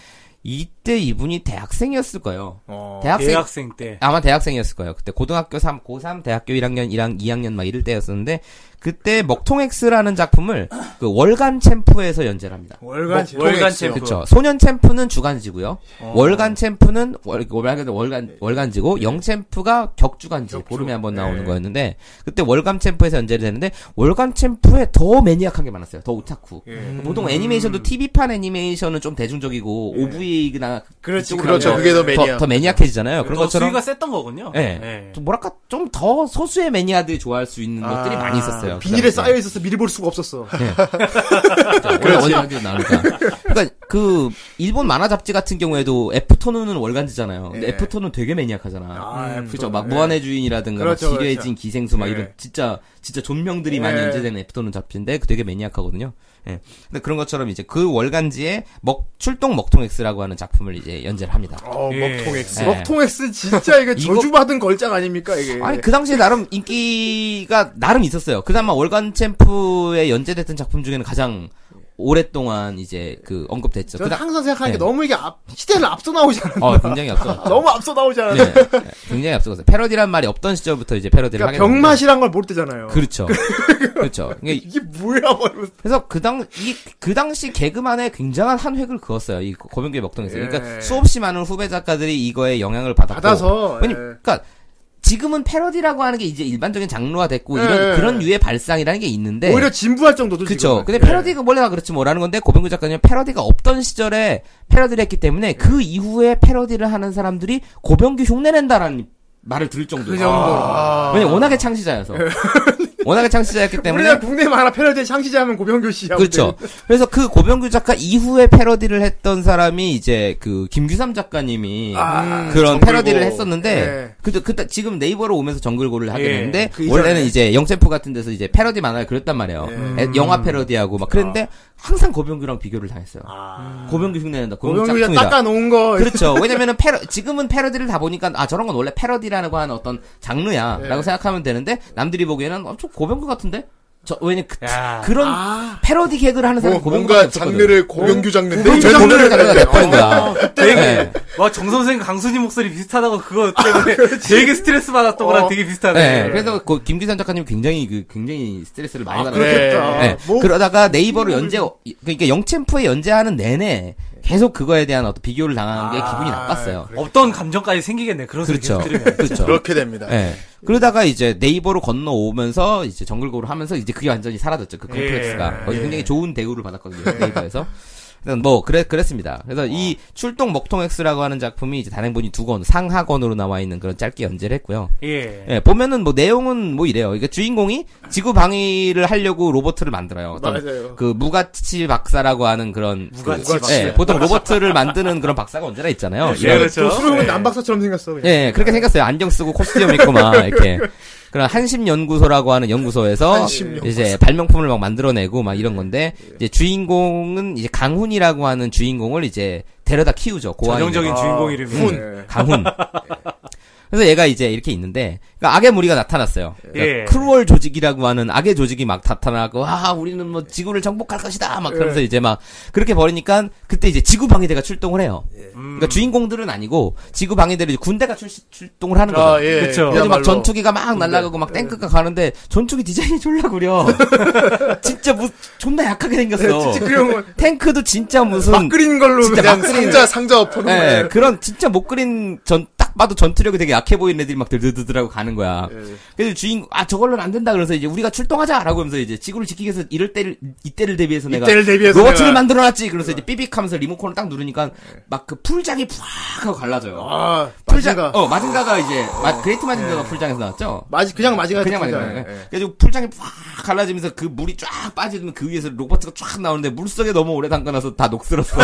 Speaker 2: 이때 이분이 대학생이었을 거예요. 대학생,
Speaker 4: 아, 대학생 때.
Speaker 2: 아마 대학생이었을 거예요. 그때 고등학교 3, 고3, 대학교 1학년, 1학, 2학년 막 이럴 때였었는데, 그때 먹통엑스라는 작품을 그 월간 챔프에서 연재를 합니다.
Speaker 1: 월간
Speaker 4: 뭐, 월간
Speaker 1: 챔프.
Speaker 4: 챔프.
Speaker 2: 그렇죠. 소년 챔프는 주간지고요. 월간 챔프는 월, 월간 월간 월간지고 영 챔프가 격주간지 보름에 한 번 나오는 거였는데 그때 월간 챔프에서 연재를 했는데 월간 챔프에 더 매니악한 게 많았어요. 더 오타쿠. 보통 애니메이션도 TV판 애니메이션은 좀 대중적이고 OVA나
Speaker 1: 그렇지,
Speaker 2: 그쪽으로
Speaker 3: 그렇죠.
Speaker 2: 하면
Speaker 3: 그게 더
Speaker 2: 더,
Speaker 3: 매니아.
Speaker 2: 더 매니악해지잖아요.
Speaker 4: 네, 그런
Speaker 2: 그런
Speaker 4: 것
Speaker 2: 것처럼
Speaker 4: 수위가 셌던 거군요.
Speaker 2: 예.
Speaker 4: 예.
Speaker 2: 좀 뭐랄까 좀 더 소수의 매니아들이 좋아할 수 있는 것들이 뭐, 많이 있었어요.
Speaker 1: 비닐에
Speaker 2: 그다음에.
Speaker 1: 쌓여 있어서 미리 볼 수가 없었어. [LAUGHS] 그렇죠.
Speaker 2: 원래 어디 어디로 나올까. 그러니까 그 일본 만화 잡지 같은 경우에도 애프터눈은 월간지잖아요. 근데
Speaker 1: 예.
Speaker 2: 애프터눈 되게 매니악하잖아. 음.
Speaker 1: 아, 애프터눈.
Speaker 2: 그죠? 막
Speaker 1: 예.
Speaker 2: 무한의 주인이라든가 막
Speaker 1: 그렇죠,
Speaker 2: 지뢰의
Speaker 1: 그렇죠.
Speaker 2: 진 기생수 막
Speaker 1: 예.
Speaker 2: 이런 진짜 진짜 존명들이 많이
Speaker 1: 예.
Speaker 2: 연재되는 애프터눈 잡지인데 그 되게 매니악하거든요. 예. 근데 그런 것처럼 이제 그 월간지에 먹 출동 먹통엑스라고 하는 작품을 이제 연재를 합니다.
Speaker 1: 어,
Speaker 4: 예.
Speaker 1: 먹통엑스.
Speaker 2: 예.
Speaker 1: 먹통엑스 진짜 이게
Speaker 2: [LAUGHS] 이거-
Speaker 1: 저주받은 걸작 아닙니까 이게.
Speaker 2: 아니 그 당시에 나름 인기가 나름 있었어요. 그나마 월간 챔프에 연재됐던 작품 중에는 가장 오랫동안 이제 그 언급됐죠.
Speaker 1: 저는
Speaker 2: 그다-
Speaker 1: 항상 생각하는
Speaker 2: 예.
Speaker 1: 게 너무 이게 앞, 시대를 앞서 나오지 않아.
Speaker 2: 어,
Speaker 1: [LAUGHS]
Speaker 2: 굉장히 앞서.
Speaker 1: 너무 앞서 나오지 않아.
Speaker 2: 네, 굉장히 앞서갔어요. 패러디란 말이 없던 시절부터 이제 패러디를
Speaker 1: 그러니까
Speaker 2: 하게 됐는데.
Speaker 1: 병맛이란 걸 모를 때잖아요.
Speaker 2: 그렇죠. 그렇죠. 이게-
Speaker 1: 이게 뭐야, 뭐. 이러면서.
Speaker 2: 그래서 그 당, 이, 그 당시 개그만에 굉장한 한 획을 그었어요. 이 고병규의 먹통에서.
Speaker 1: 예.
Speaker 2: 그러니까 수없이 많은 후배 작가들이 이거에 영향을 받았고.
Speaker 1: 받아서,
Speaker 2: 왜냐
Speaker 1: 예.
Speaker 2: 그러니까 지금은 패러디라고 하는 게 이제 일반적인 장르화 됐고 이런
Speaker 1: 예.
Speaker 2: 그런 유의 발상이라는 게 있는데
Speaker 1: 오히려 진부할 정도도
Speaker 2: 네. 그쵸.
Speaker 1: 지금은.
Speaker 2: 근데
Speaker 1: 예.
Speaker 2: 패러디가 원래 다 그렇지 뭐라는 건데 고병규 작가님 패러디가 없던 시절에 패러디를 했기 때문에 그 이후에 패러디를 하는 사람들이 고병규 흉내낸다라는 말을 들을 정도로.
Speaker 4: 그 정도.
Speaker 2: 아. 왜냐 워낙에 [LAUGHS] 창시자여서. 워낙에 창시자였기
Speaker 1: 아. 우리나라
Speaker 2: 때문에.
Speaker 1: 국내 만화 패러디 창시자하면 고병규 씨하고
Speaker 2: 그렇죠. 그래서 그 고병규 작가 이후에 패러디를 했던 사람이 이제 그 김규삼 작가님이
Speaker 1: 아,
Speaker 2: 그런
Speaker 1: 정글고.
Speaker 2: 패러디를 했었는데
Speaker 1: 예.
Speaker 2: 그때 그때 지금 네이버로 오면서 정글고를 하게
Speaker 1: 예,
Speaker 2: 됐는데
Speaker 1: 그
Speaker 2: 원래는
Speaker 1: 이전에.
Speaker 2: 이제 영챔프 같은 데서 이제 패러디 만화를 그렸단 말이에요. 에, 영화 패러디하고 막 그랬는데 항상 고병규랑 비교를 당했어요. 고병규 흉내낸다. 아. 고병규
Speaker 1: 고병규 씨가
Speaker 2: 짝퉁이다.
Speaker 1: 닦아놓은 거
Speaker 2: 그렇죠. 왜냐면은 패러, 지금은 패러디를 다 보니까 아 저런 건 원래 패러디라고 하는 어떤 장르야라고 생각하면 되는데 남들이 보기에는 어, 좀 고병규 같은데 저 왜냐 그,
Speaker 4: 야.
Speaker 2: 그런 패러디 개그를 하는 사람
Speaker 3: 뭐,
Speaker 2: 이 고병규
Speaker 3: 뭔가 장르를 고병규 장르.
Speaker 2: 고병규 장르를
Speaker 3: 가
Speaker 2: 갖다가 내버린 거야. 네. 아,
Speaker 4: 와, 뭐 정선생 강수님 목소리 비슷하다고 그거 때문에 되게 스트레스 받았던 거랑 되게 비슷하네.
Speaker 2: 네, 그래서 그 김기선 작가님 굉장히 그 굉장히 스트레스를 많이 받았어요.
Speaker 1: 그렇겠다.
Speaker 2: 네.
Speaker 1: 뭐-
Speaker 2: 그러다가 네이버를 연재 그러니까 영챔프에 연재하는 내내 계속 그거에 대한 어떤 비교를 당한 게 기분이 나빴어요.
Speaker 4: 없던 감정까지 생기겠네. 그런 소리
Speaker 2: 그렇죠.
Speaker 4: 계속 들으면.
Speaker 2: 그렇죠.
Speaker 3: 그렇게 됩니다.
Speaker 2: 예. 그러다가 이제 네이버로 건너오면서 이제 정글고를 하면서 이제 그게 완전히 사라졌죠. 그 컴플렉스가. 거기 굉장히 좋은 대우를 받았거든요. 네이버에서. 일단 뭐 그래 그랬습니다. 그래서 이 출동 먹통엑스라고 하는 작품이 이제 단행본이 두 권 상하권으로 나와 있는 그런 짧게 연재를 했고요.
Speaker 4: 예.
Speaker 2: 예, 보면은 뭐 내용은 뭐 이래요. 그러니까 주인공이 지구 방위를 하려고 로봇을 만들어요. 어떤
Speaker 1: 맞아요.
Speaker 2: 그 무가치 박사라고 하는 그런
Speaker 4: 무가치
Speaker 2: 그-
Speaker 4: 박사.
Speaker 2: 예, 보통 로봇을 만드는 그런 박사가 언제나 있잖아요.
Speaker 4: 예,
Speaker 2: 이런-
Speaker 4: 그렇죠.
Speaker 1: 수능은
Speaker 4: 예.
Speaker 1: 남박사처럼 생겼어 그냥.
Speaker 2: 예, 그렇게 생겼어요. 안경 쓰고 코스튬 입고 막 이렇게. 그런 한심 연구소라고 하는 연구소에서
Speaker 3: 한심 연구소.
Speaker 2: 이제 발명품을 막 만들어내고 막 이런 건데 이제 주인공은 이제 강훈이라고 하는 주인공을 이제 데려다 키우죠. 고아인
Speaker 4: 전형적인 주인공 이름이.
Speaker 1: 훈.
Speaker 2: 어, 강훈. 그래서 얘가 이제 이렇게 있는데, 그러니까 악의 무리가 나타났어요. 그러니까
Speaker 4: 예.
Speaker 2: 크루얼 조직이라고 하는 악의 조직이 막 나타나고, 아, 우리는 뭐 지구를 정복할 것이다!
Speaker 3: 예.
Speaker 2: 막 그러면서 이제 막, 그렇게 버리니까, 그때 이제 지구 방위대가 출동을 해요.
Speaker 3: 음.
Speaker 2: 그러니까 주인공들은 아니고, 지구 방위대를 이제 군대가 출, 출동을 하는 거죠.
Speaker 3: 아, 예.
Speaker 1: 그렇죠.
Speaker 4: 그쵸.
Speaker 2: 그래서 막
Speaker 3: 그야말로. 예.
Speaker 2: 전투기가 막 날아가고 막 탱크가 가는데 전투기 디자인이 졸라 구려.
Speaker 3: [LAUGHS]
Speaker 2: 진짜 무 존나 약하게
Speaker 3: 예,
Speaker 2: 생겼어. 탱크도 진짜
Speaker 3: [LAUGHS]
Speaker 2: 무슨
Speaker 1: 막 그린 걸로
Speaker 2: 진짜
Speaker 1: 그냥
Speaker 3: 그냥 상자, 상자 엎어놓은
Speaker 2: 예,
Speaker 3: 거예요.
Speaker 2: 그런 진짜 못 그린 전 딱 봐도 전투력이 되게 약해 보이는 애들이 막 들드드드라고 가는 거야.
Speaker 1: 예.
Speaker 2: 그래서 주인 아 저걸로는 안 된다 그래서 이제 우리가 출동하자라고 하면서 이제 지구를 지키기 위해서 이럴 때를 이때를 대비해서 내가
Speaker 1: 이때를 대비해서
Speaker 2: 로봇을
Speaker 1: 내가- 예.
Speaker 2: 만들어놨지. 그래서 이제 삐빅하면서 리모컨을 딱 누르니까 막 그 풀장이 푸악 하고 갈라져요.
Speaker 1: 아
Speaker 2: 풀장
Speaker 1: 마징가
Speaker 2: 어 마징가가 이제 마- 그레이트 마징가가 풀장에서 나왔죠.
Speaker 1: 마지 그냥 마징가
Speaker 2: 그냥
Speaker 1: 같은
Speaker 2: 마징가.
Speaker 1: 거잖아요. 예.
Speaker 2: 그래서 풀장이 팍 갈라지면서 그 물이 쫙 빠지면 그 위에서 로버트가 쫙 나오는데 물 속에 너무 오래 담가놔서
Speaker 1: [LAUGHS]
Speaker 2: 다 녹슬었어.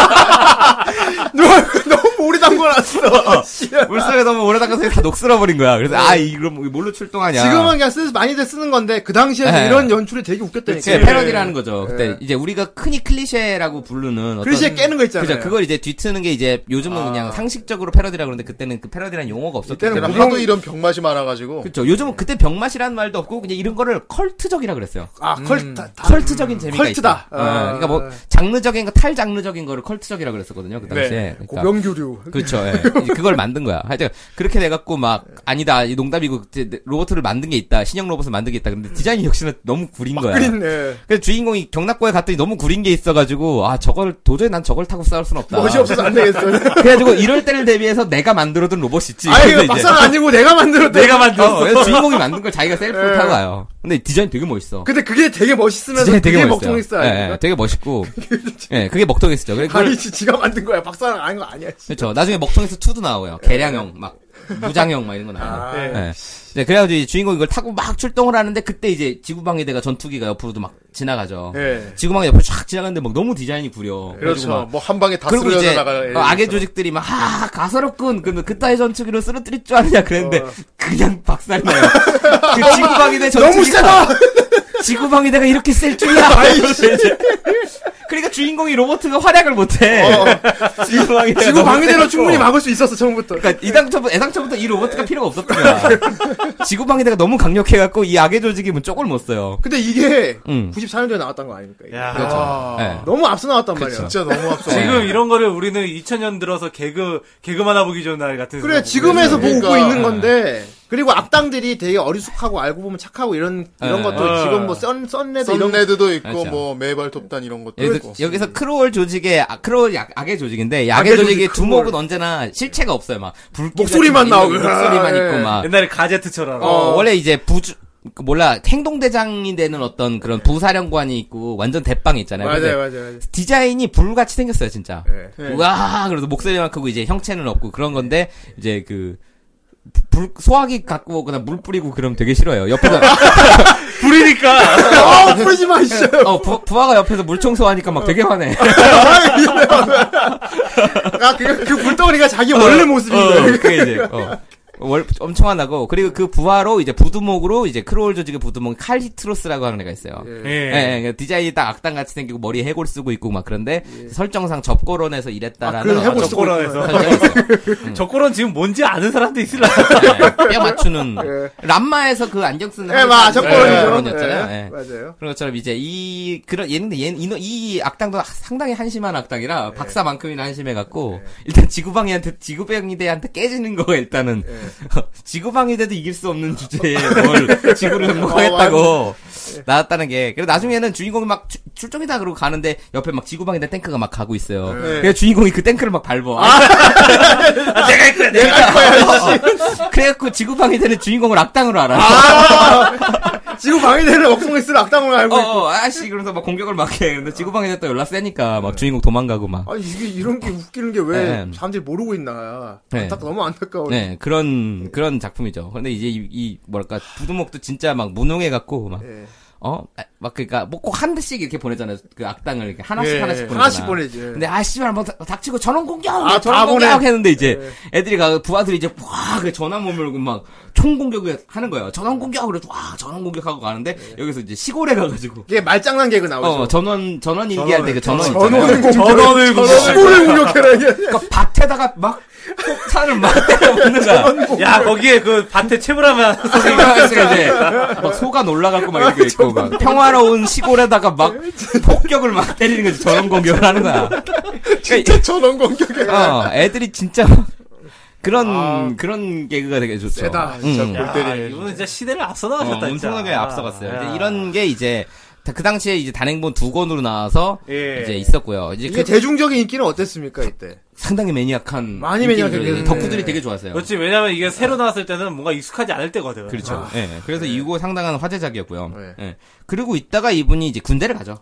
Speaker 1: 예. 누가 [LAUGHS] 너무 오래
Speaker 2: 아,
Speaker 1: 담궈놨어 [LAUGHS] 씨야.
Speaker 2: 물속에 너무 오래 담가서 다 녹슬어버린 거야. 그래서 아 이거 뭘로 출동하냐.
Speaker 1: 지금은 그냥 쓰, 많이들 쓰는 건데 그 당시에는
Speaker 2: 예.
Speaker 1: 이런 연출이 되게 웃겼다니까
Speaker 2: 그게 패러디라는 거죠. 그때
Speaker 1: 예.
Speaker 2: 이제 우리가 흔히 클리셰라고 부르는 어떤
Speaker 1: 글씨에 깨는 거 있잖아요 아.
Speaker 2: 그죠. 그걸 이제 뒤트는 게 이제 요즘은 그냥 상식적으로 패러디라 그러는데 그때는 그 패러디라는 용어가 없었기
Speaker 1: 이때는 뭐.
Speaker 2: 때문에
Speaker 3: 그냥 하도 이런 병맛이 많아가지고.
Speaker 2: 그렇죠. 요즘은 그때 병맛이라는 말도 없고 그냥 이런 거를 컬트적이라 그랬어요.
Speaker 1: 아
Speaker 2: 네.
Speaker 1: 컬트 다-
Speaker 2: 컬트적인 재미가
Speaker 1: 컬트다.
Speaker 2: 있다.
Speaker 1: 아.
Speaker 2: 예, 그러니까 뭐 장르적인 거 탈장르적인 거를 컬트적이라 그랬었거든요. 그 당시에. 그러니까
Speaker 1: 네. 고병규류
Speaker 2: 그렇죠. 예. 이제 그걸 만든 거야. 하여튼 그렇게 돼갖고 막 아니다 이 농담이고 이제 로봇을 만든 게 있다. 신형 로봇을 만든 게 있다. 근데 디자인이 역시나 너무 구린 거야.
Speaker 1: 그린 예.
Speaker 2: 그래서 주인공이 경락고에 갔더니 너무 구린 게 있어가지고 아 저걸 도저히 난 저걸 타고 싸울 순
Speaker 3: 아.
Speaker 2: 없다.
Speaker 1: 뭐 멋이 없어서 안
Speaker 3: [LAUGHS]
Speaker 1: 되겠어
Speaker 3: 뭐
Speaker 2: 그래가지고 이럴 때를 대비해서 내가 만들어둔 로봇이 있지. 그래서
Speaker 1: 아이
Speaker 2: 이제-
Speaker 1: 박사는 아니고 내가 만들었다
Speaker 4: 내가
Speaker 2: 어,
Speaker 4: 만들었어.
Speaker 2: 그래서 주인공이 만든 걸 자기가 셀프로 타고 와요. 근데 디자인 되게 멋있어.
Speaker 1: 근데 그게 되게 멋있으면서
Speaker 2: 디자인
Speaker 1: 그게
Speaker 2: 되게 멋있어요.
Speaker 1: 먹통이 싸
Speaker 2: 예, 예, 되게
Speaker 1: [LAUGHS]
Speaker 2: 멋있고. 예, 그게 먹통했었죠. 그래, 그걸-
Speaker 1: 아니 지- 지가 만든 거야 박사는 아닌 거 아니야 씨.
Speaker 2: 그렇죠. 나중에 먹통에서 투도 나와요. 개량형 막 무장형 막 이런 거 나와요.
Speaker 1: 아,
Speaker 2: 예. 네, 그래가지고 이 주인공이 이걸 타고 막 출동을 하는데 그때 이제 지구방위대가 전투기가 옆으로도 막 지나가죠.
Speaker 1: 예.
Speaker 2: 지구방위 옆으로 쫙 지나가는데 막 너무 디자인이 구려. 그래가지고
Speaker 3: 그렇죠.
Speaker 2: 막
Speaker 3: 뭐 한 방에 다
Speaker 2: 그리고
Speaker 3: 쓰러져
Speaker 2: 이제
Speaker 3: 나가요. 예.
Speaker 2: 어,
Speaker 1: 아,
Speaker 2: 악의 조직들이 막 하, 가사롭군. 그러면 그따위 전투기로 쓰러뜨릴 줄 아느냐 그랬는데 그냥 박살이 나요. 그 지구방위대 전투기가
Speaker 1: 너무 세다!
Speaker 2: [LAUGHS] 지구방위대가 이렇게 셀 줄이야. 그러니까 주인공이 로버트가 활약을 못해. [LAUGHS] 지구방위대가
Speaker 1: 지구
Speaker 2: 너무
Speaker 1: 방위대로
Speaker 2: 세갖고.
Speaker 1: 충분히 막을 수 있었어 처음부터
Speaker 2: 그러니까 이당초부 애당초부터 이 로봇가 필요가 없었던 거야. [LAUGHS] 지구방위대가 너무 강력해갖고 이 악의 조직이 뭐 쪽을 못 써요.
Speaker 1: 근데 이게
Speaker 2: 음.
Speaker 1: 94년도에 나왔던 거 아닙니까? 이게?
Speaker 4: 야.
Speaker 3: 아,
Speaker 2: 예.
Speaker 1: 너무 앞서 나왔단 말이야.
Speaker 3: 진짜 너무 앞서.
Speaker 4: 지금 이런 거를 우리는 2000년 들어서 개그, 개그만 화보기 좋은 날 같은.
Speaker 1: 그래 지금에서 보고
Speaker 3: 그러니까.
Speaker 2: 네.
Speaker 1: 있는 건데 그리고 악당들이 되게 어리숙하고 알고 보면 착하고 이런 이런
Speaker 2: 예.
Speaker 1: 것도
Speaker 4: 어.
Speaker 1: 지금 뭐 썬, 썬레드 이런
Speaker 3: 썬레드도 있고
Speaker 2: 그렇죠.
Speaker 3: 뭐 메발 돕단 이런 것도
Speaker 2: 여기서,
Speaker 3: 있고
Speaker 2: 여기서 크로월 조직의 아, 크로월 약, 악의 조직인데 약의
Speaker 1: 악의 조직
Speaker 2: 조직의
Speaker 1: 크로월.
Speaker 2: 두목은 언제나 실체가 없어요. 막 불길
Speaker 1: 목소리만
Speaker 2: 같은 거
Speaker 1: 나오고.
Speaker 2: 있는 목소리만
Speaker 1: 아,
Speaker 2: 있고
Speaker 1: 예.
Speaker 2: 막
Speaker 4: 옛날에 가제트처럼.
Speaker 2: 어, 원래 이제 부주 그 몰라 행동대장이 되는 어떤 그런 부사령관이 있고 완전 대빵 있잖아요. 근데
Speaker 1: 맞아요, 맞아요, 맞아요.
Speaker 2: 디자인이 불같이 생겼어요, 진짜.
Speaker 1: 예.
Speaker 2: 우와, 그래서 목소리만 크고 이제 형체는 없고 그런 건데 이제 그 불, 소화기 갖고 그냥 물 뿌리고 그럼 되게 싫어요.
Speaker 4: [LAUGHS]
Speaker 2: 옆에서
Speaker 4: 불이니까.
Speaker 2: [LAUGHS]
Speaker 1: 아, 부르지 마, 이씨.
Speaker 2: 어 부, 부하가 옆에서 물 청소하니까 막 되게 화내.
Speaker 1: 아, 그, 그 불덩어리가 자기 원래 모습인 거예요.
Speaker 2: 어, 그게 이제 어. 월, 엄청 화나고 그리고 그 부하로 이제 부두목으로 이제 크롤 조직의 부두목 칼히트로스라고 하는 애가 있어요.
Speaker 1: 예.
Speaker 4: 예.
Speaker 2: 예, 예, 그러니까 디자인이 딱 악당 같이 생기고 머리에 해골 쓰고 있고 막 그런데 설정상 접고론에서
Speaker 1: 예. 아,
Speaker 2: 이랬다라는
Speaker 1: 그래서 해골
Speaker 2: 어떤
Speaker 1: 쓰고
Speaker 4: 적고라에서.
Speaker 2: 설정이
Speaker 1: 네.
Speaker 2: 있어요.
Speaker 4: 저거는 지금 뭔지 아는 사람도 있을라.
Speaker 2: 예, 음. 뼈 맞추는
Speaker 1: 예.
Speaker 2: 람마에서 그 안경 쓰는 네,
Speaker 1: 예, 마, 적고론이죠.
Speaker 2: 였잖아요
Speaker 1: 예, 맞아요.
Speaker 2: 그런 것처럼 이제 이 그런 얘는 얘 이놈- 이 악당도 상당히 한심한
Speaker 1: 네.
Speaker 2: 악당이라 박사만큼이나 한심해갖고 일단 지구방위한테 지구방위대한테 깨지는 거가 일단은
Speaker 1: 네.
Speaker 2: [LAUGHS] 지구방위대도 이길 수 없는 주제에 뭘 지구를
Speaker 1: [LAUGHS] 어,
Speaker 2: 횡보했다고 네. 나왔다는 게 그래서 나중에는 주인공이 막 출- 출정이다 그러고 가는데 옆에 막 지구방위대 탱크가 막 가고 있어요.
Speaker 1: 네.
Speaker 2: 그래서 주인공이 그 탱크를 막 밟아. 내가 할 거야, 내가 할 거야. 그래갖고 지구방위대는 주인공을 악당으로 알아. 어,
Speaker 1: 지금 방해되는 억성에 쓰는 악당을 알고
Speaker 2: 어,
Speaker 1: 있고.
Speaker 2: 어, 아씨, 그러면서 막 공격을 막 해. 근데 지구방에 또 연락 세니까, 막 주인공 도망가고 막.
Speaker 1: 아, 이게, 이런 게 웃기는 게 왜
Speaker 2: 어. 네.
Speaker 1: 사람들이 모르고 있나.
Speaker 2: 네.
Speaker 1: 안타, 너무 안타까워.
Speaker 2: 네, 그런, 그런 작품이죠. 근데 이제 이, 이 뭐랄까, 부두목도 진짜 막 무능해갖고, 막,
Speaker 1: 예.
Speaker 2: 어? 아, 막, 그니까, 뭐 꼭 한 대씩 이렇게 보내잖아요. 그 악당을 이렇게 하나씩
Speaker 1: 예,
Speaker 2: 하나씩 보내잖아
Speaker 1: 하나씩 보내지. 예.
Speaker 2: 근데 아 씨발 뭐 다- 닥치고 전원 공격,
Speaker 1: 아,
Speaker 2: 전원
Speaker 1: 다
Speaker 2: 공격
Speaker 1: 보내.
Speaker 2: 했는데 이제 애들이 가 부하들이 이제 와그 전화 몸을 막총 공격을 하는 거예요. 전원 공격 그래서 와 전원 공격하고 가는데 여기서 이제 시골에 가가지고
Speaker 1: 이게 말장난 개그 나오죠.
Speaker 2: 어 전원 전원 인기한테 그 전원 있잖아요.
Speaker 1: 전원을 공격. 전원을 공격. 시골을 공격해라, 이게.
Speaker 2: 그러니까 밭에다가 막 폭탄을 막 [LAUGHS] 때려붓는 거야.
Speaker 4: 야, 거기에 그 밭에 채불하면.
Speaker 2: [LAUGHS] 생각했으니까 이제 막 소가 올라가고 막 이렇게 있고 막 평화로운 시골에다가 막 폭격을 막 때리는 거지 전원 공격을 하는 거야.
Speaker 3: 진짜 전원 공격에
Speaker 2: 어, 애들이 진짜 그런 그런 개그가 되게 좋죠.
Speaker 1: 세다, 아, 진짜.
Speaker 2: 음.
Speaker 3: 골 때리네.
Speaker 4: 이분은 진짜 시대를 앞서
Speaker 2: 어,
Speaker 4: 나가셨다, 진짜.
Speaker 2: 엄청나게 앞서갔어요.
Speaker 4: 야.
Speaker 2: 이제 이런 게 이제 다- 그 당시에 이제 단행본 두 권으로 나와서
Speaker 4: 예.
Speaker 2: 이제 있었고요. 이제
Speaker 1: 이게
Speaker 2: 그
Speaker 1: 대중적인 인기는 어땠습니까, 이때?
Speaker 2: 상당히 매니악한
Speaker 1: 많이
Speaker 2: 인기를
Speaker 1: 매니악하게 네.
Speaker 2: 돌리는 덕후들이 되게 좋았어요.
Speaker 4: 그렇지, 왜냐면 이게 새로 나왔을 때는 뭔가 익숙하지 않을 때거든.
Speaker 2: 그렇죠. 예. 그래서 이거 상당한 화제작이었고요.
Speaker 1: 네.
Speaker 2: 예. 그리고 있다가 이분이 이제 군대를 가죠.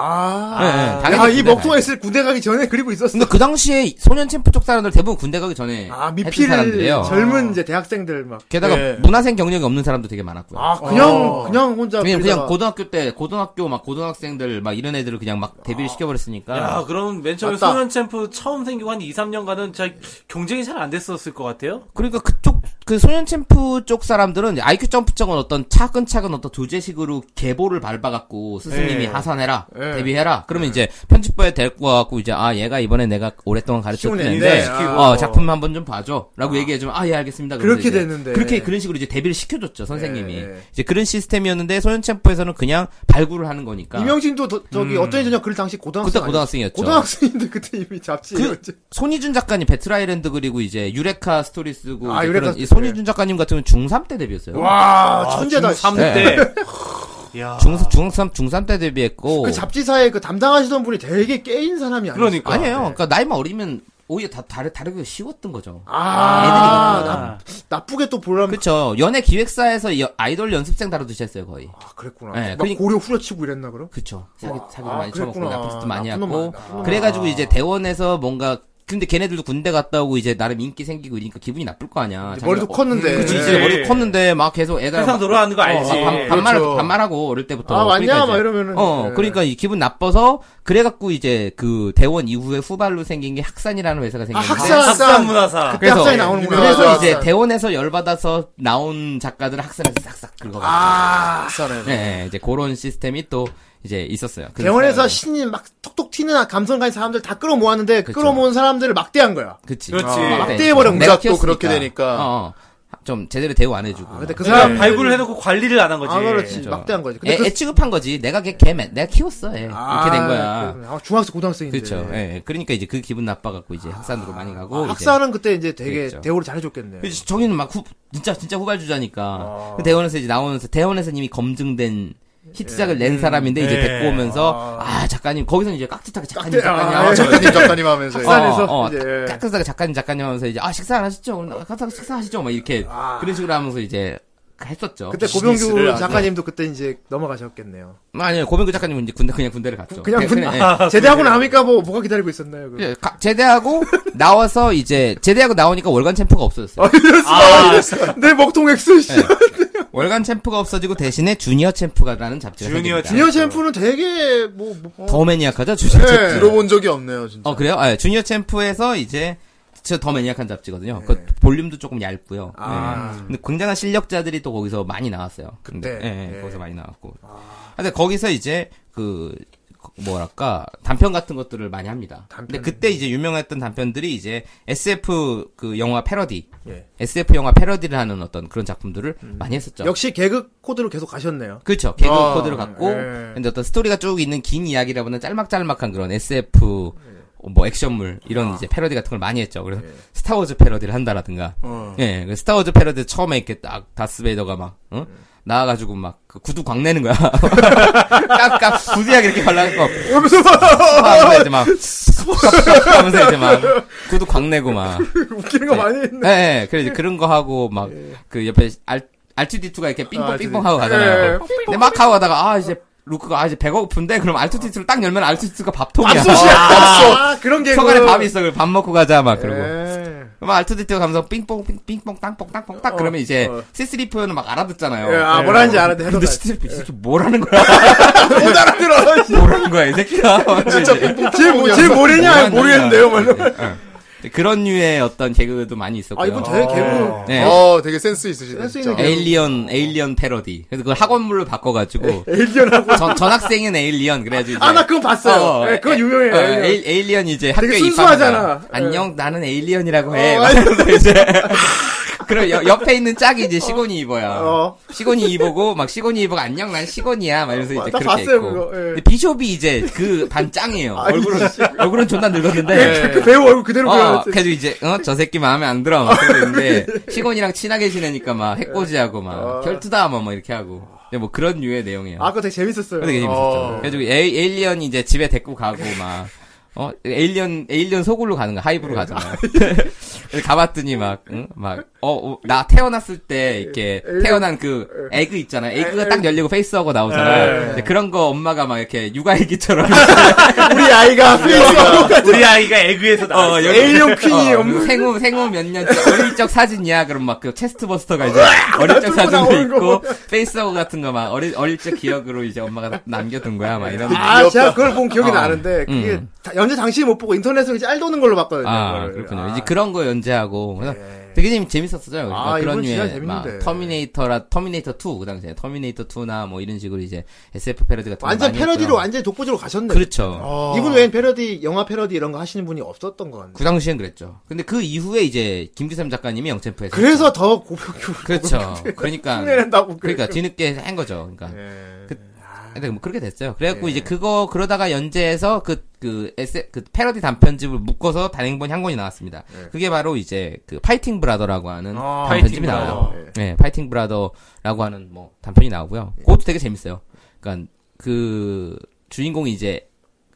Speaker 1: 아.
Speaker 2: 예, 예, 당연히
Speaker 1: 야, 이
Speaker 2: 군대
Speaker 1: 먹통에 있을 군대 가기 전에 그리고 있었어.
Speaker 2: 근데 그 당시에 소년 챔프 쪽 사람들 대부분 군대 가기 전에
Speaker 1: 아,
Speaker 2: 했던
Speaker 1: 미필
Speaker 2: 사람들이에요. 어.
Speaker 1: 젊은 이제 대학생들 막.
Speaker 2: 게다가
Speaker 3: 예.
Speaker 2: 문화생 경력이 없는 사람도 되게 많았고요.
Speaker 1: 아, 그냥,
Speaker 4: 어.
Speaker 1: 그냥 혼자.
Speaker 2: 왜냐면
Speaker 1: 부리다가.
Speaker 2: 그냥 고등학교 때 고등학교 막 고등학생들 막 이런 애들을 그냥 막
Speaker 1: 아.
Speaker 2: 데뷔를 시켜버렸으니까
Speaker 4: 야, 그럼 맨 처음에
Speaker 1: 맞다.
Speaker 4: 소년 챔프 처음 생기고 한 2, 3년간은 진짜 경쟁이 잘 안 됐었을 것 같아요.
Speaker 2: 그러니까 그쪽 그 소년 챔프 쪽 사람들은 IQ 점프 쪽은 어떤 차근차근 어떤 조제식으로 계보를 밟아갖고 스승님이
Speaker 1: 예.
Speaker 2: 하산해라
Speaker 1: 예.
Speaker 2: 데뷔해라 그러면 이제 편집부에 데리고 와갖고 이제 아 얘가 이번에 내가 오랫동안
Speaker 1: 시키고
Speaker 4: 네.
Speaker 2: 가르쳤는데
Speaker 1: 시키고.
Speaker 4: 아.
Speaker 2: 어 작품 한번 좀 봐줘라고 얘기해주면 아 예 알겠습니다 그러면서
Speaker 1: 그렇게
Speaker 2: 이제
Speaker 1: 됐는데.
Speaker 2: 그렇게 그런 식으로 이제 데뷔를 시켜줬죠 선생님이
Speaker 1: 예.
Speaker 2: 이제 그런 시스템이었는데 소년 챔프에서는 그냥 발굴을 하는 거니까 음.
Speaker 1: 이명진도 더- 저기 어떤 저녁 그 당시 고등학생
Speaker 2: 그때
Speaker 1: 아니었어요?
Speaker 2: 고등학생이었죠.
Speaker 1: 고등학생인데 그때 이미 잡지에
Speaker 2: 그-
Speaker 1: 그,
Speaker 2: 손희준 작가님 베트라이랜드 그리고 이제 유레카 스토리 쓰고
Speaker 1: 아,
Speaker 2: 이제
Speaker 1: 유레카
Speaker 2: 그런 이
Speaker 1: 스토리.
Speaker 2: 손희준 작가님 같은 경우는 중3 때 데뷔했어요.
Speaker 1: 와 아, 천재다
Speaker 4: 아, 중3
Speaker 1: 진짜. [LAUGHS]
Speaker 2: 네.
Speaker 4: 때. 야.
Speaker 2: 중, 중3, 중3 때 데뷔했고.
Speaker 1: 그 잡지사에 그 담당하시던 분이 되게 깨인 사람이 아니에요
Speaker 4: 그러니까.
Speaker 2: 아니에요.
Speaker 1: 네.
Speaker 2: 그러니까 나이만 어리면 오히려 다, 다르, 다르게 쉬웠던 거죠.
Speaker 1: 아,
Speaker 2: 애들이니까.
Speaker 1: 나, 나쁘게 또 보려면
Speaker 2: 그쵸. 연예 기획사에서 여- 아이돌 연습생 다뤄두셨어요, 거의.
Speaker 1: 아 그랬구나
Speaker 2: 네,
Speaker 1: 막
Speaker 2: 그러니까-
Speaker 1: 고려 후려치고 이랬나 그럼
Speaker 2: 그쵸. 사기, 사기도
Speaker 1: 아,
Speaker 2: 많이 쳐먹고,
Speaker 1: 그랬구나.
Speaker 2: 나쁜 짓도 많이
Speaker 1: 나쁜
Speaker 2: 하고.
Speaker 1: 놈 많아.
Speaker 2: 그래가지고 이제 대원에서 뭔가, 근데 걔네들도 군대 갔다 오고 이제 나름 인기 생기고 이러니까 기분이 나쁠 거 아니야.
Speaker 1: 이제
Speaker 2: 자기가
Speaker 1: 머리도
Speaker 2: 어-
Speaker 1: 컸는데
Speaker 2: 그치,
Speaker 4: 네.
Speaker 2: 이제 머리 컸는데 막 계속 애들
Speaker 4: 세상 돌아가는 거 알지.
Speaker 2: 어, 반- 반말
Speaker 3: 그렇죠.
Speaker 2: 반말하고 어릴 때부터
Speaker 1: 아 왔냐
Speaker 2: 그러니까 이제-
Speaker 1: 막 이러면은
Speaker 2: 어
Speaker 1: 네.
Speaker 2: 그러니까 이 기분 나빠서 그래갖고 이제 그 대원 이후에 후발로 생긴 게 학산이라는 회사가
Speaker 1: 아
Speaker 2: 생겼는데
Speaker 1: 학사
Speaker 4: 학산
Speaker 1: 학사
Speaker 4: 문화사.
Speaker 2: 그래서-
Speaker 1: 학사에 나오는구나
Speaker 3: 그래서
Speaker 2: 그래서
Speaker 3: 맞아,
Speaker 2: 이제
Speaker 1: 학사.
Speaker 2: 대원에서 열받아서 나온 작가들 학산에서 싹싹 긁어.
Speaker 1: 아
Speaker 2: 네, 네, 이제 그런 시스템이 또 이제 있었어요. 그래서-
Speaker 1: 아, 대원에서 신인 막 톡톡 튀는 감성 가진 사람들 다 끌어모았는데
Speaker 2: 그쵸.
Speaker 1: 끌어모은 사람들을 막대한 거야
Speaker 2: 그치.
Speaker 4: 그렇지.
Speaker 2: 아,
Speaker 1: 막대해버려,
Speaker 2: 내가
Speaker 3: 공작도
Speaker 2: 키웠으니까.
Speaker 3: 그렇게 되니까.
Speaker 2: 어, 어. 좀 제대로 대우 안 해주고.
Speaker 1: 아, 근데 그
Speaker 4: 그러니까
Speaker 1: 사람
Speaker 4: 발굴을 해놓고 관리를 안 한 거지.
Speaker 1: 아, 그렇지.
Speaker 2: 네. 그죠.
Speaker 1: 막대한 거지. 근데
Speaker 2: 애,
Speaker 1: 그-
Speaker 2: 애 취급한 거지. 내가 걔, 걔 매- 내가 키웠어. 얘. 이렇게 된 거야.
Speaker 1: 아, 그렇구나. 아, 중학생 고등학생인데.
Speaker 2: 그렇죠. 예. 그러니까 이제 그 기분 나빠갖고 이제 학산으로 많이 가고.
Speaker 1: 네. 아,
Speaker 2: 이제.
Speaker 1: 학사는 그때 이제 되게
Speaker 2: 그랬죠.
Speaker 1: 대우를 잘해줬겠네.
Speaker 2: 그래서 저기는 막 후, 진짜 진짜 후발주자니까
Speaker 1: 아.
Speaker 2: 그 대원에서 이제 나오면서 대원에서 이미 검증된 히트작을 낸 사람인데 이제
Speaker 4: 예.
Speaker 2: 데리고 오면서 아, 작가님 거기서 이제 깍듯하게 작가님 작가님
Speaker 1: 예.
Speaker 3: 아,
Speaker 2: 하면서
Speaker 3: 작가님, 작가님 하면서.
Speaker 2: 어,
Speaker 1: 식사에서 예.
Speaker 2: 어,
Speaker 1: 이제.
Speaker 2: 깍- 깍듯하게 작가님 작가님 하면서 이제 아 식사 안 하셨죠? 오늘 깍듯하게 식사 하시죠? 막 이렇게 그런 식으로 하면서 이제 했었죠.
Speaker 1: 아. 그때
Speaker 3: 비즈니스를
Speaker 1: 고병규
Speaker 3: 아주-
Speaker 1: 작가님도 그때 이제 넘어가셨겠네요.
Speaker 2: 아니요 고병규 작가님은 이제 군대 그냥 군대를 갔죠.
Speaker 3: 네,
Speaker 1: 그냥 군-
Speaker 2: 예.
Speaker 1: 제대하고 나니까 뭐 뭐가 기다리고 있었나요? 그
Speaker 2: 예, 가-
Speaker 1: [LAUGHS]
Speaker 2: 제대하고 나와서 이제 제대하고 나오니까 월간 챔프가 없어졌어요. 예.
Speaker 4: 아,
Speaker 1: 내 먹통 엑스 씨.
Speaker 2: 월간 챔프가 없어지고 대신에 주니어 챔프가라는 잡지가
Speaker 4: 주니어
Speaker 2: 생깁니다.
Speaker 1: 주니어 챔프는 되게 뭐, 뭐 예.
Speaker 2: 더 매니악하죠 주니어
Speaker 3: 네,
Speaker 2: 챔프.
Speaker 3: 들어본 적이 없네요, 진짜.
Speaker 2: 어 그래요? 아, 주니어 챔프에서 이제 진짜 더 매니악한
Speaker 1: 예.
Speaker 2: 잡지거든요. 그 볼륨도 조금 얇고요. 네. 근데 굉장한 실력자들이 또 거기서 많이 나왔어요. 근데
Speaker 1: 아. 그때?
Speaker 2: 예, 예,
Speaker 1: 예. 아.
Speaker 2: 거기서 많이 나왔고. 근데 거기서 이제 그 뭐랄까 단편 같은 것들을 많이 합니다. 근데 그때 이제 유명했던 단편들이 이제 SF 그 영화 패러디,
Speaker 1: 예. 음.
Speaker 2: SF 영화 패러디를 하는 어떤 그런 작품들을 많이 했었죠.
Speaker 1: 역시 개그 코드로 계속 가셨네요.
Speaker 2: 그렇죠. 개그
Speaker 1: 아,
Speaker 2: 코드를 갖고
Speaker 1: 예.
Speaker 2: 근데 어떤 스토리가 쭉 있는 긴 이야기라보다는 짤막짤막한 그런 SF 어, 뭐 액션물 이런 이제 패러디 같은 걸 많이 했죠. 그래서 스타워즈 패러디를 한다라든가. 예, 그 스타워즈 패러디 처음에 이렇게 딱 다스베이더가 막 어? 나와가지고 막그 구두 광내는 거야. 깍깍 구두하게 이렇게 발라갖고
Speaker 4: [LAUGHS]
Speaker 2: 하면서 이제 막 [LAUGHS] 하면서 이제 막 구두 광내고 막
Speaker 1: 웃기는 거 많이 했네.
Speaker 2: 예, 예. 그래 이제 그런 거 하고 막 그 옆에 알 R2D2가 이렇게 삥뽕삥뽕 하고
Speaker 1: 아, 예,
Speaker 2: 가잖아요. 어,
Speaker 1: 예.
Speaker 2: 근데 막 하고 가다가 아 이제 루크가 아 이제 배가 고픈데 그럼 R2D2를 딱 열면 R2D2가 밥통이야.
Speaker 1: 아, 아, 그런 개그.
Speaker 2: 서간에 밥이 있어. 그럼 밥 먹고 가자 막 그러고.
Speaker 1: 예.
Speaker 2: 그럼 R2D2가 가면서 삥뽕 삥- 삥뽕 땅뽕 땅뽕 딱 그러면 이제
Speaker 1: 어.
Speaker 2: C3PO는 막 알아듣잖아요. 네.
Speaker 1: 예, 아, 뭐라 하는지 알아도 해도
Speaker 2: 근데
Speaker 1: 돼.
Speaker 2: C3PO 이 새끼 뭐라는 거야?
Speaker 1: [LAUGHS] 못 알아들어.
Speaker 2: [LAUGHS]
Speaker 1: 씨.
Speaker 2: 뭐라는 거야 이
Speaker 1: [LAUGHS]
Speaker 2: 새끼야.
Speaker 3: 진짜 빙봉
Speaker 1: 쟤, 뭐, 쟤 뭐래냐?
Speaker 2: 뭐라는
Speaker 1: 모르겠는데요,
Speaker 2: 거야.
Speaker 1: 말로.
Speaker 2: 예. 그런 류의 어떤 개그도 많이 있었고요.
Speaker 1: 아, 이분 되게 개그.
Speaker 2: 네.
Speaker 3: 어, 되게 센스 있으시네.
Speaker 1: 센스
Speaker 3: 진짜.
Speaker 1: 있는 개그.
Speaker 2: 에일리언 에일리언 패러디. 그래서 그걸 학원물로 바꿔가지고
Speaker 1: 에일리언하고.
Speaker 2: 전 전학생인 에일리언 그래가지고 이제
Speaker 1: 아, 나 그건 봤어요. 예, 그건 유명해요.
Speaker 2: 어,
Speaker 1: 에일리언.
Speaker 2: 에일, 에일리언 이제 학교에
Speaker 1: 순수하잖아. 어,
Speaker 2: 입학하잖아.
Speaker 1: 예.
Speaker 2: 안녕 나는 에일리언이라고 해.
Speaker 1: [LAUGHS]
Speaker 2: 그래서 이제 그럼 여- 옆에 있는 짝이 이제 시곤이 이버야.
Speaker 1: 어.
Speaker 2: 시곤이 이버고 막 시곤이 이버가 안녕 난 시곤이야. 막 이러면서 이제
Speaker 1: 나
Speaker 2: 그렇게
Speaker 1: 봤어요,
Speaker 2: 있고.
Speaker 1: 그거. 예.
Speaker 2: 근데 비숍이 이제 그 반 짱이에요. 얼굴은 얼굴은 존나 늙었는데.
Speaker 1: 그 배우 얼굴 그대로
Speaker 2: 어,
Speaker 1: 그려놨지.
Speaker 2: 그래서 이제 어 저 새끼 마음에 안 들어 막 그러는데 시곤이랑 친하게 지내니까 막 해코지하고 막 결투다 막, 막 이렇게 하고 근데 뭐 그런 류의 내용이에요.
Speaker 1: 예. 아, 그거 되게 재밌었어요.
Speaker 2: 그거 되게 재밌었죠.
Speaker 3: 어.
Speaker 2: 그래가지고 에이- 에일리언 이제 집에 데리고 가고 막. 어, 에일리언, 에일리언 소굴로 가는 거야. 하이브로 가잖아. [LAUGHS] 그래서 가봤더니 막, 응? 막, 어, 어, 나 태어났을 때, 이렇게, 태어난 그, 에그 있잖아. 에그가 딱 열리고 페이스하고
Speaker 1: 네.
Speaker 2: 나오잖아. 이제 그런 거 엄마가 막 이렇게, 육아 애기처럼.
Speaker 1: 우리 아이가 페이스하고
Speaker 4: 우리 아이가 에그에서 나왔어.
Speaker 2: 어, 여기-
Speaker 1: 에일리언 퀸이
Speaker 2: 어,
Speaker 1: 없는.
Speaker 2: 생후 생후 몇 년 어릴 적 사진이야. 그럼 막 그 체스트버스터가 이제 어릴 적
Speaker 1: 들고
Speaker 2: 사진도
Speaker 1: 나오는 거 뭐.
Speaker 2: 있고 페이스하고 같은 거 막 어릴 어릴 적 기억으로 이제 엄마가 남겨둔 거야. 막 이런.
Speaker 1: 아,
Speaker 3: 귀엽다.
Speaker 1: 제가 그걸 본 기억이
Speaker 2: 어.
Speaker 1: 나는데, 그게,
Speaker 2: 음.
Speaker 1: 다- 연재 당시 못 보고 인터넷으로 이제 짤 도는 걸로 봤거든요.
Speaker 2: 아
Speaker 1: 그거를.
Speaker 2: 그렇군요.
Speaker 1: 아. 예,
Speaker 2: 이제 그런 거 연재하고 그래서 되게 재미- 재밌었어요. 그러니까
Speaker 1: 아,
Speaker 2: 그런
Speaker 1: 이건 진짜
Speaker 2: 류의 막
Speaker 1: 재밌는데.
Speaker 2: 터미네이터라 터미네이터 2 그 당시에 터미네이터 2나 뭐 이런 식으로 이제 SF 패러디 같은 거
Speaker 1: 완전
Speaker 2: 많이
Speaker 1: 패러디로
Speaker 2: 했고요.
Speaker 1: 완전 아. 독보적으로 가셨네.
Speaker 2: 그렇죠.
Speaker 3: 어.
Speaker 1: 이분 외엔 패러디, 영화 패러디 이런 거 하시는 분이 없었던 것 같네.
Speaker 2: 그 당시엔 그랬죠. 근데 그 이후에 이제 김규삼 작가님이 영챔프에서
Speaker 1: 그래서 더 고평규.
Speaker 2: 그렇죠.
Speaker 1: [LAUGHS]
Speaker 2: 그러니까
Speaker 1: 흉내낸다고.
Speaker 2: 그러니까
Speaker 1: 그래요.
Speaker 2: 뒤늦게 한 거죠. 그러니까
Speaker 1: 예.
Speaker 2: 근데 뭐 그렇게 됐어요. 그래갖고 이제 그거 그러다가 연재해서 그 그 에세 그 패러디 단편집을 묶어서 단행본 한 권이 나왔습니다. 그게 바로 이제 그 파이팅 브라더라고 하는
Speaker 1: 아,
Speaker 2: 단편집이
Speaker 4: 파이팅
Speaker 2: 나와요. 네, 파이팅 브라더라고 하는 뭐 단편이 나오고요.
Speaker 1: 예.
Speaker 2: 그것도 되게 재밌어요. 그러니까 그 주인공이 이제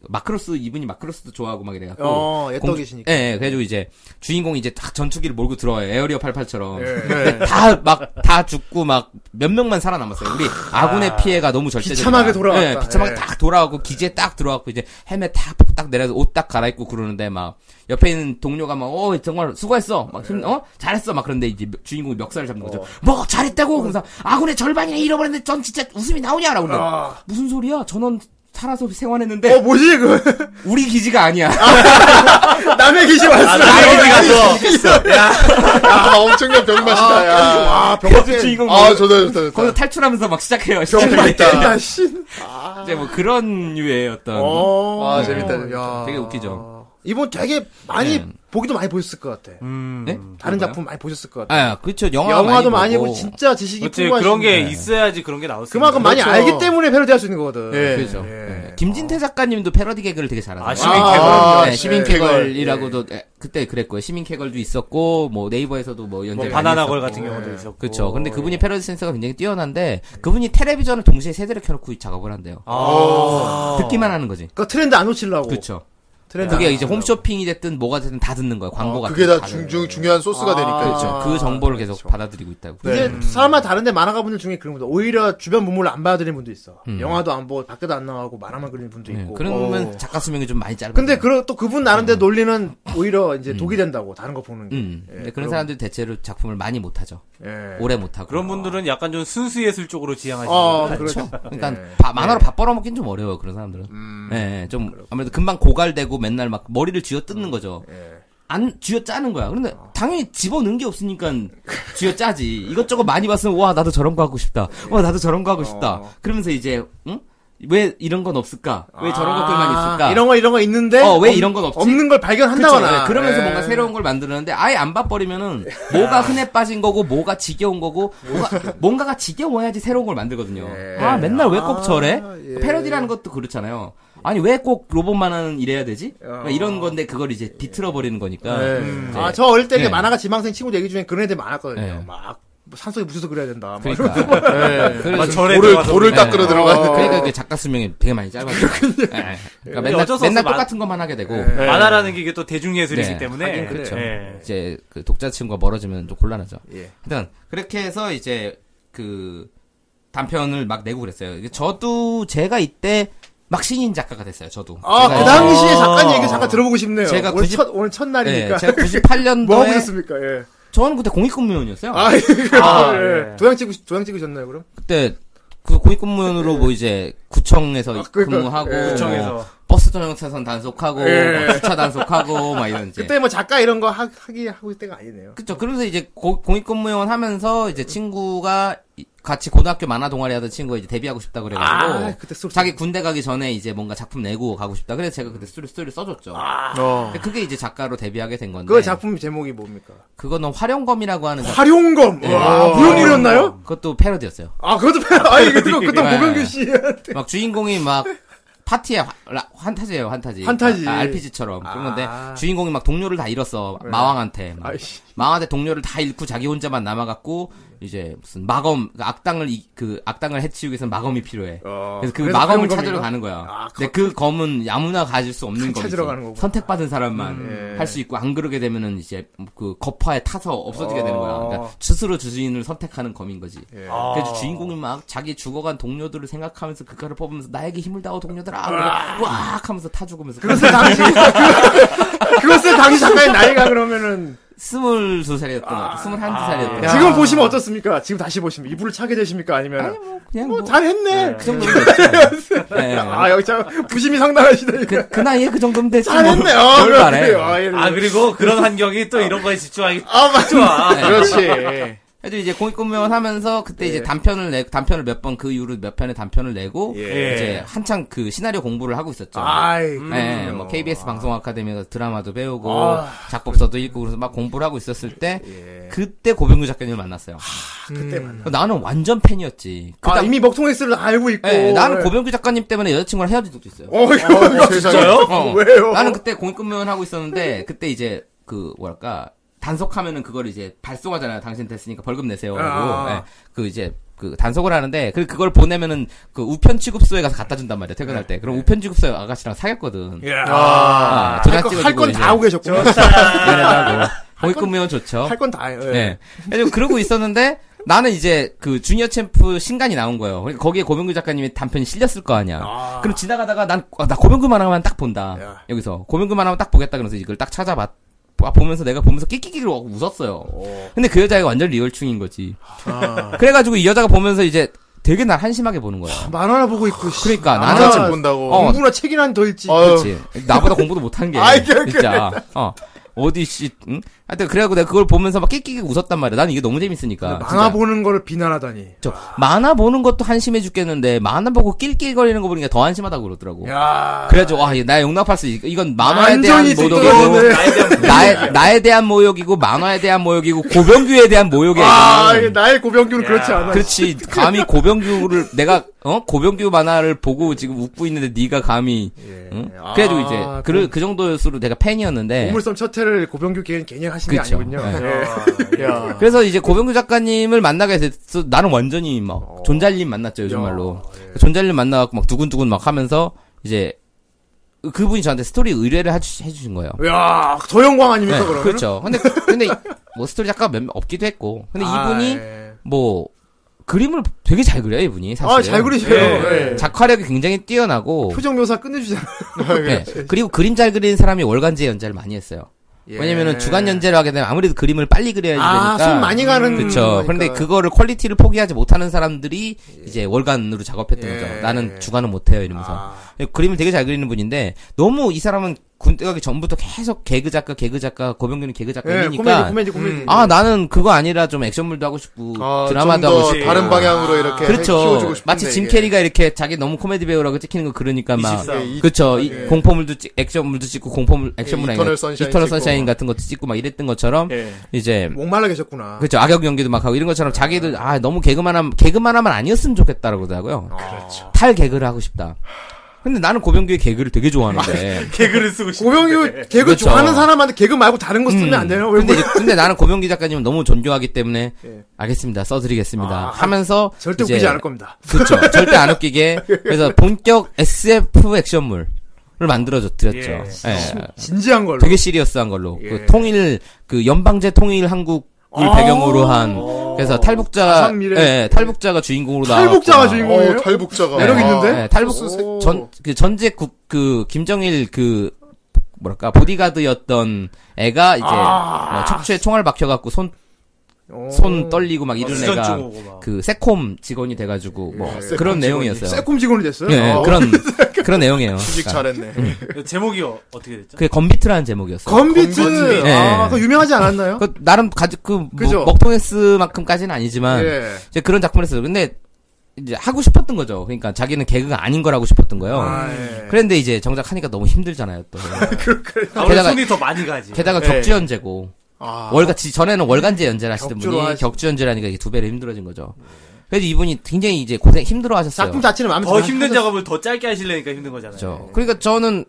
Speaker 2: 마크로스 이분이 마크로스도 좋아하고 막 이래갖고
Speaker 1: 어,
Speaker 2: 공-
Speaker 1: 애떡이시니까.
Speaker 2: 예, 예, 그래가지고 이제 주인공이 이제 딱 전투기를 몰고 들어와요. 에어리어 88처럼.
Speaker 1: 예.
Speaker 2: 다 막 다 죽고 막 몇 명만 살아남았어요. 우리 아군의 피해가 너무 절대적.
Speaker 1: 비참하게 돌아왔다.
Speaker 2: 예, 비참하게
Speaker 1: 예.
Speaker 2: 딱 돌아오고 기지에 딱 들어왔고 이제 헬멧 딱 벗고 딱 내려서 옷 딱 갈아입고 그러는데 막 옆에 있는 동료가 막어 정말 수고했어. 막 힘, 어? 잘했어. 막 그런데 이제 주인공이 멱살을 잡는 거죠. 뭐 잘했다고. 그러면서 아군의 절반이나 잃어버렸는데 전 진짜 웃음이 나오냐라고 그러는데 무슨 소리야? 전원 살아서 생환했는데
Speaker 1: 어, 뭐지, 그,
Speaker 2: [LAUGHS] 우리 기지가 아니야.
Speaker 1: 남의 기시 왔어.
Speaker 3: 아, 엄청난 병맛이다, 야.
Speaker 1: 와, 아, 병맛
Speaker 2: 주인공
Speaker 3: 아, 좋다, 좋다,
Speaker 2: 거기서
Speaker 3: 좋다.
Speaker 2: 탈출하면서 막 시작해요. [LAUGHS]
Speaker 1: 병맛이다, 씨.
Speaker 2: 이제 뭐 그런 류의 어떤
Speaker 1: 어.
Speaker 3: 아, 재밌다, 재밌다.
Speaker 1: 야.
Speaker 2: 되게 웃기죠.
Speaker 1: 이분 되게
Speaker 2: 예.
Speaker 1: 많이
Speaker 4: 네.
Speaker 1: 보기도 많이 보셨을 것 같아.
Speaker 2: 음.
Speaker 4: 네?
Speaker 1: 다른
Speaker 4: 그런가요?
Speaker 1: 작품 많이 보셨을 것 같아.
Speaker 4: 아, 그렇죠. 영화
Speaker 1: 영화도 많이
Speaker 4: 보고.
Speaker 1: 보고 진짜 지식이
Speaker 2: 그렇지
Speaker 1: 풍부하신
Speaker 2: 그런 게
Speaker 1: 분.
Speaker 2: 있어야지 예. 그런 게 나올 수
Speaker 1: 그만큼
Speaker 2: 있는 거야.
Speaker 1: 많이
Speaker 3: 그렇죠.
Speaker 1: 알기 때문에 패러디할 수 있는 거거든.
Speaker 3: 예.
Speaker 4: 그렇죠.
Speaker 1: 예.
Speaker 4: 네. 김진태 작가님도 패러디 개그를 되게 잘하세요.
Speaker 2: 아, 시민
Speaker 1: 아,
Speaker 2: 캐걸.
Speaker 3: 아,
Speaker 4: 네, 시민
Speaker 3: 시민 개걸.
Speaker 4: 캐걸이라고도 에, 그때 그랬고요. 시민 캐걸도 있었고 뭐 네이버에서도 뭐 연재
Speaker 2: 뭐
Speaker 4: 많이
Speaker 2: 바나나
Speaker 4: 했었고.
Speaker 2: 걸 같은 경우도 있었고.
Speaker 4: 그렇죠. 근데
Speaker 2: 예.
Speaker 4: 그분이 패러디 센스가 굉장히 뛰어난데 그분이 텔레비전을 동시에 세 대를 켜놓고 작업을 한대요.
Speaker 2: 아.
Speaker 4: 듣기만 하는 거지.
Speaker 1: 그러니까 트렌드 안 놓치려고.
Speaker 4: 그렇죠.
Speaker 1: 트렌드
Speaker 4: 그게
Speaker 1: 안
Speaker 4: 이제
Speaker 1: 놓치려고.
Speaker 4: 홈쇼핑이 됐든 뭐가 됐든 다 듣는 거예요. 광고 같은
Speaker 3: 그게
Speaker 4: 거
Speaker 3: 다
Speaker 4: 다
Speaker 3: 중,
Speaker 4: 듣는
Speaker 3: 중, 중요한 소스가
Speaker 1: 아,
Speaker 3: 되니까.
Speaker 4: 거예요. 그렇죠.
Speaker 1: 아,
Speaker 4: 그 정보를 계속
Speaker 1: 그렇죠.
Speaker 4: 받아들이고 있다고.
Speaker 1: 이제
Speaker 2: 음.
Speaker 1: 사람마다 다른데 만화가분들 중에 그런 분들 오히려 주변 문물을 안 받아들이는 분도 있어.
Speaker 4: 음.
Speaker 1: 영화도 안 보고 밖에도 안 나가고 만화만 그리는 분도
Speaker 4: 네,
Speaker 1: 있고.
Speaker 4: 그러면
Speaker 1: 어.
Speaker 4: 작가 수명이 좀 많이 짧아.
Speaker 1: 근데 그, 또 그분 나름대로 논리는 오히려
Speaker 2: 음.
Speaker 1: 이제 독이 된다고 다른 거 보는 게.
Speaker 4: 음.
Speaker 1: 예,
Speaker 4: 근데
Speaker 2: 네,
Speaker 4: 그런
Speaker 1: 그럼-
Speaker 4: 사람들이 대체로 작품을 많이 못 하죠.
Speaker 1: 예.
Speaker 4: 오래 못 하고.
Speaker 2: 그런 분들은 약간 좀 순수 예술 쪽으로 지향하시는
Speaker 1: 어,
Speaker 2: 분들.
Speaker 1: 그렇죠.
Speaker 4: 그러니까
Speaker 1: 예. 음.
Speaker 4: 밥- 만화로 밥 벌어먹긴 좀 어려워요 그런 사람들은. 예, 예, 좀 아무래도 금방 고갈되고 맨날 막 머리를 쥐어 뜯는 거죠.
Speaker 1: 예.
Speaker 4: 안 쥐어 짜는 거야. 그런데 당연히 집어 넣은 게 없으니까 쥐어 짜지. 이것저것 많이 봤으면 와 나도 저런 거 하고 싶다. 와 나도 저런
Speaker 1: 어.
Speaker 4: 거 하고 싶다. 그러면서 이제 응? 왜 이런 건 없을까? 왜 저런
Speaker 1: 아,
Speaker 4: 것들만 있을까?
Speaker 1: 이런 거 이런 거 있는데
Speaker 4: 그러니까. 어, 왜
Speaker 1: 없-
Speaker 4: 이런 건 없지?
Speaker 1: 없는 걸 발견한다거나
Speaker 4: 그쵸, 예. 그러면서
Speaker 1: 예.
Speaker 4: 뭔가 새로운 걸 만드는데 아예 안 봐버리면은 뭐가 흔해 빠진 거고 뭐가 지겨운 거고 뭔가, 뭔가가 지겨워야지 새로운 걸 만들거든요. 아 맨날 왜 꼭 저래? 패러디라는 것도 그렇잖아요. 아니 왜 꼭 로봇만은 이래야 되지? 막 이런 건데 그걸 이제 비틀어 버리는 거니까. 네. 이제
Speaker 1: 아, 저 어릴 때
Speaker 4: 예.
Speaker 1: 이제 만화가 지망생 친구 얘기 중에 그런 애들 많았거든요.
Speaker 4: 예.
Speaker 1: 막뭐 산속에 무서서 그래야 된다. 막
Speaker 4: 그러니까.
Speaker 2: 막
Speaker 4: 그래서
Speaker 2: 절에
Speaker 3: 돌을,
Speaker 2: 들어가서
Speaker 3: 돌을
Speaker 4: 네.
Speaker 3: 딱 끌어 들어가는.
Speaker 4: 그러니까 이게 작가 수명이 되게 많이 짧아요. 그러니까 맨날,
Speaker 2: 어쩔 네. 수
Speaker 4: 맨날
Speaker 2: 없어.
Speaker 4: 똑같은 것만 하게 되고
Speaker 2: 만화라는 게 이게 또 대중예술이기
Speaker 4: 네,
Speaker 2: 때문에
Speaker 4: 하긴 그렇죠.
Speaker 2: 예.
Speaker 4: 이제 그 독자층과 멀어지면 좀 곤란하죠.
Speaker 1: 예.
Speaker 4: 하여튼 그렇게 해서 이제 그 단편을 막 내고 그랬어요. 이게 저도 제가 이때 막 신인 작가가 됐어요. 저도.
Speaker 1: 아,
Speaker 4: 제가 어,
Speaker 1: 그 당시에 작가 얘기 잠깐 들어보고 싶네요.
Speaker 4: 제가
Speaker 1: 오늘
Speaker 4: 90
Speaker 1: 첫 오늘 첫날이니까.
Speaker 4: 네, 제가
Speaker 1: [LAUGHS] 뭐
Speaker 4: 98년도에
Speaker 1: 하고 있었습니까? 예.
Speaker 4: 저는 그때 공익근무원이었어요.
Speaker 1: 아, [LAUGHS]
Speaker 2: 아,
Speaker 1: 예.
Speaker 4: 네.
Speaker 2: 예.
Speaker 1: 도장 찍으 도장 찍으셨나요, 그럼?
Speaker 4: 그때 그 공익근무원으로 뭐 이제 구청에서
Speaker 1: 아, 그러니까,
Speaker 4: 근무하고
Speaker 1: 예.
Speaker 2: 구청에서.
Speaker 4: 뭐 버스 전용차선 단속하고
Speaker 1: 예.
Speaker 4: 뭐 주차 단속하고 막 이런 이제
Speaker 1: 그때 뭐 작가 이런 거 하, 기 하고 있을 때가 아니네요.
Speaker 4: 그쵸. 그러면서 이제 고- 공익근무요원 하면서 이제 친구가 이- 같이 고등학교 만화 동아리 하던 친구가 이제 데뷔하고 싶다 그래가지고
Speaker 1: 아, 그때 수업-
Speaker 4: 자기 군대 가기 전에 이제 뭔가 작품 내고 가고 싶다. 그래서 제가 그때 스토리 스토리를 써줬죠. 근데 그게 이제 작가로 데뷔하게 된 건데
Speaker 1: 그 작품 제목이 뭡니까?
Speaker 4: 그거는 활용검이라고 하는 작-
Speaker 1: 활용검.
Speaker 4: 네. 아,
Speaker 1: 와, 무용물이었나요?
Speaker 4: 그것도 패러디였어요.
Speaker 1: 아, 그것도 패- 아니,
Speaker 4: [LAUGHS]
Speaker 1: 그거 그때
Speaker 4: 네.
Speaker 1: 고병규 씨.
Speaker 4: 막 주인공이 막 파티에 화- 라- 환타지예요 환타지
Speaker 1: 환타지.
Speaker 4: 아, RPG처럼 그런 건데
Speaker 1: 아.
Speaker 4: 주인공이 막 동료를 다 잃었어 마왕한테 막.
Speaker 1: 아이씨.
Speaker 4: 망한테 동료를 다 잃고 자기 혼자만 남아갖고 이제 무슨 마검 그 악당을 이- 그 악당을 해치우기 위해서 는 마검이 필요해.
Speaker 1: 어,
Speaker 4: 그래서 그
Speaker 1: 그래서
Speaker 4: 마검을
Speaker 1: 그런 겁니까?
Speaker 4: 찾으러 가는 거야.
Speaker 1: 아, 그
Speaker 4: 근데 그 검은 아무나 가질 수 없는 검이
Speaker 1: 찾으러
Speaker 4: 있어.
Speaker 1: 가는 거구나.
Speaker 4: 선택받은 사람만
Speaker 1: 예.
Speaker 4: 할 수 있고 안 그러게 되면은 이제 그 거파에 타서 없어지게 되는 거야. 그러니까
Speaker 1: 어.
Speaker 4: 스스로 주인을 선택하는 검인 거지.
Speaker 2: 아.
Speaker 4: 그래서 주인공이 막 자기 죽어간 동료들을 생각하면서 그가를 뽑으면서 나에게 힘을 다오 동료들아 와악 하면서 타 죽으면서
Speaker 1: 그것을 당시 그것을 당시 작가의
Speaker 3: [LAUGHS]
Speaker 1: 나이가 그러면은
Speaker 4: 스물두 살이었던 것 같아. 스물한 두 살이었던 것 같아.
Speaker 1: 지금 보시면 어떻습니까? 지금 다시 보시면 이불을 차게 되십니까? 아니면
Speaker 4: 아니 뭐 그냥
Speaker 1: 뭐
Speaker 4: 뭐
Speaker 1: 잘했네.
Speaker 4: 그 정도면 됐죠. 예.
Speaker 1: 아 여기 참 부심이 상당하시다.
Speaker 4: 그, 그 나이에 그 정도면 됐지. 뭐.
Speaker 1: 잘했네. 아,
Speaker 4: 별 말해.
Speaker 1: 그래요. 아, 예.
Speaker 2: 아 그리고 그런 환경이 또 이런 거에 집중하기
Speaker 1: 아 맞아.
Speaker 2: 좋아.
Speaker 1: 그렇지.
Speaker 4: 그래도 이제 공익근무원 하면서 그때 이제 단편을 내 단편을 몇 번 그 이후로 몇 편의 단편을 내고
Speaker 1: 예.
Speaker 4: 이제 한창 그 시나리오 공부를 하고 있었죠.
Speaker 1: 아이.
Speaker 4: 예,
Speaker 1: 그렇군요.
Speaker 4: 뭐 KBS 방송 아카데미에서 드라마도 배우고
Speaker 1: 아.
Speaker 4: 작법서도 읽고 그래서 막 공부를 하고 있었을 때
Speaker 1: 예.
Speaker 4: 그때 고병규 작가님을 만났어요.
Speaker 1: 그때 만나.
Speaker 4: 나는 완전 팬이었지.
Speaker 1: 아,
Speaker 4: 그다음-
Speaker 1: 이미 먹통엑스를 알고 있고.
Speaker 4: 예, 나는 고병규 작가님 때문에 여자친구랑 헤어진 적도 있어요.
Speaker 1: 어, 이거
Speaker 3: 세상에.
Speaker 4: 어.
Speaker 1: 왜요?
Speaker 2: [LAUGHS]
Speaker 4: 나는 그때 공익근무원 하고 있었는데 그때 이제 그 뭐랄까 단속하면은 그걸 이제 발송하잖아요. 당신 됐으니까 벌금 내세요라고.
Speaker 1: 아.
Speaker 4: 예, 그 이제 그 단속을 하는데 그 그걸 보내면은 그 우편 취급소에 가서 갖다 준단 말이야. 퇴근할
Speaker 2: 네.
Speaker 4: 때. 그럼 우편 취급소 아가씨랑 사귀었거든. 아, 도장 찍어주고
Speaker 1: 할 건
Speaker 4: 이제
Speaker 1: 다 하고 계셨고.
Speaker 2: 아,
Speaker 4: 연애하고. 공익근무원 좋죠.
Speaker 1: 할 건 다. 해요. 예.
Speaker 4: 네. 그래서 그러고 있었는데 나는 이제 그 주니어 챔프 신간이 나온 거예요. 그러니까 거기에 고병규 작가님이 단편이 실렸을 거 아니야. 그럼 지나가다가 난, 아, 나 고병규 만화만 딱 본다.
Speaker 1: 야.
Speaker 4: 여기서. 고병규 만화만 딱 보겠다. 그래서 이걸 딱 찾아봤, 아, 보면서 내가 보면서 끼끼끼로 웃었어요. 아. 근데 그 여자가 완전 리얼충인 거지. 그래가지고 이 여자가 보면서 이제 되게 날 한심하게 보는 거야.
Speaker 1: 만화나 보고 있고. 씨.
Speaker 4: 그러니까 나는
Speaker 1: 아,
Speaker 3: 만화책 본다고.
Speaker 4: 어.
Speaker 1: 공부나 책이나 더 읽지.
Speaker 3: 아유,
Speaker 4: 그렇지. 나보다 공부도 못한 게
Speaker 1: 아이, 그,
Speaker 4: 진짜. 어.
Speaker 8: 어디 씨, 응? 하여튼 그래갖고 내가 그걸 보면서 막 끽끽 웃었단 말이야. 난 이게 너무 재밌으니까.
Speaker 1: 만화
Speaker 8: 그러니까. 진짜.
Speaker 1: 보는 거를 비난하다니.
Speaker 8: 저 만화 보는 것도 한심해 죽겠는데 만화 보고 낄낄거리는 거 보니까 더 한심하다고 그러더라고.
Speaker 1: 야.
Speaker 8: 그래가지고 와, 얘, 나 용납할 수 있- 이건 만화에 대한
Speaker 1: 완전히
Speaker 8: 모독이고
Speaker 1: 뒤떨어졌네.
Speaker 8: 나에 나에 대한 모욕이고 만화에 대한 모욕이고 고병규에 대한 모욕이야.
Speaker 1: 아,
Speaker 8: 이거는.
Speaker 1: 이게 나의 고병규는 그렇지 않아.
Speaker 8: 그렇지. 감히 고병규를 내가 어 고병규 만화를 보고 지금 웃고 있는데 네가 감히 응?
Speaker 1: 아,
Speaker 8: 그래가지고 이제 그,
Speaker 1: 그럼-
Speaker 8: 그 정도였으로 내가 팬이었는데.
Speaker 1: 우물섬 첫 회를 고병규 개인 괜히 하신 게
Speaker 8: 그쵸.
Speaker 1: 아니군요.
Speaker 8: 네.
Speaker 1: 예. 야.
Speaker 8: 그래서 이제 고병규 작가님을 만나게 돼서 나는 완전히
Speaker 4: 어.
Speaker 8: 막 존잘님 만났죠 요즘
Speaker 1: 야,
Speaker 8: 말로
Speaker 1: 네.
Speaker 8: 존잘님 만나갖고 막 두근두근 막 하면서 이제 그분이 저한테 스토리 의뢰를 해주- 해주신 거예요.
Speaker 1: 야, 더 영광 아닙니까
Speaker 8: 네,
Speaker 1: 그러면?
Speaker 8: 그렇죠. 근데 근데 뭐 스토리 작가 몇 명 없기도 했고 근데
Speaker 1: 아,
Speaker 8: 이분이
Speaker 1: 예.
Speaker 8: 뭐 그림을 되게 잘 그려요 이분이 사실.
Speaker 1: 아, 잘 그리셔요.
Speaker 2: 예.
Speaker 1: 예.
Speaker 8: 뭐 작화력이 굉장히 뛰어나고
Speaker 1: 표정 묘사 예. 끝내주잖아.
Speaker 8: [LAUGHS] 네. 그리고 그림 잘 그리는 사람이 월간제 연재를 많이 했어요.
Speaker 1: 예.
Speaker 8: 왜냐면은 주간 연재를 하게 되면 아무래도 그림을 빨리 그려야
Speaker 1: 아,
Speaker 8: 되니까
Speaker 1: 손 많이 가는.
Speaker 8: 그렇죠. 그런데 그거를 퀄리티를 포기하지 못하는 사람들이 이제 월간으로 작업했던
Speaker 1: 예. 아.
Speaker 8: 거죠. 나는 주간은 못해요 이러면서 그림을 되게 잘 그리는 분인데 너무 이 사람은 군대 가기 전부터 계속 개그 작가, 개그 작가, 고병규는 개그
Speaker 1: 예,
Speaker 8: 작가이니까
Speaker 1: 코미디, 코미디, 코미디.
Speaker 8: 아 나는 그거 아니라 좀 액션물도 하고 싶고
Speaker 3: 음. 아,
Speaker 8: 드라마도
Speaker 3: 좀더
Speaker 8: 하고 싶고
Speaker 3: 다른 방향으로 이렇게
Speaker 8: 그렇죠.
Speaker 3: 키워주고 싶은데
Speaker 8: 마치 짐
Speaker 3: 이게.
Speaker 8: 캐리가 이렇게 자기 너무 코미디 배우라고 찍히는 거 그러니까 막
Speaker 3: 24. 이-
Speaker 8: 그렇죠. 이
Speaker 3: 예.
Speaker 8: 공포물도 찍, 액션물도 찍고 공포물 액션물
Speaker 3: 예,
Speaker 8: 아니라
Speaker 3: 이터널 선샤인
Speaker 8: 이터널
Speaker 3: 찍고.
Speaker 8: 선샤인 같은 것도 찍고 막 이랬던 것처럼
Speaker 6: 예.
Speaker 8: 이제
Speaker 1: 목말라 계셨구나.
Speaker 8: 그렇죠. 악역 연기도 막 하고 이런 것처럼 자기들 아 너무 개그만 함 개그만 하면 아니었으면 좋겠다라고 하더라고요. 그렇죠. 탈 개그를 하고 싶다. 근데 나는 고병규의 개그를 되게 좋아하는데.
Speaker 6: 개그를 쓰고 싶어.
Speaker 1: 고병규 개그
Speaker 8: 그렇죠. 음.
Speaker 1: 좋아하는 사람한테 개그 말고 다른 거 쓰면 안 되나? 왜 뭐,
Speaker 8: 근데, 이제- 근데 나는 고병규 작가님은 너무 존경하기 때문에
Speaker 1: 예. 아,
Speaker 8: 알겠습니다. 써드리겠습니다. 하면서
Speaker 1: 절대
Speaker 8: 이제-
Speaker 1: 웃기지 않을 예. 겁니다.
Speaker 8: 그렇죠. 절대
Speaker 1: [LAUGHS]
Speaker 8: 안 웃기게. 그래서 본격 SF 액션물을 만들어드렸죠.
Speaker 6: 예.
Speaker 1: 진지한 걸로.
Speaker 8: 그렇죠. 되게 시리어스한 걸로. 그 통일 그 연방제 통일 한국을
Speaker 1: 예. 아. 어.
Speaker 8: 배경으로 한 그래서 탈북자
Speaker 1: 가상
Speaker 8: 예,
Speaker 1: 미래.
Speaker 8: 탈북자가 주인공으로 나와.
Speaker 1: 탈북자가 주인공이에요?
Speaker 3: 어, 탈북자가
Speaker 1: 매력
Speaker 3: 아,
Speaker 1: 있는데?
Speaker 8: 예, 탈북 전그 전직 국그 김정일 그 뭐랄까 보디가드였던 애가 이제
Speaker 1: 아.
Speaker 8: 어, 척추에 총알 박혀갖고 손 손
Speaker 1: 어.
Speaker 8: 떨리고 막 이런
Speaker 2: 수전
Speaker 8: 애가
Speaker 2: 쪼고 막.
Speaker 8: 그 세콤 직원이 돼가지고
Speaker 1: 네.
Speaker 8: 뭐 그런 내용이었어요.
Speaker 1: 새콤 직원이 됐어요?
Speaker 8: 예, 예,
Speaker 1: 어. [LAUGHS]
Speaker 8: 그런 그런 내용이에요.
Speaker 3: 취직
Speaker 8: 그러니까
Speaker 3: 잘했네.
Speaker 2: 제목이 어, 어떻게 됐죠?
Speaker 8: 그게 건비트라는 제목이었어요.
Speaker 1: 건비트.
Speaker 8: 예.
Speaker 1: 아, 그거 유명하지 않았나요?
Speaker 8: 그 나름 가지 그 뭐-
Speaker 1: 그죠?
Speaker 8: 먹통했스만큼까지는 아니지만
Speaker 1: 예.
Speaker 8: 이제 그런 작품을 했어요. 근데 이제 하고 싶었던 거죠. 그러니까 자기는 개그가 아닌 걸 하고 싶었던 거예요.
Speaker 1: 아, 예.
Speaker 8: 그런데 이제 정작 하니까 너무 힘들잖아요.
Speaker 1: [LAUGHS]
Speaker 8: 또
Speaker 2: 아무래도
Speaker 4: 그
Speaker 8: 게다가-
Speaker 2: 손이 더 많이 가지. 네.
Speaker 8: 게다가
Speaker 1: 예.
Speaker 8: 격주 연재고
Speaker 1: 아.
Speaker 8: 월간 지- 전에는 월간제 연재를 하시던
Speaker 1: 격주로
Speaker 8: 분이
Speaker 1: 하시-
Speaker 8: 격주 연재라니까 이게 두 배로 힘들어진 거죠. 그래서 이분이 굉장히 이제 고생 힘들어하셨어요.
Speaker 1: 작품 자체는 마음에
Speaker 2: 더
Speaker 1: 안
Speaker 2: 힘든
Speaker 1: 들었어요.
Speaker 2: 작업을 더 짧게 하시려니까 힘든 거잖아요.
Speaker 8: 그렇죠. 그러니까 저는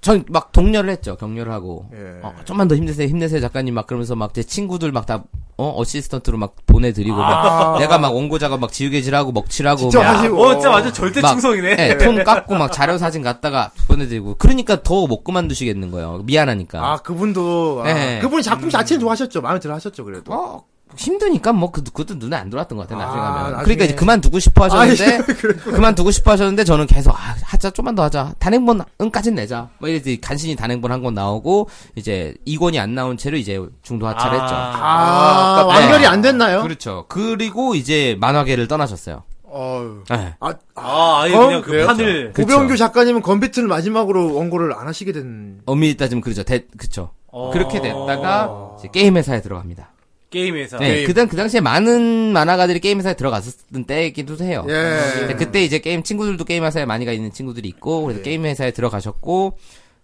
Speaker 8: 전 막 독려를 했죠. 격려를 하고
Speaker 2: 예.
Speaker 1: 예.
Speaker 8: 어, 좀만 더 힘내세요, 힘내세요 작가님 막 그러면서 막 제 친구들 막 다 어? 시스턴트로막 보내드리고 막 내가 막 원고 작업 막 지우개질하고 먹칠하고
Speaker 1: 직접
Speaker 8: 막
Speaker 1: 하시고.
Speaker 2: 어, 아. 진짜 완전 절대
Speaker 8: 막,
Speaker 2: 충성이네.
Speaker 8: 예, 폰 깎고 막 자료 사진 갖다가 보내드리고 그러니까 더 못 그만두시겠는 거예요. 미안하니까.
Speaker 1: 아, 그분도. 아,
Speaker 8: 예.
Speaker 1: 그분이 작품 자체는 좋아하셨죠. 마음에 들어 하셨죠, 그래도.
Speaker 8: 어, 힘드니까 뭐 그, 그것도 눈에 안 들어왔던 것 같아요 나중에
Speaker 1: 아,
Speaker 8: 하면
Speaker 1: 나중에.
Speaker 8: 그러니까 이제 그만두고 싶어 하셨는데
Speaker 1: 아, 예, [LAUGHS]
Speaker 8: 그만두고 싶어 하셨는데 저는 계속 아 하자 좀만 더 하자 단행본은까진 내자 뭐 이랬더니 간신히 단행본 한 권 나오고 이제 2권이 안 나온 채로 이제 중도 하차를 했죠
Speaker 1: 아,
Speaker 2: 아,
Speaker 1: 아, 완결이 안 됐나요?
Speaker 8: 그렇죠 그리고 이제 만화계를 떠나셨어요
Speaker 3: 어휴.
Speaker 8: 네.
Speaker 2: 아, 아예
Speaker 1: 어?
Speaker 2: 그냥 그
Speaker 1: 그래요?
Speaker 2: 판을.
Speaker 8: 그렇죠. 그쵸.
Speaker 1: 고병규 작가님은 건비트를 마지막으로 원고를 안 하시게 된.
Speaker 8: 엄밀히 따지면 그렇죠 대, 그쵸
Speaker 2: 어.
Speaker 8: 그렇게 됐다가 이제 게임 회사에 들어갑니다
Speaker 2: 게임에서.
Speaker 8: 네, 그당 그 당시에 많은 만화가들이 게임 회사에 들어갔었던 때이기도 해요
Speaker 1: 예.
Speaker 8: 근데 그때 이제 게임 친구들도 게임 회사에 많이 가 있는 친구들이 있고
Speaker 1: 예.
Speaker 8: 그래서 게임 회사에 들어가셨고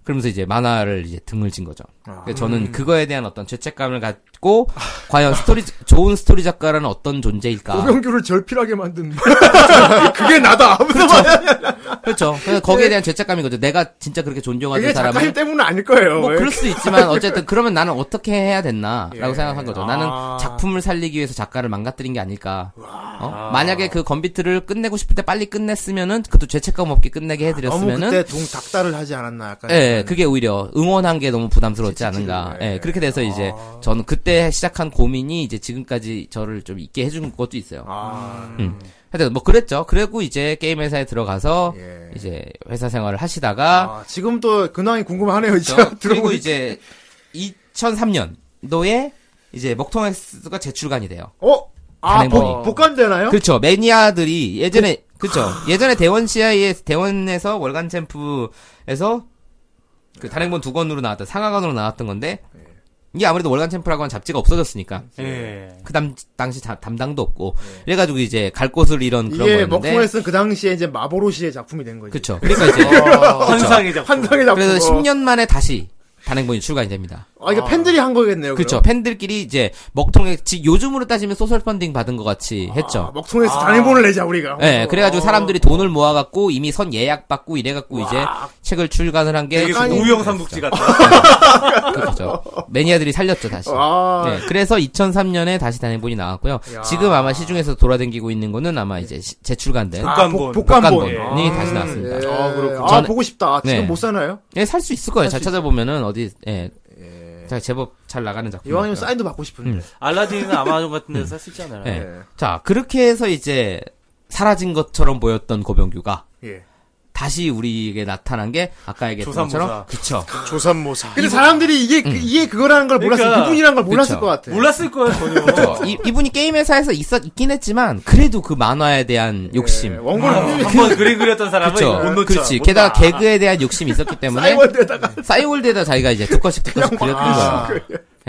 Speaker 8: 그러면서 이제 만화를 이제 등을 진 거죠.
Speaker 1: 아.
Speaker 8: 그래서 저는 그거에 대한 어떤 죄책감을 갖고 과연 스토리 좋은 스토리 작가라는 어떤 존재일까?
Speaker 1: 고병규를 절필하게 만든. 그게 나다. 아무도 말
Speaker 8: 그렇죠. 그래서 거기에 대한 죄책감인 거죠. 내가 진짜 아, 그렇게 존경하는
Speaker 1: 그게 작가님
Speaker 8: 사람을
Speaker 1: 때문은 아닐 거예요.
Speaker 8: 뭐
Speaker 1: 어, 왜? 예.
Speaker 8: 그럴 수도
Speaker 1: [LAUGHS]
Speaker 8: 있지만 어쨌든 그러면 나는 어떻게 해야 됐나라고 생각한 거죠. 나는
Speaker 1: 아.
Speaker 8: 작품을 살리기 위해서 작가를 망가뜨린 게 아닐까. 어? 만약에 그 건비트를 끝내고 싶을 때 빨리 끝냈으면은 그것도 죄책감 없게 끝내게
Speaker 1: 아, 너무
Speaker 8: 해드렸으면은
Speaker 1: 그때 네. 동 닭다를 하지 않았나 약간.
Speaker 8: 예, 그게 오히려 응원한 게 너무 부담스럽지 않은가.
Speaker 1: 네.
Speaker 8: 예, 그렇게 돼서 이제
Speaker 1: 아.
Speaker 8: 저는 그때 시작한 고민이 이제 지금까지 저를 좀 있게 해준 것도 있어요.
Speaker 1: 아,
Speaker 8: 음. 하여튼 뭐 그랬죠. 그리고 이제 게임 회사에 들어가서
Speaker 1: 예.
Speaker 8: 이제 회사 생활을 하시다가
Speaker 1: 아, 지금 또 근황이 궁금하네요. 이제
Speaker 8: 저- 그리고
Speaker 1: [LAUGHS] 들어보니.
Speaker 8: 이제 2003년도에 이제 먹통엑스가 재출간이 돼요.
Speaker 1: 어? 아,
Speaker 8: 단행본이.
Speaker 1: 복, 복간되나요?
Speaker 8: 뭐 그렇죠. 매니아들이 예전에 그렇죠. 예전에 대원 CI에 대원에서
Speaker 1: 네.
Speaker 8: 월간 챔프에서 그 단행본 두 권으로 나왔던 상하관으로 나왔던 건데 이게 아무래도 월간 챔프라고 하는 잡지가
Speaker 1: 음.
Speaker 8: 없어졌으니까
Speaker 2: 예.
Speaker 8: 그 담, 당시 자- 담당도 없고 그래가지고 이제 갈 곳을 잃은 그런
Speaker 1: 네. 이게
Speaker 8: 거였는데
Speaker 1: 먹통에서는 그 당시에 이제 마보로시의 작품이 된 거지.
Speaker 8: 그쵸 그러니까
Speaker 1: [LAUGHS]
Speaker 8: 이제
Speaker 2: 환상의 작품.
Speaker 1: 환상의 작품.
Speaker 8: 그래서 10년 만에 다시 단행본이 출간이 됩니다.
Speaker 1: 아, 이거 팬들이 한 거겠네요.
Speaker 8: 그렇죠.
Speaker 1: 그럼.
Speaker 8: 팬들끼리 이제 먹통에 지- 요즘으로 따지면 소셜 펀딩 받은 것 같이
Speaker 1: 아,
Speaker 8: 했죠.
Speaker 1: 먹통에서 단행본을 내자 우리가.
Speaker 8: 예, 그래가지고 사람들이 돈을 모아갖고 이미 선 예약 받고 이래갖고 이제 책을 출간을 한 게
Speaker 2: 되게 우영 삼국지 같다.
Speaker 8: 그렇죠. 매니아들이 살렸죠 다시.
Speaker 1: 아,
Speaker 8: 네, 그래서 2003년에 다시 단행본이 나왔고요. 지금 아마 시중에서 돌아다니고 있는 거는 아마 이제 시- 재출간된
Speaker 1: 아, 복-
Speaker 2: 복관본.
Speaker 1: 복관본.
Speaker 8: 복관본이 다시 나왔습니다.
Speaker 1: 예.
Speaker 3: 아, 그렇군요.
Speaker 1: 아,
Speaker 8: 전-
Speaker 1: 보고 싶다. 지금
Speaker 8: 네.
Speaker 1: 못 사나요?
Speaker 8: 예, 살 수 있을 거예요. 잘 찾아보면은 어디 예, 잘 제법 잘 나가는 작품.
Speaker 1: 이왕이면 사인도 받고
Speaker 8: 음.
Speaker 1: 싶은데.
Speaker 2: 알라딘은 아마존 같은 데서 살 수 있잖아요.
Speaker 8: 예. 자, 그렇게 해서 이제 사라진 것처럼 보였던 고병규가
Speaker 1: 예.
Speaker 8: 다시 우리에게 나타난 게 아까 얘기했던
Speaker 2: 조삼모사.
Speaker 8: 것처럼 그쵸
Speaker 3: 조산모사.
Speaker 1: 근데 사람들이 이게 그- 이게 그거라는 걸 몰랐어.
Speaker 2: 그러니까.
Speaker 1: 이분이라는 걸 몰랐을
Speaker 8: 음. 그쵸.
Speaker 1: 것 같아.
Speaker 2: 몰랐을 거예요 전혀.
Speaker 8: 그렇죠. 어, 이, 이분이 게임 회사에서 있었 있긴 했지만 그래도 그 만화에 대한
Speaker 1: 예,
Speaker 8: 욕심
Speaker 1: 원고를 꾸미-
Speaker 2: 한 번 그림 그렸던 사람은
Speaker 8: 그쵸
Speaker 2: 이거 못 놓죠.
Speaker 8: 그렇지
Speaker 2: 못
Speaker 8: 게다가
Speaker 2: 놔.
Speaker 8: 개그에 대한 욕심이 있었기 때문에
Speaker 1: 아, 사이월드에다가
Speaker 8: 싸이월드에다 자기가 이제 두 건씩 두 건씩 그렸던
Speaker 2: 아.
Speaker 8: 거야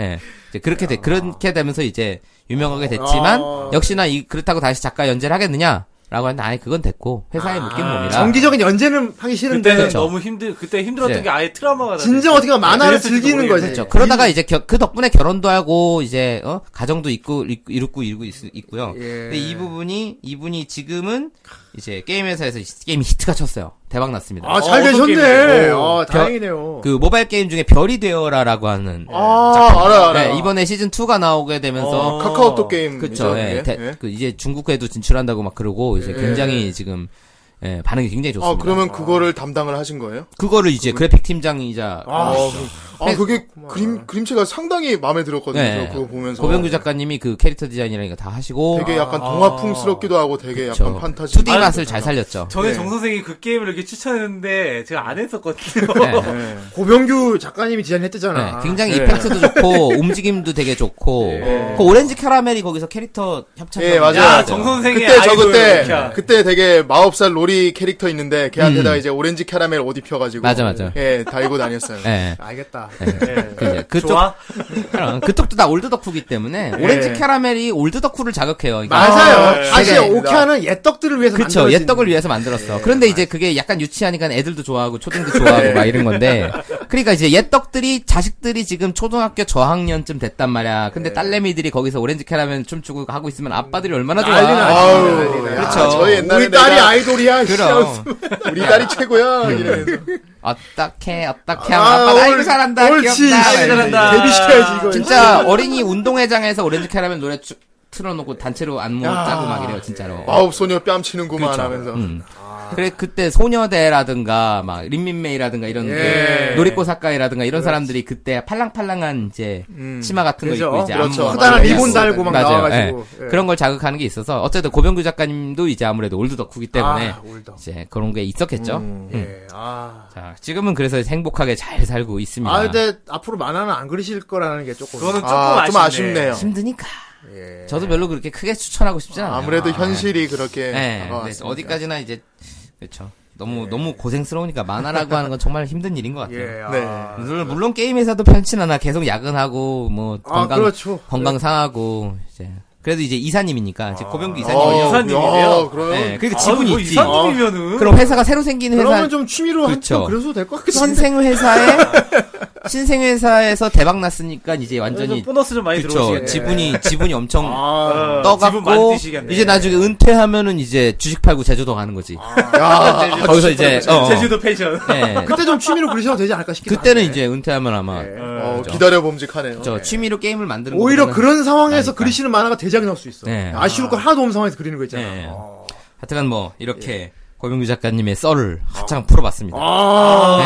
Speaker 8: 예 이제 그렇게 돼 그렇게 되면서 이제 유명하게 됐지만
Speaker 1: 아.
Speaker 8: 역시나 이 그렇다고 다시 작가 연재를 하겠느냐 라고 하는데 아니 그건 됐고 회사에 묶인 몸이라
Speaker 1: 정기적인 연재는 하기 싫은데
Speaker 2: 그때는
Speaker 8: 그쵸.
Speaker 2: 너무 힘들 그때 힘들었던
Speaker 8: 그렇죠. 네.
Speaker 2: 게 아예 트라우마가
Speaker 1: 진정 어떻게 보면 만화를
Speaker 2: 그랬을지도
Speaker 1: 즐기는 거지.
Speaker 2: 모르겠네.
Speaker 8: 그렇죠. 그러다가 이제 겨- 그 덕분에 결혼도 하고 이제 어? 가정도 있고 이- 이루고 이루고 있, 고요
Speaker 3: 예.
Speaker 8: 근데 이 부분이 이분이 지금은 이제 게임 회사에서 게임 히트가 쳤어요. 대박 났습니다.
Speaker 1: 아, 잘
Speaker 2: 어, 어떤
Speaker 1: 되셨네.
Speaker 2: 게임이에요?
Speaker 1: 아, 다행이네요.
Speaker 8: 그 모바일 게임 중에 별이 되어라라고 하는
Speaker 1: 아, 알아, 알아.
Speaker 8: 네, 이번에 시즌 2가 나오게 되면서
Speaker 2: 어.
Speaker 3: 카카오톡 게임. 네. 예.
Speaker 8: 그쵸. 예, 대- 그 이제 중국에도 진출한다고 막 그러고 이제 굉장히 지금 예, 반응이 굉장히 좋습니다.
Speaker 3: 아, 그러면 그거를 담당을 하신 거예요?
Speaker 8: 그거를 이제 그래픽 팀장이자
Speaker 3: 아,
Speaker 2: 어,
Speaker 3: 그, 아 그게 그림, 그림체가 상당히 마음에 들었거든요.
Speaker 8: 네.
Speaker 3: 그거 보면서.
Speaker 8: 고병규 작가님이 그 캐릭터 디자인이랑 이거 다 하시고
Speaker 3: 되게 약간 동화풍스럽기도 하고 되게
Speaker 8: 그쵸.
Speaker 3: 약간 판타지. 아,
Speaker 8: 2D 맛을 잘 살렸죠.
Speaker 2: 전에
Speaker 3: 네.
Speaker 2: 정 선생이 그 게임을 이렇게 추천했는데 제가 안 했었거든요.
Speaker 8: 네.
Speaker 3: 네.
Speaker 1: 고병규 작가님이
Speaker 8: 네,
Speaker 1: 디자인했대잖아.
Speaker 8: 굉장히
Speaker 3: 예.
Speaker 8: 이펙트도
Speaker 3: [LAUGHS]
Speaker 8: 좋고 움직임도 되게 좋고 그 오렌지 캐러멜이 거기서 캐릭터 네. 협찬.
Speaker 3: 예,
Speaker 2: [LAUGHS]
Speaker 3: 맞아요.
Speaker 2: 야, 정 선생의
Speaker 3: 그때 저
Speaker 2: 아이돌
Speaker 3: 그때
Speaker 2: 이렇게.
Speaker 3: 그때 되게 마법살 로리 캐릭터 있는데 걔한테다가 이제 오렌지 캐러멜 옷 입혀가지고
Speaker 8: 음. 맞아, 맞아.
Speaker 3: 예 달고 다녔어요.
Speaker 8: 예.
Speaker 1: 알겠다.
Speaker 2: 네.
Speaker 8: 그 이제 그쪽 어,
Speaker 2: 좋아?
Speaker 8: 그럼 그쪽도 다 올드 덕후기 때문에
Speaker 1: 예.
Speaker 8: 오렌지 캐러멜이 올드 덕후를 자극해요. 그러니까
Speaker 1: 맞아요.
Speaker 3: 네.
Speaker 1: 사실
Speaker 3: 알겠습니다.
Speaker 1: 오케아는 옛떡들을 위해서
Speaker 8: 그쵸
Speaker 1: 만들어진 예.
Speaker 8: 옛떡을 위해서 만들었어. 그런데 이제 그게 약간 유치하니까 애들도 좋아하고 초딩도 좋아하고 막 이런 건데. 그러니까 이제 옛떡들이 자식들이 지금 초등학교 저학년쯤 됐단 말이야.
Speaker 1: 예.
Speaker 8: 근데 딸내미들이 거기서 오렌지 캐러멜 춤추고 하고 있으면 아빠들이 얼마나 좋아.
Speaker 1: 난리 나지.
Speaker 3: 아우
Speaker 1: 난리 나지.
Speaker 3: 야,
Speaker 8: 그쵸.
Speaker 3: 저희 옛날에
Speaker 1: 우리 딸이
Speaker 3: 내가
Speaker 1: 아이돌이야.
Speaker 8: 그럼.
Speaker 3: [LAUGHS] 우리 딸이 최고야 이러면서
Speaker 8: 어떻게 어떻게 하면 아빠 나 이거 잘한다
Speaker 1: 옳지.
Speaker 8: 귀엽다
Speaker 1: 씨,
Speaker 2: 잘한다.
Speaker 1: 데뷔시켜야지 이거.
Speaker 8: 진짜 어린이 운동회장에서 오렌지 캐러멜 노래 추- 틀어놓고 단체로 안무 짜고 막 이래요 진짜로
Speaker 1: 어.
Speaker 3: 마법 소녀 뺨치는구만 하면서
Speaker 8: 음. 그래 그때 소녀대라든가 막 린민메이라든가 이런
Speaker 1: 예.
Speaker 8: 그 노리코 사카이라든가 이런 사람들이 그때 팔랑팔랑한 이제 치마 같은
Speaker 1: 음. 그죠?
Speaker 8: 거 입고 이제
Speaker 3: 그렇죠.
Speaker 8: 안무
Speaker 1: 커다란
Speaker 8: 막
Speaker 1: 리본
Speaker 8: 이래갖고.
Speaker 1: 달고 막
Speaker 8: 맞아요.
Speaker 1: 나와가지고.
Speaker 8: 예.
Speaker 1: 예.
Speaker 8: 그런 걸 자극하는 게 있어서 어쨌든 고병규 작가님도 이제 아무래도 올드 덕후기 때문에
Speaker 1: 아, 울다.
Speaker 8: 이제 그런 게 있었겠죠. 음.
Speaker 1: 예. 아.
Speaker 8: 자 지금은 그래서 행복하게 잘 살고 있습니다.
Speaker 1: 아, 근데 앞으로 만화는 안 그리실 거라는 게 조금.
Speaker 2: 그거는 조금
Speaker 3: 네. 아, 좀
Speaker 2: 아쉽네.
Speaker 3: 아쉽네요.
Speaker 8: 힘드니까.
Speaker 1: 예.
Speaker 8: 저도 별로 그렇게 크게 추천하고 싶진 않아요.
Speaker 3: 아무래도 현실이
Speaker 2: 그러니까
Speaker 3: 그렇게
Speaker 8: 네,
Speaker 2: 어,
Speaker 3: 다가왔습니다.
Speaker 8: 네, 어디까지나 이제 그렇죠. 너무
Speaker 2: 예.
Speaker 8: 너무 고생스러우니까 만화라고 하는 건 정말 힘든 일인 것 같아요.
Speaker 1: 예. 아.
Speaker 3: 네.
Speaker 8: 물론, 물론 게임 회사도 편치 않아 계속 야근하고 뭐
Speaker 1: 아,
Speaker 8: 건강
Speaker 1: 그렇죠.
Speaker 2: 네.
Speaker 8: 건강 상하고 이제 그래도 이제 이사님이니까 이제 고병규
Speaker 3: 어,
Speaker 8: 이사님이요.
Speaker 2: 이사님이네요.
Speaker 3: 야, 그럼
Speaker 8: 네, 그리고
Speaker 2: 아,
Speaker 8: 지분이
Speaker 2: 뭐
Speaker 8: 있지.
Speaker 2: 이사님이면은
Speaker 8: 그럼 회사가 새로 생긴 회사
Speaker 1: 네. 그러면 좀 취미로 한죠
Speaker 8: 그쵸.
Speaker 1: 그래도 될 것 같기도 한데.
Speaker 2: [LAUGHS]
Speaker 8: 신생 회사에 신생 회사에서 대박 났으니까 이제 완전히
Speaker 2: 좀 보너스 좀 많이
Speaker 8: 그렇죠.
Speaker 2: 들어오시겠네.
Speaker 8: 지분이 지분이 엄청
Speaker 1: 아.
Speaker 2: 어, 지분 많이
Speaker 8: 떠갖고
Speaker 2: 드시겠네.
Speaker 8: 이제 나중에 은퇴하면은 이제 주식 팔고 제주도 가는 거지.
Speaker 3: 야, 아,
Speaker 8: 거기서 이제 어.
Speaker 2: 아, 제주도 패션.
Speaker 8: 예.
Speaker 1: 그때 좀 취미로 그리셔도 되지 않을까 싶기도
Speaker 8: [LAUGHS] 그때는
Speaker 1: 한데.
Speaker 8: 이제 은퇴하면 아마
Speaker 3: 어, 기다려 봄직하네요.
Speaker 8: 저 취미로 게임을 만드는
Speaker 1: 네. 오히려
Speaker 8: 것보다는-
Speaker 1: 그런 상황에서
Speaker 8: 나니까.
Speaker 1: 그리시는 만화가 대작이 나올 수 있어.
Speaker 8: 네.
Speaker 1: 아쉬울 건 하나도 없는 상황에서 그리는 거
Speaker 8: 예.
Speaker 1: 있잖아. 예.
Speaker 8: 하여튼간 뭐 이렇게 고병규 작가님의 썰을 한창 풀어봤습니다.
Speaker 1: 아.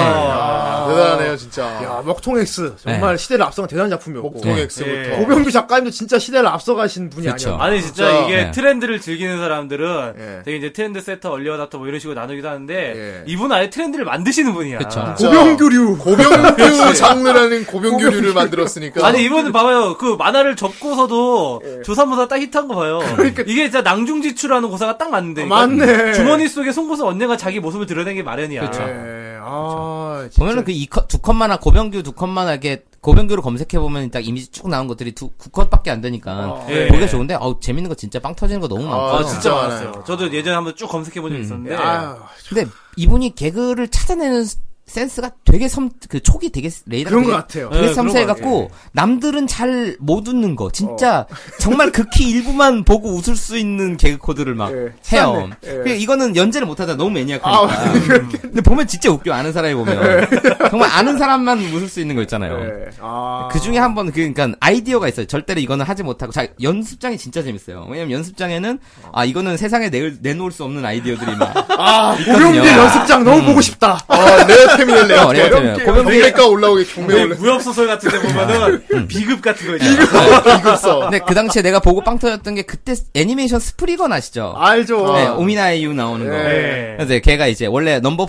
Speaker 3: 아, 대단하네요 진짜. 아,
Speaker 1: 야, 아, 먹통엑스. 정말 시대를 앞서간 대단한 작품이었고.
Speaker 3: 목동
Speaker 8: 네.
Speaker 3: X부터.
Speaker 2: 예.
Speaker 1: 고병규 작가님도 진짜 시대를 앞서가신 분이
Speaker 8: 그쵸.
Speaker 1: 아니야.
Speaker 2: 아니 진짜
Speaker 3: 진짜.
Speaker 2: 이게
Speaker 8: 네.
Speaker 2: 트렌드를 즐기는 사람들은
Speaker 3: 예.
Speaker 2: 되게 이제 트렌드 세터, 얼리 어답터 뭐 이런 식으로 나누기도 하는데
Speaker 3: 예.
Speaker 2: 이분 아예 트렌드를 만드시는 분이야. 음.
Speaker 8: 그쵸.
Speaker 1: 고병규류.
Speaker 3: 고병규 장르라는 고병규류를 만들었으니까.
Speaker 2: 아니 이분은 봐봐요. 그 만화를 접고서도 조삼모사 딱 히트한 거 봐요. 이게 진짜 낭중지추라는 고사가 딱 맞는데. 그러니까
Speaker 1: 맞네.
Speaker 2: 주머니 속에 송곳은 언젠가 자기 모습을 드러낸 게 마련이야. 음.
Speaker 8: 그렇죠.
Speaker 1: 예, 아, 진짜.
Speaker 8: 보면은 그 이 컷 두 컷만 하 고병규 두 컷만 하게 고병규를 검색해 보면 딱 이미지 쭉 나온 것들이 두, 두 컷밖에 안
Speaker 1: 아,
Speaker 8: 되니까
Speaker 2: 예.
Speaker 8: 보기가 좋은데 어 재밌는 거 진짜 빵 터지는 거 너무 많고.
Speaker 2: 아,
Speaker 3: 아,
Speaker 2: 진짜
Speaker 3: 진짜
Speaker 2: 많았어요.
Speaker 3: 많아요.
Speaker 2: 저도 예전에 한번 쭉 검색해 본 적 있었는데.
Speaker 1: 아유,
Speaker 8: 근데 이분이 개그를 찾아내는 스- 센스가 되게 섬 그 촉이 되게 레이더
Speaker 1: 그런 것 같아요.
Speaker 8: 되게
Speaker 2: 예,
Speaker 8: 섬세해
Speaker 2: 그런
Speaker 8: 갖고 남들은 잘 못 웃는 거
Speaker 1: 어. [LAUGHS]
Speaker 8: 진짜 정말 극히 일부만 보고 웃을 수 있는 개그 코드를 막
Speaker 1: 예,
Speaker 8: 해요.
Speaker 1: 찾네. 예.
Speaker 8: 그러니까 이거는 연재를 못 하다 너무
Speaker 1: 아,
Speaker 8: 매니악하니까. 음. 근데 보면 진짜 웃겨 아는 사람이 보면 [LAUGHS] 정말 아는 사람만 웃을 수 있는 거 있잖아요.
Speaker 1: 예. 아.
Speaker 8: 그 중에 한 번, 그, 그니까, 아이디어가 있어요. 절대로 이거는 하지 못하고. 자, 연습장이 진짜 재밌어요. 왜냐면 연습장에는, 아, 이거는 세상에 내, 내놓을 수 없는 아이디어들이 막.
Speaker 1: 아,
Speaker 8: 있거든요.
Speaker 1: 고용진 연습장 너무 보고 싶다.
Speaker 3: 아, 레어 템이네,
Speaker 8: 어,
Speaker 3: 레어 템.
Speaker 8: 레어 템이에요.
Speaker 3: 경매가 올라오게 경매 올라.
Speaker 2: 무협소설 같은 데 보면은 비급 같은 거 있잖아.
Speaker 3: 이글써.
Speaker 8: 근데 그 당시에 내가 보고 빵 터졌던 게 그때 애니메이션 스프리건 아시죠?
Speaker 1: 알죠.
Speaker 8: 네, 오미나이유 나오는 거.
Speaker 1: 예.
Speaker 8: 그래서 걔가 이제 원래 넘버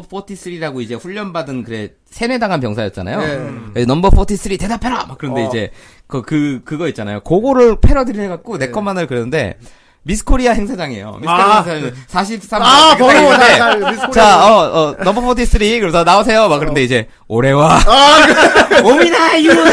Speaker 8: 43라고 이제 훈련받은 그래 세뇌당한 병사였잖아요.
Speaker 1: 네.
Speaker 8: 그래서 넘버 43 대답해라 막
Speaker 1: 어.
Speaker 8: 그런데 이제 그, 그 그거 있잖아요. 그거를 패러디를 해갖고 내 것만을 그랬는데 미스코리아 행사장이에요. 그 미스코리아
Speaker 1: 네. 아.
Speaker 8: 행사장 43.
Speaker 1: 아, 번호 나, 나,
Speaker 8: 데
Speaker 1: 미스코리아.
Speaker 8: 자, 어, 어, 넘버 43 그래서 나오세요. 막 그런데 이제 올해와 [LAUGHS] 오미나이유나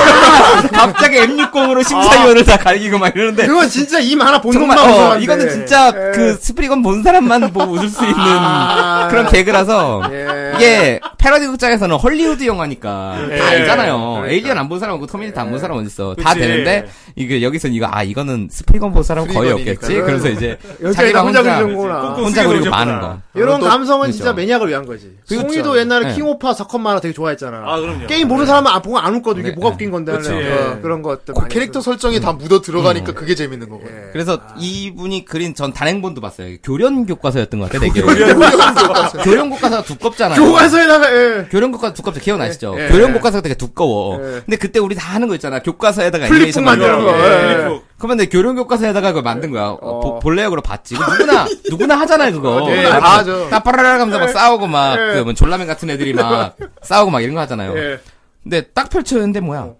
Speaker 8: 갑자기 M60으로 심사위원을 다 가리고 막 이러는데
Speaker 1: 그건 진짜 임 하나 본
Speaker 8: 정말
Speaker 1: 놈만
Speaker 8: 어,
Speaker 1: 우승한데.
Speaker 8: 이거는 진짜
Speaker 1: 예.
Speaker 8: 그 스프리건 본 사람만 보고 웃을 수 있는
Speaker 1: 아.
Speaker 8: 그런 개그라서
Speaker 1: 예.
Speaker 8: 이게 패러디 극장에서는 헐리우드 영화니까 다 알잖아요.
Speaker 1: 그러니까.
Speaker 8: 에일리언 안 본 사람 없고 터미네이터 안 본 사람 어디 있어? 다
Speaker 2: 그치.
Speaker 8: 되는데 이게 여기선 이거 아 이거는 스프리건 본 사람 거의
Speaker 3: 스프리건이니까.
Speaker 8: 없겠지. 그래서 이제
Speaker 1: 여자애가
Speaker 8: 자기가
Speaker 1: 혼자
Speaker 8: 혼자
Speaker 1: 그리는구나.
Speaker 2: 꽁꽁
Speaker 8: 혼자
Speaker 2: 쓰게
Speaker 8: 그리고
Speaker 2: 오셨구나.
Speaker 8: 많은 거.
Speaker 1: 이런
Speaker 3: 또-
Speaker 1: 감성은 진짜
Speaker 8: 그렇죠.
Speaker 1: 매니악을 위한 거지.
Speaker 8: 그렇죠.
Speaker 1: 송이도 옛날에
Speaker 8: 네.
Speaker 1: 킹오파 사건 만화 되게 좋아했잖아.
Speaker 2: 아, 그럼요.
Speaker 1: 게임 모르는 사람은 안 보고 안 웃거든. 이게
Speaker 8: 네,
Speaker 1: 뭐가
Speaker 8: 네.
Speaker 1: 웃긴 건데.
Speaker 2: 그렇죠.
Speaker 1: 하는
Speaker 2: 예.
Speaker 1: 그런 것들.
Speaker 3: 그
Speaker 1: 많이
Speaker 3: 캐릭터
Speaker 1: 있었어요.
Speaker 3: 설정이 다 묻어 들어가니까 그게 재밌는 거고.
Speaker 1: 예.
Speaker 8: 그래서 이분이 그린 전 단행본도 봤어요. 교련 교과서였던 것 같아요. 되게. [LAUGHS] 교련 교과서가 두껍잖아요.
Speaker 1: 교과서에다가 예.
Speaker 8: 교련 교과서 두껍죠. 기억나시죠?
Speaker 1: 예, 예.
Speaker 8: 교련 교과서가 되게 두꺼워.
Speaker 1: 예.
Speaker 8: 근데 그때 우리 다 하는 거 있잖아. 교과서에다가
Speaker 1: 플립북
Speaker 8: 애니메이션
Speaker 1: 만드는
Speaker 8: 만들어.
Speaker 1: 거. 예.
Speaker 3: 네.
Speaker 2: 그리고
Speaker 8: 그러면 내 교련 교과서에다가 그걸 만든 거야. 어, 보- 본래역으로 봤지. 그거
Speaker 1: [LAUGHS]
Speaker 8: 누구나 누구나 하잖아요 그거.
Speaker 1: 예,
Speaker 8: 다
Speaker 1: 다 하죠.
Speaker 8: 따빠라라 하면서 막 싸우고 막
Speaker 1: 예.
Speaker 8: 그 뭐 졸라맨 같은 애들이
Speaker 1: [LAUGHS]
Speaker 8: 막 싸우고 막 이런 거 하잖아요.
Speaker 1: 예. 어.
Speaker 8: 근데 딱 펼쳤는데 뭐야?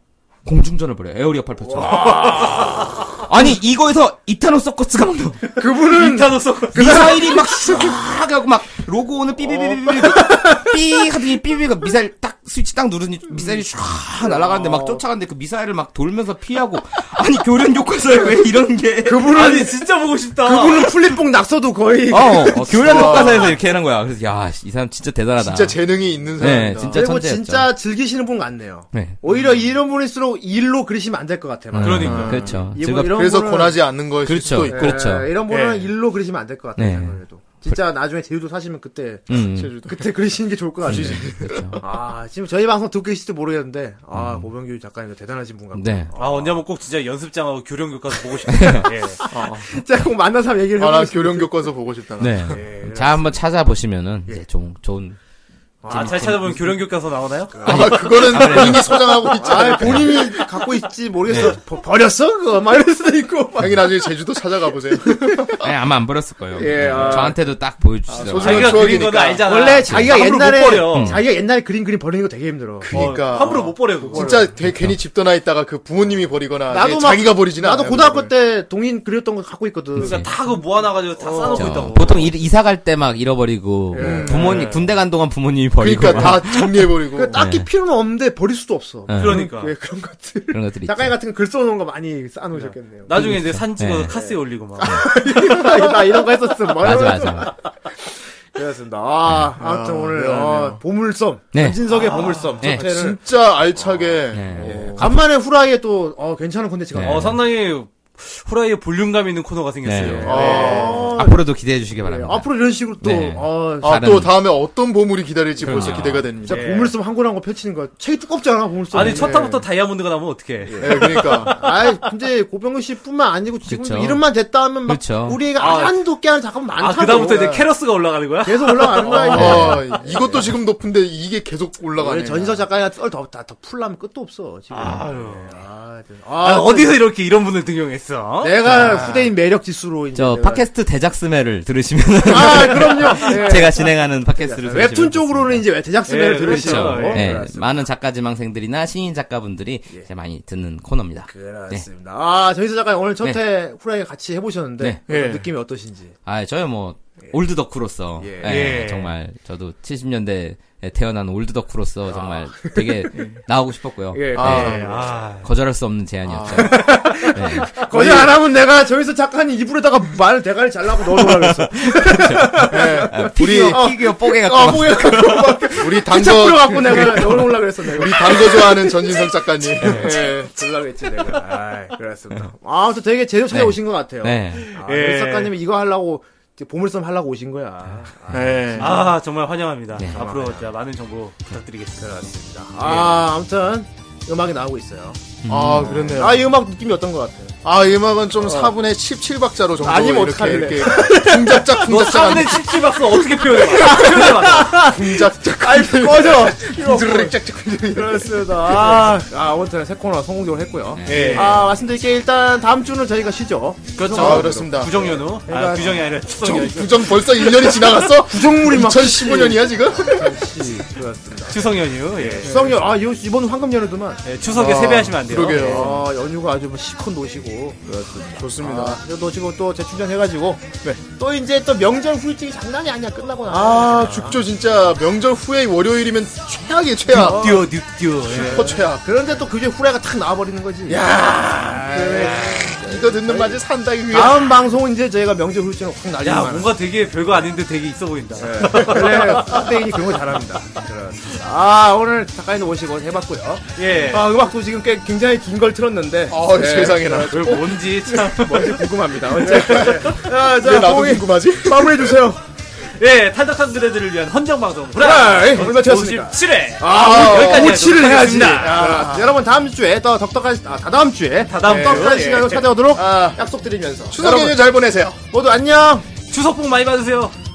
Speaker 8: 공중전을 벌여. 에어리어팔 펼쳐. 아니 이거에서 이타노 서커스가 막 나와.
Speaker 1: 그분은
Speaker 2: 인타도 썼고.
Speaker 8: 미사일이 막 샥! 하고 막 로고 오는 삐삐삐삐삐 삐 하더니 삐삐가 미사일 딱 스위치 딱 누르니 미사일이 샥 날아가는데 막 쫓아가는데 그 미사일을 막 돌면서 피하고 아니 교련 교과서에 왜 이런 게
Speaker 1: 그분은
Speaker 2: 아니 진짜 보고 싶다.
Speaker 1: 그분은 플립봉 낙서도 거의
Speaker 8: 어, [LAUGHS] 어, 교련 교과서에서 이렇게 하는 거야 그래서 야 이 사람 진짜 대단하다
Speaker 3: 진짜 재능이 있는
Speaker 8: 네,
Speaker 3: 사람이다.
Speaker 8: 진짜
Speaker 1: 그리고
Speaker 8: 천재였죠
Speaker 1: 뭐 진짜 즐기시는 분 같네요.
Speaker 8: 네.
Speaker 1: 오히려 이런 분일수록 일로 그리시면 안 될 것 같아요.
Speaker 2: 그러니까.
Speaker 8: 음, 그렇죠
Speaker 1: 이분-
Speaker 8: 즐겁
Speaker 1: 이런
Speaker 3: 그래서
Speaker 1: 분은-
Speaker 3: 권하지 않는 걸
Speaker 8: 그렇죠.
Speaker 3: 수도 있고.
Speaker 8: 예. 그렇죠.
Speaker 1: 예, 이런 분은
Speaker 2: 예.
Speaker 1: 일로 그리시면 안 될 것 같아요.
Speaker 8: 네.
Speaker 1: 그래도. 진짜 나중에 제주도 사시면 그때
Speaker 8: 음,
Speaker 1: 그때 그리시는 게 좋을 것 같아요.
Speaker 8: 그렇죠. 음.
Speaker 1: 아 지금 저희 방송 듣고 계실지도 모르겠는데 아 고병규 작가님 대단하신 분 같고
Speaker 8: 네.
Speaker 2: 아 언제 한번 꼭 진짜 연습장하고 교련 교과서 보고 싶다. 예.
Speaker 1: 진짜 꼭 만난 사람 얘기를
Speaker 3: 아, 나
Speaker 1: 해보고
Speaker 3: 교련 교과서 보고 싶다. 나.
Speaker 8: 네.
Speaker 1: 예,
Speaker 8: 자, 한번 찾아보시면은, 이제 좀, 좋은,
Speaker 2: 아잘 찾아보면 교련 교과서 나오나요?
Speaker 3: 아마 그거는 본인이 소장하고 있지
Speaker 1: 아,
Speaker 3: 않을까.
Speaker 1: 본인이 갖고 있지 모르겠어. 버- 버렸어 그거 막 이럴 수도 있고. 막.
Speaker 3: 형이 나중에 제주도 찾아가 보세요.
Speaker 8: 네, 아니, 아마 안 버렸을 거예요. 네.
Speaker 1: 예, 아.
Speaker 8: 저한테도 딱 보여주시더라고요.
Speaker 3: 소중한
Speaker 2: 자기가 그린
Speaker 3: 추억이니까.
Speaker 2: 거는 알잖아.
Speaker 1: 원래 자기가
Speaker 2: 함부로
Speaker 1: 옛날에 음.
Speaker 2: 못 버려. 어,
Speaker 1: [LAUGHS] 자기가 옛날에 그림 그림 버리는 거 되게 힘들어.
Speaker 3: 그러니까.
Speaker 2: 함부로 못 버려 그거.
Speaker 3: 진짜 되, 괜히 집 떠나 있다가 그 부모님이 버리거나
Speaker 1: 나도
Speaker 3: 이게
Speaker 1: 막-
Speaker 3: 자기가 버리지는
Speaker 1: 나도
Speaker 3: 않아요,
Speaker 1: 고등학교
Speaker 3: 그거를.
Speaker 1: 때 동인 그렸던 거 갖고 있거든.
Speaker 2: 그러니까 다 그거 모아놔가지고 다 쌓아놓고
Speaker 8: 그렇죠.
Speaker 2: 있다고.
Speaker 8: 보통 이, 사 갈 때 막 잃어버리고
Speaker 1: 예.
Speaker 8: 부모님 군대 간 동안 부모님이 버리고
Speaker 3: 그러니까
Speaker 8: 막
Speaker 3: 다 정리해 버리고.
Speaker 1: 그 딱히 필요는 없는데 버릴 수도 없어.
Speaker 8: 네.
Speaker 2: 그러니까.
Speaker 1: 왜 그런 것들.
Speaker 8: 그런 것들이 있죠.
Speaker 1: 작가님 같은 거 글 써놓은 거 많이 쌓아놓으셨겠네요. 나,
Speaker 2: 나중에 이제 산 찍어서
Speaker 8: 예.
Speaker 2: 카스에 올리고 막.
Speaker 1: 나 이런 거 했었어. 뭐
Speaker 8: 맞아
Speaker 1: 이런 거.
Speaker 8: 맞아.
Speaker 1: 그렇습니다. 아, 아무튼 아, 오늘 어, 보물섬.
Speaker 8: 네.
Speaker 1: 진석의 보물섬.
Speaker 8: 네.
Speaker 1: 첫회를
Speaker 3: 진짜 알차게.
Speaker 1: 어.
Speaker 8: 네.
Speaker 1: 간만에 후라이에 또 어, 괜찮은 콘텐츠가.
Speaker 8: 네.
Speaker 2: 어 상당히 후라이의 볼륨감 있는 코너가 생겼어요. 예.
Speaker 8: 네.
Speaker 3: 아,
Speaker 8: 앞으로도 기대해 주시기
Speaker 1: 네.
Speaker 8: 바랍니다.
Speaker 1: 앞으로 이런 식으로 또
Speaker 8: 네.
Speaker 1: 어,
Speaker 3: 아,
Speaker 8: 다른-
Speaker 3: 또 다음에 어떤 보물이 기다릴지 벌써
Speaker 8: 그럼요.
Speaker 3: 기대가 됩니다.
Speaker 1: 진짜 보물섬 한 권 한 권 펼치는 거. 책이 두껍지 않아 보물섬.
Speaker 2: 아니 첫 탄부터 다이아몬드가 나면 어떡해.
Speaker 3: 예, 그러니까.
Speaker 1: 아이, 근데 고병규 씨뿐만 아니고 지금
Speaker 8: 그쵸.
Speaker 1: 이름만 됐다 하면 막
Speaker 8: 그쵸.
Speaker 1: 우리가
Speaker 2: 아.
Speaker 1: 한두 개 하는 작품
Speaker 2: 아
Speaker 1: 많다고. 어,
Speaker 2: 그다음부터 이제 캐러스가 올라가는 거야?
Speaker 1: 계속 올라가는 거야. 이거.
Speaker 3: 어, 이것도 지금 높은데 이게 계속 올라가네.
Speaker 1: 원래 전서 작가야 썰더더 풀라면 끝도 없어 지금.
Speaker 2: 아유.
Speaker 1: 아, 네.
Speaker 2: 아,
Speaker 1: 아,
Speaker 2: 어디서 이렇게 이런 분을 등용했어?
Speaker 1: 내가 후대인 매력 지수로 이제.
Speaker 8: 저
Speaker 1: 내가-
Speaker 8: 팟캐스트 대작 스매를 들으시면
Speaker 1: 아 그럼요. 예.
Speaker 8: [LAUGHS] 제가 진행하는 팟캐스트를
Speaker 1: 웹툰
Speaker 8: 들으시면
Speaker 1: 쪽으로는 이제 왜 대작스매를
Speaker 2: 예,
Speaker 1: 들으시죠. 예.
Speaker 2: 그렇죠.
Speaker 1: 어,
Speaker 8: 네,
Speaker 1: 그렇습니다.
Speaker 8: 많은 작가 지망생들이나 신인 작가분들이 이제 많이 듣는 코너입니다.
Speaker 1: 그 그렇습니다. 아 네, 저희서 작가 님 오늘 첫 회
Speaker 8: 네.
Speaker 1: 후라이 같이 해보셨는데
Speaker 8: 네.
Speaker 1: 어떤 느낌이 어떠신지.
Speaker 8: 아, 저요 뭐 올드 덕후로서
Speaker 1: 예.
Speaker 8: 예,
Speaker 6: 예.
Speaker 8: 정말 저도 70년대에 태어난 올드 덕후로서 정말
Speaker 1: [LAUGHS]
Speaker 8: 되게 나오고 싶었고요.
Speaker 1: 아. 예. 아.
Speaker 3: 아,
Speaker 8: 네.
Speaker 6: 아,
Speaker 8: 거절할 수 없는 제안이었죠. 네.
Speaker 1: 거짓 안 하면 내가 저기서 작가님 입으로다가 말 대가리 잘라고 넣어놓으라 그랬어. 네.
Speaker 8: 아, 피규어, 피규어 뽀개 같은
Speaker 1: 아,
Speaker 8: 거.
Speaker 1: 뭐야.
Speaker 3: 우리
Speaker 1: 기차
Speaker 3: 단거
Speaker 1: 풀어갖고 내가 넣어놓으라 그랬어, 내가.
Speaker 3: 우리 단거 좋아하는 전진성 작가님. 네.
Speaker 1: 예, 불러겠지 내가. 아, 그렇습니다. 아, 저 되게 제대로 찾아오신 것 같아요.
Speaker 8: 네.
Speaker 1: 아,
Speaker 6: 예.
Speaker 1: 그 작가님이 이거 하려고 이제 보물섬 하려고 오신 거야.
Speaker 6: 예.
Speaker 2: 아 정말 환영합니다. 네.
Speaker 8: 네.
Speaker 2: 앞으로 진짜 많은 정보 부탁드리겠습니다.
Speaker 1: 아, 아무튼 음악이 나오고 있어요.
Speaker 3: 아, 그렇네요.
Speaker 1: 아, 이 음악 느낌이 어떤 것 같아요?
Speaker 3: 아, 이 음악은 좀 4분의 17박자로 정도
Speaker 1: 아니면 뭐
Speaker 3: 이렇게
Speaker 1: 어떡할래? 뭐
Speaker 3: 이렇게 풍작작 풍작작
Speaker 2: 근데 칩치 네, 박스 어떻게 [LAUGHS] 표현해봐? 표현해봐.
Speaker 3: 풍작작
Speaker 1: 아이, 꺼져!
Speaker 3: 풍드르륵짝짝
Speaker 1: 그렇습니다. 아, 아, 아무튼 새 코너 성공적으로 했고요.
Speaker 3: 예.
Speaker 1: 아, 말씀드릴게 일단 다음 주는 저희가 쉬죠.
Speaker 2: 그렇죠.
Speaker 3: 아, 그렇습니다.
Speaker 2: 부정연우. 아, 부정이 아니라 추성연이죠.
Speaker 3: 부정 벌써 1년이 지나갔어? 부정물이 막 2015년이야 지금?
Speaker 1: 어. 그렇습니다.
Speaker 2: 추성연유. 예.
Speaker 1: 추석연, 아, 요- 이번 황금 연휴도만.
Speaker 2: 예, 추석에 세배하시면 안 돼요.
Speaker 3: 그러게요.
Speaker 1: 아, 연휴가 아주 뭐 실컷 노시고. 그렇습니다.
Speaker 3: 좋습니다.
Speaker 1: 아, 너 지금 또 재출전해가지고. 또 이제 또 명절 후유증이 장난이 아니야, 끝나고 나.
Speaker 3: 아, 죽죠 진짜 명절 후에 월요일이면 최악이 최악.
Speaker 1: 어?
Speaker 2: 듀오, 듀오. 예.
Speaker 3: 슈퍼 최악.
Speaker 1: 그런데 또 그게 후레가 탁 나와버리는 거지.
Speaker 3: 이거 듣는
Speaker 1: 네.
Speaker 3: 맛이 산다 이게.
Speaker 1: 다음 방송은 이제 저희가 명절 후유증을 확 날리는
Speaker 2: 야,
Speaker 1: 거야.
Speaker 2: 뭔가 되게 별거 아닌데 되게 있어 보인다.
Speaker 1: 원래 빡대인이 그런 거 잘합니다. 그렇습니다. 아, 오늘 작가님 오시고 해봤고요.
Speaker 2: 예.
Speaker 1: 아, 음악도 지금 꽤 굉장히 긴 걸 틀었는데.
Speaker 3: 아, 세상에나. 네.
Speaker 2: 그 뭔지 참.
Speaker 1: 네. [LAUGHS] 뭔지 궁금합니다. 어쨌든. 네, 자,
Speaker 3: 왜
Speaker 1: 자,
Speaker 3: 나도
Speaker 1: 봉이
Speaker 3: 궁금하지?
Speaker 1: 마무리해주세요.
Speaker 2: 예, 탈덕한 그대들을 위한 헌정방송.
Speaker 1: 후라이!
Speaker 2: 후라이!
Speaker 1: 아, 얼마 지났습니까?
Speaker 2: 57회!
Speaker 1: 아,
Speaker 2: 네, 오늘 예. 여기까지
Speaker 1: 오치를
Speaker 2: 하도록
Speaker 1: 해야지.
Speaker 2: 하겠습니다.
Speaker 1: 아, 여러분 다음 주에 더 덕덕한 시- 아, 다다음 주에
Speaker 2: 다다음
Speaker 1: 덕덕한
Speaker 2: 주에.
Speaker 1: 시간으로 찾아오도록
Speaker 3: 아,
Speaker 1: 약속드리면서
Speaker 3: 추석 연휴
Speaker 1: 여러분
Speaker 3: 잘 보내세요.
Speaker 1: 모두 안녕.
Speaker 2: 추석 복 많이 받으세요.
Speaker 5: 그